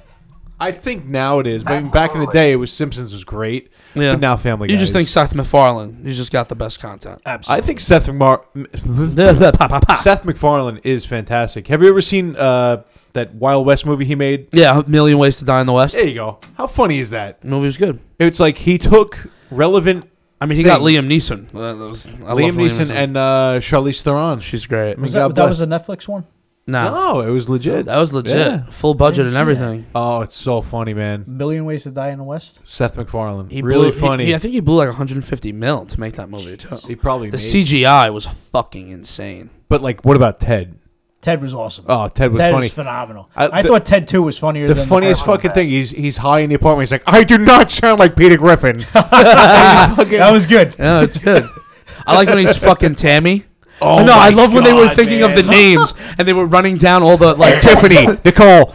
Speaker 3: I think now it is, but I mean, back in the day, it was Simpsons was great.
Speaker 1: Yeah.
Speaker 3: But now Family Guy.
Speaker 1: You just
Speaker 3: is-
Speaker 1: think Seth MacFarlane? He's just got the best content.
Speaker 3: I think Seth Mar-
Speaker 1: Pa, pa, pa.
Speaker 3: Seth MacFarlane is fantastic. Have you ever seen uh, that Wild West movie he made.
Speaker 1: Yeah, A Million Ways to Die in the West.
Speaker 3: There you go. How funny is that?
Speaker 1: Movie was good.
Speaker 3: It's like he took relevant.
Speaker 1: I mean, he got Liam Neeson. Uh, that was- I love
Speaker 3: Liam,
Speaker 1: Liam
Speaker 3: Neeson
Speaker 1: Neeson.
Speaker 3: and uh, Charlize Theron.
Speaker 1: She's great.
Speaker 3: I mean,
Speaker 2: Was
Speaker 3: God
Speaker 2: that, that
Speaker 3: bless.
Speaker 2: was a Netflix one?
Speaker 1: Nah.
Speaker 3: No, it was legit.
Speaker 1: That was legit.
Speaker 3: Yeah.
Speaker 1: Full budget and
Speaker 2: see that.
Speaker 1: everything.
Speaker 3: Oh, it's so funny, man.
Speaker 2: Million Ways to Die in the West.
Speaker 3: Seth MacFarlane.
Speaker 1: He
Speaker 3: really
Speaker 1: blew, he-
Speaker 3: funny.
Speaker 1: he- I think he blew like 150 mil to make that movie. Too.
Speaker 3: He probably
Speaker 1: the
Speaker 3: made-
Speaker 1: CGI was fucking insane.
Speaker 3: but like, what about Ted?
Speaker 2: Ted was awesome.
Speaker 3: Oh, Ted was
Speaker 2: Ted
Speaker 3: funny.
Speaker 2: is phenomenal.
Speaker 3: I-
Speaker 2: I
Speaker 3: the-
Speaker 2: thought Ted Two was funnier.
Speaker 3: The
Speaker 2: than
Speaker 3: funniest
Speaker 2: first one.
Speaker 3: fucking thing. He's he's high in the apartment. He's like, I do not sound like Peter Griffin.
Speaker 2: that was good.
Speaker 1: Yeah, it's good. I like when he's fucking Tammy.
Speaker 3: Oh
Speaker 1: no, I
Speaker 3: my
Speaker 1: love when they were
Speaker 3: God,
Speaker 1: thinking of
Speaker 3: man.
Speaker 1: the names and they were running down all the like
Speaker 3: Tiffany, Nicole,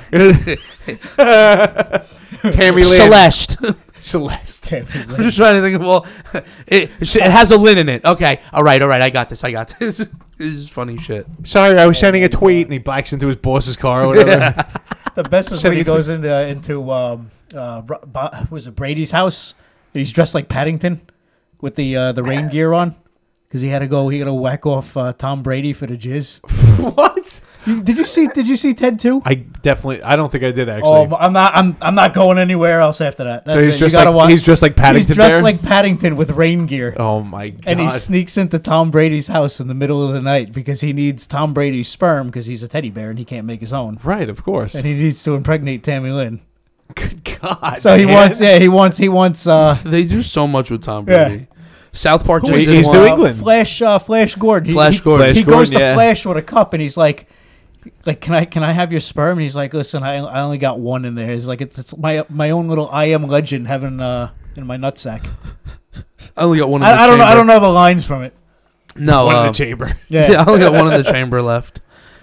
Speaker 3: Tammy, Lynn.
Speaker 1: Celeste.
Speaker 3: Celeste.
Speaker 1: I'm just trying to think of all. It, it has a lin in it. Okay, all right, all right. I got this. I got this. this is funny shit.
Speaker 3: Sorry, I was sending a tweet, and he backs into his boss's car or whatever.
Speaker 2: The best is when
Speaker 3: Sending
Speaker 2: he
Speaker 3: it-
Speaker 2: goes into into um uh Ro- Bo- was it Brady's house and he's dressed like Paddington with the uh, the rain gear on because he had to go he had to whack off uh, Tom Brady for the jizz.
Speaker 3: what?
Speaker 2: You- did you see Did you see Ted too?
Speaker 3: I definitely. I don't think I did actually.
Speaker 2: Oh, I'm not. I'm. I'm not going anywhere else after that. That's
Speaker 3: he's
Speaker 2: it.
Speaker 3: dressed
Speaker 2: you gotta
Speaker 3: like-
Speaker 2: watch.
Speaker 3: he's dressed like Paddington
Speaker 2: He's dressed
Speaker 3: Bear?
Speaker 2: like Paddington with rain gear.
Speaker 3: Oh my god!
Speaker 2: And he sneaks into Tom Brady's house in the middle of the night because he needs Tom Brady's sperm because he's a teddy bear and he can't make his own.
Speaker 3: right, of course.
Speaker 2: And he needs to impregnate Tammy Lynn.
Speaker 3: God,
Speaker 2: So he
Speaker 3: man.
Speaker 2: wants, yeah, he wants, he wants. Uh,
Speaker 1: They do so much with Tom
Speaker 2: Yeah.
Speaker 1: Brady. South Park
Speaker 2: who
Speaker 1: just
Speaker 2: is
Speaker 1: did
Speaker 2: it?
Speaker 3: he's
Speaker 1: one.
Speaker 3: New
Speaker 2: Uh,
Speaker 3: England.
Speaker 2: Flash, uh, Flash Gordon. He-
Speaker 1: Flash
Speaker 2: he,
Speaker 1: Gordon.
Speaker 2: He
Speaker 3: Flash
Speaker 2: goes
Speaker 3: Gordon,
Speaker 2: to
Speaker 3: yeah.
Speaker 2: Flash with a cup, and he's like, like, can I, can I have your sperm? And he's like, listen, I, I only got one in there. It's like it's, it's my, my own little I am legend having uh in my nutsack.
Speaker 1: I only got one. In the
Speaker 2: I, I don't know, I
Speaker 1: chamber.
Speaker 2: don't know the lines from it.
Speaker 1: No,
Speaker 3: One in the
Speaker 1: um,
Speaker 3: chamber.
Speaker 1: Yeah.
Speaker 2: Yeah.
Speaker 1: I only got one in the chamber left.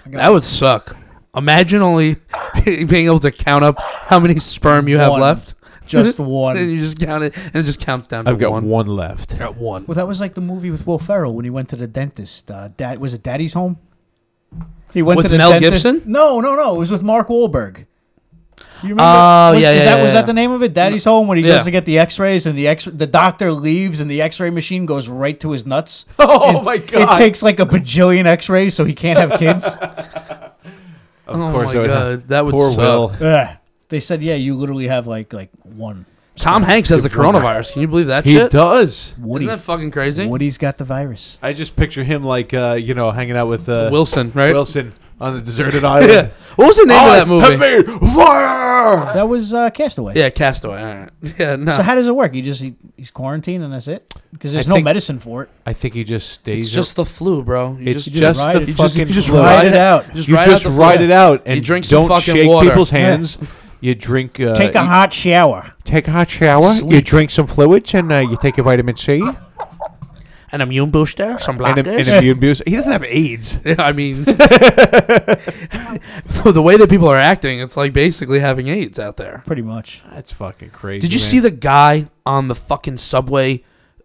Speaker 1: That would suck. Imagine only being able to count up how many sperm you have
Speaker 2: One.
Speaker 1: left.
Speaker 2: Just one.
Speaker 1: and you just count it, and it just counts down.
Speaker 3: I've
Speaker 1: to
Speaker 3: got
Speaker 1: one. Oh
Speaker 3: one, left.
Speaker 1: I got one.
Speaker 2: Well, that was like the movie with Will Ferrell when he went to the dentist. Uh, dad was it Daddy's Home? He went
Speaker 1: With
Speaker 2: to the
Speaker 1: Mel
Speaker 2: dentist.
Speaker 1: Gibson?
Speaker 2: No, no, no. It was with Mark Wahlberg. You remember?
Speaker 1: Oh,
Speaker 2: was,
Speaker 1: yeah,
Speaker 2: is
Speaker 1: yeah,
Speaker 2: that,
Speaker 1: yeah,
Speaker 2: Was
Speaker 1: yeah.
Speaker 2: that the name of it? Daddy's Home when he
Speaker 1: Yeah.
Speaker 2: goes to get the X-rays and the X the doctor leaves and the X-ray machine goes right to his nuts.
Speaker 3: Oh
Speaker 2: It-
Speaker 3: my God.
Speaker 2: It takes like a bajillion X-rays so he can't have kids.
Speaker 3: Of
Speaker 1: Oh
Speaker 3: course,
Speaker 1: my
Speaker 3: I would-
Speaker 1: God, that would
Speaker 3: poor
Speaker 1: suck.
Speaker 3: Will.
Speaker 2: Ugh. They said, yeah, you literally have like like one.
Speaker 1: Tom Hanks has the
Speaker 3: one.
Speaker 1: coronavirus. Can you believe that
Speaker 3: He
Speaker 1: shit?
Speaker 3: does.
Speaker 2: Woody.
Speaker 1: Isn't that fucking crazy?
Speaker 2: Woody's got the virus.
Speaker 3: I just picture him like uh, you know hanging out with uh,
Speaker 1: Wilson, right?
Speaker 3: Wilson on the deserted
Speaker 1: Yeah.
Speaker 3: island.
Speaker 1: What was the name of
Speaker 3: I
Speaker 1: that movie?
Speaker 3: have made fire.
Speaker 2: That was uh, Castaway.
Speaker 1: Yeah, Castaway. All right. Yeah, no.
Speaker 2: So how does it work? You just he, he's quarantined and that's it because there's no
Speaker 3: think-
Speaker 2: medicine for it.
Speaker 3: I think he just stays.
Speaker 1: it's just the flu, bro. You
Speaker 3: it's
Speaker 1: just,
Speaker 3: just,
Speaker 2: just ride
Speaker 3: the
Speaker 2: it.
Speaker 1: you just,
Speaker 3: fucking
Speaker 1: you just
Speaker 3: flu.
Speaker 1: ride it out.
Speaker 3: you just ride it out and
Speaker 1: You drink
Speaker 3: don't
Speaker 1: some fucking
Speaker 3: shake
Speaker 1: water.
Speaker 3: people's hands. You drink. Uh,
Speaker 2: Take a
Speaker 3: you-
Speaker 2: hot shower.
Speaker 3: take a hot shower. You
Speaker 1: Sleep.
Speaker 3: drink some fluids and uh, you take your vitamin C and,
Speaker 1: An immune booster, some
Speaker 3: a-
Speaker 1: blockers.
Speaker 3: and immune boost. He doesn't have AIDS.
Speaker 1: I mean, so the way that people are acting, it's like basically having AIDS out there.
Speaker 2: Pretty much.
Speaker 3: That's fucking crazy.
Speaker 1: Did you see the guy on the fucking subway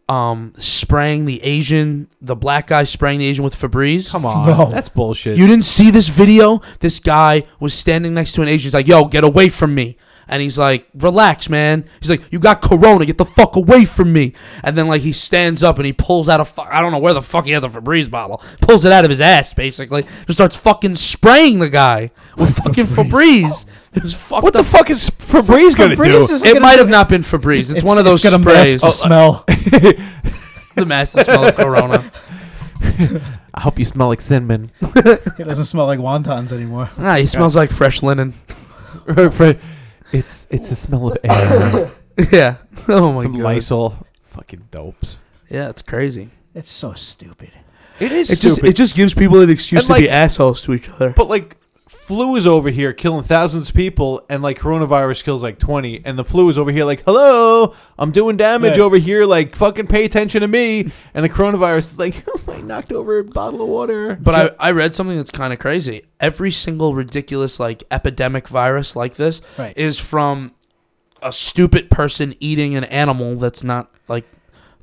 Speaker 1: um, spraying the Asian, the black guy spraying the Asian with Febreze?
Speaker 3: Come on, that's bullshit.
Speaker 1: You didn't see this video? This guy was standing next to an Asian. He's like, yo, get away from me. And he's like, relax, man. He's like, you got corona. Get the fuck away from me. And then, like, he stands up and he pulls out a fu- I don't know where the fuck he had the Febreze bottle. Pulls it out of his ass, basically. Just starts fucking spraying the guy with fucking Febreze. It was fucked
Speaker 3: what the
Speaker 1: up.
Speaker 3: fuck is Febreze gonna
Speaker 2: Febreze
Speaker 3: do?
Speaker 2: is-
Speaker 1: It
Speaker 2: gonna
Speaker 1: might
Speaker 2: do-
Speaker 1: have not been Febreze. It's, one of those
Speaker 2: it's gonna
Speaker 1: sprays. Oh,
Speaker 2: Mask the smell.
Speaker 1: the master smell of corona.
Speaker 3: I hope you smell like Thin Man.
Speaker 2: it doesn't smell like wontons anymore.
Speaker 1: Ah, he smells like fresh linen.
Speaker 3: it's it's the smell of air.
Speaker 1: yeah. Oh my
Speaker 3: Some
Speaker 1: god.
Speaker 3: Lysol. Fucking dopes.
Speaker 1: Yeah, it's crazy.
Speaker 2: It's so stupid.
Speaker 3: It is
Speaker 1: It just it just gives people an excuse
Speaker 3: And,
Speaker 1: to be
Speaker 3: like-
Speaker 1: assholes to each other.
Speaker 3: But like flu is over here killing thousands of people and like coronavirus kills like 20 and the flu is over here like hello i'm doing damage
Speaker 2: Yeah.
Speaker 3: over here like fucking pay attention to me and the coronavirus is like i knocked over a bottle of water
Speaker 1: But I, I read something that's kind of crazy. Every single ridiculous like epidemic virus like this
Speaker 2: Right.
Speaker 1: is from a stupid person eating an animal that's not like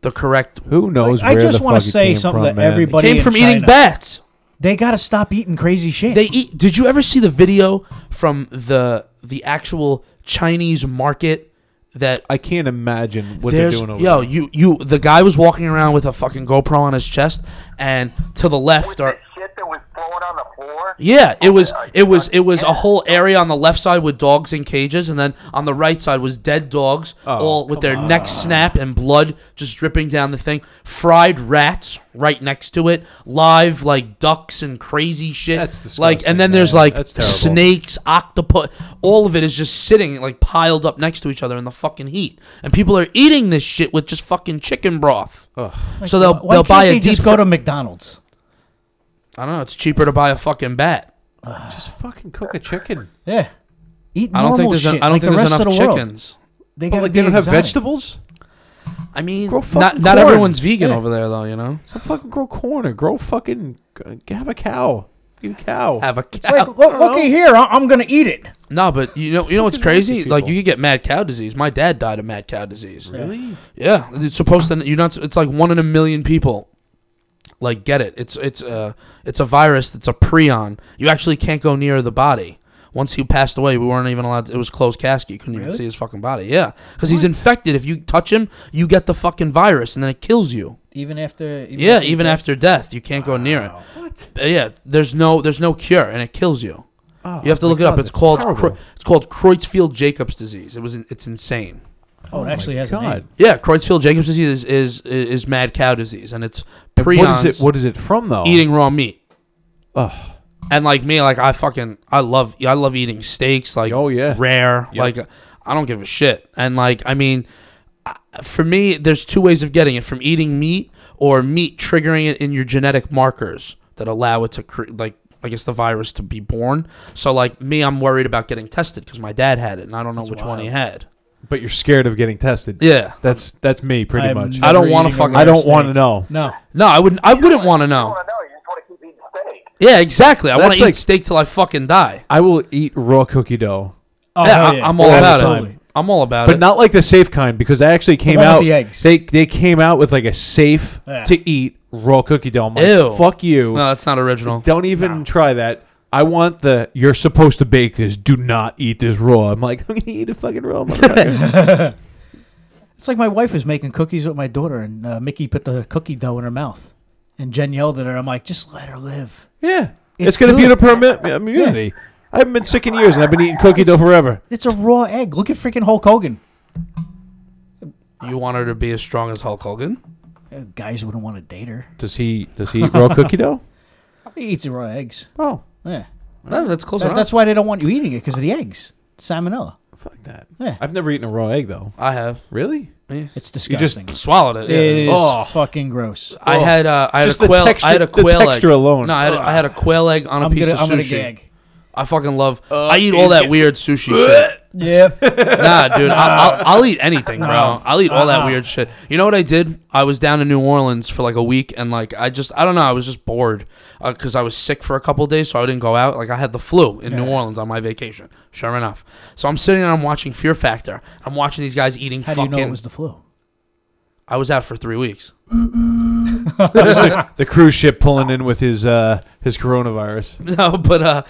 Speaker 1: the correct.
Speaker 3: who knows
Speaker 2: I
Speaker 3: where
Speaker 2: just
Speaker 3: the
Speaker 2: wanna
Speaker 3: fuck it
Speaker 2: say
Speaker 3: came
Speaker 2: something
Speaker 3: from,
Speaker 2: that
Speaker 3: man.
Speaker 2: everybody- Buddy
Speaker 1: came
Speaker 2: in
Speaker 1: from eating
Speaker 2: China.
Speaker 1: bats.
Speaker 2: They gotta stop eating crazy shit.
Speaker 1: They eat. Did you ever see the video from the the actual Chinese market that
Speaker 3: i can't imagine what
Speaker 1: There's-
Speaker 3: they're doing over
Speaker 1: yo,
Speaker 3: there
Speaker 1: you you the guy was walking around with a fucking GoPro on his chest, and to the left
Speaker 9: The
Speaker 1: are
Speaker 9: shit that was flowing on the floor? uh,
Speaker 1: Yeah, it was it was it was a whole area on the left side with dogs in cages, and then on the right side was dead dogs,
Speaker 3: Oh,
Speaker 1: all with their necks snapped and blood just dripping down the thing. Fried rats right next to it, live like ducks and crazy shit.
Speaker 3: That's
Speaker 1: like,
Speaker 3: disgusting,
Speaker 1: and then there's
Speaker 3: man.
Speaker 1: like
Speaker 3: That's terrible.
Speaker 1: snakes, octopus. All of it is just sitting like piled up next to each other in the fucking heat, and people are eating this shit with just fucking chicken broth. So they'll
Speaker 2: Why
Speaker 1: they'll
Speaker 2: can't
Speaker 1: buy
Speaker 2: they
Speaker 1: a deep.
Speaker 2: just go
Speaker 1: fr-
Speaker 2: to McDonald's.
Speaker 1: I don't know. It's cheaper to buy a fucking bat.
Speaker 3: Just fucking cook a chicken.
Speaker 2: Yeah. Eat
Speaker 1: I don't think
Speaker 2: normal
Speaker 1: there's
Speaker 2: shit,
Speaker 1: en- I don't
Speaker 2: like
Speaker 1: think
Speaker 2: the
Speaker 1: there's
Speaker 2: rest of
Speaker 1: enough
Speaker 2: the world.
Speaker 1: chickens.
Speaker 2: They
Speaker 3: But,
Speaker 2: gotta
Speaker 3: like, they
Speaker 2: be
Speaker 3: don't have
Speaker 2: exotic.
Speaker 3: vegetables.
Speaker 1: I mean,
Speaker 3: Grow
Speaker 1: not
Speaker 3: fucking
Speaker 1: not
Speaker 3: corn.
Speaker 1: everyone's vegan
Speaker 3: Yeah.
Speaker 1: over there though. You know,
Speaker 3: So fucking grow corn or grow fucking have a cow. Eat a cow.
Speaker 1: have a cow.
Speaker 2: It's like, look, looky here, I- I'm gonna eat it.
Speaker 1: no, but you know, you know what's crazy?
Speaker 3: people.
Speaker 1: Like you could get mad cow disease. My dad died of mad cow disease.
Speaker 3: Really?
Speaker 1: Yeah, it's supposed to. You're not. It's like one in a million people. Like get it? It's it's a it's a virus. That's a prion. You actually can't go near the body. Once he passed away, we weren't even allowed. To, it was closed casket. You couldn't even
Speaker 2: Really?
Speaker 1: see his fucking body. Yeah, because he's infected. If you touch him, you get the fucking virus, and then it kills you.
Speaker 2: Even after. Even
Speaker 1: yeah,
Speaker 2: after you
Speaker 1: even
Speaker 2: grow-
Speaker 1: after death, you can't go near it. Uh, Yeah, there's no there's no cure, and it kills you. you have to
Speaker 3: Oh my
Speaker 1: look it up.
Speaker 3: God,
Speaker 1: It's
Speaker 3: that's
Speaker 1: called
Speaker 3: terrible.
Speaker 1: Cro- it's called Creutzfeldt Jacobs disease. It was in, it's insane.
Speaker 2: Oh, it actually has a name.
Speaker 1: Yeah, Creutzfeldt Jacobs disease is, is is mad cow disease, and it's
Speaker 3: And
Speaker 1: prions
Speaker 3: What is it? What is it from though?
Speaker 1: eating raw meat.
Speaker 3: Oh. Ugh.
Speaker 1: And like me, like I fucking I love I love eating steaks like
Speaker 3: Oh, yeah.
Speaker 1: rare like I don't give a shit. And like I mean, I- for me, there's two ways of getting it: from eating meat or meat triggering it in your genetic markers that allow it to cre- like I guess the virus to be born. So like me, I'm worried about getting tested because my dad had it, and I don't know which one he had.
Speaker 3: But you're scared of getting tested.
Speaker 1: Yeah.
Speaker 3: That's that's me pretty
Speaker 2: I'm
Speaker 3: much.
Speaker 2: never
Speaker 1: I don't wanna
Speaker 2: eating a
Speaker 1: fucking-
Speaker 2: rare
Speaker 3: I don't wanna
Speaker 2: steak.
Speaker 3: know.
Speaker 2: No.
Speaker 1: No, I wouldn't. I wouldn't want to know. Yeah, exactly. I
Speaker 3: That's
Speaker 1: want to eat
Speaker 3: like-
Speaker 1: steak till I fucking die.
Speaker 3: I will eat raw cookie dough.
Speaker 2: Oh,
Speaker 1: yeah,
Speaker 2: hell
Speaker 1: I, am all
Speaker 3: All the
Speaker 1: about it.
Speaker 3: time.
Speaker 1: I'm all about
Speaker 3: But
Speaker 1: it.
Speaker 3: not like the safe kind because I actually came
Speaker 2: one with
Speaker 3: out
Speaker 2: the eggs?
Speaker 3: They they came out with like a safe
Speaker 2: Yeah.
Speaker 3: to eat raw cookie dough. I'm like,
Speaker 1: Ew.
Speaker 3: fuck you.
Speaker 1: no, that's not original.
Speaker 3: Don't even try that. I want the you're supposed to bake this. Do not eat this raw. I'm like, I'm gonna eat a fucking raw motherfucker.
Speaker 2: It's like my wife was making cookies with my daughter, and uh, Mickey put the cookie dough in her mouth, and Jen yelled at her. I'm like, just let her live.
Speaker 3: yeah.
Speaker 2: It's
Speaker 3: It's, gonna be
Speaker 2: good.
Speaker 3: the permanent immunity. I haven't been sick in years and I've been eating cookie dough forever.
Speaker 2: It's a raw egg. Look at freaking Hulk Hogan.
Speaker 1: You want her to be as strong as Hulk Hogan?
Speaker 2: Uh, Guys wouldn't want to date her.
Speaker 3: Does he does he eat raw cookie dough?
Speaker 2: He eats raw eggs.
Speaker 3: Oh.
Speaker 2: Yeah,
Speaker 1: No, that's close
Speaker 2: That-
Speaker 1: enough.
Speaker 2: that's why they don't want you eating it because of the eggs. Salmonella.
Speaker 3: Fuck that.
Speaker 2: Yeah.
Speaker 3: I've never eaten a raw egg though.
Speaker 1: I have
Speaker 3: Really?
Speaker 2: It's
Speaker 3: You just-
Speaker 2: disgusting.
Speaker 1: swallowed it.
Speaker 2: It is
Speaker 1: Yeah.
Speaker 3: Oh.
Speaker 2: fucking gross.
Speaker 1: I had uh, I had
Speaker 3: Just
Speaker 1: a
Speaker 3: the
Speaker 1: quail. I had a
Speaker 3: texture- the
Speaker 1: quail
Speaker 3: texture
Speaker 1: egg.
Speaker 3: alone.
Speaker 1: No, I had, I had a quail egg on a
Speaker 2: I'm
Speaker 1: piece
Speaker 2: gonna,
Speaker 1: of
Speaker 2: I'm gonna
Speaker 1: sushi.
Speaker 2: gag.
Speaker 1: I fucking love. I eat all that weird sushi shit.
Speaker 2: Yeah.
Speaker 1: Nah, dude, I'll, I'll, I'll eat anything, bro. I'll eat all
Speaker 2: Uh-uh.
Speaker 1: that weird shit. You know what I did? I was down in New Orleans for like a week, and like I just I don't know, I was just bored because I was sick for a couple days, so I didn't go out. Like I had the flu in New Orleans on my vacation. Sure enough, so I'm sitting there, I'm watching Fear Factor. I'm watching these guys eating
Speaker 2: How do you
Speaker 1: fucking.
Speaker 2: know it was the flu?
Speaker 1: I was out for three weeks.
Speaker 3: The cruise ship pulling in with his uh his coronavirus.
Speaker 1: No, but uh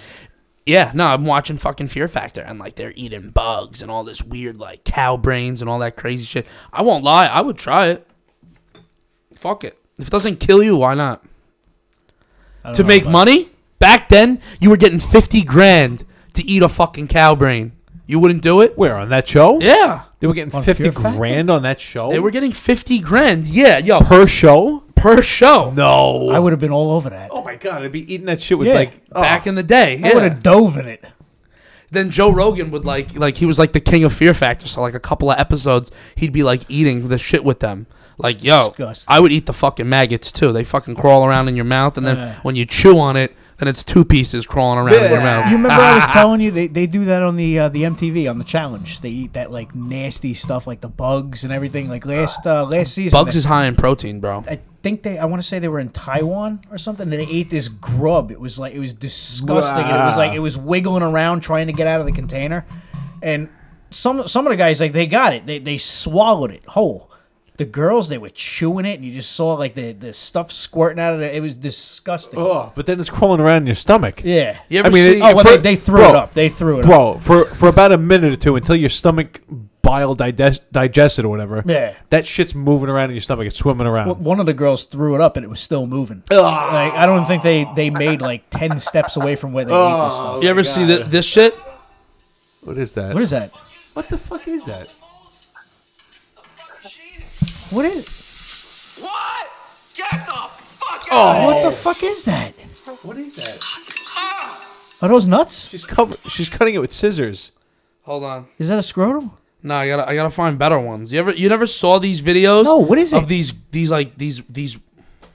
Speaker 1: yeah, no, I'm watching fucking Fear Factor and like they're eating bugs and all this weird like cow brains and all that crazy shit. I won't lie, I would try it. Fuck it. If it doesn't kill you, why not? To make money? Back then, you were getting 50 grand to eat a fucking cow brain. You wouldn't do it?
Speaker 3: Where on that show?
Speaker 1: Yeah.
Speaker 3: They were getting
Speaker 2: On
Speaker 3: fifty
Speaker 2: Fear Factor?
Speaker 3: grand on that show.
Speaker 1: They were getting 50 grand. Yeah, yo, per,
Speaker 3: Oh. per show.
Speaker 1: show.
Speaker 3: No.
Speaker 2: I would have been all over that.
Speaker 3: Oh my god, I'd be eating that shit with
Speaker 2: Yeah.
Speaker 3: like oh,
Speaker 1: Back in the day.
Speaker 2: I would
Speaker 1: Yeah.
Speaker 2: have dove in it.
Speaker 1: then Joe Rogan would like like he was like the king of Fear Factor. So like a couple of episodes, he'd be like eating the shit with them. Like yo,
Speaker 2: disgusting.
Speaker 1: I would eat the fucking maggots too. They fucking crawl around in your mouth, and then when you chew on it, then it's two pieces crawling around in your mouth.
Speaker 2: You remember I was telling you they, they do that on the uh, the MTV on the challenge. They eat that like nasty stuff like the bugs and everything. Like last uh, last season,
Speaker 1: Bugs
Speaker 2: they-
Speaker 1: is high in protein, bro.
Speaker 2: I think they I want to say they were in Taiwan or something and they ate this grub. It was like it was disgusting. And it was like it was wiggling around trying to get out of the container. And some some of the guys like they got it. They they swallowed it whole. The girls they were chewing it and you just saw like the the stuff squirting out of it. It was disgusting.
Speaker 3: oh, but then it's crawling around in your stomach.
Speaker 2: Yeah.
Speaker 1: You
Speaker 3: I
Speaker 1: ever
Speaker 3: mean,
Speaker 1: see?
Speaker 3: it-
Speaker 2: Oh, well,
Speaker 3: For-
Speaker 2: they, they threw
Speaker 3: bro,
Speaker 2: it up. They threw it up.
Speaker 3: Bro, for for about a minute or two until your stomach bile digest, digested or whatever.
Speaker 2: Yeah.
Speaker 3: That shit's moving around in your stomach. It's swimming around.
Speaker 2: Well, one of the girls threw it up and it was still moving. Like I don't think they they made like ten steps away from where they ate this stuff.
Speaker 1: you ever see thi- this shit?
Speaker 3: What is that?
Speaker 2: What is that?
Speaker 3: What the fuck is that?
Speaker 2: What is?
Speaker 7: What? Get the fuck
Speaker 2: Oh, what the fuck is that?
Speaker 3: What is that?
Speaker 2: Are those nuts?
Speaker 3: She's cover- She's cutting it with scissors.
Speaker 1: Hold on.
Speaker 2: Is that a scrotum?
Speaker 1: No, I gotta I gotta find better ones. You ever you never saw these videos?
Speaker 2: No, what is
Speaker 1: of
Speaker 2: it?
Speaker 1: these these like these these
Speaker 7: What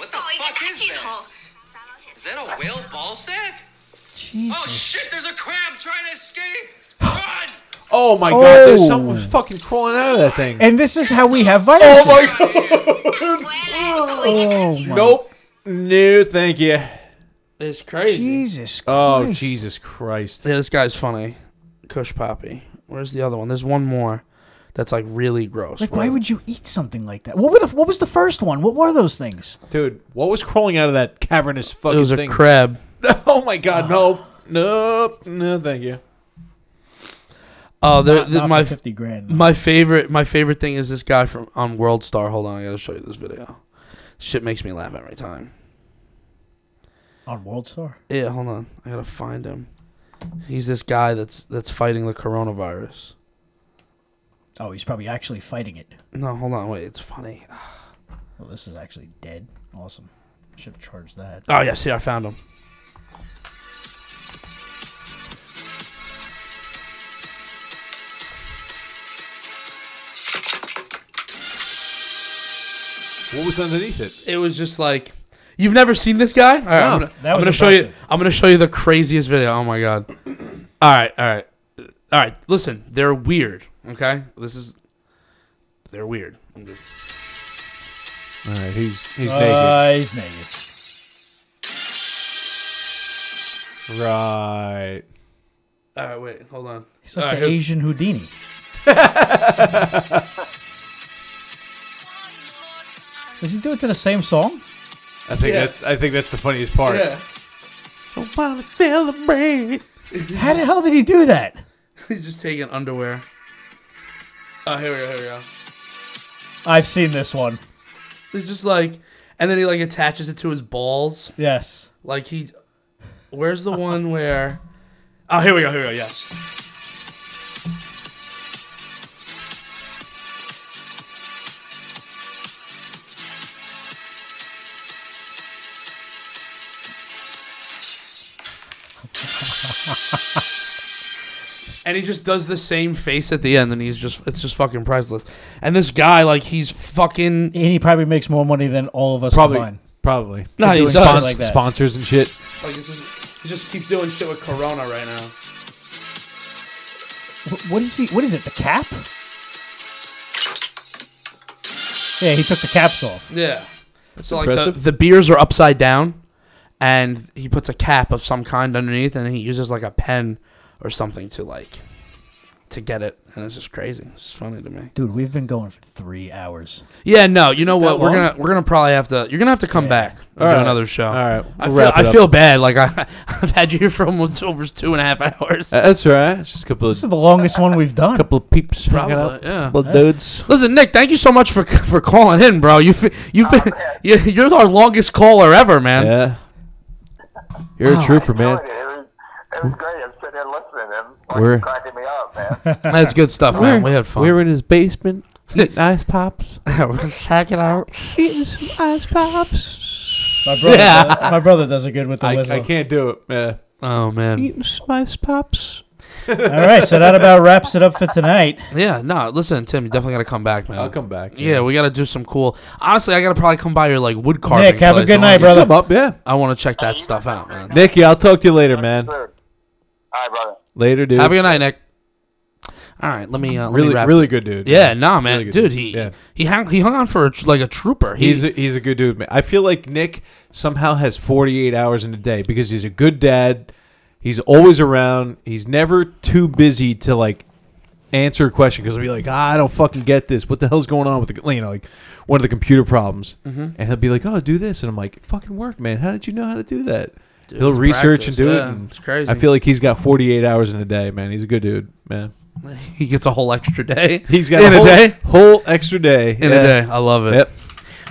Speaker 7: the fuck is that? Is that a whale ball sack? Oh shit, there's a crab trying to escape!
Speaker 3: Oh my
Speaker 2: Oh.
Speaker 3: god! There's something fucking crawling out of that thing.
Speaker 2: And this is how we have viruses.
Speaker 3: Oh my. Nope. No, thank you.
Speaker 1: It's crazy.
Speaker 2: Jesus.
Speaker 3: Oh
Speaker 1: Christ.
Speaker 3: Jesus Christ!
Speaker 1: Yeah, this guy's funny. Kush Poppy. Where's the other one? There's one more that's like really gross.
Speaker 2: Like, why would you eat something like that? What, were the, what was the first one? What were those things?
Speaker 3: Dude, what was crawling out of that cavernous fucking thing?
Speaker 1: was a crab.
Speaker 3: oh my god! No, nope, no, thank you.
Speaker 1: Oh, the,
Speaker 2: Not-
Speaker 1: the-
Speaker 2: not
Speaker 1: my
Speaker 2: for 50 grand, no.
Speaker 1: My favorite, my favorite thing is this guy from on World Star. Hold on, I gotta show you this video. Shit makes me laugh every time.
Speaker 2: On World Star?
Speaker 1: Yeah, hold on, I gotta find him. He's this guy that's that's fighting the coronavirus.
Speaker 2: Oh, he's probably actually fighting it.
Speaker 1: No, hold on, wait, it's funny.
Speaker 2: Well, this is actually dead. Awesome. Should have charged that.
Speaker 1: Oh yes, here I found him.
Speaker 3: What was underneath it?
Speaker 1: It was just like you've never seen this guy. All right,
Speaker 3: No,
Speaker 1: I'm gonna,
Speaker 3: that
Speaker 1: I'm
Speaker 3: was
Speaker 1: gonna show you.
Speaker 3: impressive.
Speaker 1: I'm gonna show you the craziest video. Oh my god! All right, all right, all right. Listen, they're weird. Okay, this is they're weird. I'm just-
Speaker 3: All right, he's he's
Speaker 2: Uh, he's naked.
Speaker 3: naked. Right.
Speaker 1: All right, wait, hold on.
Speaker 2: He's like
Speaker 1: All right,
Speaker 2: the
Speaker 1: here's-
Speaker 2: Asian Houdini. Does he do it to the same song?
Speaker 3: I think
Speaker 2: Yeah.
Speaker 3: that's I think that's the funniest part.
Speaker 2: Yeah.
Speaker 3: I wanna celebrate.
Speaker 2: How the hell did he do that?
Speaker 1: He's just taking underwear. Oh, here we go. Here we go.
Speaker 2: I've seen this one.
Speaker 1: It's just like, and then he like attaches it to his balls.
Speaker 2: Yes.
Speaker 1: Like he, where's the one where? Oh, here we go. Here we go. Yes. And he just does the same face at the end, and he's just—it's just fucking priceless. And this guy, like, he's fucking.
Speaker 2: And he probably makes more money than all of us
Speaker 1: Probably-
Speaker 2: combined.
Speaker 3: Probably.
Speaker 1: No,
Speaker 2: For
Speaker 1: he
Speaker 2: doing
Speaker 1: does.
Speaker 2: shit like that.
Speaker 3: Sponsors and shit.
Speaker 1: Like this is, he just keeps doing shit with Corona right now.
Speaker 2: Wh- What is he? What is it? The cap? Yeah, he took the caps off.
Speaker 1: Yeah. so like
Speaker 2: impressive.
Speaker 1: the, the beers are upside down, and he puts a cap of some kind underneath, and he uses like a pen or something to like to get it, and it's just crazy. It's just funny to me.
Speaker 2: Dude, we've been going for three hours.
Speaker 1: Yeah, no, you know
Speaker 2: it
Speaker 1: what?
Speaker 2: that
Speaker 1: We're
Speaker 2: long?
Speaker 1: gonna we're gonna probably have to. You're gonna have to come back and
Speaker 3: All
Speaker 1: do
Speaker 3: right.
Speaker 1: another show.
Speaker 3: All right.
Speaker 1: I
Speaker 3: We'll
Speaker 1: feel,
Speaker 3: wrap it
Speaker 1: I
Speaker 3: up.
Speaker 1: feel bad. Like I I've had you here for almost over two and a half hours.
Speaker 3: Uh, That's all right. It's just a couple of
Speaker 2: This is the longest one we've done.
Speaker 3: couple of peeps hanging
Speaker 1: Probably,
Speaker 3: out.
Speaker 1: yeah.
Speaker 3: Couple of dudes.
Speaker 1: Listen, Nick, thank you so much for for calling in, bro. You've you've been you're, you're our longest caller ever, man.
Speaker 3: Yeah. You're a
Speaker 1: Oh.
Speaker 3: trooper, man.
Speaker 9: It was great. I'm sitting there listening to him.
Speaker 3: We're-
Speaker 9: Fucking cracking me up, man.
Speaker 1: That's good stuff,
Speaker 3: We're-
Speaker 1: man. We had fun.
Speaker 3: We're in his basement, eating ice pops.
Speaker 1: We're just checking out.
Speaker 3: Eating some ice pops.
Speaker 2: My brother, does, my brother does it good with the
Speaker 3: I,
Speaker 2: whistle.
Speaker 3: I can't do it. Yeah.
Speaker 1: Oh man.
Speaker 3: Eating some ice pops.
Speaker 2: All right, so that about wraps it up for tonight.
Speaker 1: Yeah, no. Listen, Tim, you definitely gotta come back, man.
Speaker 3: I'll come back,
Speaker 1: Yeah,
Speaker 3: yeah.
Speaker 1: we gotta do some cool. Honestly, I gotta probably come by your like wood carving.
Speaker 2: Nick, have a
Speaker 1: place.
Speaker 2: good
Speaker 1: I
Speaker 2: night,
Speaker 1: wanna-
Speaker 3: brother. Up, yeah.
Speaker 1: I want to check that stuff out, man.
Speaker 3: Nicky, I'll talk to you later, man.
Speaker 9: All right, brother.
Speaker 3: Later, dude.
Speaker 1: Have a good night, Nick. All right, let me. Uh, let me
Speaker 3: Really-
Speaker 1: wrap
Speaker 3: really
Speaker 1: it.
Speaker 3: good dude.
Speaker 1: Yeah, nah, man,
Speaker 3: Really good
Speaker 1: dude.
Speaker 3: dude.
Speaker 1: He
Speaker 3: Yeah.
Speaker 1: he hung he hung on for a, tr- like a trooper. He,
Speaker 3: He's a, he's a good dude, man. I feel like Nick somehow has 48 hours in a day because he's a good dad. He's always around. He's never too busy to like answer a question because he'll be like, "Ah, I don't fucking get this. What the hell's going on with the co-" you know like one of the computer problems?
Speaker 1: Mhm.
Speaker 3: And he'll be like, "Oh, do this," and I'm like, "Fucking work, man. How did you know how to do that?"
Speaker 1: Dude,
Speaker 3: he'll
Speaker 1: it's
Speaker 3: research
Speaker 1: practice.
Speaker 3: and do
Speaker 1: Yeah,
Speaker 3: it. And
Speaker 1: it's crazy.
Speaker 3: I feel like he's got 48 hours in a day, man. He's a good dude, man.
Speaker 1: He gets a whole extra day.
Speaker 3: He's got
Speaker 1: in
Speaker 3: a
Speaker 1: a,
Speaker 3: whole,
Speaker 1: day.
Speaker 3: whole extra day
Speaker 1: In
Speaker 3: Yeah.
Speaker 1: a day, I love it.
Speaker 3: Yep.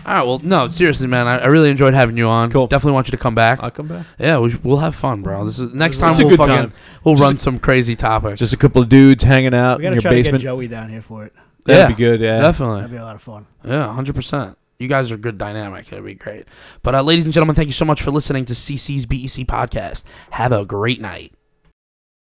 Speaker 1: All right. Well, no, seriously, man, I, I really enjoyed having you on. Cool. Definitely want you to come back. I'll
Speaker 3: come back.
Speaker 1: Yeah, we, sh- we'll have fun, bro. This is next
Speaker 3: It's
Speaker 1: time
Speaker 3: a
Speaker 1: we'll
Speaker 3: good
Speaker 1: fucking
Speaker 3: time.
Speaker 1: we'll
Speaker 3: Just
Speaker 1: run
Speaker 3: a-
Speaker 1: some crazy topics.
Speaker 3: Just a couple of dudes hanging out
Speaker 2: We
Speaker 3: in
Speaker 2: gotta
Speaker 3: your
Speaker 2: try
Speaker 3: basement.
Speaker 2: to get Joey down here for it.
Speaker 3: That'd be good, yeah.
Speaker 1: Definitely.
Speaker 2: That'd be a lot of fun.
Speaker 1: Yeah, hundred percent. You guys are good dynamic. That'd be great. But uh, ladies and gentlemen, thank you so much for listening to CC's BEC podcast. E Have a great night.